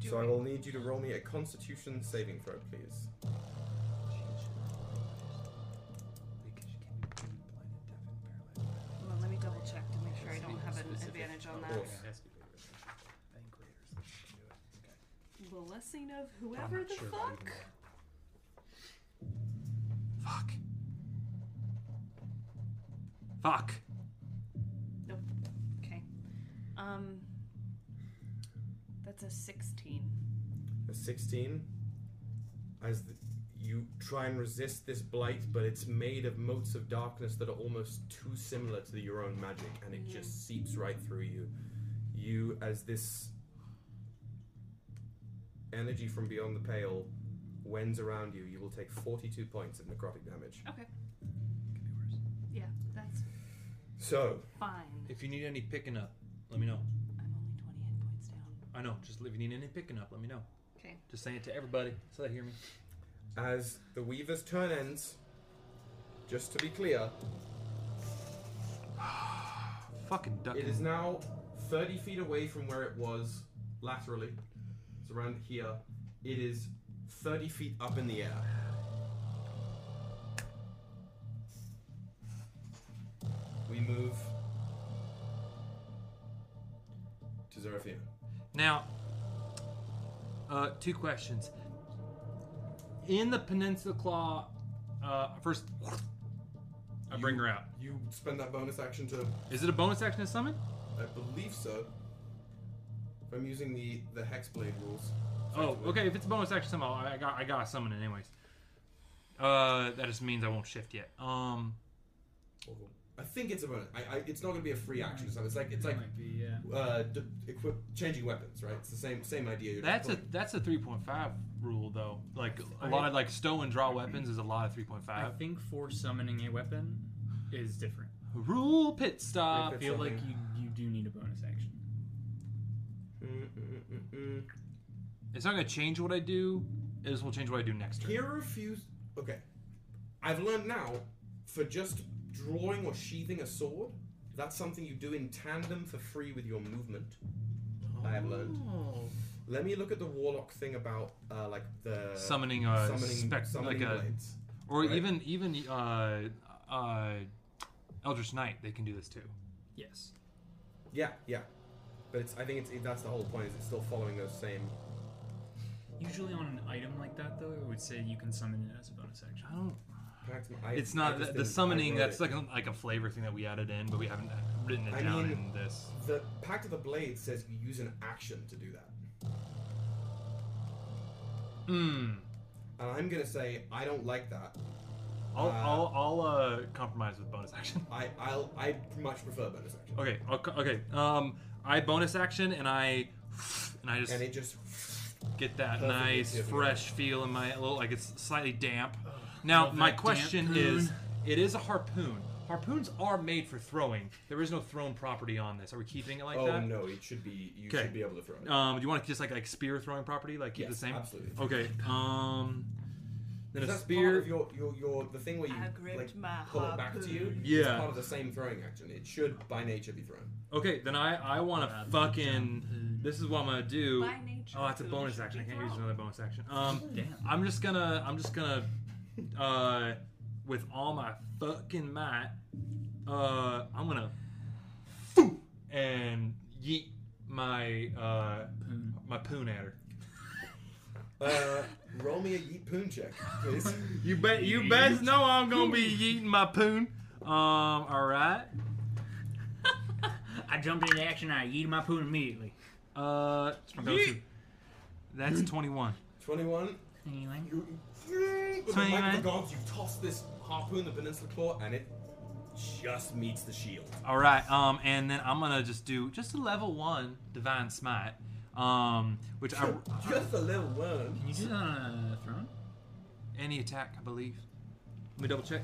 Speaker 2: So I will need you to roll me a Constitution saving throw, please.
Speaker 5: Hold on, let me double check to make sure I don't have an advantage on
Speaker 2: Of
Speaker 5: that.
Speaker 2: course.
Speaker 5: Blessing of whoever the fuck?
Speaker 3: Fuck.
Speaker 5: Nope. Okay. Um. That's a 16.
Speaker 2: A 16. As the, you try and resist this blight, but it's made of motes of darkness that are almost too similar to your own magic, and it just seeps right through you. You, as this energy from beyond the pale wends around you, you will take 42 points of necrotic damage.
Speaker 5: Okay. Yeah, that's
Speaker 2: So,
Speaker 5: fine.
Speaker 3: If you need any picking up, let me know. I'm only 20 hit points down. I know. Just if you need any picking up, let me know.
Speaker 5: 'Kay.
Speaker 3: Just saying it to everybody so they hear me.
Speaker 2: As the Weaver's turn ends, just to be clear,
Speaker 3: fucking duck.
Speaker 2: It is now 30 feet away from where it was laterally. It's around here. It is 30 feet up in the air. We move to Zeraphina.
Speaker 3: Now, uh, two questions. In the Peninsula Claw, uh, first, I bring her out.
Speaker 2: You spend that bonus action to.
Speaker 3: Is it a bonus action to summon?
Speaker 2: I believe so. If I'm using the, the Hexblade rules.
Speaker 3: Oh, okay. If it's a bonus action summon, I I got I got to summon it anyways. Uh, that just means I won't shift yet. Um,
Speaker 2: I think it's a bonus. I, I, it's not going to be a free action. So it's like it's like uh, d- equip changing weapons, right? It's the same same idea. You're just
Speaker 3: That's a
Speaker 2: pulling-
Speaker 3: that's a three point five rule though. Like a
Speaker 7: I-
Speaker 3: lot of like stow and draw weapons is a lot of three point
Speaker 7: I
Speaker 3: five.
Speaker 7: think for summoning a weapon is different.
Speaker 3: Rule pit
Speaker 7: I
Speaker 3: stop.
Speaker 7: feel like you, you do need a bonus action.
Speaker 2: "Mm,
Speaker 3: It's not gonna change what I do. It just will change what I do next turn.
Speaker 2: Here are a few. Okay, I've learned now for just drawing or sheathing a sword, that's something you do in tandem for free with your movement. I have learned.
Speaker 3: Oh.
Speaker 2: Let me look at the warlock thing about uh, like the
Speaker 3: summoning a
Speaker 2: summoning,
Speaker 3: uh, spec-
Speaker 2: summoning
Speaker 3: like a,
Speaker 2: blades.
Speaker 3: or
Speaker 2: right?
Speaker 3: even even uh, uh, Eldritch Knight. They can do this too. Yes.
Speaker 2: Yeah, yeah. But it's, I think it's, that's the whole point. Is it's still following those same.
Speaker 7: Usually on an item like that, though, it would say you can summon it as a bonus action.
Speaker 3: I don't.
Speaker 2: That's my-
Speaker 3: it's not
Speaker 2: I Oh. just
Speaker 3: the
Speaker 2: didn't- I
Speaker 3: summoning.
Speaker 2: wrote
Speaker 3: That's
Speaker 2: it.
Speaker 3: like a, like a flavor thing that we added in, but we haven't uh, written it
Speaker 2: I
Speaker 3: down
Speaker 2: mean,
Speaker 3: in this.
Speaker 2: The Pact of the Blade says you use an action to do that.
Speaker 3: Hmm.
Speaker 6: Hmm.
Speaker 2: And I'm gonna say I don't like that
Speaker 6: I'll, I'll, I'll uh, compromise with bonus action.
Speaker 2: I, I'll, I much prefer bonus action.
Speaker 6: Okay, I'll, co- okay. Um, I bonus action and I, and I just
Speaker 2: And it just
Speaker 6: get that
Speaker 2: Perfect.
Speaker 6: nice
Speaker 2: Yeah, yeah.
Speaker 6: fresh feel in my little like it's slightly damp. now
Speaker 7: love
Speaker 6: my
Speaker 7: that
Speaker 6: question
Speaker 7: damp
Speaker 6: is,
Speaker 7: poon.
Speaker 6: it is a harpoon. Harpoons are made for throwing. There is no thrown property on this. Are we keeping it like
Speaker 2: Oh,
Speaker 6: that?
Speaker 2: no, it should be- you should be able to throw it.
Speaker 6: Um, do you want to just like like spear throwing property? Like keep
Speaker 2: Yes,
Speaker 6: the same.
Speaker 2: absolutely.
Speaker 6: Okay. Um, then a
Speaker 2: that's
Speaker 6: spear.
Speaker 2: Part of your, your, your, the thing where you
Speaker 5: I gripped
Speaker 2: like,
Speaker 5: my
Speaker 2: pull it back to you.
Speaker 6: harpoon.
Speaker 2: It's
Speaker 6: Yeah.
Speaker 2: part of the same throwing action. It should by nature be thrown.
Speaker 6: Okay, then I I want to fucking. This is what I'm gonna do.
Speaker 2: By nature,
Speaker 6: oh, that's a
Speaker 2: food
Speaker 6: bonus
Speaker 2: should
Speaker 6: action. I
Speaker 2: be
Speaker 6: can't use
Speaker 2: thrown.
Speaker 6: another bonus action. Um,
Speaker 2: Damn.
Speaker 6: I'm just gonna I'm just gonna, uh, with all my fucking might, uh, I'm gonna, foo, and yeet my uh my poon at her.
Speaker 2: Uh, roll me a yeet poon check, please.
Speaker 6: You bet. You best know I'm gonna be yeeting my poon. Um. All right.
Speaker 7: I jumped into action. I yeeted my poon immediately.
Speaker 6: Uh,
Speaker 7: my go-to.
Speaker 6: That's 21.
Speaker 2: 21. You, with the might of the gods, you toss this harpoon, the peninsula claw, and it just meets the shield.
Speaker 6: All right, um, and then I'm gonna just do just a level one divine smite, um, which I
Speaker 2: just a level one.
Speaker 6: Can you do that on a throne? Any attack, I believe. Let me double check.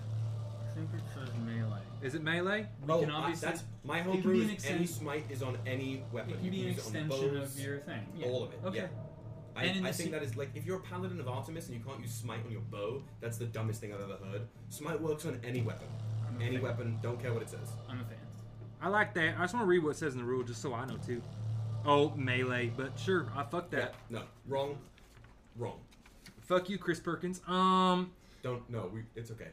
Speaker 7: I think it says melee.
Speaker 6: Is it melee?
Speaker 7: We
Speaker 2: oh,
Speaker 7: can
Speaker 2: I-
Speaker 7: obviously-
Speaker 2: that's my
Speaker 7: It can
Speaker 2: homebrew.
Speaker 7: be
Speaker 2: is
Speaker 7: an
Speaker 2: any
Speaker 7: extend-
Speaker 2: smite is on any weapon.
Speaker 7: can
Speaker 2: You
Speaker 7: be an
Speaker 2: use it on
Speaker 7: extension
Speaker 2: bows,
Speaker 7: of your thing, yeah.
Speaker 2: All of it.
Speaker 7: Okay.
Speaker 2: Yeah. I,
Speaker 7: And in
Speaker 2: I
Speaker 7: the
Speaker 2: think
Speaker 7: se-
Speaker 2: that is like if you're a paladin of Artemis and you can't use smite on your bow, that's the dumbest thing I've ever heard. Smite works on any weapon,
Speaker 6: I'm a
Speaker 2: any
Speaker 6: fan.
Speaker 2: weapon. Don't care what it says.
Speaker 7: I'm a fan.
Speaker 6: I like that. I just want to read what it says in the rule, just so I know too. Oh, melee, but sure, I fuck that.
Speaker 2: no, wrong, wrong.
Speaker 6: Fuck you, Chris Perkins. Um,
Speaker 2: don't no, we, it's okay.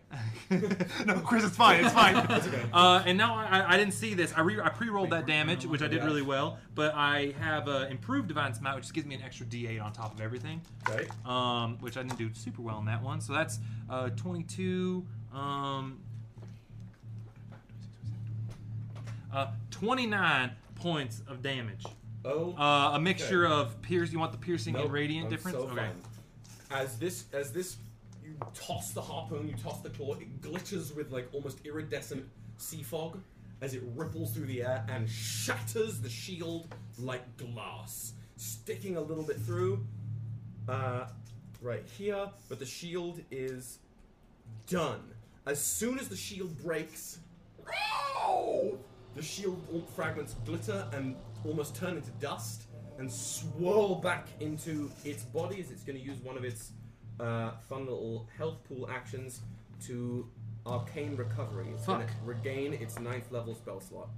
Speaker 6: no, Chris, it's fine. It's fine.
Speaker 2: It's okay.
Speaker 6: Uh, and now I, I- I didn't see this. I, re- I pre-rolled that damage, which I did
Speaker 2: Yeah.
Speaker 6: really well. But I have uh, improved divine smite, which gives me an extra D8 on top of everything.
Speaker 2: Okay.
Speaker 6: Um, which I didn't do super well in that one. So that's uh, 22. Um, uh, 29 points of damage.
Speaker 2: Oh,
Speaker 6: Uh, a mixture
Speaker 2: okay.
Speaker 6: of pierce. You want the piercing
Speaker 2: Nope,
Speaker 6: and radiant
Speaker 2: I'm
Speaker 6: difference?
Speaker 2: so fine. As this, as this, you toss the harpoon, you toss the claw. It glitters with like almost iridescent sea fog as it ripples through the air and shatters the shield like glass, sticking a little bit through, uh, right here. But the shield is done. As soon as the shield breaks, the shield al- fragments glitter and almost turn into dust and swirl back into its body as it's going to use one of its uh, fun little health pool actions to arcane recovery. It's going to
Speaker 6: Fuck.
Speaker 2: regain its ninth level spell slot.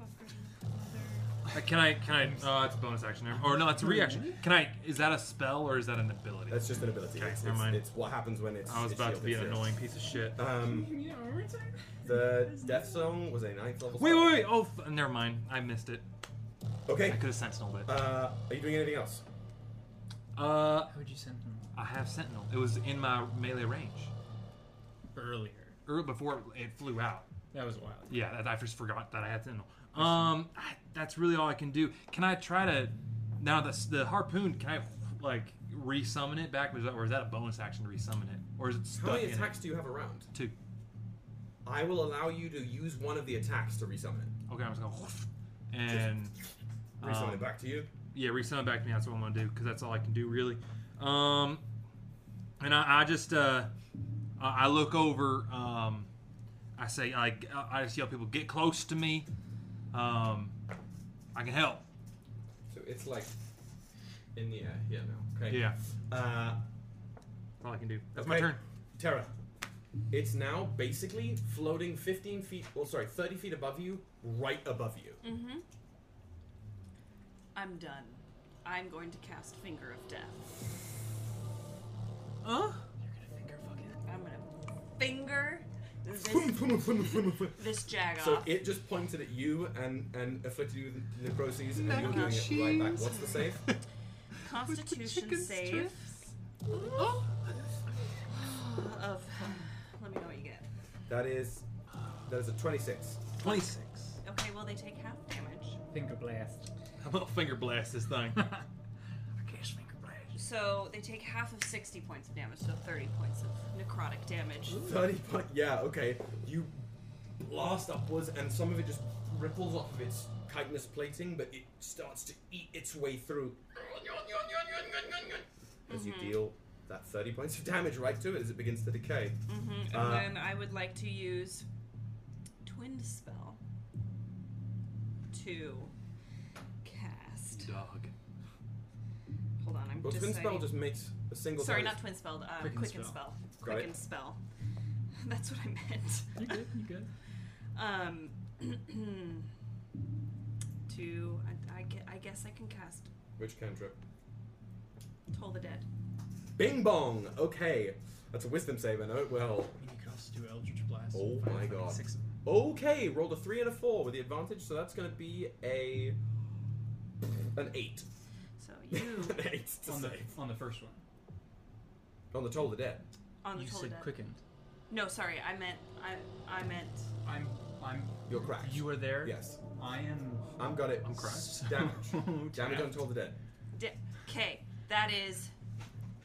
Speaker 6: Uh, Can I? Can I? Oh, that's a bonus action. never- Or no, that's a reaction. Can I? Is that a spell or is that an ability?
Speaker 2: That's just an ability.
Speaker 6: Okay,
Speaker 2: it's,
Speaker 6: never
Speaker 2: it's-
Speaker 6: mind.
Speaker 2: it's what happens when it's.
Speaker 6: I was
Speaker 2: it's
Speaker 6: about to be an
Speaker 2: shielded,
Speaker 6: annoying
Speaker 2: yeah.
Speaker 6: piece of shit.
Speaker 2: Um,
Speaker 27: Yeah, armor attack?
Speaker 2: the death song was a ninth level.
Speaker 6: Wait,
Speaker 2: spell.
Speaker 6: wait, wait. Oh, f- never mind. I missed it.
Speaker 2: Okay.
Speaker 6: I could have sentineled it.
Speaker 2: Uh, are you doing anything else?
Speaker 6: Uh,
Speaker 7: How would you send them?
Speaker 6: I have sentinel. It was in my melee range.
Speaker 7: Earlier.
Speaker 6: Er, before it flew out.
Speaker 7: That was wild.
Speaker 6: Yeah, that, I just forgot that I had sentinel. Um, I, that's really all I can do. Can I try to? Now that's the harpoon. Can I like re-summon it back? Or is that, or is that a bonus action to re-summon it? Or is it stuck
Speaker 2: How many
Speaker 6: in it?
Speaker 2: attacks do you have around?
Speaker 6: Two.
Speaker 2: I will allow you to use one of the attacks to resummon it.
Speaker 6: Okay, I'm just gonna and
Speaker 2: resummon
Speaker 6: Um,
Speaker 2: it back to you.
Speaker 6: Yeah, resummon it back to me. That's what I'm gonna do because that's all I can do really. Um, and I, I just uh, I I look over. Um, I say I I just yell people get close to me. Um, I can help.
Speaker 2: So it's like in the air here now. Okay.
Speaker 6: Yeah.
Speaker 2: Uh,
Speaker 6: That's all I can do. That's my turn.
Speaker 2: Terra. It's now basically floating 15 feet, well, sorry, 30 feet above you, right above you.
Speaker 5: Mm-hmm. I'm done. I'm going to cast Finger of Death.
Speaker 6: Huh?
Speaker 5: I'm gonna finger this, this jag
Speaker 2: So
Speaker 5: off.
Speaker 2: it just pointed at you and, and afflicted you with necroses, and you're doing it right back. What's the save?
Speaker 5: Constitution save of. Let me know what you get.
Speaker 2: that is that is a 26.
Speaker 6: 26.
Speaker 5: Okay, well they take half damage.
Speaker 7: Finger blast.
Speaker 6: I'm gonna finger blast this thing.
Speaker 5: I cast Finger blast. So they take half of 60 points of damage, so 30 points of necrotic damage.
Speaker 2: 30 point. Yeah, okay. You blast upwards, and some of it just ripples off of its chitinous plating, but it starts to eat its way through as you
Speaker 5: Mhm.
Speaker 2: deal that 30 points of damage right to it as it begins to decay.
Speaker 5: hmm And
Speaker 2: Uh,
Speaker 5: then I would like to use Twin Spell to cast.
Speaker 3: Dog.
Speaker 5: Hold on, I'm
Speaker 2: Well,
Speaker 5: just
Speaker 2: Twin Spell
Speaker 5: deciding-
Speaker 2: just makes a single
Speaker 5: Sorry,
Speaker 2: damage.
Speaker 5: not Twin Spell, um,
Speaker 2: Quicken
Speaker 5: Quicken,
Speaker 2: Spell.
Speaker 5: Spell.
Speaker 2: Got it.
Speaker 5: Quicken Spell. That's what I meant.
Speaker 12: You good, you good.
Speaker 5: Um, to, I, I ge- I guess I can cast
Speaker 2: Which cantrip?
Speaker 5: Toll the Dead.
Speaker 2: Bing bong! Okay. That's a wisdom save, I know it well.
Speaker 7: You could also do Eldritch Blast.
Speaker 2: Oh
Speaker 7: Fire
Speaker 2: my
Speaker 7: fucking
Speaker 2: god.
Speaker 7: Six.
Speaker 2: Okay, rolled a three and a four with the advantage, so that's going to be a an eight.
Speaker 5: So you
Speaker 2: an eight to
Speaker 12: on the,
Speaker 2: save.
Speaker 12: on the first one.
Speaker 2: on the toll of the dead.
Speaker 5: On the
Speaker 12: you
Speaker 5: Toll the
Speaker 12: said
Speaker 5: Dead.
Speaker 12: quickened.
Speaker 5: No, sorry, I meant, I, I meant.
Speaker 12: I'm I'm.
Speaker 2: You're cracked.
Speaker 12: You are there.
Speaker 2: Yes.
Speaker 12: I am.
Speaker 2: I'm got it.
Speaker 12: I'm cracked.
Speaker 2: Damage. Damage on
Speaker 12: Tapped.
Speaker 2: toll of the dead.
Speaker 5: Okay, that is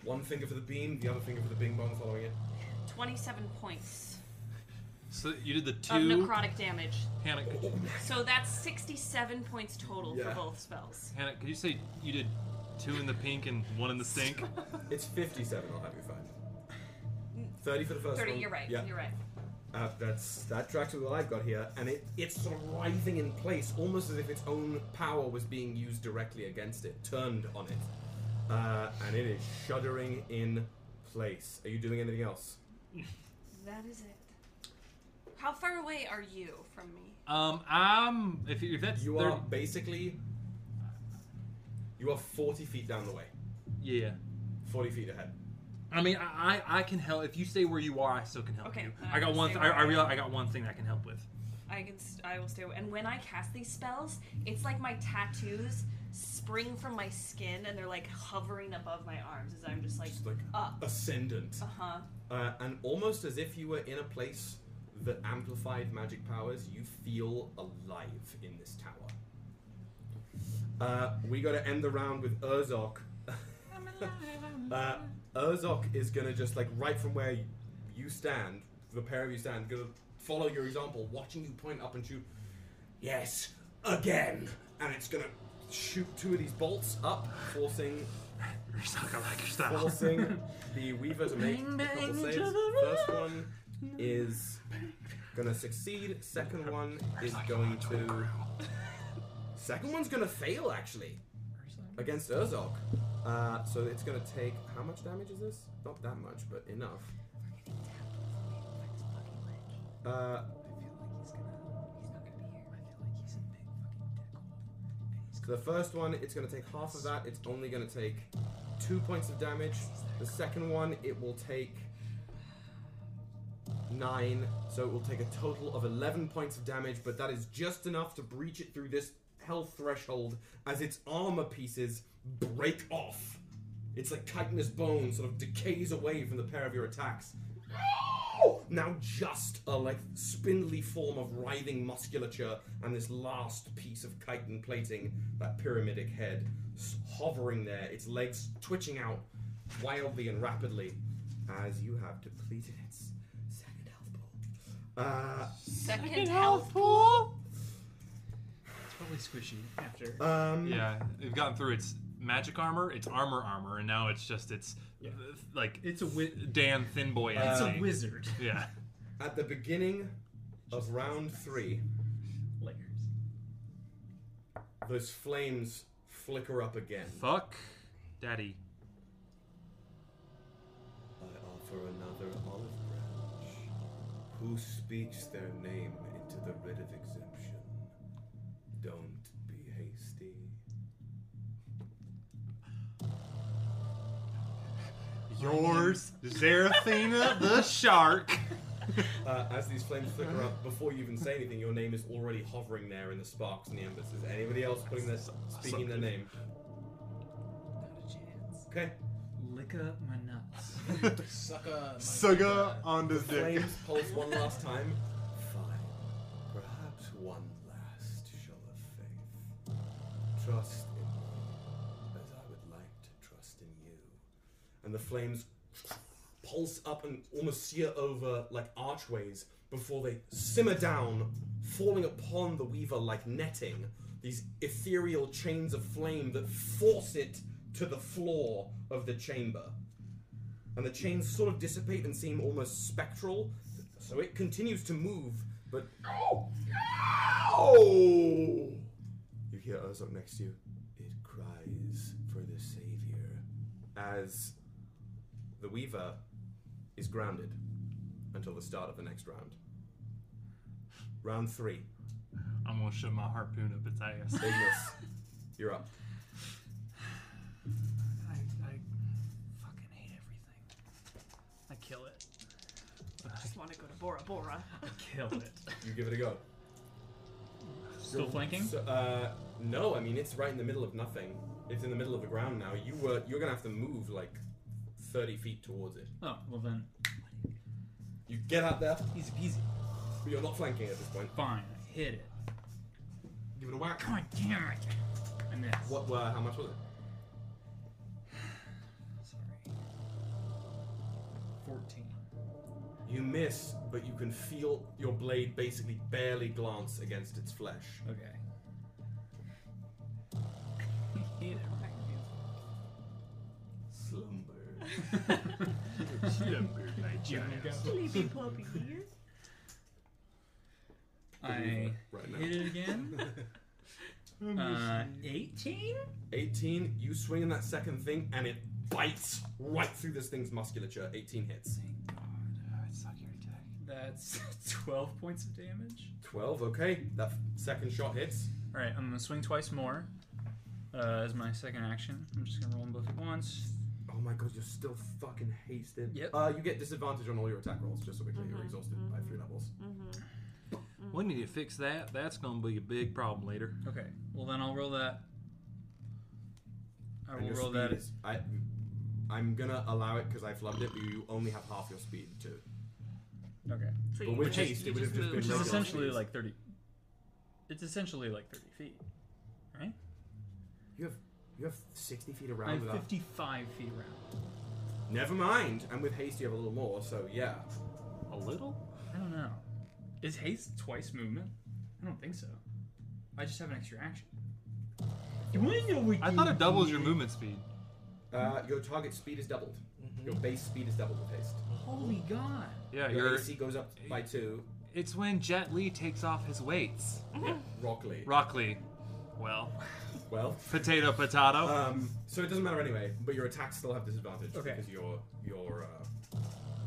Speaker 2: One finger for the beam, the other finger for the bing bong following it.
Speaker 5: 27 points
Speaker 3: So you did the
Speaker 5: of
Speaker 3: two.
Speaker 5: necrotic damage.
Speaker 3: Hannah, could-
Speaker 5: So that's 67 points total
Speaker 3: Yeah.
Speaker 5: for both spells.
Speaker 3: Hannah, could you say you did two in the pink and one in the stink?
Speaker 2: it's 57, I'll have you find. 30 for the first
Speaker 5: 30,
Speaker 2: one.
Speaker 5: you're right,
Speaker 2: Yeah.
Speaker 5: you're right.
Speaker 2: Uh, that's that tracks with what I've got here, and it, it's sort of writhing in place, almost as if its own power was being used directly against it, turned on it, uh, and it is shuddering in place. Are you doing anything else?
Speaker 5: That is it. How far away are you from me?
Speaker 3: Um, I'm. If, you- if that's
Speaker 2: You
Speaker 3: they're-
Speaker 2: are basically, you are forty feet down the way,
Speaker 3: Yeah.
Speaker 2: forty feet ahead.
Speaker 3: I mean, I, I I can help if you stay where you are. I still can help
Speaker 5: Okay,
Speaker 3: you.
Speaker 5: then
Speaker 3: I
Speaker 5: I
Speaker 3: got
Speaker 5: will
Speaker 3: one.
Speaker 5: stay
Speaker 3: Th- I,
Speaker 5: where
Speaker 3: I
Speaker 5: I am.
Speaker 3: realize I got one thing that I can help with.
Speaker 5: I can. St- I will stay. And when I cast these spells, it's like my tattoos spring from my skin and they're like hovering above my arms as I'm just like,
Speaker 2: Just like
Speaker 5: up.
Speaker 2: ascendant.
Speaker 5: Uh huh.
Speaker 2: Uh, and almost as if you were in a place that amplified magic powers, you feel alive in this tower. Uh, we got to end the round with Urzok. uh, Urzok is gonna just like right from where you stand, the pair of you stand, gonna follow your example, watching you point up and shoot. Yes, again, and it's gonna shoot two of these bolts up, forcing. Forcing the Weaver to make
Speaker 3: Bang,
Speaker 2: a couple
Speaker 3: bang,
Speaker 2: saves. First one is gonna succeed. Second one is going to. Second one's gonna fail actually against Urzog. Uh, so it's gonna take how much damage is this? Not that much, but enough. Uh, so the first one, it's gonna take half of that. It's only gonna take two points of damage. The second one, it will take nine, so it will take a total of 11 points of damage, but that is just enough to breach it through this hell threshold as its armor pieces break off. It's like chitinous bone sort of decays away from the pair of your attacks. Now just a like spindly form of writhing musculature and this last piece of chitin plating, that pyramidic head s- hovering there, its legs twitching out wildly and rapidly as you have depleted its uh,
Speaker 5: Second health
Speaker 3: pool.
Speaker 12: It's probably squishy after.
Speaker 2: Um,
Speaker 3: yeah, we've gotten through its magic armor, its armor armor, and now it's just its like it's a wi- Dan Thin Boy.
Speaker 2: It's a
Speaker 3: energy.
Speaker 2: wizard.
Speaker 3: Yeah.
Speaker 2: At the beginning of round three,
Speaker 12: Layers.
Speaker 2: those flames flicker up again.
Speaker 3: Fuck, Daddy.
Speaker 14: I offer another olive branch. Who speaks their name into the writ of exemption? Don't be hasty.
Speaker 3: Yours, Zarathina the shark.
Speaker 2: Uh, as these flames flicker up, before you even say anything, your name is already hovering there in the sparks and the embers. Is anybody else putting their speaking their name? Okay.
Speaker 7: Lick up my nuts.
Speaker 8: Sucker.
Speaker 2: Sugar on the dick. Flames pulse one last time.
Speaker 14: Fine. Perhaps one last show of faith. Trust in me as I would like to trust in you.
Speaker 2: and the flames pulse up and almost sear over like archways before they simmer down, falling upon the weaver like netting. These ethereal chains of flame that force it to the floor of the chamber. And the chains sort of dissipate and seem almost spectral, so it continues to move, but. Oh! You hear Urzok next to you. It cries for the savior as the Weaver is grounded until the start of the next round. Round three.
Speaker 3: I'm gonna shove my harpoon up its ass.
Speaker 2: Big miss. You're up.
Speaker 7: I, I fucking hate everything. I kill it.
Speaker 5: I just want to go to Bora Bora.
Speaker 7: Kill it.
Speaker 2: You give it a go.
Speaker 7: Still
Speaker 2: You're-
Speaker 7: flanking?
Speaker 2: so- uh, no, I mean it's right in the middle of nothing. It's in the middle of the ground now. You were you're gonna have to move like thirty feet towards it.
Speaker 7: Oh, well then.
Speaker 2: You get out there.
Speaker 7: Easy peasy.
Speaker 2: But you're not flanking at this point.
Speaker 7: Fine. Hit it.
Speaker 2: Give it a whack.
Speaker 7: God damn it. I missed.
Speaker 2: What? Uh, how much was it?
Speaker 7: 14.
Speaker 2: You miss, but you can feel your blade basically barely glance against its flesh.
Speaker 7: Okay. Hate it right
Speaker 2: Slumber.
Speaker 7: Slumber, my giant. Sleepy
Speaker 5: puppy.
Speaker 7: I
Speaker 2: Right now.
Speaker 7: hit it again. uh, 18?
Speaker 2: 18, you swing in that second thing and it bites right through this thing's musculature. 18 hits.
Speaker 7: That's 12 points of damage.
Speaker 2: 12, okay. That f- second shot hits.
Speaker 7: All right, I'm gonna swing twice more. Uh, as my second action, I'm just gonna roll them both at once.
Speaker 2: Oh my god, you're still fucking hasted.
Speaker 7: Yep.
Speaker 2: Uh, you get disadvantage on all your attack rolls, just so we clear. You're exhausted by three levels.
Speaker 3: We need to fix that. That's gonna be a big problem later.
Speaker 7: Okay. Well, then I'll roll that. I
Speaker 2: And
Speaker 7: will
Speaker 2: your
Speaker 7: roll
Speaker 2: speed
Speaker 7: that.
Speaker 2: is- I, I'm gonna allow it because I flubbed it, but you only have half your speed too.
Speaker 7: Okay.
Speaker 2: So But with you just- haste, it you would have just just been
Speaker 7: Which is
Speaker 2: regular
Speaker 7: essentially
Speaker 2: speed.
Speaker 7: like 30. It's essentially like 30 feet, right?
Speaker 2: You have you have 60 feet around.
Speaker 7: I have
Speaker 2: without-
Speaker 7: 55 feet around.
Speaker 2: Never mind. And with haste, you have a little more. So yeah.
Speaker 3: A little?
Speaker 7: I don't know. Is haste twice movement? I don't think so. I just have an extra action.
Speaker 3: I thought it doubles your movement speed.
Speaker 2: Uh, your target speed is doubled. Your base speed is doubled with haste.
Speaker 7: Holy god.
Speaker 3: Yeah,
Speaker 2: your
Speaker 3: you're-
Speaker 2: AC goes up by two.
Speaker 3: It's when Jet Li takes off his weights.
Speaker 2: Mm-hmm. Rockley.
Speaker 3: Rockley. Well.
Speaker 2: Well.
Speaker 3: Potato, potato.
Speaker 6: Uh,
Speaker 2: Um, so it doesn't matter anyway. But your attacks still have disadvantage
Speaker 7: Okay.
Speaker 2: because you're you're uh,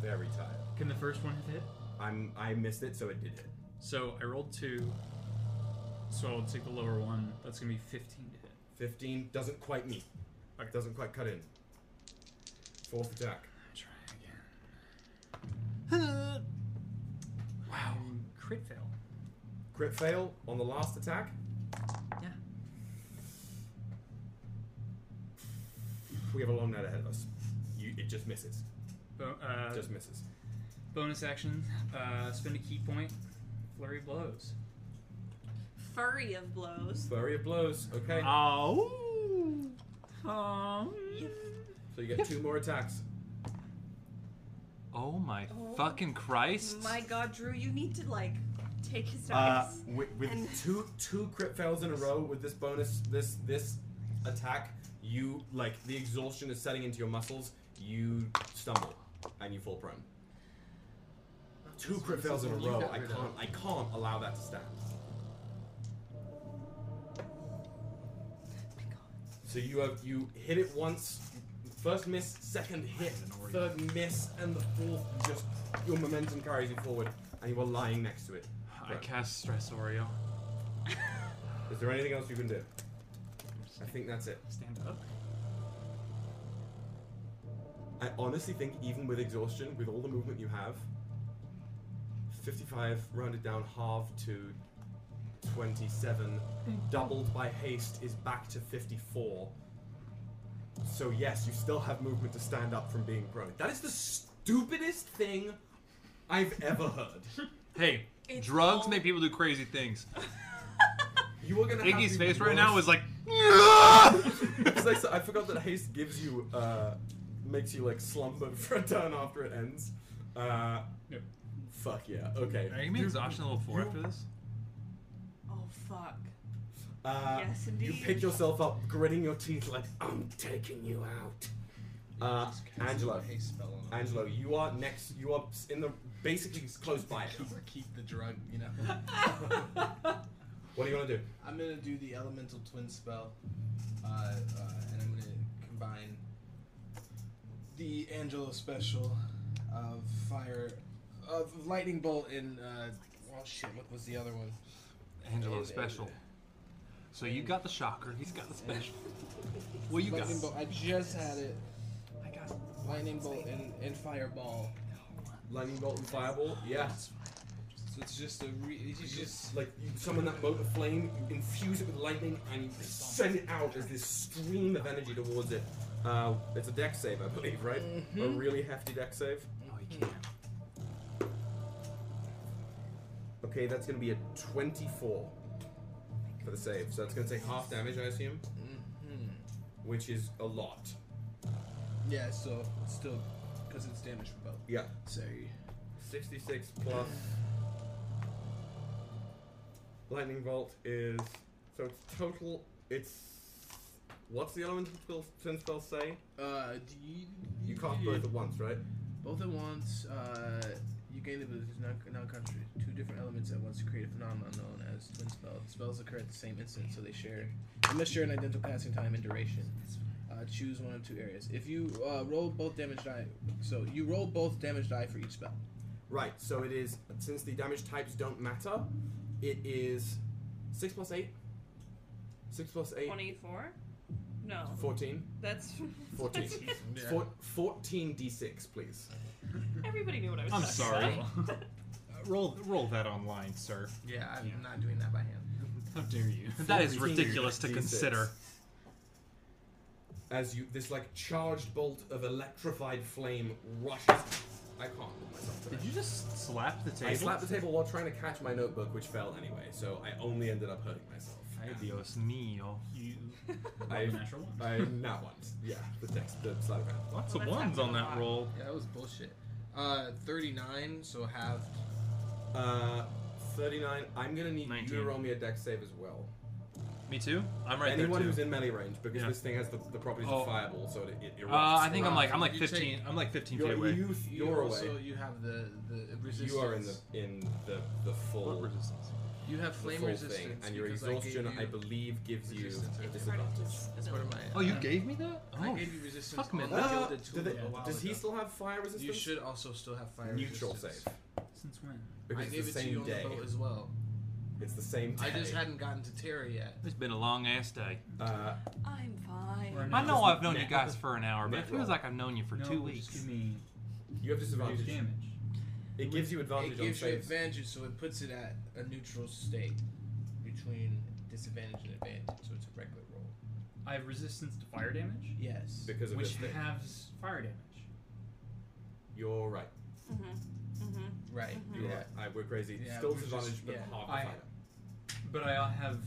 Speaker 2: very tired.
Speaker 7: Can the first one hit?
Speaker 2: I'm I missed it, so it did hit.
Speaker 7: So I rolled two. So I'll take the lower one. That's gonna be 15 to hit.
Speaker 2: 15 doesn't quite meet. Doesn't quite cut in. Fourth attack.
Speaker 7: Wow. Crit fail.
Speaker 2: Crit fail on the last attack.
Speaker 7: Yeah.
Speaker 2: We have a long night ahead of us. You, it just misses.
Speaker 7: Bo- uh,
Speaker 2: just misses.
Speaker 7: Bonus action. Uh, spend a key point. Flurry of blows.
Speaker 5: Furry of blows.
Speaker 2: Flurry of blows. Okay.
Speaker 7: uh,
Speaker 3: Oh.
Speaker 7: Oh.
Speaker 2: So you get two more attacks.
Speaker 3: Oh my
Speaker 5: Oh.
Speaker 3: fucking Christ.
Speaker 5: My God, Drew, you need to like take his
Speaker 2: Uh,
Speaker 5: dice.
Speaker 2: with with
Speaker 5: And-
Speaker 2: two two crit fails in a row with this bonus this this attack, you like the exhaustion is setting into your muscles. You stumble and you fall prone. Two crit fails in a row. I can't I can't allow that to stand. So you have you hit it once, first miss, second hit, third miss, and the fourth you just your momentum carries you forward, and you are lying next to it.
Speaker 3: I cast Stress Oreo.
Speaker 2: Is there anything else you can do? I think that's it.
Speaker 7: Stand up.
Speaker 2: I honestly think even with exhaustion, with all the movement you have, 55 rounded down half to 27, doubled by haste is back to 54. So yes, you still have movement to stand up from being prone. That is the stupidest thing I've ever heard.
Speaker 3: Hey, drugs make people do crazy things.
Speaker 2: You were gonna have
Speaker 3: Iggy's
Speaker 2: the
Speaker 3: face right now
Speaker 2: worst-
Speaker 3: is like,
Speaker 2: It's like, so I forgot that haste gives you uh, makes you like slumber for a turn after it ends. Uh, Fuck yeah. Okay.
Speaker 6: Are you making exhaustion level four after this?
Speaker 5: Oh fuck.
Speaker 2: Uh,
Speaker 5: Yes,
Speaker 2: you
Speaker 5: indeed.
Speaker 2: pick yourself up, gritting your teeth, like I'm taking you out. Uh, Angelo, Angelo, you are next. You are s- in the basically close by it.
Speaker 8: Keep the drug, you know.
Speaker 2: What do you want to do?
Speaker 8: I'm gonna do the elemental twin spell, uh, uh, and I'm gonna combine the Angelo special of fire, of lightning bolt, and uh, oh shit, what was the other one?
Speaker 6: Angelo
Speaker 8: And- uh,
Speaker 6: special. So you got the shocker. He's got the special. What
Speaker 8: Well,
Speaker 6: you got?
Speaker 8: lightning bolt. I just had it. I got lightning bolt and, and fireball.
Speaker 2: Lightning bolt and fireball. Yeah.
Speaker 8: So it's just a re- it's just
Speaker 2: like you summon that bolt of flame, you infuse it with lightning, and you send it out as this stream of energy towards it. Uh, it's a deck save, I believe, right? A really hefty deck save.
Speaker 6: Oh, you can't.
Speaker 2: Okay, that's going to be a 24 for the save. So that's going to take half damage, I assume,
Speaker 8: Mhm.
Speaker 2: which is a lot.
Speaker 8: Yeah, so it's still because it's damage from both.
Speaker 2: Yeah.
Speaker 8: So
Speaker 2: 66 plus lightning bolt is so it's total. It's what's the elemental spell, twin spells say?
Speaker 8: Uh, do you,
Speaker 2: You can't both at once, right?
Speaker 8: Both at once. Uh, you gain the ability to non- non-concentrate two different elements at once to create a phenomenon known as twin spell. Spells occur at the same instant, so they share. They must share an identical passing time and duration. Uh, choose one of two areas. If you uh, roll both damage die, so you roll both damage die for each spell.
Speaker 2: Right. So it is since the damage types don't matter, it is six plus eight. Six plus eight.
Speaker 5: Twenty-four. No.
Speaker 2: 14.
Speaker 5: That's
Speaker 2: 14.
Speaker 5: Yeah.
Speaker 2: Four, 14 d6, please.
Speaker 5: Everybody knew what I was.
Speaker 6: I'm
Speaker 5: talking
Speaker 6: sorry.
Speaker 5: about.
Speaker 6: Uh, roll roll that online, sir.
Speaker 8: Yeah, I'm not doing that by hand.
Speaker 6: How dare you? That is
Speaker 2: 14
Speaker 6: ridiculous to
Speaker 2: D6.
Speaker 6: consider.
Speaker 2: As you, this like charged bolt of electrified flame rushes. I can't hold myself today.
Speaker 6: Did you just slap the table?
Speaker 2: I slapped the table while trying to catch my notebook, which fell anyway, so I only ended up hurting myself.
Speaker 6: Ay, Dios mío. You.
Speaker 2: I,
Speaker 6: natural one?
Speaker 2: I, not once. Yeah, the text, the sleight of hand.
Speaker 6: Lots of ones on that roll.
Speaker 8: Yeah, that was bullshit. Uh, 39, so halved.
Speaker 2: Uh, 39. I'm gonna need you
Speaker 6: 19.
Speaker 2: to roll me a dex save as well.
Speaker 6: Me too. I'm right there,
Speaker 2: Anyone
Speaker 6: too.
Speaker 2: who's in melee range, because
Speaker 6: Yeah.
Speaker 2: this thing has the, the properties
Speaker 6: Oh.
Speaker 2: of fireball, so it, it erupts.
Speaker 6: Uh, I think I'm
Speaker 8: Wow.
Speaker 6: like I'm like
Speaker 8: You take-
Speaker 6: 15. I'm like 15 feet
Speaker 2: You're-
Speaker 6: away.
Speaker 2: you- You're
Speaker 8: also,
Speaker 2: away.
Speaker 8: You have the the resistance.
Speaker 2: You are in the in the the full
Speaker 6: What resistance?
Speaker 8: You have
Speaker 2: the
Speaker 8: flame
Speaker 2: full
Speaker 8: resistance
Speaker 2: thing, and your
Speaker 8: because I gave
Speaker 2: exhaustion,
Speaker 8: you
Speaker 2: I, believe, gives you
Speaker 8: resistance.
Speaker 2: a disadvantage.
Speaker 8: That's part of my.
Speaker 6: Oh, you
Speaker 8: uh,
Speaker 6: gave me that?
Speaker 8: I
Speaker 6: Oh,
Speaker 8: gave you resistance.
Speaker 6: fuck, man.
Speaker 8: on the
Speaker 6: Ah,
Speaker 8: gilded
Speaker 2: do they-
Speaker 8: tool a while
Speaker 2: does he
Speaker 8: ago.
Speaker 2: still have fire resistance?
Speaker 8: You should also still have fire
Speaker 2: Neutral
Speaker 8: resistance.
Speaker 2: save.
Speaker 28: Since when?
Speaker 2: Because
Speaker 8: I
Speaker 2: it's
Speaker 8: gave
Speaker 2: the
Speaker 8: it to you
Speaker 2: same
Speaker 8: on
Speaker 2: day.
Speaker 8: the boat as well.
Speaker 2: It's the same day.
Speaker 8: I just hadn't gotten to Terra yet.
Speaker 6: It's been a long ass day.
Speaker 2: Uh,
Speaker 5: I'm fine.
Speaker 6: I know I've known
Speaker 28: Net-
Speaker 6: you guys for an hour, but it
Speaker 2: net
Speaker 6: feels
Speaker 2: roll.
Speaker 6: like I've known you for
Speaker 28: No,
Speaker 6: two
Speaker 28: but
Speaker 6: weeks.
Speaker 28: just Give me
Speaker 2: you have
Speaker 28: reduced
Speaker 2: disadvantage.
Speaker 28: damage.
Speaker 2: It gives you advantage
Speaker 8: It gives
Speaker 2: on
Speaker 8: you
Speaker 2: saves.
Speaker 8: advantage, so it puts it at a neutral state between disadvantage and advantage. So it's a regular roll.
Speaker 7: I have resistance to fire damage,
Speaker 8: Yes.
Speaker 2: Because of
Speaker 7: which
Speaker 2: this thing.
Speaker 7: halves fire damage.
Speaker 2: You're right.
Speaker 5: Mm-hmm,
Speaker 8: Right.
Speaker 6: Mm-hmm.
Speaker 2: You're right. I, we're crazy.
Speaker 8: Yeah,
Speaker 2: still
Speaker 8: we're just-
Speaker 2: disadvantage, but
Speaker 8: yeah.
Speaker 2: half the
Speaker 7: I-
Speaker 2: fire.
Speaker 7: But I have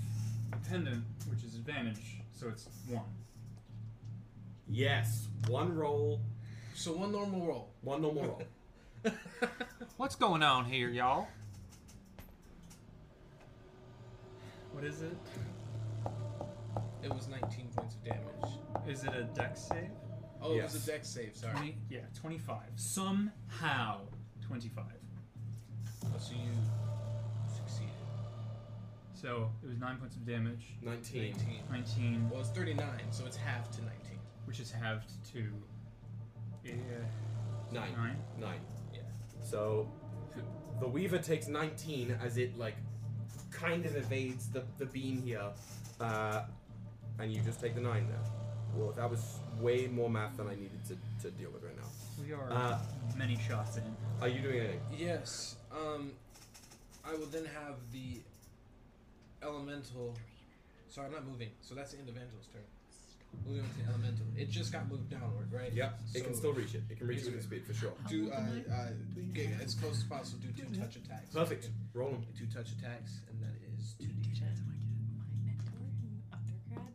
Speaker 7: a pendant, which is advantage, so it's one.
Speaker 2: Yes. One roll.
Speaker 8: So one normal roll.
Speaker 2: One normal roll.
Speaker 6: What's going on here, y'all?
Speaker 7: What is it?
Speaker 8: It was 19 points of damage.
Speaker 7: Is it a dex save?
Speaker 8: Oh, it
Speaker 2: Yes.
Speaker 8: was a dex save. Sorry.
Speaker 7: 20, yeah, 25. Somehow, 25.
Speaker 8: Oh, so you succeeded.
Speaker 7: So it was 9 points of damage,
Speaker 2: 19.
Speaker 8: 19.
Speaker 7: 19,
Speaker 8: Well, it's 39, so it's half to 19.
Speaker 7: which is halved to uh,
Speaker 2: Nine.
Speaker 7: 9.
Speaker 2: Nine.
Speaker 8: Yeah.
Speaker 2: So the Weaver takes 19 as it like kind of evades the, the beam here, uh, and you just take the nine there. Well, that was way more math than I needed to, to deal with right now.
Speaker 7: We are
Speaker 2: Uh,
Speaker 7: many shots in.
Speaker 2: Are you doing anything?
Speaker 8: Yes. Um, I will then have the elemental. Sorry, I'm not moving. So that's the end of Angel's turn. Moving on to elemental. It just got moved downward, right?
Speaker 2: Yep. It can
Speaker 8: So
Speaker 2: still reach it. It can reach it with its speed for sure.
Speaker 8: Do uh, uh, get as close as possible. Do two touch attacks.
Speaker 2: Perfect. Roll 'em.
Speaker 8: Two touch attacks, and that is two d10.
Speaker 1: My mentor in undergrad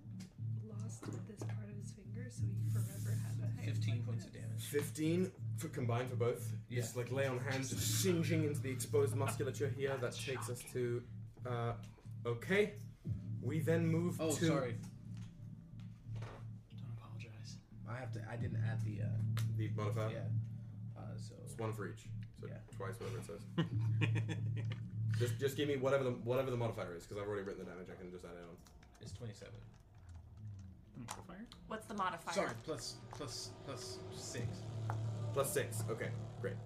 Speaker 1: lost this part of his finger, so he forever had a
Speaker 8: 15 points of damage.
Speaker 2: 15 for combined for both.
Speaker 8: Yeah.
Speaker 2: Just like lay on hands, just singeing into the exposed musculature here. That takes us to. Uh, okay. We then move
Speaker 8: Oh,
Speaker 2: to.
Speaker 8: sorry.
Speaker 29: Don't apologize.
Speaker 8: I have to. I didn't add the. Uh,
Speaker 2: the modifier.
Speaker 8: Yeah. Uh, so.
Speaker 2: It's one for each. So twice whatever it says. just just give me whatever the whatever the modifier is because I've already written the damage. I can just add it on.
Speaker 8: It's 27.
Speaker 7: Modifier?
Speaker 5: What's the modifier?
Speaker 8: Sorry, plus plus plus six.
Speaker 2: Plus six. Okay, great.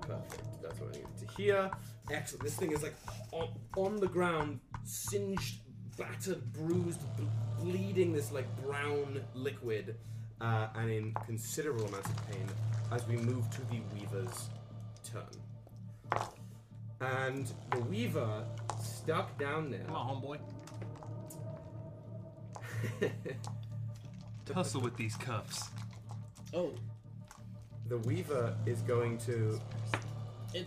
Speaker 2: Perfect. That's what I needed to hear. Excellent. This thing is like on, on the ground, singed, battered, bruised, b- bleeding this like brown liquid, uh, and in considerable amounts of pain as we move to the Weaver's turn. And the Weaver, stuck down there. Come
Speaker 6: on, homeboy. Tussle with these cuffs.
Speaker 8: Oh.
Speaker 2: The Weaver is going to.
Speaker 8: It's. Is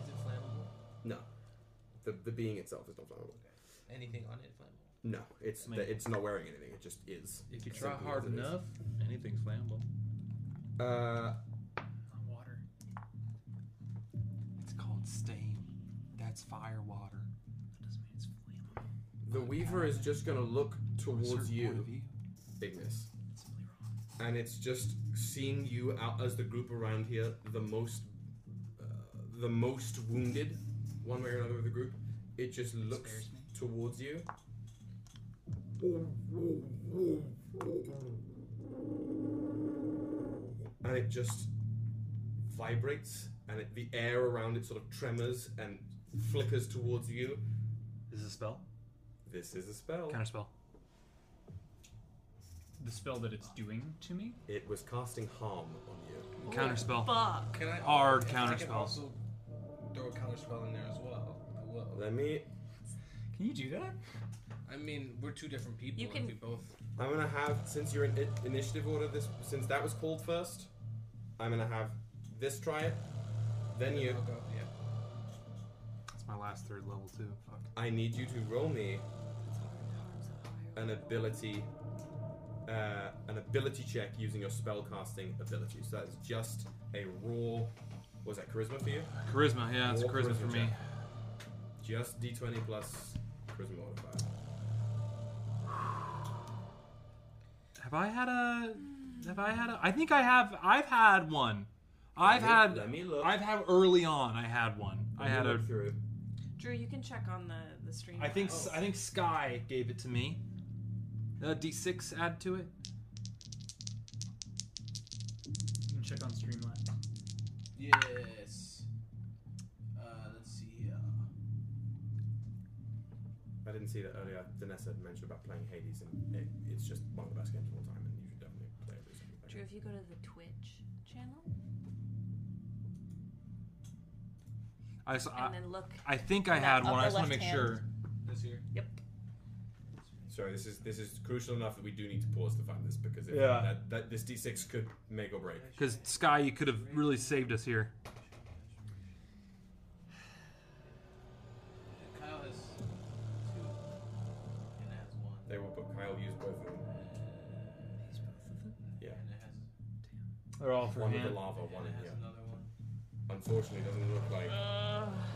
Speaker 8: it flammable?
Speaker 2: No. The, the being itself is not flammable.
Speaker 8: Anything on it flammable?
Speaker 2: No, it's
Speaker 8: I mean-
Speaker 2: it's not wearing anything. It just is.
Speaker 8: If you
Speaker 2: As
Speaker 8: try
Speaker 2: simple
Speaker 8: hard
Speaker 2: as it is.
Speaker 8: enough,
Speaker 30: anything's flammable.
Speaker 2: Uh,
Speaker 30: Water. It's called steam. That's fire water.
Speaker 2: the Weaver is just going to look towards you, Ignis, and it's just seeing you out as the group around here, the most, uh, the most wounded, one way or another of the group. It just looks towards you. and it just vibrates, and it, the air around it sort of tremors and flickers towards you.
Speaker 6: Is this a spell?
Speaker 2: This is a spell.
Speaker 6: Counter spell.
Speaker 7: The spell that it's doing to me?
Speaker 2: It was casting harm on you.
Speaker 6: Counter spell.
Speaker 8: Can I,
Speaker 6: Hard
Speaker 8: I
Speaker 6: counter
Speaker 8: can
Speaker 6: spell.
Speaker 8: also throw a counter spell in there as well. I will.
Speaker 2: Let me.
Speaker 8: Can you do that? I mean, we're two different people.
Speaker 5: You
Speaker 8: if
Speaker 5: can-
Speaker 8: We both.
Speaker 2: I'm gonna have since you're in i- initiative order. This since that was called first, I'm gonna have this try it, then you.
Speaker 8: I'll go. Yeah.
Speaker 6: That's my last third level too. Fuck.
Speaker 2: I need you to roll me an ability, uh, an ability check using your spellcasting ability. So that is just a raw. Was that charisma for you?
Speaker 6: Charisma, yeah, it's
Speaker 2: Raw
Speaker 6: charisma for me.
Speaker 2: check. Just D20 plus charisma modifier.
Speaker 6: Have I had a? Have I had a? I think I have. I've had one. I've
Speaker 2: me-
Speaker 6: had.
Speaker 2: let me look.
Speaker 6: I've had early on. I had one. I
Speaker 2: Let me
Speaker 6: had a.
Speaker 2: look through.
Speaker 5: Drew, you can check on the, the stream.
Speaker 6: I think.
Speaker 5: now. Oh.
Speaker 6: I think Sky gave it to me. Uh, D6 add to it.
Speaker 7: You can check on Streamlabs.
Speaker 8: Yes. Uh, let's see uh, here.
Speaker 2: I didn't see that earlier. Vanessa had mentioned about playing Hades, and it, it's just one of the best games of all time, and you should definitely play it. recently.
Speaker 5: Drew, if you go to the Twitch channel
Speaker 6: I, s- I-
Speaker 5: and then look.
Speaker 6: I think I
Speaker 5: on
Speaker 6: had
Speaker 5: that
Speaker 6: one. I
Speaker 5: upper
Speaker 6: just want to
Speaker 5: left
Speaker 6: make
Speaker 5: hand.
Speaker 6: sure.
Speaker 8: This here.
Speaker 5: Yep.
Speaker 2: Sorry, this is this is crucial enough that we do need to pause to find this because if
Speaker 6: Yeah.
Speaker 2: that, that this D6 could make or break.
Speaker 6: Because Sky, you could have really saved us here.
Speaker 8: Kyle has two. And has one.
Speaker 2: They will, but Kyle used both of them. Yeah,
Speaker 8: And it has.
Speaker 6: they're all for
Speaker 2: one in
Speaker 6: hand.
Speaker 2: the lava, one in
Speaker 8: Has
Speaker 2: here.
Speaker 8: another one.
Speaker 2: Unfortunately, it doesn't look like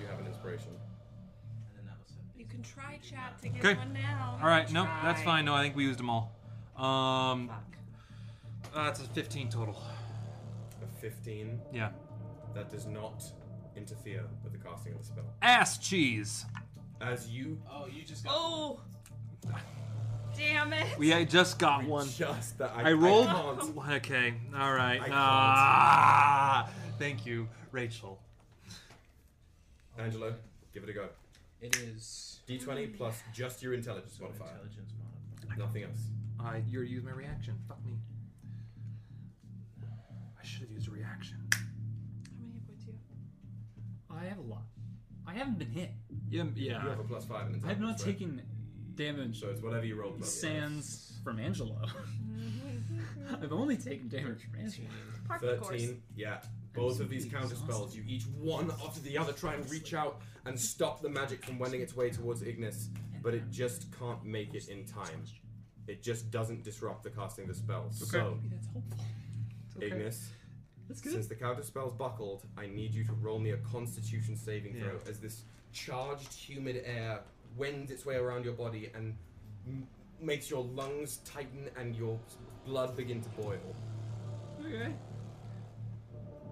Speaker 2: you have an inspiration.
Speaker 8: And then that was it.
Speaker 5: You can try chat to get
Speaker 6: Okay.
Speaker 5: one now.
Speaker 6: All right. No, that's
Speaker 5: Try.
Speaker 6: fine. No, I think we used them all. Um, uh, that's a 15 total.
Speaker 2: A 15.
Speaker 6: Yeah.
Speaker 2: That does not interfere with the casting of the spell.
Speaker 6: Ass cheese.
Speaker 2: As you,
Speaker 8: Oh, you just got.
Speaker 5: Oh! Damn it!
Speaker 6: we I just got
Speaker 2: We
Speaker 6: one.
Speaker 2: just that I-
Speaker 6: I rolled.
Speaker 2: I can't.
Speaker 6: one- Okay. All right.
Speaker 2: I can't.
Speaker 6: Ah, thank you, Rachel.
Speaker 2: Angelo, give it a go.
Speaker 8: It is
Speaker 2: D20 plus just your intelligence modifier.
Speaker 8: Intelligence
Speaker 2: Nothing else.
Speaker 6: I you used my reaction. Fuck me. I should have used a reaction.
Speaker 5: How many hit points do you have?
Speaker 7: I have a lot. I haven't been hit.
Speaker 6: Yeah. yeah.
Speaker 2: You have a plus five in
Speaker 7: I have not
Speaker 2: intelligence, right?
Speaker 7: taken damage.
Speaker 2: So it's whatever you rolled. plus five.
Speaker 7: Sans from Angelo. I've only taken damage from Angelo.
Speaker 2: Thirteen. Yeah. Both of these counter spells, you each one after the other try and reach out and stop the magic from wending its way towards Ignis, but it just can't make it in time. It just doesn't disrupt the casting of the spell. So,
Speaker 31: Maybe that's helpful. It's okay.
Speaker 2: Ignis,
Speaker 31: That's good.
Speaker 2: since the counter spell's buckled, I need you to roll me a Constitution saving throw as this charged, humid air wends its way around your body and m- makes your lungs tighten and your blood begin to boil.
Speaker 7: Okay.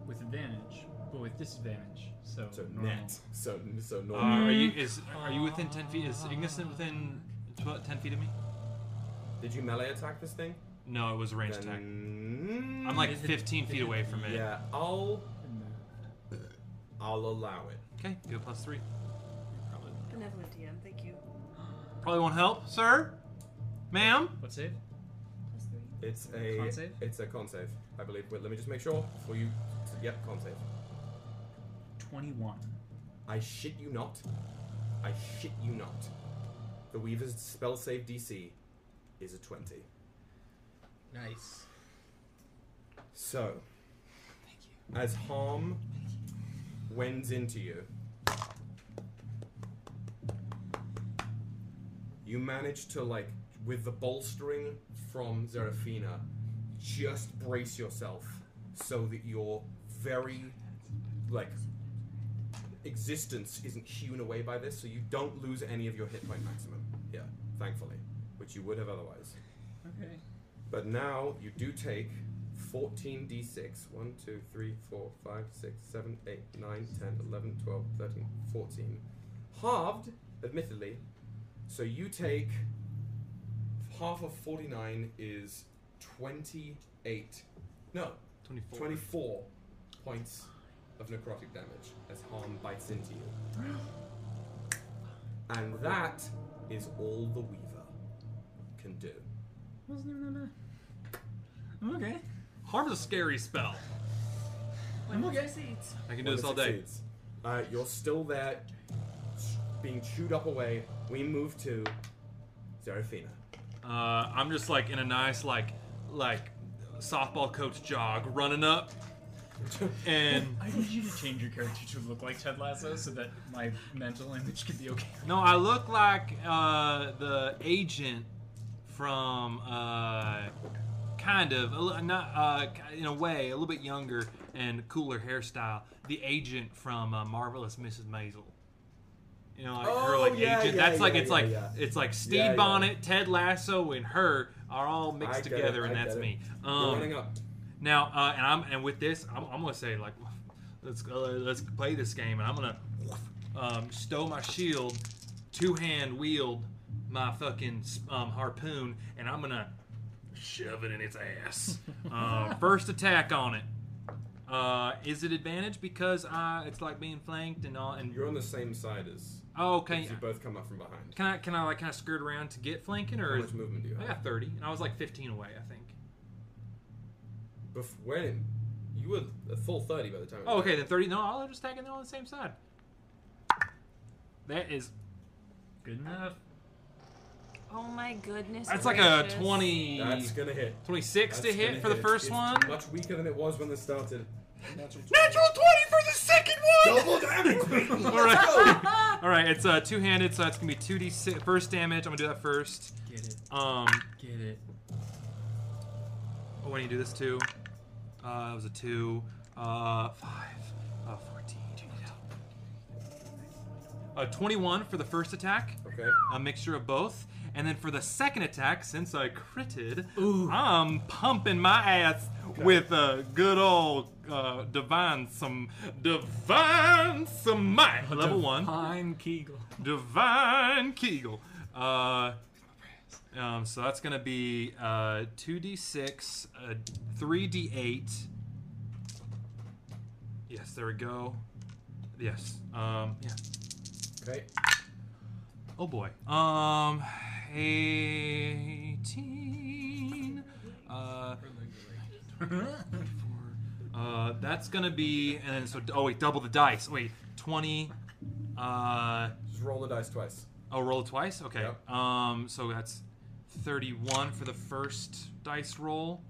Speaker 7: With advantage, but with disadvantage. So,
Speaker 2: So
Speaker 7: normal.
Speaker 2: net. So so
Speaker 6: Uh,
Speaker 2: normal.
Speaker 6: are you is are you within ten feet? Is Ignis within tw- ten feet of me?
Speaker 2: Did you melee attack this thing? mm,
Speaker 6: No, it was a ranged attack. I'm like 15 feet away from it.
Speaker 2: Yeah, I'll I'll allow it.
Speaker 6: Okay, do a plus three. Probably,
Speaker 5: Benevolent DM, thank you.
Speaker 6: probably won't help, sir, ma'am.
Speaker 7: What save?
Speaker 2: It's a
Speaker 7: Con save?
Speaker 2: it's a con save, I believe. Wait, let me just make sure before you. Yep, con save.
Speaker 7: 21.
Speaker 2: I shit you not. I shit you not. The Weaver's spell save DC is a twenty.
Speaker 8: Nice.
Speaker 2: So, as harm wends into you, you manage to, like, with the bolstering from Zerafina, just brace yourself so that your very, like, existence isn't hewn away by this, so you don't lose any of your hit point maximum. Yeah, thankfully, which you would have otherwise.
Speaker 7: Okay.
Speaker 2: But now you do take 14 d6. 1, 2, 3, 4, 5, 6, 7, 8, 9, 10, 11, 12, 13, 14. Halved, admittedly. So you take half of 49 is 28. No,
Speaker 6: 24.
Speaker 2: 24 points of necrotic damage as harm bites into you. And that is all the Weaver can do.
Speaker 7: Wasn't even that bad. Okay.
Speaker 6: Harm's a scary spell.
Speaker 7: I'm okay.
Speaker 6: I
Speaker 2: One
Speaker 6: can do this
Speaker 2: that
Speaker 6: all day.
Speaker 2: succeeds. Uh, you're still there, ch- being chewed up away. We move to Zerafina.
Speaker 6: Uh, I'm just like in a nice like like softball coach jog, running up, and
Speaker 7: I need you to change your character to look like Ted Lasso so that my mental image can be okay.
Speaker 6: no, I look like uh, the agent from uh, kind of a li- not uh, ki- in a way a little bit younger and cooler hairstyle. The agent from uh, Marvelous Mrs. Maisel. You know, like her
Speaker 2: Oh,
Speaker 6: like
Speaker 2: yeah,
Speaker 6: agent.
Speaker 2: yeah,
Speaker 6: That's like
Speaker 2: yeah,
Speaker 6: it's
Speaker 2: yeah,
Speaker 6: like
Speaker 2: yeah.
Speaker 6: it's like Steve
Speaker 2: Yeah, yeah.
Speaker 6: Bonnet, Ted Lasso, and her are all
Speaker 2: I
Speaker 6: mixed
Speaker 2: get it,
Speaker 6: together, and
Speaker 2: I
Speaker 6: that's
Speaker 2: get it.
Speaker 6: me. Um,
Speaker 2: You're running up.
Speaker 6: Now, uh, and I'm and with this, I'm, I'm gonna say like, let's uh, let's play this game, and I'm gonna um, stow my shield, two hand wield my fucking um, harpoon, and I'm gonna shove it in its ass. uh, first attack on it. Uh, is it advantage because I it's like being flanked and all and
Speaker 2: You're on the same side as.
Speaker 6: Oh, okay.
Speaker 2: You both come up from behind.
Speaker 6: Can I can I like kind of skirt around to get flanking or
Speaker 2: How
Speaker 6: is-
Speaker 2: much movement do you
Speaker 6: I
Speaker 2: have?
Speaker 6: got thirty, and I was like fifteen away, I think.
Speaker 2: Bef- when you were a full thirty by the time. it
Speaker 6: Oh,
Speaker 2: was
Speaker 6: okay,
Speaker 2: done.
Speaker 6: then 30. No, I'll just tag it on the same side. That is
Speaker 7: good enough.
Speaker 5: Oh my goodness.
Speaker 6: That's like a
Speaker 5: gracious.
Speaker 6: 20.
Speaker 2: That's gonna hit.
Speaker 6: 26 to
Speaker 2: That's
Speaker 6: hit
Speaker 2: gonna
Speaker 6: for the first
Speaker 2: It's
Speaker 6: one.
Speaker 2: Much weaker than it was when this started. Natural
Speaker 31: Natural 20 for the second one!
Speaker 2: Double damage, baby!
Speaker 31: Let's
Speaker 6: All
Speaker 31: go!
Speaker 6: right. All right, it's uh, two handed, so that's going to be 2d6. First damage, I'm going to do that first.
Speaker 7: Get it.
Speaker 6: Um,
Speaker 7: Get it.
Speaker 6: oh, I need to do this too. Uh, it was a 2. Uh, 5. Uh, 14. Uh, 21 for the first attack.
Speaker 2: Okay.
Speaker 6: A mixture of both. And then for the second attack, since I critted, I'm pumping my ass with a good old uh, divine some divine some might level one divine Kegel divine Kegel. Uh, um, so that's gonna be uh, 2d6, uh, 3d8. Yes, there we go. Yes. Um, yeah.
Speaker 2: Okay.
Speaker 6: Oh boy. Um, 18. Uh, uh, that's gonna be and then so oh wait, double the dice. Wait, 20. Uh,
Speaker 2: Just roll the dice twice.
Speaker 6: Oh, roll it twice. Okay. Um, so that's 31 for the first dice roll.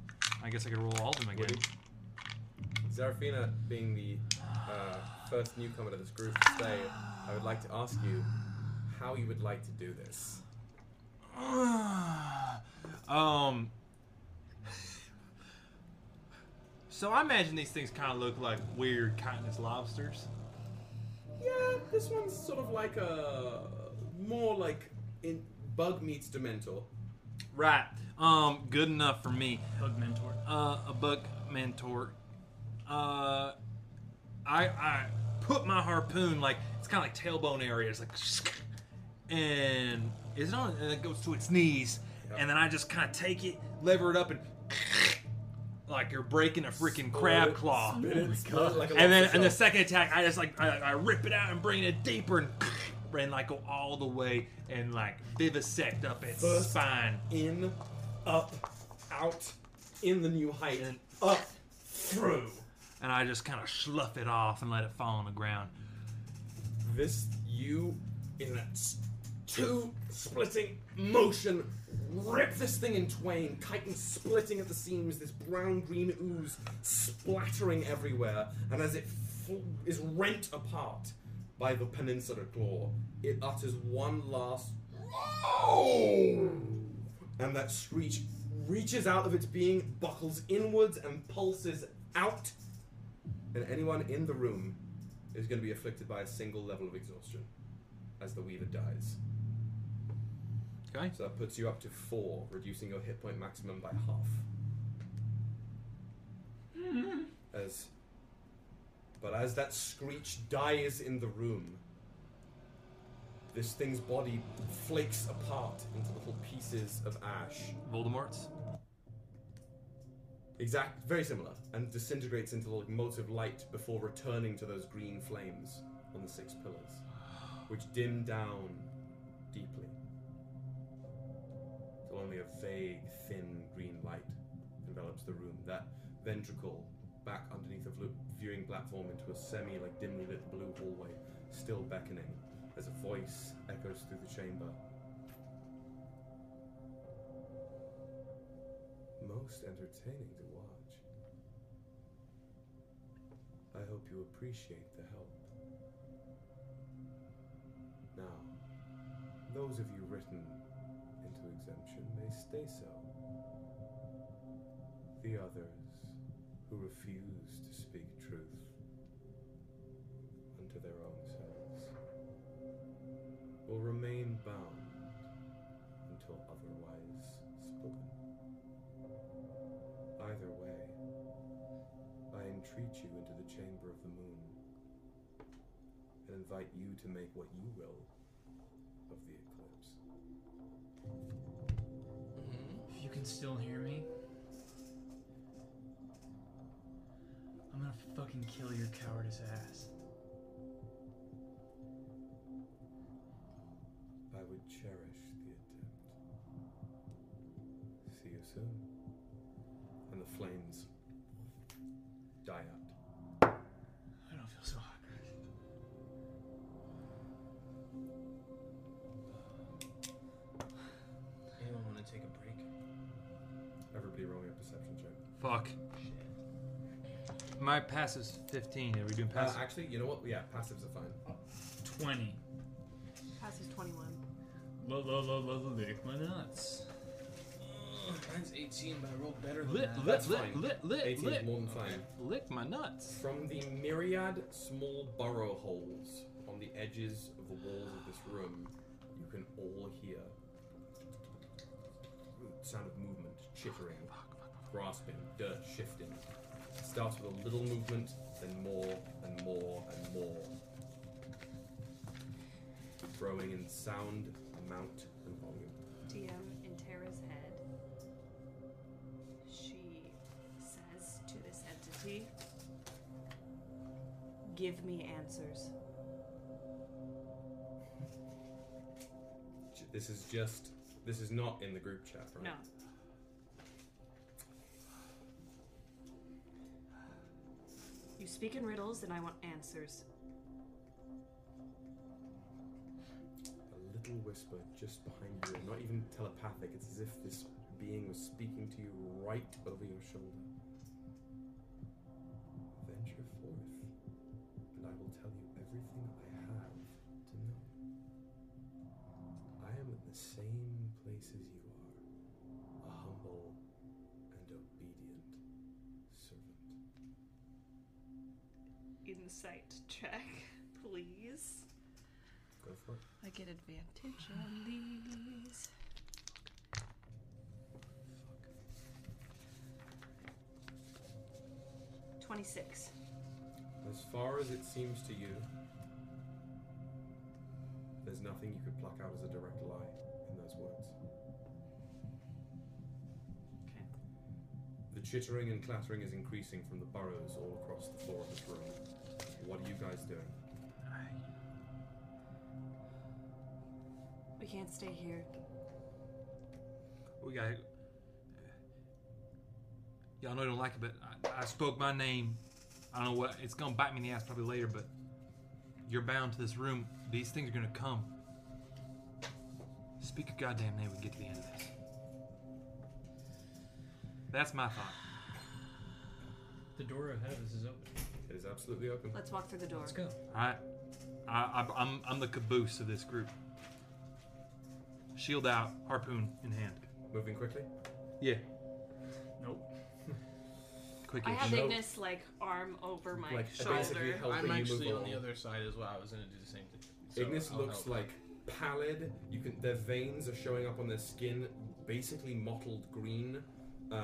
Speaker 6: I guess I could roll all of them again.
Speaker 2: Zarafina, being the uh, first newcomer to this group today, I would like to ask you how you would like to do this.
Speaker 6: Uh, So I imagine these things kind of look like weird kindness lobsters.
Speaker 2: Yeah, this one's sort of like a more like in bug meets Dementor.
Speaker 6: Oh Right. Um, good enough for me.
Speaker 3: Bug mentor.
Speaker 6: Uh, a bug mentor. Uh, I I put my harpoon like it's kind of like tailbone area. It's like, and it's on and it goes to its knees, and then I just kind of take it, lever it up, and like you're breaking a freaking crab
Speaker 2: it,
Speaker 6: claw.
Speaker 2: spit it, spit it like a
Speaker 6: and then
Speaker 2: lobster
Speaker 6: and the
Speaker 2: shell.
Speaker 6: second attack, I just like I, I rip it out and bring it deeper and. And like go all the way and like vivisect up its
Speaker 2: First
Speaker 6: spine.
Speaker 2: In, up, out, in the new height, and up, through.
Speaker 6: and I just kind of slough it off and let it fall on the ground.
Speaker 2: This you in a s- two splitting motion rip this thing in twain, chitin splitting at the seams, this brown green ooze splattering everywhere, and as it fl- is rent apart by the peninsular claw, it utters one last "Whoa!" and that screech reaches out of its being, buckles inwards, and pulses out. And anyone in the room is going to be afflicted by a single level of exhaustion as the Weaver dies.
Speaker 6: Okay.
Speaker 2: So that puts you up to four, reducing your hit point maximum by half. As, but as that screech dies in the room, this thing's body flakes apart into little pieces of ash.
Speaker 6: Voldemort's.
Speaker 2: Exact, very similar, and disintegrates into like motes of light before returning to those green flames on the six pillars, which dim down deeply till only a vague, thin green light envelops the room. That ventricle back underneath the flu- viewing platform into a semi, like dimly lit blue hallway, still beckoning as a voice echoes through the chamber. Most entertaining to watch. I hope you appreciate the help. Now, those of you written into exemption may stay so. The others who refuse to speak truth unto their own selves will remain bound until otherwise spoken. Either way, I entreat you into the chamber of the moon and invite you to make what you will of the eclipse.
Speaker 3: If you can still hear me, I'm gonna fucking kill your cowardice ass.
Speaker 2: I would cherish the attempt. See you soon. And the flames die out.
Speaker 3: I don't feel so hot.
Speaker 8: Anyone want to take a break?
Speaker 2: Everybody roll me a perception check.
Speaker 6: Fuck. My passive's 15. Are we doing
Speaker 2: Uh,
Speaker 6: passive?
Speaker 2: actually, you know what? Yeah, passives are fine.
Speaker 3: 20.
Speaker 1: Passes 21.
Speaker 3: Low, low, low, low, low, lick my nuts.
Speaker 8: Mine's 18, but I rolled better than
Speaker 6: Lit,
Speaker 8: that.
Speaker 6: lit,
Speaker 8: That's
Speaker 6: lit,
Speaker 8: fine.
Speaker 6: lit, lit,
Speaker 2: 18
Speaker 6: lit.
Speaker 2: is more than fine.
Speaker 6: Lick my nuts.
Speaker 2: From the myriad small burrow holes on the edges of the walls of this room, you can all hear sound of movement, chittering, grasping, dirt shifting. It starts with a little movement, then more and more and more, growing in sound, amount, and volume.
Speaker 1: DM in Tara's head. She says to this entity, Give me answers.
Speaker 2: J- This is just. This is not in the group chat, right?
Speaker 1: No. You speak in riddles and I want answers.
Speaker 2: a little whisper just behind you, and not even telepathic. It's as if this being was speaking to you right over your shoulder. Venture forth, and I will tell you everything I have to know. I am in the same place as you are, a humble and obedient servant.
Speaker 5: insight check, please.
Speaker 6: Go for it.
Speaker 5: I get advantage on these. Twenty-six.
Speaker 2: As far as it seems to you, there's nothing you could pluck out as a direct lie in those words. The chittering and clattering is increasing from the burrows all across the floor of this room. What are you guys doing?
Speaker 5: We can't stay here.
Speaker 3: We got. Y'all know I don't like it, but I, I spoke my name. I don't know what. It's gonna bite me in the ass probably later, but you're bound to this room. These things are gonna come. Speak your goddamn name. We can get to the end of this. That's my thought.
Speaker 7: The door ahead of us is open.
Speaker 2: It is absolutely open.
Speaker 5: Let's walk through the door. Let's
Speaker 7: go.
Speaker 3: All right. I, I, I'm, I'm the caboose of this group. Shield out, harpoon in hand.
Speaker 2: Moving quickly?
Speaker 3: Yeah.
Speaker 7: Nope.
Speaker 3: Quick
Speaker 5: I have
Speaker 3: ish.
Speaker 5: Ignis like arm over my shoulder.
Speaker 8: I'm actually on
Speaker 2: along.
Speaker 8: the other side as well. I was gonna do the same thing. So
Speaker 2: Ignis
Speaker 8: I'll
Speaker 2: looks
Speaker 8: help.
Speaker 2: like pallid. You can their veins are showing up on their skin, basically mottled green, uh,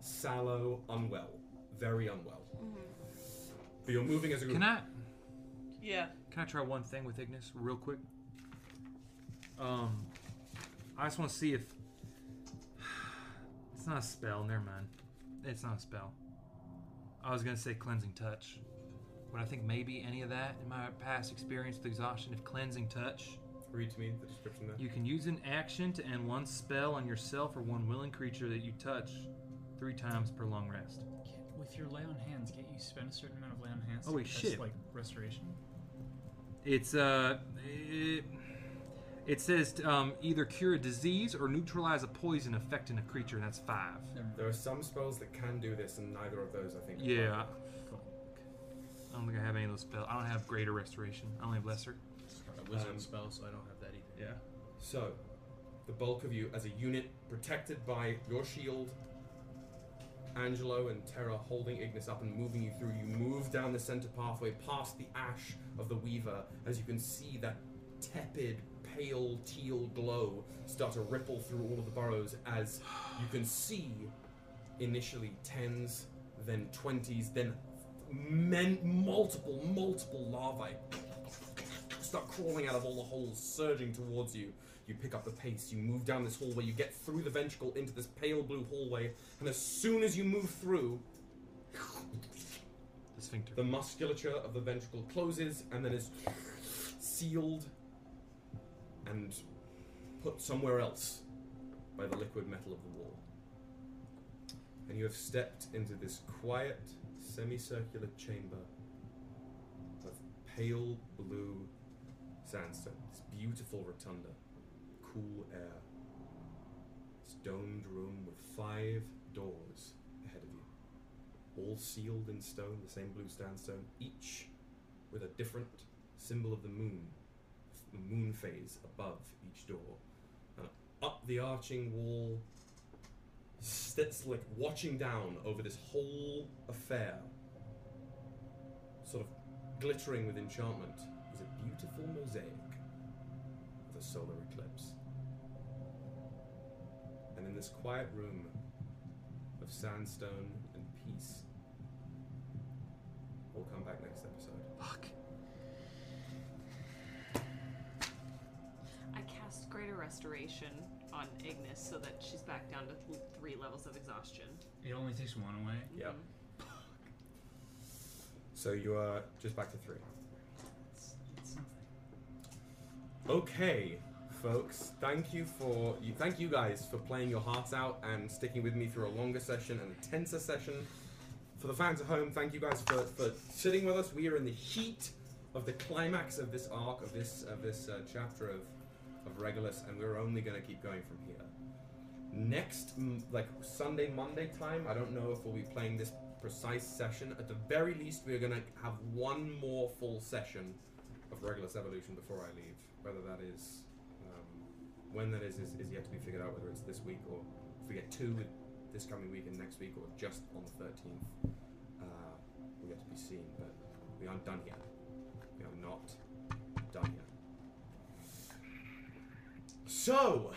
Speaker 2: sallow, unwell, very unwell.
Speaker 8: Mm-hmm.
Speaker 2: But you're moving as a group.
Speaker 3: Can I?
Speaker 5: Yeah.
Speaker 3: Can I try one thing with Ignis real quick? Um, I just want to see if it's not a spell. Never mind. It's not a spell. I was gonna say cleansing touch, but I think maybe any of that in my past experience with exhaustion, if cleansing touch.
Speaker 2: Read to me the description there.
Speaker 3: You can use an action to end one spell on yourself or one willing creature that you touch three times per long rest.
Speaker 7: With your lay on hands, can't you spend a certain amount of lay on hands? to
Speaker 3: Holy
Speaker 7: cast,
Speaker 3: shit.
Speaker 7: Like restoration.
Speaker 3: It's uh, it, it says um, either cure a disease or neutralize a poison effect in a creature. and That's five.
Speaker 2: There are some spells that can do this, and neither of those, I think. apply.
Speaker 3: Yeah. Fuck. I don't think I have any of those spells. I don't have greater restoration. I only have lesser.
Speaker 8: A wizard
Speaker 2: um,
Speaker 8: spell, so I don't have that either.
Speaker 3: Yeah.
Speaker 2: So, the bulk of you as a unit, protected by your shield, Angelo and Terra holding Ignis up and moving you through, you move down the center pathway past the ash of the Weaver as you can see that tepid, pale teal glow start to ripple through all of the burrows as you can see initially tens, then twenties, then men- multiple, multiple larvae start crawling out of all the holes, surging towards you. You pick up the pace, you move down this hallway, you get through the ventricle into this pale blue hallway, and as soon as you move through,
Speaker 3: the sphincter,
Speaker 2: the musculature of the ventricle closes and then is sealed and put somewhere else by the liquid metal of the wall. And you have stepped into this quiet, semicircular chamber of pale blue sandstone. This beautiful rotunda, cool air. This domed room with five doors ahead of you, all sealed in stone, the same blue sandstone, each with a different symbol of the moon, the moon phase above each door. And up the arching wall, that's like watching down over this whole affair, sort of glittering with enchantment, is a beautiful mosaic of a solar eclipse. And in this quiet room of sandstone and peace, we'll come back next episode.
Speaker 3: Fuck.
Speaker 5: I cast Greater Restoration on Ignis so that she's back down to th- three levels of exhaustion.
Speaker 7: It only takes one away.
Speaker 2: Yep. So you are just back to three. Okay, folks. Thank you for you. Thank you guys for playing your hearts out and sticking with me through a longer session and a tenser session. For the fans at home, thank you guys for, for sitting with us. We are in the heat of the climax of this arc of this of this uh, chapter of of Regulus, and we're only going to keep going from here. Next, m- like Sunday, Monday time, I don't know if we'll be playing this precise session. At the very least, we are going to have one more full session of Regulus Evolution before I leave. Whether that is, um, when that is, is, is yet to be figured out. Whether it's this week or if we get two this coming week and next week, or just on the 13th, uh, we get to be seen. But We aren't done yet. We are not done yet. So,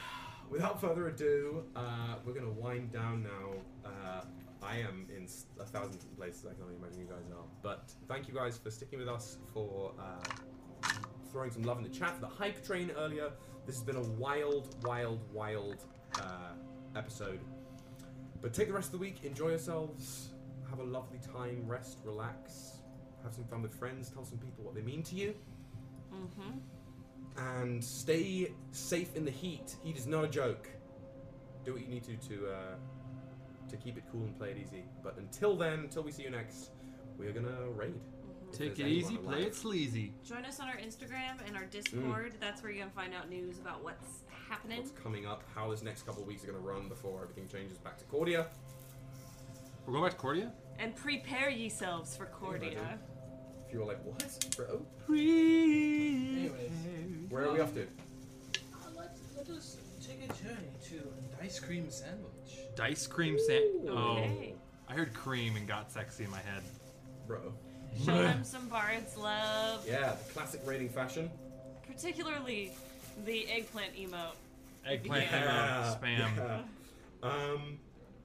Speaker 2: without further ado, uh, we're going to wind down now. Uh, I am in s- a thousand different places. I can only imagine you guys are. But thank you guys for sticking with us, for uh, throwing some love in the chat, for the hype train earlier. This has been a wild, wild, wild uh, episode. But take the rest of the week, enjoy yourselves, have a lovely time, rest, relax, have some fun with friends, tell some people what they mean to you
Speaker 5: Mm-hmm.
Speaker 2: and stay safe in the heat. Heat is not a joke. Do what you need to to uh, to keep it cool and play it easy. But until then, until we see you next, we are gonna raid. If
Speaker 6: Take
Speaker 2: there's
Speaker 6: it
Speaker 2: anyone
Speaker 6: easy,
Speaker 2: alive.
Speaker 6: play it sleazy.
Speaker 5: Join us on our Instagram and our Discord. That's where you're gonna find out news about what's happening.
Speaker 2: What's coming up? How this next couple of weeks are gonna run before everything changes back to Cordia.
Speaker 6: We're going back to Cordia.
Speaker 5: And prepare yourselves for Cordia.
Speaker 2: If you were like, what, bro?
Speaker 8: Anyways,
Speaker 2: Where are we off to?
Speaker 8: Let's, let us take a journey to an ice cream sandwich.
Speaker 6: Dice cream sand.
Speaker 8: Ooh.
Speaker 6: Oh,
Speaker 8: Okay.
Speaker 6: I heard cream and got sexy in my head.
Speaker 2: Bro.
Speaker 5: Show them some Bard's love.
Speaker 2: Yeah, the classic raiding fashion.
Speaker 5: Particularly the eggplant emote.
Speaker 6: Eggplant
Speaker 2: Yeah,
Speaker 6: emote, spam.
Speaker 2: yeah. Um,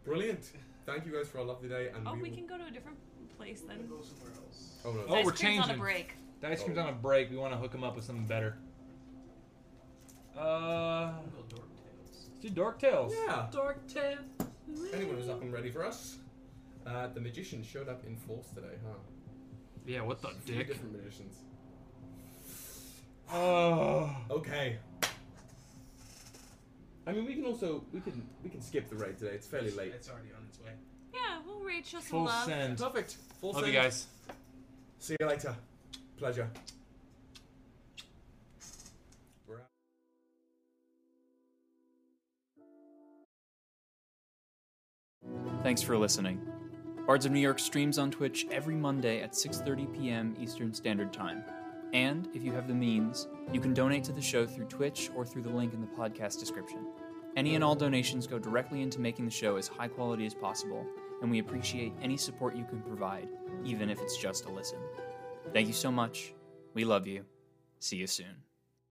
Speaker 2: brilliant. Thank you guys for a lovely day, and
Speaker 5: Oh,
Speaker 2: we,
Speaker 5: we
Speaker 2: will-
Speaker 5: can go to a different place then.
Speaker 2: Oh no.
Speaker 6: Oh,
Speaker 5: Dice
Speaker 6: we're
Speaker 5: cream's
Speaker 6: changing.
Speaker 5: on a break.
Speaker 6: Dice cream's on a break. We want to hook him up with something better. Uh, let's do Dark Tales.
Speaker 2: Oh, Yeah.
Speaker 32: Dark tip.
Speaker 2: Anyone who's up and ready for us? Uh, the magician showed up in force today, huh?
Speaker 6: Yeah, what the
Speaker 2: Few
Speaker 6: dick?
Speaker 2: different magicians.
Speaker 6: Oh.
Speaker 2: Okay. I mean, we can also we can we can skip the raid today. It's fairly late.
Speaker 8: It's already on its way.
Speaker 5: Yeah, we'll reach you some
Speaker 2: Full
Speaker 5: love.
Speaker 2: send. Perfect. Full
Speaker 6: Love you
Speaker 2: send.
Speaker 6: guys.
Speaker 2: See you later. Pleasure. We're out.
Speaker 7: Thanks for listening. Bards of New York streams on Twitch every Monday at 6:30 p.m. Eastern Standard Time. And if you have the means, you can donate to the show through Twitch or through the link in the podcast description. Any and all donations go directly into making the show as high quality as possible, and we appreciate any support you can provide, even if it's just a listen. Thank you so much. We love you. See you soon.